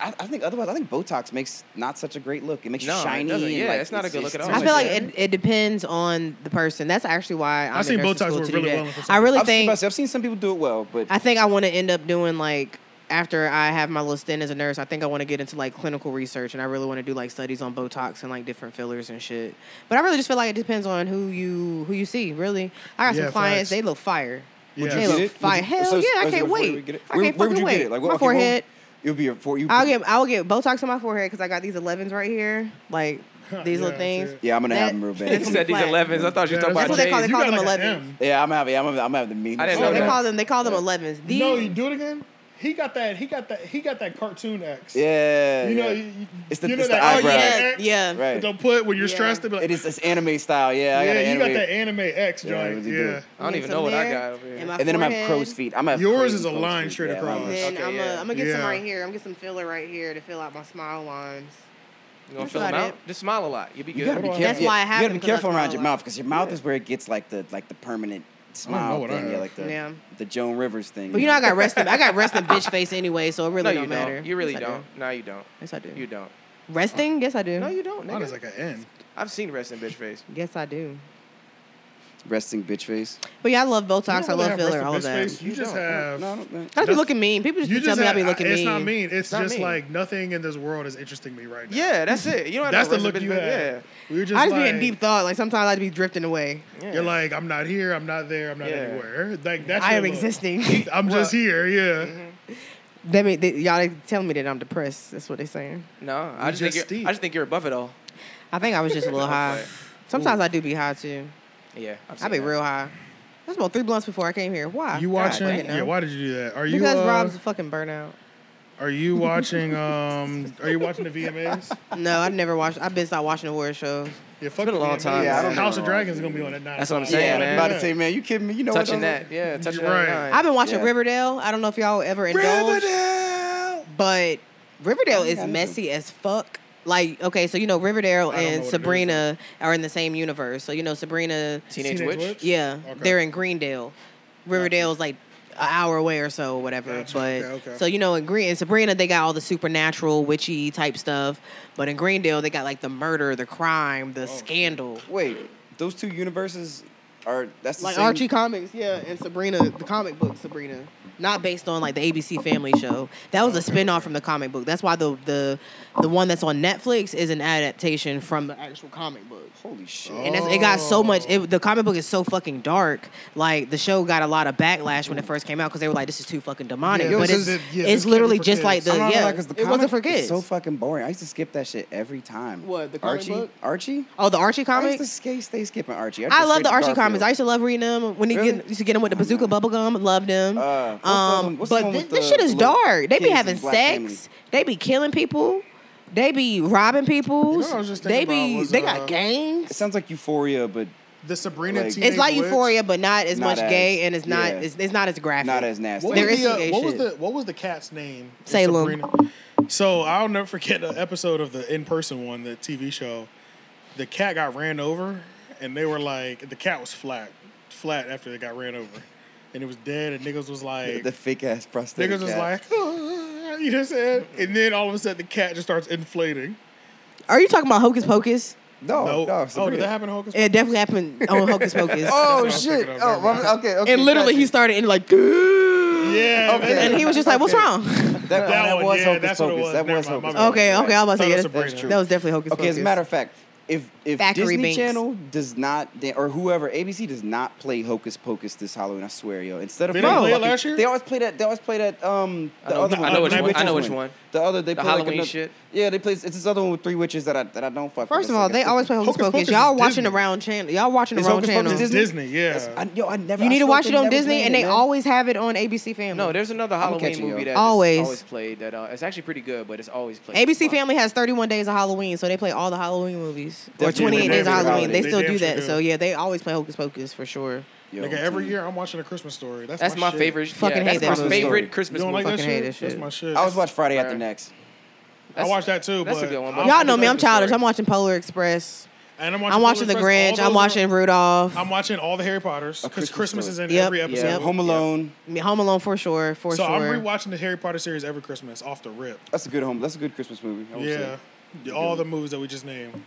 Speaker 2: I, I think otherwise, I think Botox makes not such a great look. It makes
Speaker 5: No,
Speaker 2: you
Speaker 5: it
Speaker 2: shiny.
Speaker 5: doesn't.
Speaker 2: and,
Speaker 5: Yeah,
Speaker 2: like,
Speaker 5: it's not a good look at all.
Speaker 4: I feel like
Speaker 2: it,
Speaker 4: it, it depends on the person. That's actually why I'm
Speaker 3: I've seen
Speaker 4: in
Speaker 3: Botox
Speaker 4: nursing school
Speaker 3: work
Speaker 4: to do
Speaker 3: really
Speaker 4: that.
Speaker 3: well for some
Speaker 4: I really
Speaker 2: I've, seen,
Speaker 4: think
Speaker 2: I've seen some people do it well, but
Speaker 4: I think I want to end up doing like after I have my little stint as a nurse. I think I want to get into like clinical research, and I really want to do like studies on Botox and like different fillers and shit. But I really just feel like it depends on who you who you see. Really, I got
Speaker 3: Yeah,
Speaker 4: some clients.
Speaker 3: facts.
Speaker 4: They look fire.
Speaker 3: Would
Speaker 4: They
Speaker 3: you
Speaker 4: look
Speaker 2: Get it? Would
Speaker 4: fire.
Speaker 2: you-
Speaker 4: Hell
Speaker 2: so-
Speaker 4: yeah,
Speaker 2: so
Speaker 4: I can't
Speaker 2: where
Speaker 4: wait.
Speaker 2: would you get it?
Speaker 4: I
Speaker 2: Where-
Speaker 4: can't
Speaker 2: where would
Speaker 4: fucking
Speaker 2: you
Speaker 4: wait.
Speaker 2: get it? Like
Speaker 4: my
Speaker 2: okay, well,
Speaker 4: forehead.
Speaker 2: It'll be your for you.
Speaker 4: I'll get I'll get Botox on my forehead because I got these 11s right here, like these
Speaker 3: Yeah,
Speaker 4: little
Speaker 3: that's
Speaker 4: things.
Speaker 3: it.
Speaker 2: Yeah, I'm gonna have
Speaker 4: That-
Speaker 2: them real
Speaker 5: You
Speaker 2: bad.
Speaker 5: said these
Speaker 4: Flat.
Speaker 5: 11s. I thought you were talking
Speaker 4: that's
Speaker 5: about
Speaker 4: what they call
Speaker 5: J's.
Speaker 4: it.
Speaker 3: You got
Speaker 4: them
Speaker 3: like an
Speaker 4: 11s.
Speaker 3: M.
Speaker 2: Yeah, I'm having I'm having, I'm having the meeting.
Speaker 5: I didn't
Speaker 4: No,
Speaker 5: know
Speaker 4: they
Speaker 5: that.
Speaker 4: call them they call them 11s. These
Speaker 3: No, you do it again. He got that. He got that. He got that cartoon X.
Speaker 2: Yeah,
Speaker 3: You know,
Speaker 2: yeah.
Speaker 3: you, you-
Speaker 2: It's the-
Speaker 3: you know
Speaker 2: it's the
Speaker 3: that
Speaker 2: eyebrow.
Speaker 4: yeah,
Speaker 3: X
Speaker 4: yeah.
Speaker 2: right.
Speaker 3: They'll put when you're
Speaker 4: Yeah.
Speaker 3: stressed. They'll be like,
Speaker 2: It is it's anime style. Yeah, I got
Speaker 3: yeah,
Speaker 2: an
Speaker 3: you
Speaker 2: anime.
Speaker 3: got that anime X
Speaker 2: Yeah, I
Speaker 3: joint.
Speaker 2: really
Speaker 3: Yeah,
Speaker 2: do.
Speaker 5: I don't
Speaker 4: Need
Speaker 5: even
Speaker 4: some
Speaker 5: know what I
Speaker 4: there
Speaker 5: got over here.
Speaker 4: and my
Speaker 2: and then I'm gonna have
Speaker 4: forehead.
Speaker 2: crow's feet. I'm gonna have
Speaker 3: Yours
Speaker 2: crazy
Speaker 3: is a
Speaker 2: crow's
Speaker 3: line
Speaker 2: feet.
Speaker 3: straight
Speaker 2: Yeah, I'm
Speaker 3: across.
Speaker 4: And
Speaker 2: gonna-
Speaker 4: then
Speaker 5: Okay,
Speaker 4: I'm,
Speaker 5: yeah.
Speaker 4: gonna, I'm gonna get some
Speaker 3: Yeah.
Speaker 4: right here. I'm gonna get some filler right here to fill out my smile lines.
Speaker 5: You gonna
Speaker 4: That's
Speaker 5: fill them
Speaker 4: about
Speaker 5: out? Just smile a lot. You'll be good.
Speaker 2: You gotta be careful.
Speaker 4: That's why I have
Speaker 2: You gotta
Speaker 4: them,
Speaker 2: be
Speaker 4: 'cause I
Speaker 2: careful around your
Speaker 4: smile a
Speaker 2: mouth because your mouth is where it gets like the like the permanent smile
Speaker 3: what I
Speaker 2: thing. Yeah,
Speaker 3: have.
Speaker 2: like the
Speaker 4: Yeah.
Speaker 2: the Joan Rivers thing.
Speaker 4: But you know I got resting. I got resting bitch face anyway, so it really
Speaker 5: No,
Speaker 4: don't
Speaker 5: you
Speaker 4: matter.
Speaker 5: don't. You really
Speaker 4: Yes, I
Speaker 5: don't. No, you don't.
Speaker 4: Yes, I do.
Speaker 5: You don't.
Speaker 4: Resting? Yes, I do.
Speaker 5: No, you don't.
Speaker 3: Mine is
Speaker 5: Nigga.
Speaker 3: like an N.
Speaker 5: I've seen rest in bitch face.
Speaker 4: Yes, I do.
Speaker 2: resting bitch face.
Speaker 4: But yeah, I love
Speaker 3: You
Speaker 4: Botox.
Speaker 3: don't
Speaker 4: I
Speaker 3: really
Speaker 4: love
Speaker 3: have
Speaker 4: filler.
Speaker 3: rest
Speaker 4: All of
Speaker 3: of bitch
Speaker 4: that.
Speaker 3: face. You just
Speaker 2: No,
Speaker 3: have.
Speaker 2: no, I don't think-
Speaker 4: I don't be
Speaker 3: That's-
Speaker 4: looking mean. People just,
Speaker 3: You
Speaker 4: be
Speaker 3: just
Speaker 4: telling me I
Speaker 3: have,
Speaker 4: be looking
Speaker 3: it's
Speaker 4: mean.
Speaker 3: not mean. It's
Speaker 5: not
Speaker 3: just
Speaker 5: mean.
Speaker 3: like nothing in this world is interesting to me right now.
Speaker 5: Yeah, that's it. You don't have
Speaker 3: that's
Speaker 5: no
Speaker 3: the look
Speaker 5: rest in
Speaker 3: you
Speaker 5: bitch face.
Speaker 3: have. We were just
Speaker 4: I just
Speaker 3: like,
Speaker 4: be in deep thought. Like sometimes I would be drifting away.
Speaker 5: Yeah.
Speaker 3: You're like, I'm not here. I'm not there. I'm not
Speaker 5: Yeah.
Speaker 3: anywhere. Like that's.
Speaker 4: I
Speaker 3: your
Speaker 4: am
Speaker 3: look.
Speaker 4: existing. mm-hmm.
Speaker 3: I'm just
Speaker 5: Well-
Speaker 3: here. Yeah.
Speaker 4: they, mean- they, y'all they telling me that I'm depressed. That's what they're saying.
Speaker 5: no,
Speaker 3: You
Speaker 5: I just,
Speaker 3: just
Speaker 5: think you're,
Speaker 3: deep.
Speaker 5: I just think you're above it all.
Speaker 4: I think I was just a little high. Sometimes I do be high too.
Speaker 5: Yeah, I've
Speaker 4: I
Speaker 5: seen
Speaker 4: be
Speaker 5: that.
Speaker 4: real high. I smoked three blunts before I came here. Why?
Speaker 3: You
Speaker 4: God
Speaker 3: watching?
Speaker 4: damn it.
Speaker 3: yeah. Why did you do that? Are you?
Speaker 4: Because
Speaker 3: uh,
Speaker 4: Rob's a fucking burnout.
Speaker 3: Are you watching? Um. Are you watching the VMAs?
Speaker 4: No, I've never watched. I've been stopped watching award shows.
Speaker 3: Yeah, fuck
Speaker 5: been a
Speaker 3: the
Speaker 5: long
Speaker 3: VMAs.
Speaker 5: time.
Speaker 2: Yeah, I don't
Speaker 3: House of
Speaker 2: know.
Speaker 3: Dragons is gonna be on at nine.
Speaker 5: That's what I'm
Speaker 2: Yeah,
Speaker 5: saying,
Speaker 2: I'm
Speaker 5: man.
Speaker 2: about to say, man, you kidding me? You know
Speaker 5: touching
Speaker 2: what? I was-
Speaker 5: that. Yeah, touching
Speaker 3: Right.
Speaker 5: that.
Speaker 4: I've been watching
Speaker 2: Yeah.
Speaker 4: Riverdale. I don't know if y'all ever indulged, but Riverdale is messy as fuck. Like, okay, so you know Riverdale
Speaker 3: I don't know
Speaker 4: and
Speaker 3: what it is,
Speaker 4: Sabrina are in the same universe. So you know Sabrina,
Speaker 5: Teenage,
Speaker 3: Teenage
Speaker 5: Witch.
Speaker 3: Witch?
Speaker 4: yeah,
Speaker 3: Okay.
Speaker 4: they're in Greendale. Riverdale's like an hour away or so, or whatever.
Speaker 3: Gotcha.
Speaker 4: But
Speaker 3: Okay, okay.
Speaker 4: so you know, in Green in Sabrina, they got all the supernatural, witchy type stuff. But in Greendale, they got like the murder, the crime,
Speaker 3: Oh,
Speaker 4: the scandal.
Speaker 2: Wait, those two universes are that's the
Speaker 4: like
Speaker 2: same-
Speaker 4: Archie comics, yeah, and Sabrina, the comic book Sabrina, not based on like the ABC Family show. That was a spin-off from the comic book. That's why the the the one that's on Netflix is an adaptation from the actual comic book.
Speaker 2: Holy shit!
Speaker 4: And that's, it got so much. It, the comic book is so fucking dark. Like the show got a lot of backlash when it first came out because they were like, "This is too fucking demonic."
Speaker 3: Yeah,
Speaker 4: but
Speaker 3: this
Speaker 4: it's
Speaker 3: is it. Yeah, this
Speaker 4: it's
Speaker 3: can't be
Speaker 4: literally
Speaker 3: for
Speaker 4: just like
Speaker 3: kids.
Speaker 4: the
Speaker 2: I'm not gonna
Speaker 4: yeah.
Speaker 2: lie, 'cause the
Speaker 4: it
Speaker 2: comic
Speaker 4: wasn't for
Speaker 2: is
Speaker 4: kids.
Speaker 2: So fucking boring. I used to skip that shit every time.
Speaker 4: What, the comic
Speaker 2: Archie?
Speaker 4: book?
Speaker 2: Archie?
Speaker 4: oh, the
Speaker 2: I
Speaker 4: Archie
Speaker 2: used
Speaker 4: comics.
Speaker 2: to skate, stay skipping Archie.
Speaker 4: I love the Archie comics. I used to love reading them when he
Speaker 2: Really?
Speaker 4: get, used to get them with the bazooka bubble gum. Loved them.
Speaker 2: Uh, what's the one-
Speaker 4: um,
Speaker 2: what's the
Speaker 4: but
Speaker 2: one
Speaker 4: this,
Speaker 2: with
Speaker 4: this
Speaker 2: the
Speaker 4: shit is
Speaker 2: little
Speaker 4: dark. They
Speaker 2: kids
Speaker 4: be
Speaker 2: and
Speaker 4: having
Speaker 2: black
Speaker 4: sex.
Speaker 2: families?
Speaker 4: They be killing people. They be robbing people.
Speaker 3: You know what I was just
Speaker 4: they
Speaker 3: thinking
Speaker 4: be
Speaker 3: about was,
Speaker 4: they
Speaker 3: uh,
Speaker 4: got gangs.
Speaker 2: It sounds like Euphoria, but
Speaker 3: The Sabrina.
Speaker 2: Like-
Speaker 3: Teenage
Speaker 4: It's like
Speaker 3: Witch.
Speaker 4: Euphoria, but not as
Speaker 2: Not
Speaker 4: much
Speaker 2: as-
Speaker 4: gay, and it's not
Speaker 2: yeah.
Speaker 4: it's, it's not as graphic.
Speaker 2: not as nasty.
Speaker 3: What
Speaker 4: There
Speaker 3: was
Speaker 4: is
Speaker 3: the,
Speaker 4: some
Speaker 3: uh,
Speaker 4: gay
Speaker 3: what was
Speaker 4: shit.
Speaker 3: the what was the cat's name? in
Speaker 4: Salem.
Speaker 3: Sabrina? So I'll never forget an episode of the in person one, the TV show. The cat got ran over, and they were like, the cat was flat, flat after it got ran over, and it was dead. And niggas was like,
Speaker 2: the fake ass prosthetic.
Speaker 3: niggas was
Speaker 2: cat.
Speaker 3: like, "Ah," you know what I'm saying? And then all of a sudden, the cat just starts inflating.
Speaker 4: Are you talking about Hocus Pocus?
Speaker 2: no,
Speaker 3: No,
Speaker 2: no.
Speaker 3: oh,
Speaker 2: Sabrina.
Speaker 3: did that happen? in Hocus
Speaker 4: It definitely happened on Hocus Pocus.
Speaker 3: what I
Speaker 2: Oh
Speaker 3: was
Speaker 2: shit!
Speaker 3: thinking of.
Speaker 2: Oh,
Speaker 3: Never mind.
Speaker 2: well, okay, okay.
Speaker 4: and literally, he started and like,
Speaker 3: Yeah,
Speaker 2: Okay.
Speaker 3: man.
Speaker 4: and he was just like, "What's
Speaker 2: Okay.
Speaker 4: wrong?"
Speaker 2: that, that,
Speaker 3: that one,
Speaker 2: was
Speaker 3: yeah,
Speaker 2: Hocus
Speaker 3: that's what it
Speaker 2: Pocus.
Speaker 3: was.
Speaker 2: That
Speaker 3: Never
Speaker 2: was
Speaker 3: mind, my
Speaker 2: Hocus.
Speaker 3: bad.
Speaker 2: Pocus.
Speaker 4: Okay, okay, I was about to say
Speaker 3: Thought it was
Speaker 4: yeah, that-
Speaker 3: Sabrina.
Speaker 4: that was definitely Hocus
Speaker 2: Okay,
Speaker 4: Pocus.
Speaker 2: as a matter of fact, if if
Speaker 4: Factory
Speaker 2: Disney
Speaker 4: Binks.
Speaker 2: Channel does not da- or whoever ABC does not play Hocus Pocus this Halloween, I swear, yo. Instead of
Speaker 3: They
Speaker 2: playing
Speaker 3: didn't play it
Speaker 2: fucking-
Speaker 3: last year?
Speaker 2: They always play that. They always play that. Um, the
Speaker 5: I know-
Speaker 2: other
Speaker 5: I
Speaker 2: one.
Speaker 3: know
Speaker 2: the
Speaker 3: which
Speaker 2: Three
Speaker 3: one, I
Speaker 5: know
Speaker 2: Witches
Speaker 5: which one.
Speaker 2: The other they
Speaker 5: The
Speaker 2: play like
Speaker 5: Halloween
Speaker 2: another-
Speaker 5: shit?
Speaker 2: Yeah, they play. It's this other one with three witches that I that I don't fuck. with.
Speaker 4: First
Speaker 2: That's
Speaker 4: of all,
Speaker 2: like a
Speaker 4: they
Speaker 2: different-
Speaker 4: always play Hocus
Speaker 3: Hocus
Speaker 4: Pocus.
Speaker 3: Pocus
Speaker 4: Y'all
Speaker 3: is
Speaker 4: watching the
Speaker 3: Disney.
Speaker 4: wrong channel. Y'all watching the
Speaker 2: It's
Speaker 4: wrong
Speaker 2: Hocus
Speaker 4: channel.
Speaker 2: Pocus Disney?
Speaker 3: Disney, yeah.
Speaker 2: That's- I, yo, I never.
Speaker 4: You
Speaker 2: I
Speaker 4: need to
Speaker 2: swear
Speaker 4: watch it
Speaker 2: they
Speaker 4: on
Speaker 2: never
Speaker 4: Disney,
Speaker 2: played
Speaker 4: and they
Speaker 2: it, man.
Speaker 4: always have it on ABC Family.
Speaker 5: No, there's another
Speaker 2: I'ma catch
Speaker 5: Halloween
Speaker 2: you, yo.
Speaker 5: movie that is
Speaker 4: Always.
Speaker 5: always played that uh, it's actually pretty good, but it's always played.
Speaker 4: ABC Family has 31 days of Halloween, so they play all the Halloween movies.
Speaker 2: Definitely.
Speaker 4: Or 28
Speaker 2: They
Speaker 4: days of
Speaker 2: damn sure
Speaker 4: Halloween.
Speaker 2: do.
Speaker 4: They
Speaker 3: They
Speaker 4: still
Speaker 3: damn
Speaker 4: do
Speaker 3: sure
Speaker 4: that.
Speaker 3: do.
Speaker 4: So yeah, they always play Hocus Pocus for sure.
Speaker 2: Yo,
Speaker 3: Nigga, every
Speaker 2: dude.
Speaker 3: year I'm watching a Christmas story. That's,
Speaker 5: That's my
Speaker 3: shit.
Speaker 5: favorite.
Speaker 4: Fucking
Speaker 5: yeah,
Speaker 4: hate
Speaker 5: that's
Speaker 4: that
Speaker 5: my
Speaker 4: movie.
Speaker 5: favorite Christmas
Speaker 3: You don't like
Speaker 5: movie.
Speaker 3: that
Speaker 4: Fucking
Speaker 3: shit?
Speaker 4: hate that
Speaker 3: That's
Speaker 4: shit.
Speaker 3: my shit.
Speaker 2: I always watch Friday After
Speaker 5: Alright.
Speaker 2: Next.
Speaker 3: I
Speaker 5: That's-
Speaker 3: watch that too.
Speaker 5: that's a
Speaker 3: but
Speaker 5: good one, but
Speaker 3: I'm
Speaker 4: Y'all
Speaker 3: watching
Speaker 4: know me. I'm
Speaker 3: Christmas
Speaker 4: childish.
Speaker 3: story.
Speaker 4: I'm watching Polar Express.
Speaker 3: And I'm
Speaker 4: I'm watching The
Speaker 3: Polar Express,
Speaker 4: Grinch.
Speaker 3: all
Speaker 4: I'm
Speaker 3: those
Speaker 4: watching
Speaker 3: are-
Speaker 4: Rudolph.
Speaker 3: I'm watching all the Harry Potters because
Speaker 2: Christmas
Speaker 3: Christmas
Speaker 2: story.
Speaker 3: is in
Speaker 4: Yep,
Speaker 3: every episode.
Speaker 4: yep.
Speaker 2: Home Alone.
Speaker 4: I mean, Home Alone for sure. For
Speaker 3: So
Speaker 4: sure.
Speaker 3: I'm rewatching the Harry Potter series every Christmas off the rip.
Speaker 2: That's a good home. That's a good Christmas movie. I would
Speaker 3: Yeah.
Speaker 2: say.
Speaker 3: All the movies that we just named.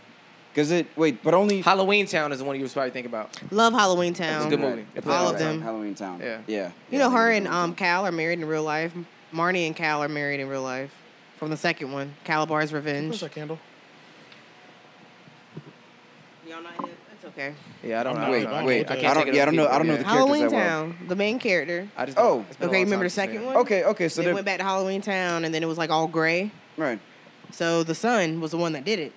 Speaker 2: Cause it wait, but only
Speaker 5: Halloween Town is the one you was probably thinking about.
Speaker 4: Love Halloween Town.
Speaker 5: It's a good movie. They play
Speaker 4: All
Speaker 5: it
Speaker 4: of
Speaker 5: right.
Speaker 4: them.
Speaker 2: Halloween Town.
Speaker 5: Yeah.
Speaker 2: yeah.
Speaker 4: You know, her and um, Cal are married in real life. Marnie and Cal are married in real life. From the second one, Calabar's
Speaker 3: Where's
Speaker 4: Revenge.
Speaker 3: that candle?
Speaker 4: Y'all not here? That's okay.
Speaker 5: Yeah, I don't
Speaker 3: I'm
Speaker 5: know.
Speaker 3: not-
Speaker 2: Wait,
Speaker 5: I don't know.
Speaker 2: wait.
Speaker 5: I
Speaker 2: I,
Speaker 5: can't take
Speaker 2: don't.
Speaker 5: it
Speaker 2: Yeah, I
Speaker 5: as
Speaker 2: don't know. I don't know the
Speaker 5: people,
Speaker 4: Halloween
Speaker 2: characters that well.
Speaker 4: Town, the main character.
Speaker 5: I just,
Speaker 2: Oh.
Speaker 5: it's been a
Speaker 4: Okay,
Speaker 5: long
Speaker 4: you remember
Speaker 5: time
Speaker 4: the
Speaker 5: since I've
Speaker 4: second
Speaker 5: seen it.
Speaker 4: one?
Speaker 2: Okay, okay. So
Speaker 4: they
Speaker 2: they're-
Speaker 4: went back to Halloween Town, and then it was like all gray.
Speaker 2: Right.
Speaker 4: So the son was the one that did it.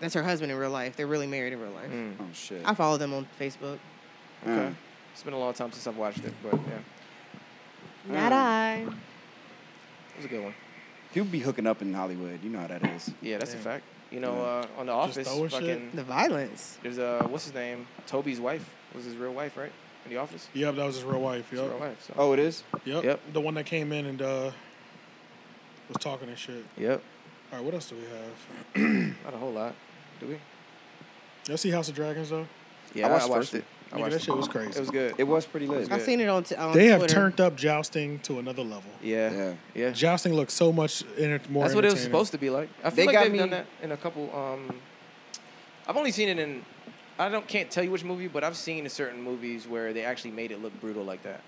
Speaker 4: That's her husband in real life. They're really married in real life.
Speaker 5: Mm.
Speaker 2: Oh shit. Mm.
Speaker 4: I follow them on Facebook.
Speaker 2: Okay.
Speaker 5: It's been a long time since I've watched it, but yeah,
Speaker 3: Mm.
Speaker 4: Not I.
Speaker 5: it was a good one.
Speaker 2: People be hooking up in Hollywood. You know how that is.
Speaker 5: Yeah, that's a
Speaker 3: Yeah.
Speaker 5: fact. You know, uh, on The Office,
Speaker 3: throwing shit.
Speaker 5: fucking,
Speaker 4: The violence.
Speaker 5: there's a what's his name? Toby's wife was his real wife, right? In The Office,
Speaker 3: Yep, that was his real wife.
Speaker 5: His real
Speaker 3: Yep.
Speaker 5: wife. So.
Speaker 2: Oh, it is.
Speaker 3: Yep.
Speaker 5: Yep.
Speaker 3: The one that came in and uh, was talking and shit.
Speaker 5: Yep,
Speaker 3: All right, what else do we have?
Speaker 5: not a whole lot. Do we?
Speaker 3: Y'all see House of Dragons though?
Speaker 5: Yeah,
Speaker 2: watched
Speaker 5: I watched
Speaker 2: first
Speaker 5: it. I
Speaker 3: Nigga,
Speaker 5: watched
Speaker 3: that shit
Speaker 5: it.
Speaker 3: was crazy.
Speaker 5: It was good.
Speaker 2: It was pretty lit.
Speaker 5: It
Speaker 4: I've
Speaker 5: good.
Speaker 4: seen it on, t- on
Speaker 3: they have
Speaker 4: Twitter.
Speaker 3: turned up jousting to another level.
Speaker 5: yeah,
Speaker 2: Yeah.
Speaker 5: yeah.
Speaker 3: Jousting looks so much enter- more.
Speaker 5: That's what it was
Speaker 3: entertaining.
Speaker 5: supposed to be like. I
Speaker 2: They
Speaker 5: feel like
Speaker 2: got
Speaker 5: they've
Speaker 2: me-
Speaker 5: done that in a couple. Um, I've only seen it in. I don't can't tell you which movie, but I've seen in certain movies where they actually made it look brutal like that.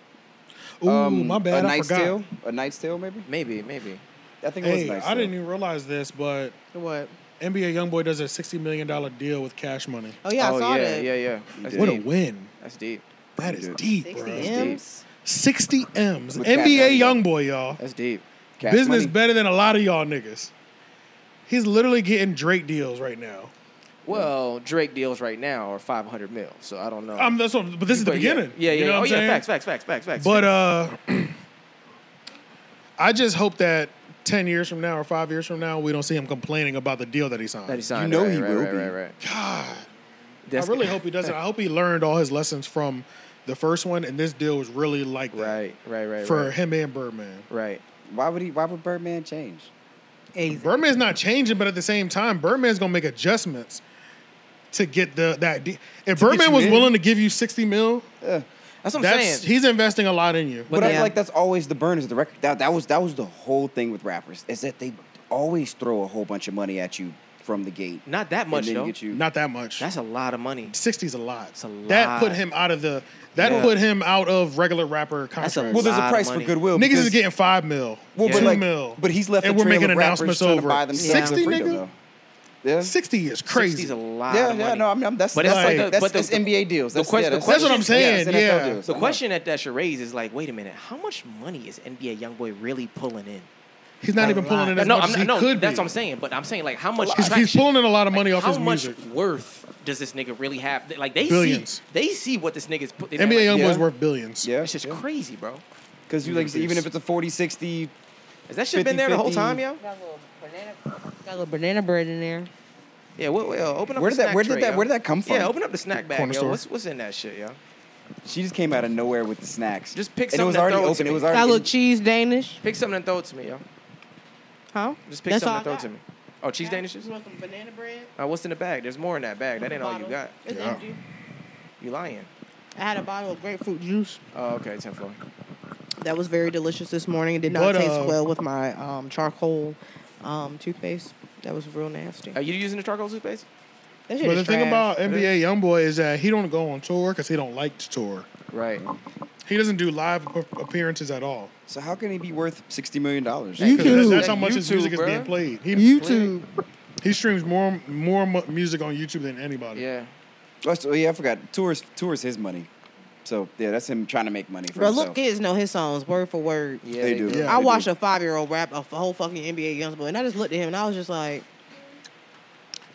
Speaker 3: Ooh,
Speaker 2: Um,
Speaker 3: my bad.
Speaker 2: A
Speaker 3: I
Speaker 2: Night's
Speaker 3: forgot.
Speaker 2: Tale. A Night's Tale, maybe.
Speaker 5: Maybe, maybe.
Speaker 2: I think it was.
Speaker 3: Hey,
Speaker 2: Night's
Speaker 3: I didn't
Speaker 2: Tale.
Speaker 3: even realize this, but
Speaker 4: What?
Speaker 3: NBA YoungBoy does a sixty million dollar deal with Cash Money.
Speaker 4: Oh yeah,
Speaker 5: oh
Speaker 4: I saw
Speaker 5: yeah,
Speaker 4: that.
Speaker 5: yeah, yeah. That's
Speaker 3: What a
Speaker 5: deep.
Speaker 3: win!
Speaker 5: That's deep.
Speaker 3: That is
Speaker 2: Dude.
Speaker 3: deep,
Speaker 4: 60
Speaker 3: bro.
Speaker 4: M's.
Speaker 3: Sixty M's.
Speaker 2: With
Speaker 3: NBA
Speaker 2: Cash Money.
Speaker 3: YoungBoy, y'all.
Speaker 5: That's deep.
Speaker 2: Cash
Speaker 3: Business
Speaker 2: Money.
Speaker 3: better than a lot of y'all niggas. He's literally getting Drake deals right now.
Speaker 5: Well, Drake deals right now are 500 mil, so I don't know.
Speaker 3: Um, that's what, but this is the
Speaker 5: But
Speaker 3: beginning.
Speaker 5: Yeah, yeah,
Speaker 3: You
Speaker 5: yeah.
Speaker 3: know
Speaker 5: oh,
Speaker 3: what I'm
Speaker 5: yeah.
Speaker 3: saying?
Speaker 5: Facts, facts, facts, facts, facts.
Speaker 3: But uh, I just hope that ten years from now or five years from now, we don't see him complaining about the deal that he signed.
Speaker 5: that he signed.
Speaker 2: You know
Speaker 5: right,
Speaker 2: he
Speaker 5: right,
Speaker 2: will
Speaker 5: right,
Speaker 2: be.
Speaker 5: Right, right.
Speaker 3: God,
Speaker 5: That's-
Speaker 3: I really hope he doesn't. I hope he learned all his lessons from the first one, and this deal was really like that
Speaker 5: Right, right, right.
Speaker 3: for
Speaker 5: right.
Speaker 3: him and Birdman.
Speaker 5: Right.
Speaker 3: e-
Speaker 2: Why would he? Why would Birdman change?
Speaker 4: Ex-
Speaker 3: Birdman's not changing, but at the same time, Birdman's gonna make adjustments to get the that. De- if Birdman
Speaker 2: you
Speaker 3: was
Speaker 2: in.
Speaker 3: willing to give you sixty mil,
Speaker 5: That's what I'm
Speaker 3: that's
Speaker 5: saying.
Speaker 3: he's investing a lot in you.
Speaker 2: But I
Speaker 4: Yeah.
Speaker 2: feel like that's always the burners of the record. That, that was that was the whole thing with rappers is that they always throw a whole bunch of money at you from the gate.
Speaker 5: Not that
Speaker 2: and
Speaker 5: much
Speaker 2: then
Speaker 5: though.
Speaker 2: Get you.
Speaker 3: Not that much.
Speaker 5: That's a lot of money.
Speaker 3: 60's a lot.
Speaker 5: a
Speaker 3: That put
Speaker 5: lot.
Speaker 3: him out of the. That
Speaker 5: Yeah.
Speaker 3: put him out of regular rapper contracts.
Speaker 5: That's a
Speaker 2: well, there's
Speaker 5: lot
Speaker 2: a
Speaker 5: of
Speaker 2: price for
Speaker 5: money.
Speaker 2: goodwill.
Speaker 3: Niggas
Speaker 2: because-
Speaker 3: is getting five mil,
Speaker 2: well,
Speaker 3: two
Speaker 2: but like,
Speaker 3: mil,
Speaker 2: but he's left.
Speaker 3: and
Speaker 2: a
Speaker 3: we're
Speaker 2: trail
Speaker 3: making
Speaker 2: of rappers
Speaker 3: announcements
Speaker 2: trying to
Speaker 3: over
Speaker 2: buy themselves their
Speaker 3: 60,
Speaker 2: freedom,
Speaker 3: nigga?
Speaker 2: though. Yeah.
Speaker 3: Sixty is crazy.
Speaker 5: 60 is a lot.
Speaker 2: Yeah,
Speaker 5: of
Speaker 2: yeah,
Speaker 5: money.
Speaker 2: no, I mean, I'm, that's
Speaker 5: But
Speaker 2: that's
Speaker 3: like-
Speaker 2: like,
Speaker 3: the-
Speaker 2: that's,
Speaker 5: but the-
Speaker 2: that's NBA deals.
Speaker 5: the
Speaker 2: That's,
Speaker 5: question-
Speaker 2: yeah,
Speaker 5: the question-
Speaker 3: That's what I'm
Speaker 2: it's
Speaker 3: saying,
Speaker 2: NFL
Speaker 3: yeah.
Speaker 2: deals.
Speaker 5: The
Speaker 2: I'm not-
Speaker 5: question that that should raise is like, wait a minute, how much money is NBA YoungBoy really pulling in?
Speaker 3: he's not even pulling in as
Speaker 5: no,
Speaker 3: much
Speaker 5: I'm
Speaker 3: as
Speaker 5: not,
Speaker 3: he
Speaker 5: no,
Speaker 3: could
Speaker 5: that's
Speaker 3: be.
Speaker 5: what I'm saying. But I'm saying like, how much?
Speaker 3: He's, he's
Speaker 5: traction-
Speaker 3: pulling in a lot of
Speaker 5: like,
Speaker 3: money off
Speaker 5: how
Speaker 3: his
Speaker 5: much
Speaker 3: music.
Speaker 5: worth does this nigga really have? Like they
Speaker 3: Billions.
Speaker 5: see, they see what this nigga's putting.
Speaker 3: NBA
Speaker 5: like,
Speaker 3: Youngboy's
Speaker 2: Yeah.
Speaker 3: worth billions.
Speaker 2: Yeah,
Speaker 5: It's just crazy, bro.
Speaker 2: because you like even if it's a 40, 60,
Speaker 5: Has that shit been there the whole
Speaker 2: 50-50.
Speaker 5: time, yo?
Speaker 4: Got a little banana- got a little banana bread in there.
Speaker 5: Yeah, what, what, yo, open up.
Speaker 2: Where
Speaker 5: the
Speaker 2: did that-
Speaker 5: snack
Speaker 2: where did
Speaker 5: tray,
Speaker 2: that-
Speaker 5: yo.
Speaker 2: where did that come from?
Speaker 5: Yeah, open up the snack bag,
Speaker 3: Corner
Speaker 5: yo.
Speaker 3: store.
Speaker 5: What's what's in that shit, yo?
Speaker 2: she just came out of nowhere with the snacks.
Speaker 5: Just pick
Speaker 2: and it was
Speaker 5: something and
Speaker 2: already
Speaker 5: throw it to
Speaker 2: open. It
Speaker 5: me.
Speaker 2: was
Speaker 4: Got a little
Speaker 2: already.
Speaker 4: cheese Danish,
Speaker 5: Pick something and throw it to me, yo.
Speaker 4: huh?
Speaker 5: Just pick
Speaker 4: That's
Speaker 5: something and
Speaker 4: all
Speaker 5: throw
Speaker 4: I
Speaker 5: it to
Speaker 4: got.
Speaker 5: me. Oh, cheese danishes.
Speaker 4: You want some banana bread?
Speaker 5: Uh, what's in the bag? There's more in that bag. That ain't all you
Speaker 4: Bottle.
Speaker 5: got.
Speaker 4: It's
Speaker 3: Yeah.
Speaker 4: empty.
Speaker 5: You lying?
Speaker 4: I had a bottle of grapefruit juice.
Speaker 5: Oh, okay, ten floor.
Speaker 4: That was very delicious this morning. It did not
Speaker 3: But,
Speaker 4: taste
Speaker 3: uh,
Speaker 4: well with my um, charcoal um, toothpaste. That was real nasty.
Speaker 5: Are you using the charcoal toothpaste?
Speaker 4: That shit
Speaker 3: But
Speaker 4: is
Speaker 3: the thing
Speaker 4: trash.
Speaker 3: about NBA YoungBoy is that he don't go on tour because he don't like to tour.
Speaker 5: Right.
Speaker 3: He doesn't do live ap- appearances at all.
Speaker 2: So how can he be worth sixty million dollars?
Speaker 3: Because that's, that's how
Speaker 5: Like
Speaker 3: much his
Speaker 5: YouTube,
Speaker 3: music is
Speaker 5: bruh.
Speaker 3: being played. He,
Speaker 4: YouTube,
Speaker 3: He streams more more mu- music on YouTube than anybody.
Speaker 5: Yeah.
Speaker 2: Oh, so- yeah, I forgot. Tours, tours his money. So yeah, that's him trying to make money. For
Speaker 4: Bro,
Speaker 2: himself.
Speaker 4: look, kids know his songs word for word.
Speaker 5: Yeah,
Speaker 2: They do.
Speaker 3: Yeah.
Speaker 4: I
Speaker 2: they
Speaker 4: watched
Speaker 2: do.
Speaker 4: a five year old rap a f- whole fucking NBA young boy, and I just looked at him and I was just like,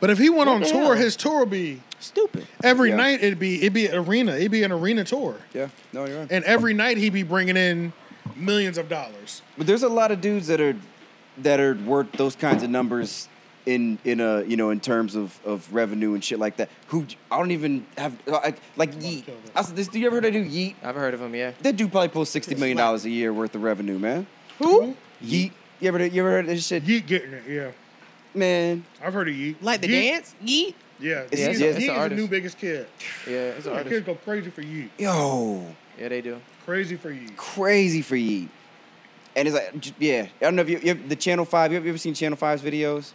Speaker 3: But if he went on
Speaker 4: the
Speaker 3: tour,
Speaker 4: hell?
Speaker 3: his tour would be
Speaker 4: stupid.
Speaker 3: every
Speaker 2: Yeah.
Speaker 3: night. It'd be it'd be an arena. It'd be an arena tour,
Speaker 2: Yeah, no, you're right.
Speaker 3: and every night he'd be bringing in millions of dollars.
Speaker 2: But there's a lot of dudes that are that are worth those kinds of numbers in in a you know in terms of, of revenue and shit like that. Who I don't even have like, like Yeet. I said, this, do you ever heard of dude Yeet?
Speaker 5: I've heard of him. Yeah.
Speaker 2: That dude probably pulls sixty million dollars a year worth of revenue, man.
Speaker 4: Who?
Speaker 2: Yeet. You ever you ever heard of this shit?
Speaker 3: Yeet getting it, yeah.
Speaker 2: Man,
Speaker 3: I've heard of Yeet.
Speaker 4: Like the
Speaker 3: Yeet,
Speaker 4: dance? Yeet?
Speaker 3: Yeah,
Speaker 2: It's- it's-
Speaker 3: Yeet, Yeet
Speaker 2: it's
Speaker 3: is
Speaker 5: an
Speaker 3: the
Speaker 5: artist.
Speaker 3: new biggest kid.
Speaker 5: Yeah. It's an
Speaker 3: The
Speaker 5: artist.
Speaker 3: kids go crazy for Yeet.
Speaker 2: yo,
Speaker 5: Yeah, they do.
Speaker 3: Crazy for Yeet.
Speaker 2: crazy for Yeet. And it's like, j- yeah, I don't know if you, you ever- the Channel Five. You ever, you ever seen Channel 5's videos?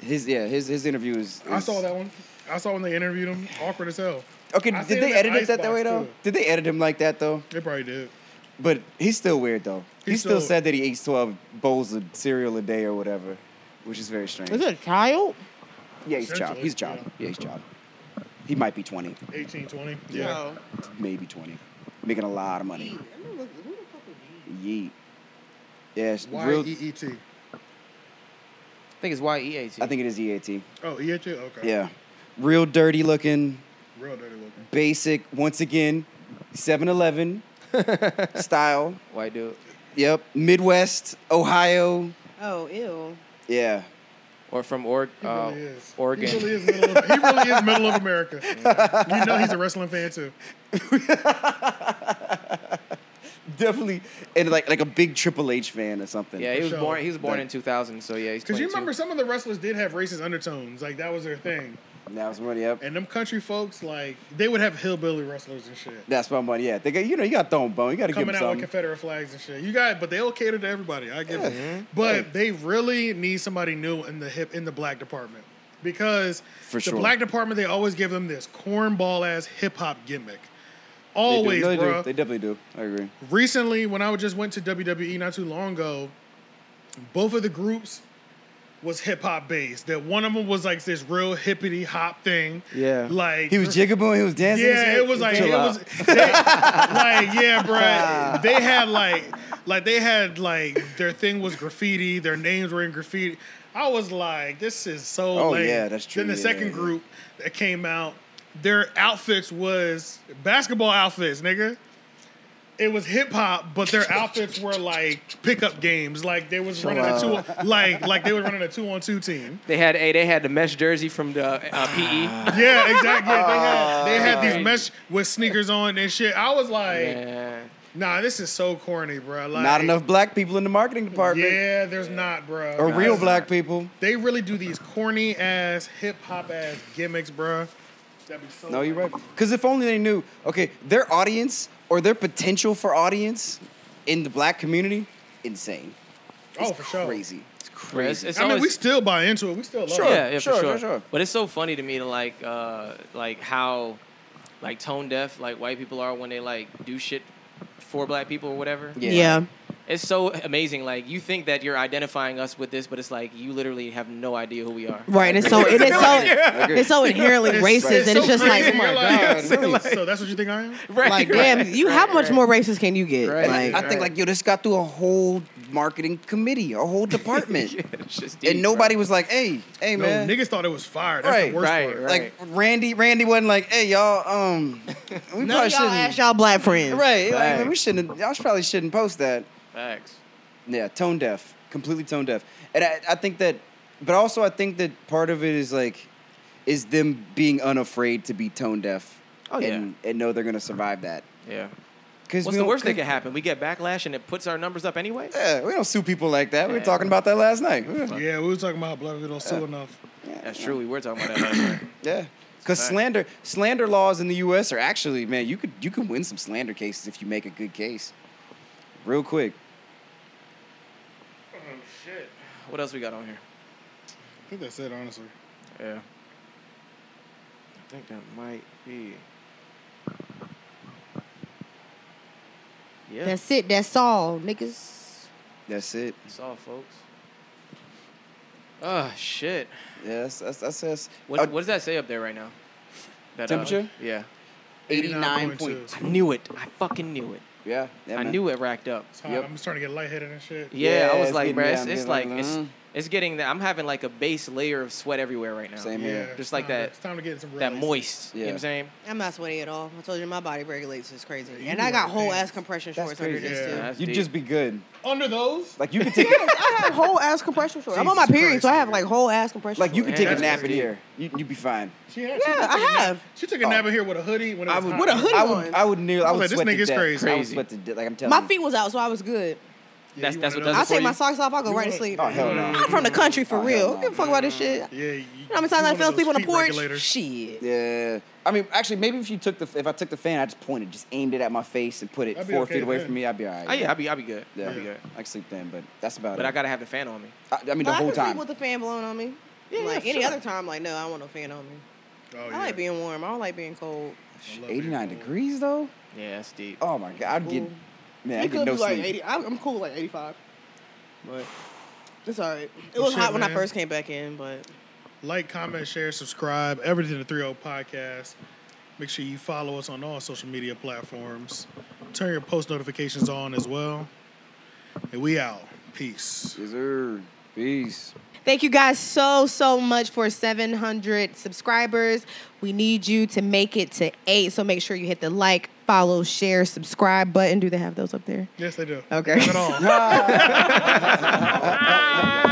Speaker 2: His yeah, his his interview is.
Speaker 3: I
Speaker 2: is-
Speaker 3: saw that one. I saw when they interviewed him. Awkward as hell.
Speaker 2: Okay,
Speaker 3: I seen
Speaker 2: did
Speaker 3: him
Speaker 2: they
Speaker 3: in
Speaker 2: edit it that, that
Speaker 3: Icebox,
Speaker 2: way though?
Speaker 3: too.
Speaker 2: Did they edit him like that though?
Speaker 3: They probably did.
Speaker 2: But he's still weird though. He
Speaker 3: He's
Speaker 2: still
Speaker 3: still-
Speaker 2: said that he eats twelve bowls of cereal a day or whatever, which is very strange.
Speaker 4: Is it a child?
Speaker 2: Yeah, he's child.
Speaker 3: Essentially,
Speaker 2: He's child.
Speaker 3: yeah.
Speaker 2: Yeah, he's child. He might be twenty,
Speaker 3: 18, 20. Yeah.
Speaker 2: maybe twenty, making a lot of money. Yeet. Yes,
Speaker 3: Y
Speaker 2: real.
Speaker 3: E E T.
Speaker 5: I think it's Y E A T.
Speaker 2: I think it is EAT.
Speaker 3: Oh, E H A? Okay.
Speaker 2: Yeah, real dirty looking,
Speaker 3: Real dirty looking.
Speaker 2: basic. Once again, 7-Eleven style.
Speaker 5: white dude
Speaker 2: Yep, Midwest Ohio.
Speaker 4: Oh, ew.
Speaker 2: Yeah.
Speaker 5: or from Org
Speaker 3: He
Speaker 5: uh,
Speaker 3: really is.
Speaker 5: Oregon.
Speaker 3: He really is middle of, he really is middle of America. You know he's a wrestling fan too.
Speaker 2: Definitely, and like like a big Triple H fan or something.
Speaker 5: yeah, he was
Speaker 3: sure.
Speaker 5: born. He was born
Speaker 2: Like-
Speaker 5: in 2000. So yeah, he's.
Speaker 3: Because you
Speaker 5: 22.
Speaker 3: remember some of the wrestlers did have racist undertones. Like that was their thing.
Speaker 2: That was money up.
Speaker 3: And them country folks, like, they would have hillbilly wrestlers and shit.
Speaker 2: That's my money. Yeah, they got you know you got thrown bone. You got to give
Speaker 3: Coming
Speaker 2: them
Speaker 3: out
Speaker 2: something.
Speaker 3: with Confederate flags and shit. You got, but they'll cater to everybody. I get it.
Speaker 2: Mm-hmm.
Speaker 3: But they really need somebody new in the hip in the black department because
Speaker 2: For
Speaker 3: the
Speaker 2: sure.
Speaker 3: black department they always give them this cornball ass hip hop gimmick. Always,
Speaker 2: they do. No, they,
Speaker 3: bro.
Speaker 2: do. they definitely do. I agree.
Speaker 3: recently when I just went to WWE not too long ago, both of the groups was hip hop based. That one of them was like this real hippity hop thing.
Speaker 5: Yeah.
Speaker 3: like
Speaker 2: He was jiggaboo. He was dancing. and
Speaker 3: Yeah,
Speaker 2: shit.
Speaker 3: it was like
Speaker 2: Chill
Speaker 3: it
Speaker 2: out.
Speaker 3: was they, like yeah, bro. They had like like they had like their thing was graffiti. Their names were in graffiti. I was like, this is so.
Speaker 2: Oh,
Speaker 3: lame.
Speaker 2: yeah, that's true,
Speaker 3: Then the
Speaker 2: yeah,
Speaker 3: second
Speaker 2: yeah.
Speaker 3: group that came out, their outfits was basketball outfits, nigga it was hip hop, but their outfits were like pickup games. Like they was running a two, like like they were running a two on two team.
Speaker 5: They had a they had the mesh jersey from the uh, PE.
Speaker 3: Yeah, exactly. Yeah, they had they
Speaker 2: Ah.
Speaker 3: had these mesh with sneakers on and shit. I was like,
Speaker 5: Man.
Speaker 3: nah, this is so corny, bro. Like,
Speaker 2: not enough black people in the marketing department
Speaker 3: Yeah, there's not, bro.
Speaker 2: or real black people.
Speaker 3: They really do these corny ass hip hop ass gimmicks, bro. That'd be so.
Speaker 2: No, you're
Speaker 3: lame.
Speaker 2: right. Because if only they knew. Okay, their audience or their potential for audience in the black community, insane.
Speaker 3: Oh,
Speaker 2: It's
Speaker 3: for sure.
Speaker 2: Crazy.
Speaker 5: Bro, it's, it's
Speaker 3: I mean,
Speaker 5: always-
Speaker 3: we still buy into it. We still love
Speaker 2: Sure.
Speaker 3: it.
Speaker 5: yeah, yeah,
Speaker 2: sure,
Speaker 5: for
Speaker 2: sure,
Speaker 5: sure.
Speaker 2: sure.
Speaker 5: But it's so funny to me to like uh like how like tone deaf like white people are when they like do shit for black people or whatever.
Speaker 2: Yeah.
Speaker 4: Yeah.
Speaker 5: It's so amazing. Like you think that you're identifying us with this, but it's like you literally have no idea who we are.
Speaker 4: Right, and it's so and it's so
Speaker 2: agree.
Speaker 4: it's so inherently racist,
Speaker 2: right.
Speaker 4: and it's just like,
Speaker 3: crazy.
Speaker 4: oh my
Speaker 3: You're like,
Speaker 4: god,
Speaker 3: so, so that's what you think I am?
Speaker 5: Right.
Speaker 4: like damn, you how much more racist can you get?
Speaker 5: Right.
Speaker 4: Like,
Speaker 2: I think like yo, this got through a whole marketing committee, a whole department,
Speaker 5: It's just deep,
Speaker 2: and
Speaker 5: bro.
Speaker 2: nobody was like, "Hey, hey,
Speaker 3: No,
Speaker 2: man."
Speaker 3: niggas thought it was fire. That's
Speaker 2: Right,
Speaker 3: the worst
Speaker 5: right,
Speaker 3: part.
Speaker 5: right.
Speaker 2: Like Randy, Randy wasn't like, "Hey, y'all, um, we probably
Speaker 4: none of y'all ask
Speaker 2: shouldn't."
Speaker 4: y'all black friends.
Speaker 2: Right, like,
Speaker 5: Right.
Speaker 2: we shouldn't. Y'all probably shouldn't post that.
Speaker 5: Facts.
Speaker 2: Yeah, tone deaf, completely tone deaf, and I, I think that, but also I think that part of it is like, is them being unafraid to be tone deaf,
Speaker 5: Oh, yeah.
Speaker 2: and, and know they're gonna survive that.
Speaker 5: Yeah.
Speaker 2: Because
Speaker 5: What's the worst that can happen? We get backlash and it puts our numbers up anyway.
Speaker 2: Yeah, we don't sue people like that. We were
Speaker 5: Yeah.
Speaker 2: talking about that last night.
Speaker 3: Yeah, we were talking about how black people don't sue enough.
Speaker 5: That's true. We were talking about that last night.
Speaker 2: Yeah. Because
Speaker 5: fact.
Speaker 2: slander slander laws in the U.S. are actually man, you could you can win some slander cases if you make a good case, real quick.
Speaker 5: What else we got on here?
Speaker 3: I think that's it, honestly.
Speaker 5: Yeah. I think that might be. Yeah.
Speaker 7: That's it. That's all, niggas.
Speaker 2: That's it.
Speaker 5: That's all, folks. Oh shit.
Speaker 2: Yes, that's that's, that's
Speaker 5: What,
Speaker 2: uh,
Speaker 5: what does that say up there right now? That, uh,
Speaker 2: Temperature?
Speaker 5: yeah.
Speaker 2: 89
Speaker 3: 89.2.
Speaker 2: points.
Speaker 5: I knew it. I fucking knew it.
Speaker 2: Yeah, yeah,
Speaker 5: I
Speaker 2: man.
Speaker 5: knew it racked up.
Speaker 3: It's hot.
Speaker 2: Yep.
Speaker 3: I'm starting to get lightheaded and shit.
Speaker 5: Yeah,
Speaker 2: Yeah,
Speaker 5: I was
Speaker 2: it's
Speaker 5: like,
Speaker 2: getting
Speaker 5: bruh, it's,
Speaker 2: down,
Speaker 5: it's
Speaker 2: getting
Speaker 5: like
Speaker 2: like,
Speaker 5: it's
Speaker 2: mm.
Speaker 5: it's getting that I'm having like a base layer of sweat everywhere right now.
Speaker 2: Same
Speaker 3: Yeah,
Speaker 2: here.
Speaker 3: it's
Speaker 5: Just like
Speaker 3: time to-
Speaker 5: that-
Speaker 3: It's time to get some
Speaker 5: That
Speaker 3: release.
Speaker 5: moist. You know what
Speaker 2: Yeah.
Speaker 5: I'm saying?
Speaker 4: I'm not sweaty at all. I told you my body regulates. It's crazy.
Speaker 3: you
Speaker 4: and
Speaker 3: do
Speaker 4: I got
Speaker 3: other
Speaker 4: whole
Speaker 3: things.
Speaker 4: ass compression
Speaker 2: That's
Speaker 4: shorts under
Speaker 2: crazy.
Speaker 4: this
Speaker 3: Yeah.
Speaker 4: too.
Speaker 5: That's
Speaker 2: You'd
Speaker 5: deep.
Speaker 2: just be good.
Speaker 3: Under those,
Speaker 2: Like you could take
Speaker 4: I have whole ass compression shorts. I'm on my
Speaker 3: Jesus
Speaker 4: period, so I
Speaker 3: Christ,
Speaker 4: have
Speaker 3: dude.
Speaker 4: like whole ass compression.
Speaker 2: like you could
Speaker 4: shorts.
Speaker 2: take a
Speaker 3: That's
Speaker 2: nap in
Speaker 3: crazy.
Speaker 2: here. You, you'd be fine.
Speaker 3: she had.
Speaker 4: Yeah, I have.
Speaker 3: She took a nap in here with a hoodie when it
Speaker 2: I
Speaker 3: was
Speaker 2: would,
Speaker 3: hot.
Speaker 4: With a hoodie
Speaker 2: I would,
Speaker 4: on.
Speaker 2: I would kneel. I
Speaker 3: I
Speaker 2: would
Speaker 3: was like, this
Speaker 2: sweat to
Speaker 3: nigga's
Speaker 2: death.
Speaker 3: crazy.
Speaker 2: I would
Speaker 5: Crazy.
Speaker 2: sweat to death. Like I'm telling
Speaker 4: My feet was out, so I was good.
Speaker 3: Yeah,
Speaker 5: That's-
Speaker 3: you
Speaker 5: that's
Speaker 3: one
Speaker 5: what
Speaker 3: of
Speaker 5: does
Speaker 3: those-
Speaker 4: I'll take my
Speaker 5: you-
Speaker 4: socks off. I'll go
Speaker 3: You
Speaker 4: right to
Speaker 3: wanna-
Speaker 4: sleep.
Speaker 2: you. Oh hell no.
Speaker 4: I'm from the country for
Speaker 2: Oh, hell
Speaker 4: real.
Speaker 2: no.
Speaker 4: Give a fuck about this shit. You
Speaker 3: Yeah, you,
Speaker 4: know how many times I
Speaker 3: you
Speaker 4: fell
Speaker 3: Mm-hmm. one of those
Speaker 4: asleep on the
Speaker 3: feet
Speaker 4: porch?
Speaker 3: regulators.
Speaker 4: Shit.
Speaker 2: Yeah. I mean, actually, maybe if you took the if I took the fan, I just pointed, just aimed it at my face and put it
Speaker 3: I'd be
Speaker 2: four
Speaker 3: okay
Speaker 2: feet away
Speaker 3: then.
Speaker 2: from me, I'd be all right.
Speaker 5: Oh yeah, I'll be I'll be good.
Speaker 2: yeah.
Speaker 5: I'll be good.
Speaker 2: I can sleep then, but that's about
Speaker 5: But
Speaker 2: it.
Speaker 5: I gotta have the fan on me.
Speaker 2: I, I mean, the
Speaker 4: But I
Speaker 2: whole
Speaker 4: can sleep
Speaker 2: time.
Speaker 4: with the fan blowing on me.
Speaker 5: Yeah,
Speaker 4: like
Speaker 5: yeah,
Speaker 4: any
Speaker 5: sure.
Speaker 4: other time, like no, I don't want no fan on me.
Speaker 3: Oh,
Speaker 4: I
Speaker 3: yeah.
Speaker 4: like being warm. I don't like being cold.
Speaker 3: I love being
Speaker 2: 89
Speaker 3: cold.
Speaker 2: degrees though.
Speaker 5: Yeah, that's deep.
Speaker 2: Oh my god, I'd get
Speaker 4: Ooh.
Speaker 2: man,
Speaker 4: it
Speaker 2: I'd
Speaker 4: could
Speaker 2: get no
Speaker 4: be like
Speaker 2: sleep.
Speaker 4: 80. I'm, I'm cool with like 85. But it's all right. It
Speaker 3: Well,
Speaker 4: was
Speaker 3: shit,
Speaker 4: hot when I
Speaker 3: man.
Speaker 4: first came back in, but
Speaker 3: Like, comment, share, subscribe, everything to 30 Podcast. Make sure you follow us on all social media platforms. Turn your post notifications on as well. And we out. Peace.
Speaker 2: Yes, sir. Peace.
Speaker 4: Thank you guys so, so much for 700 subscribers. We need you to make it to eight. So make sure you hit the like, follow, share, subscribe button. Do they have those up there?
Speaker 3: Yes, they do.
Speaker 4: Okay.
Speaker 3: Have it all.
Speaker 2: Ah.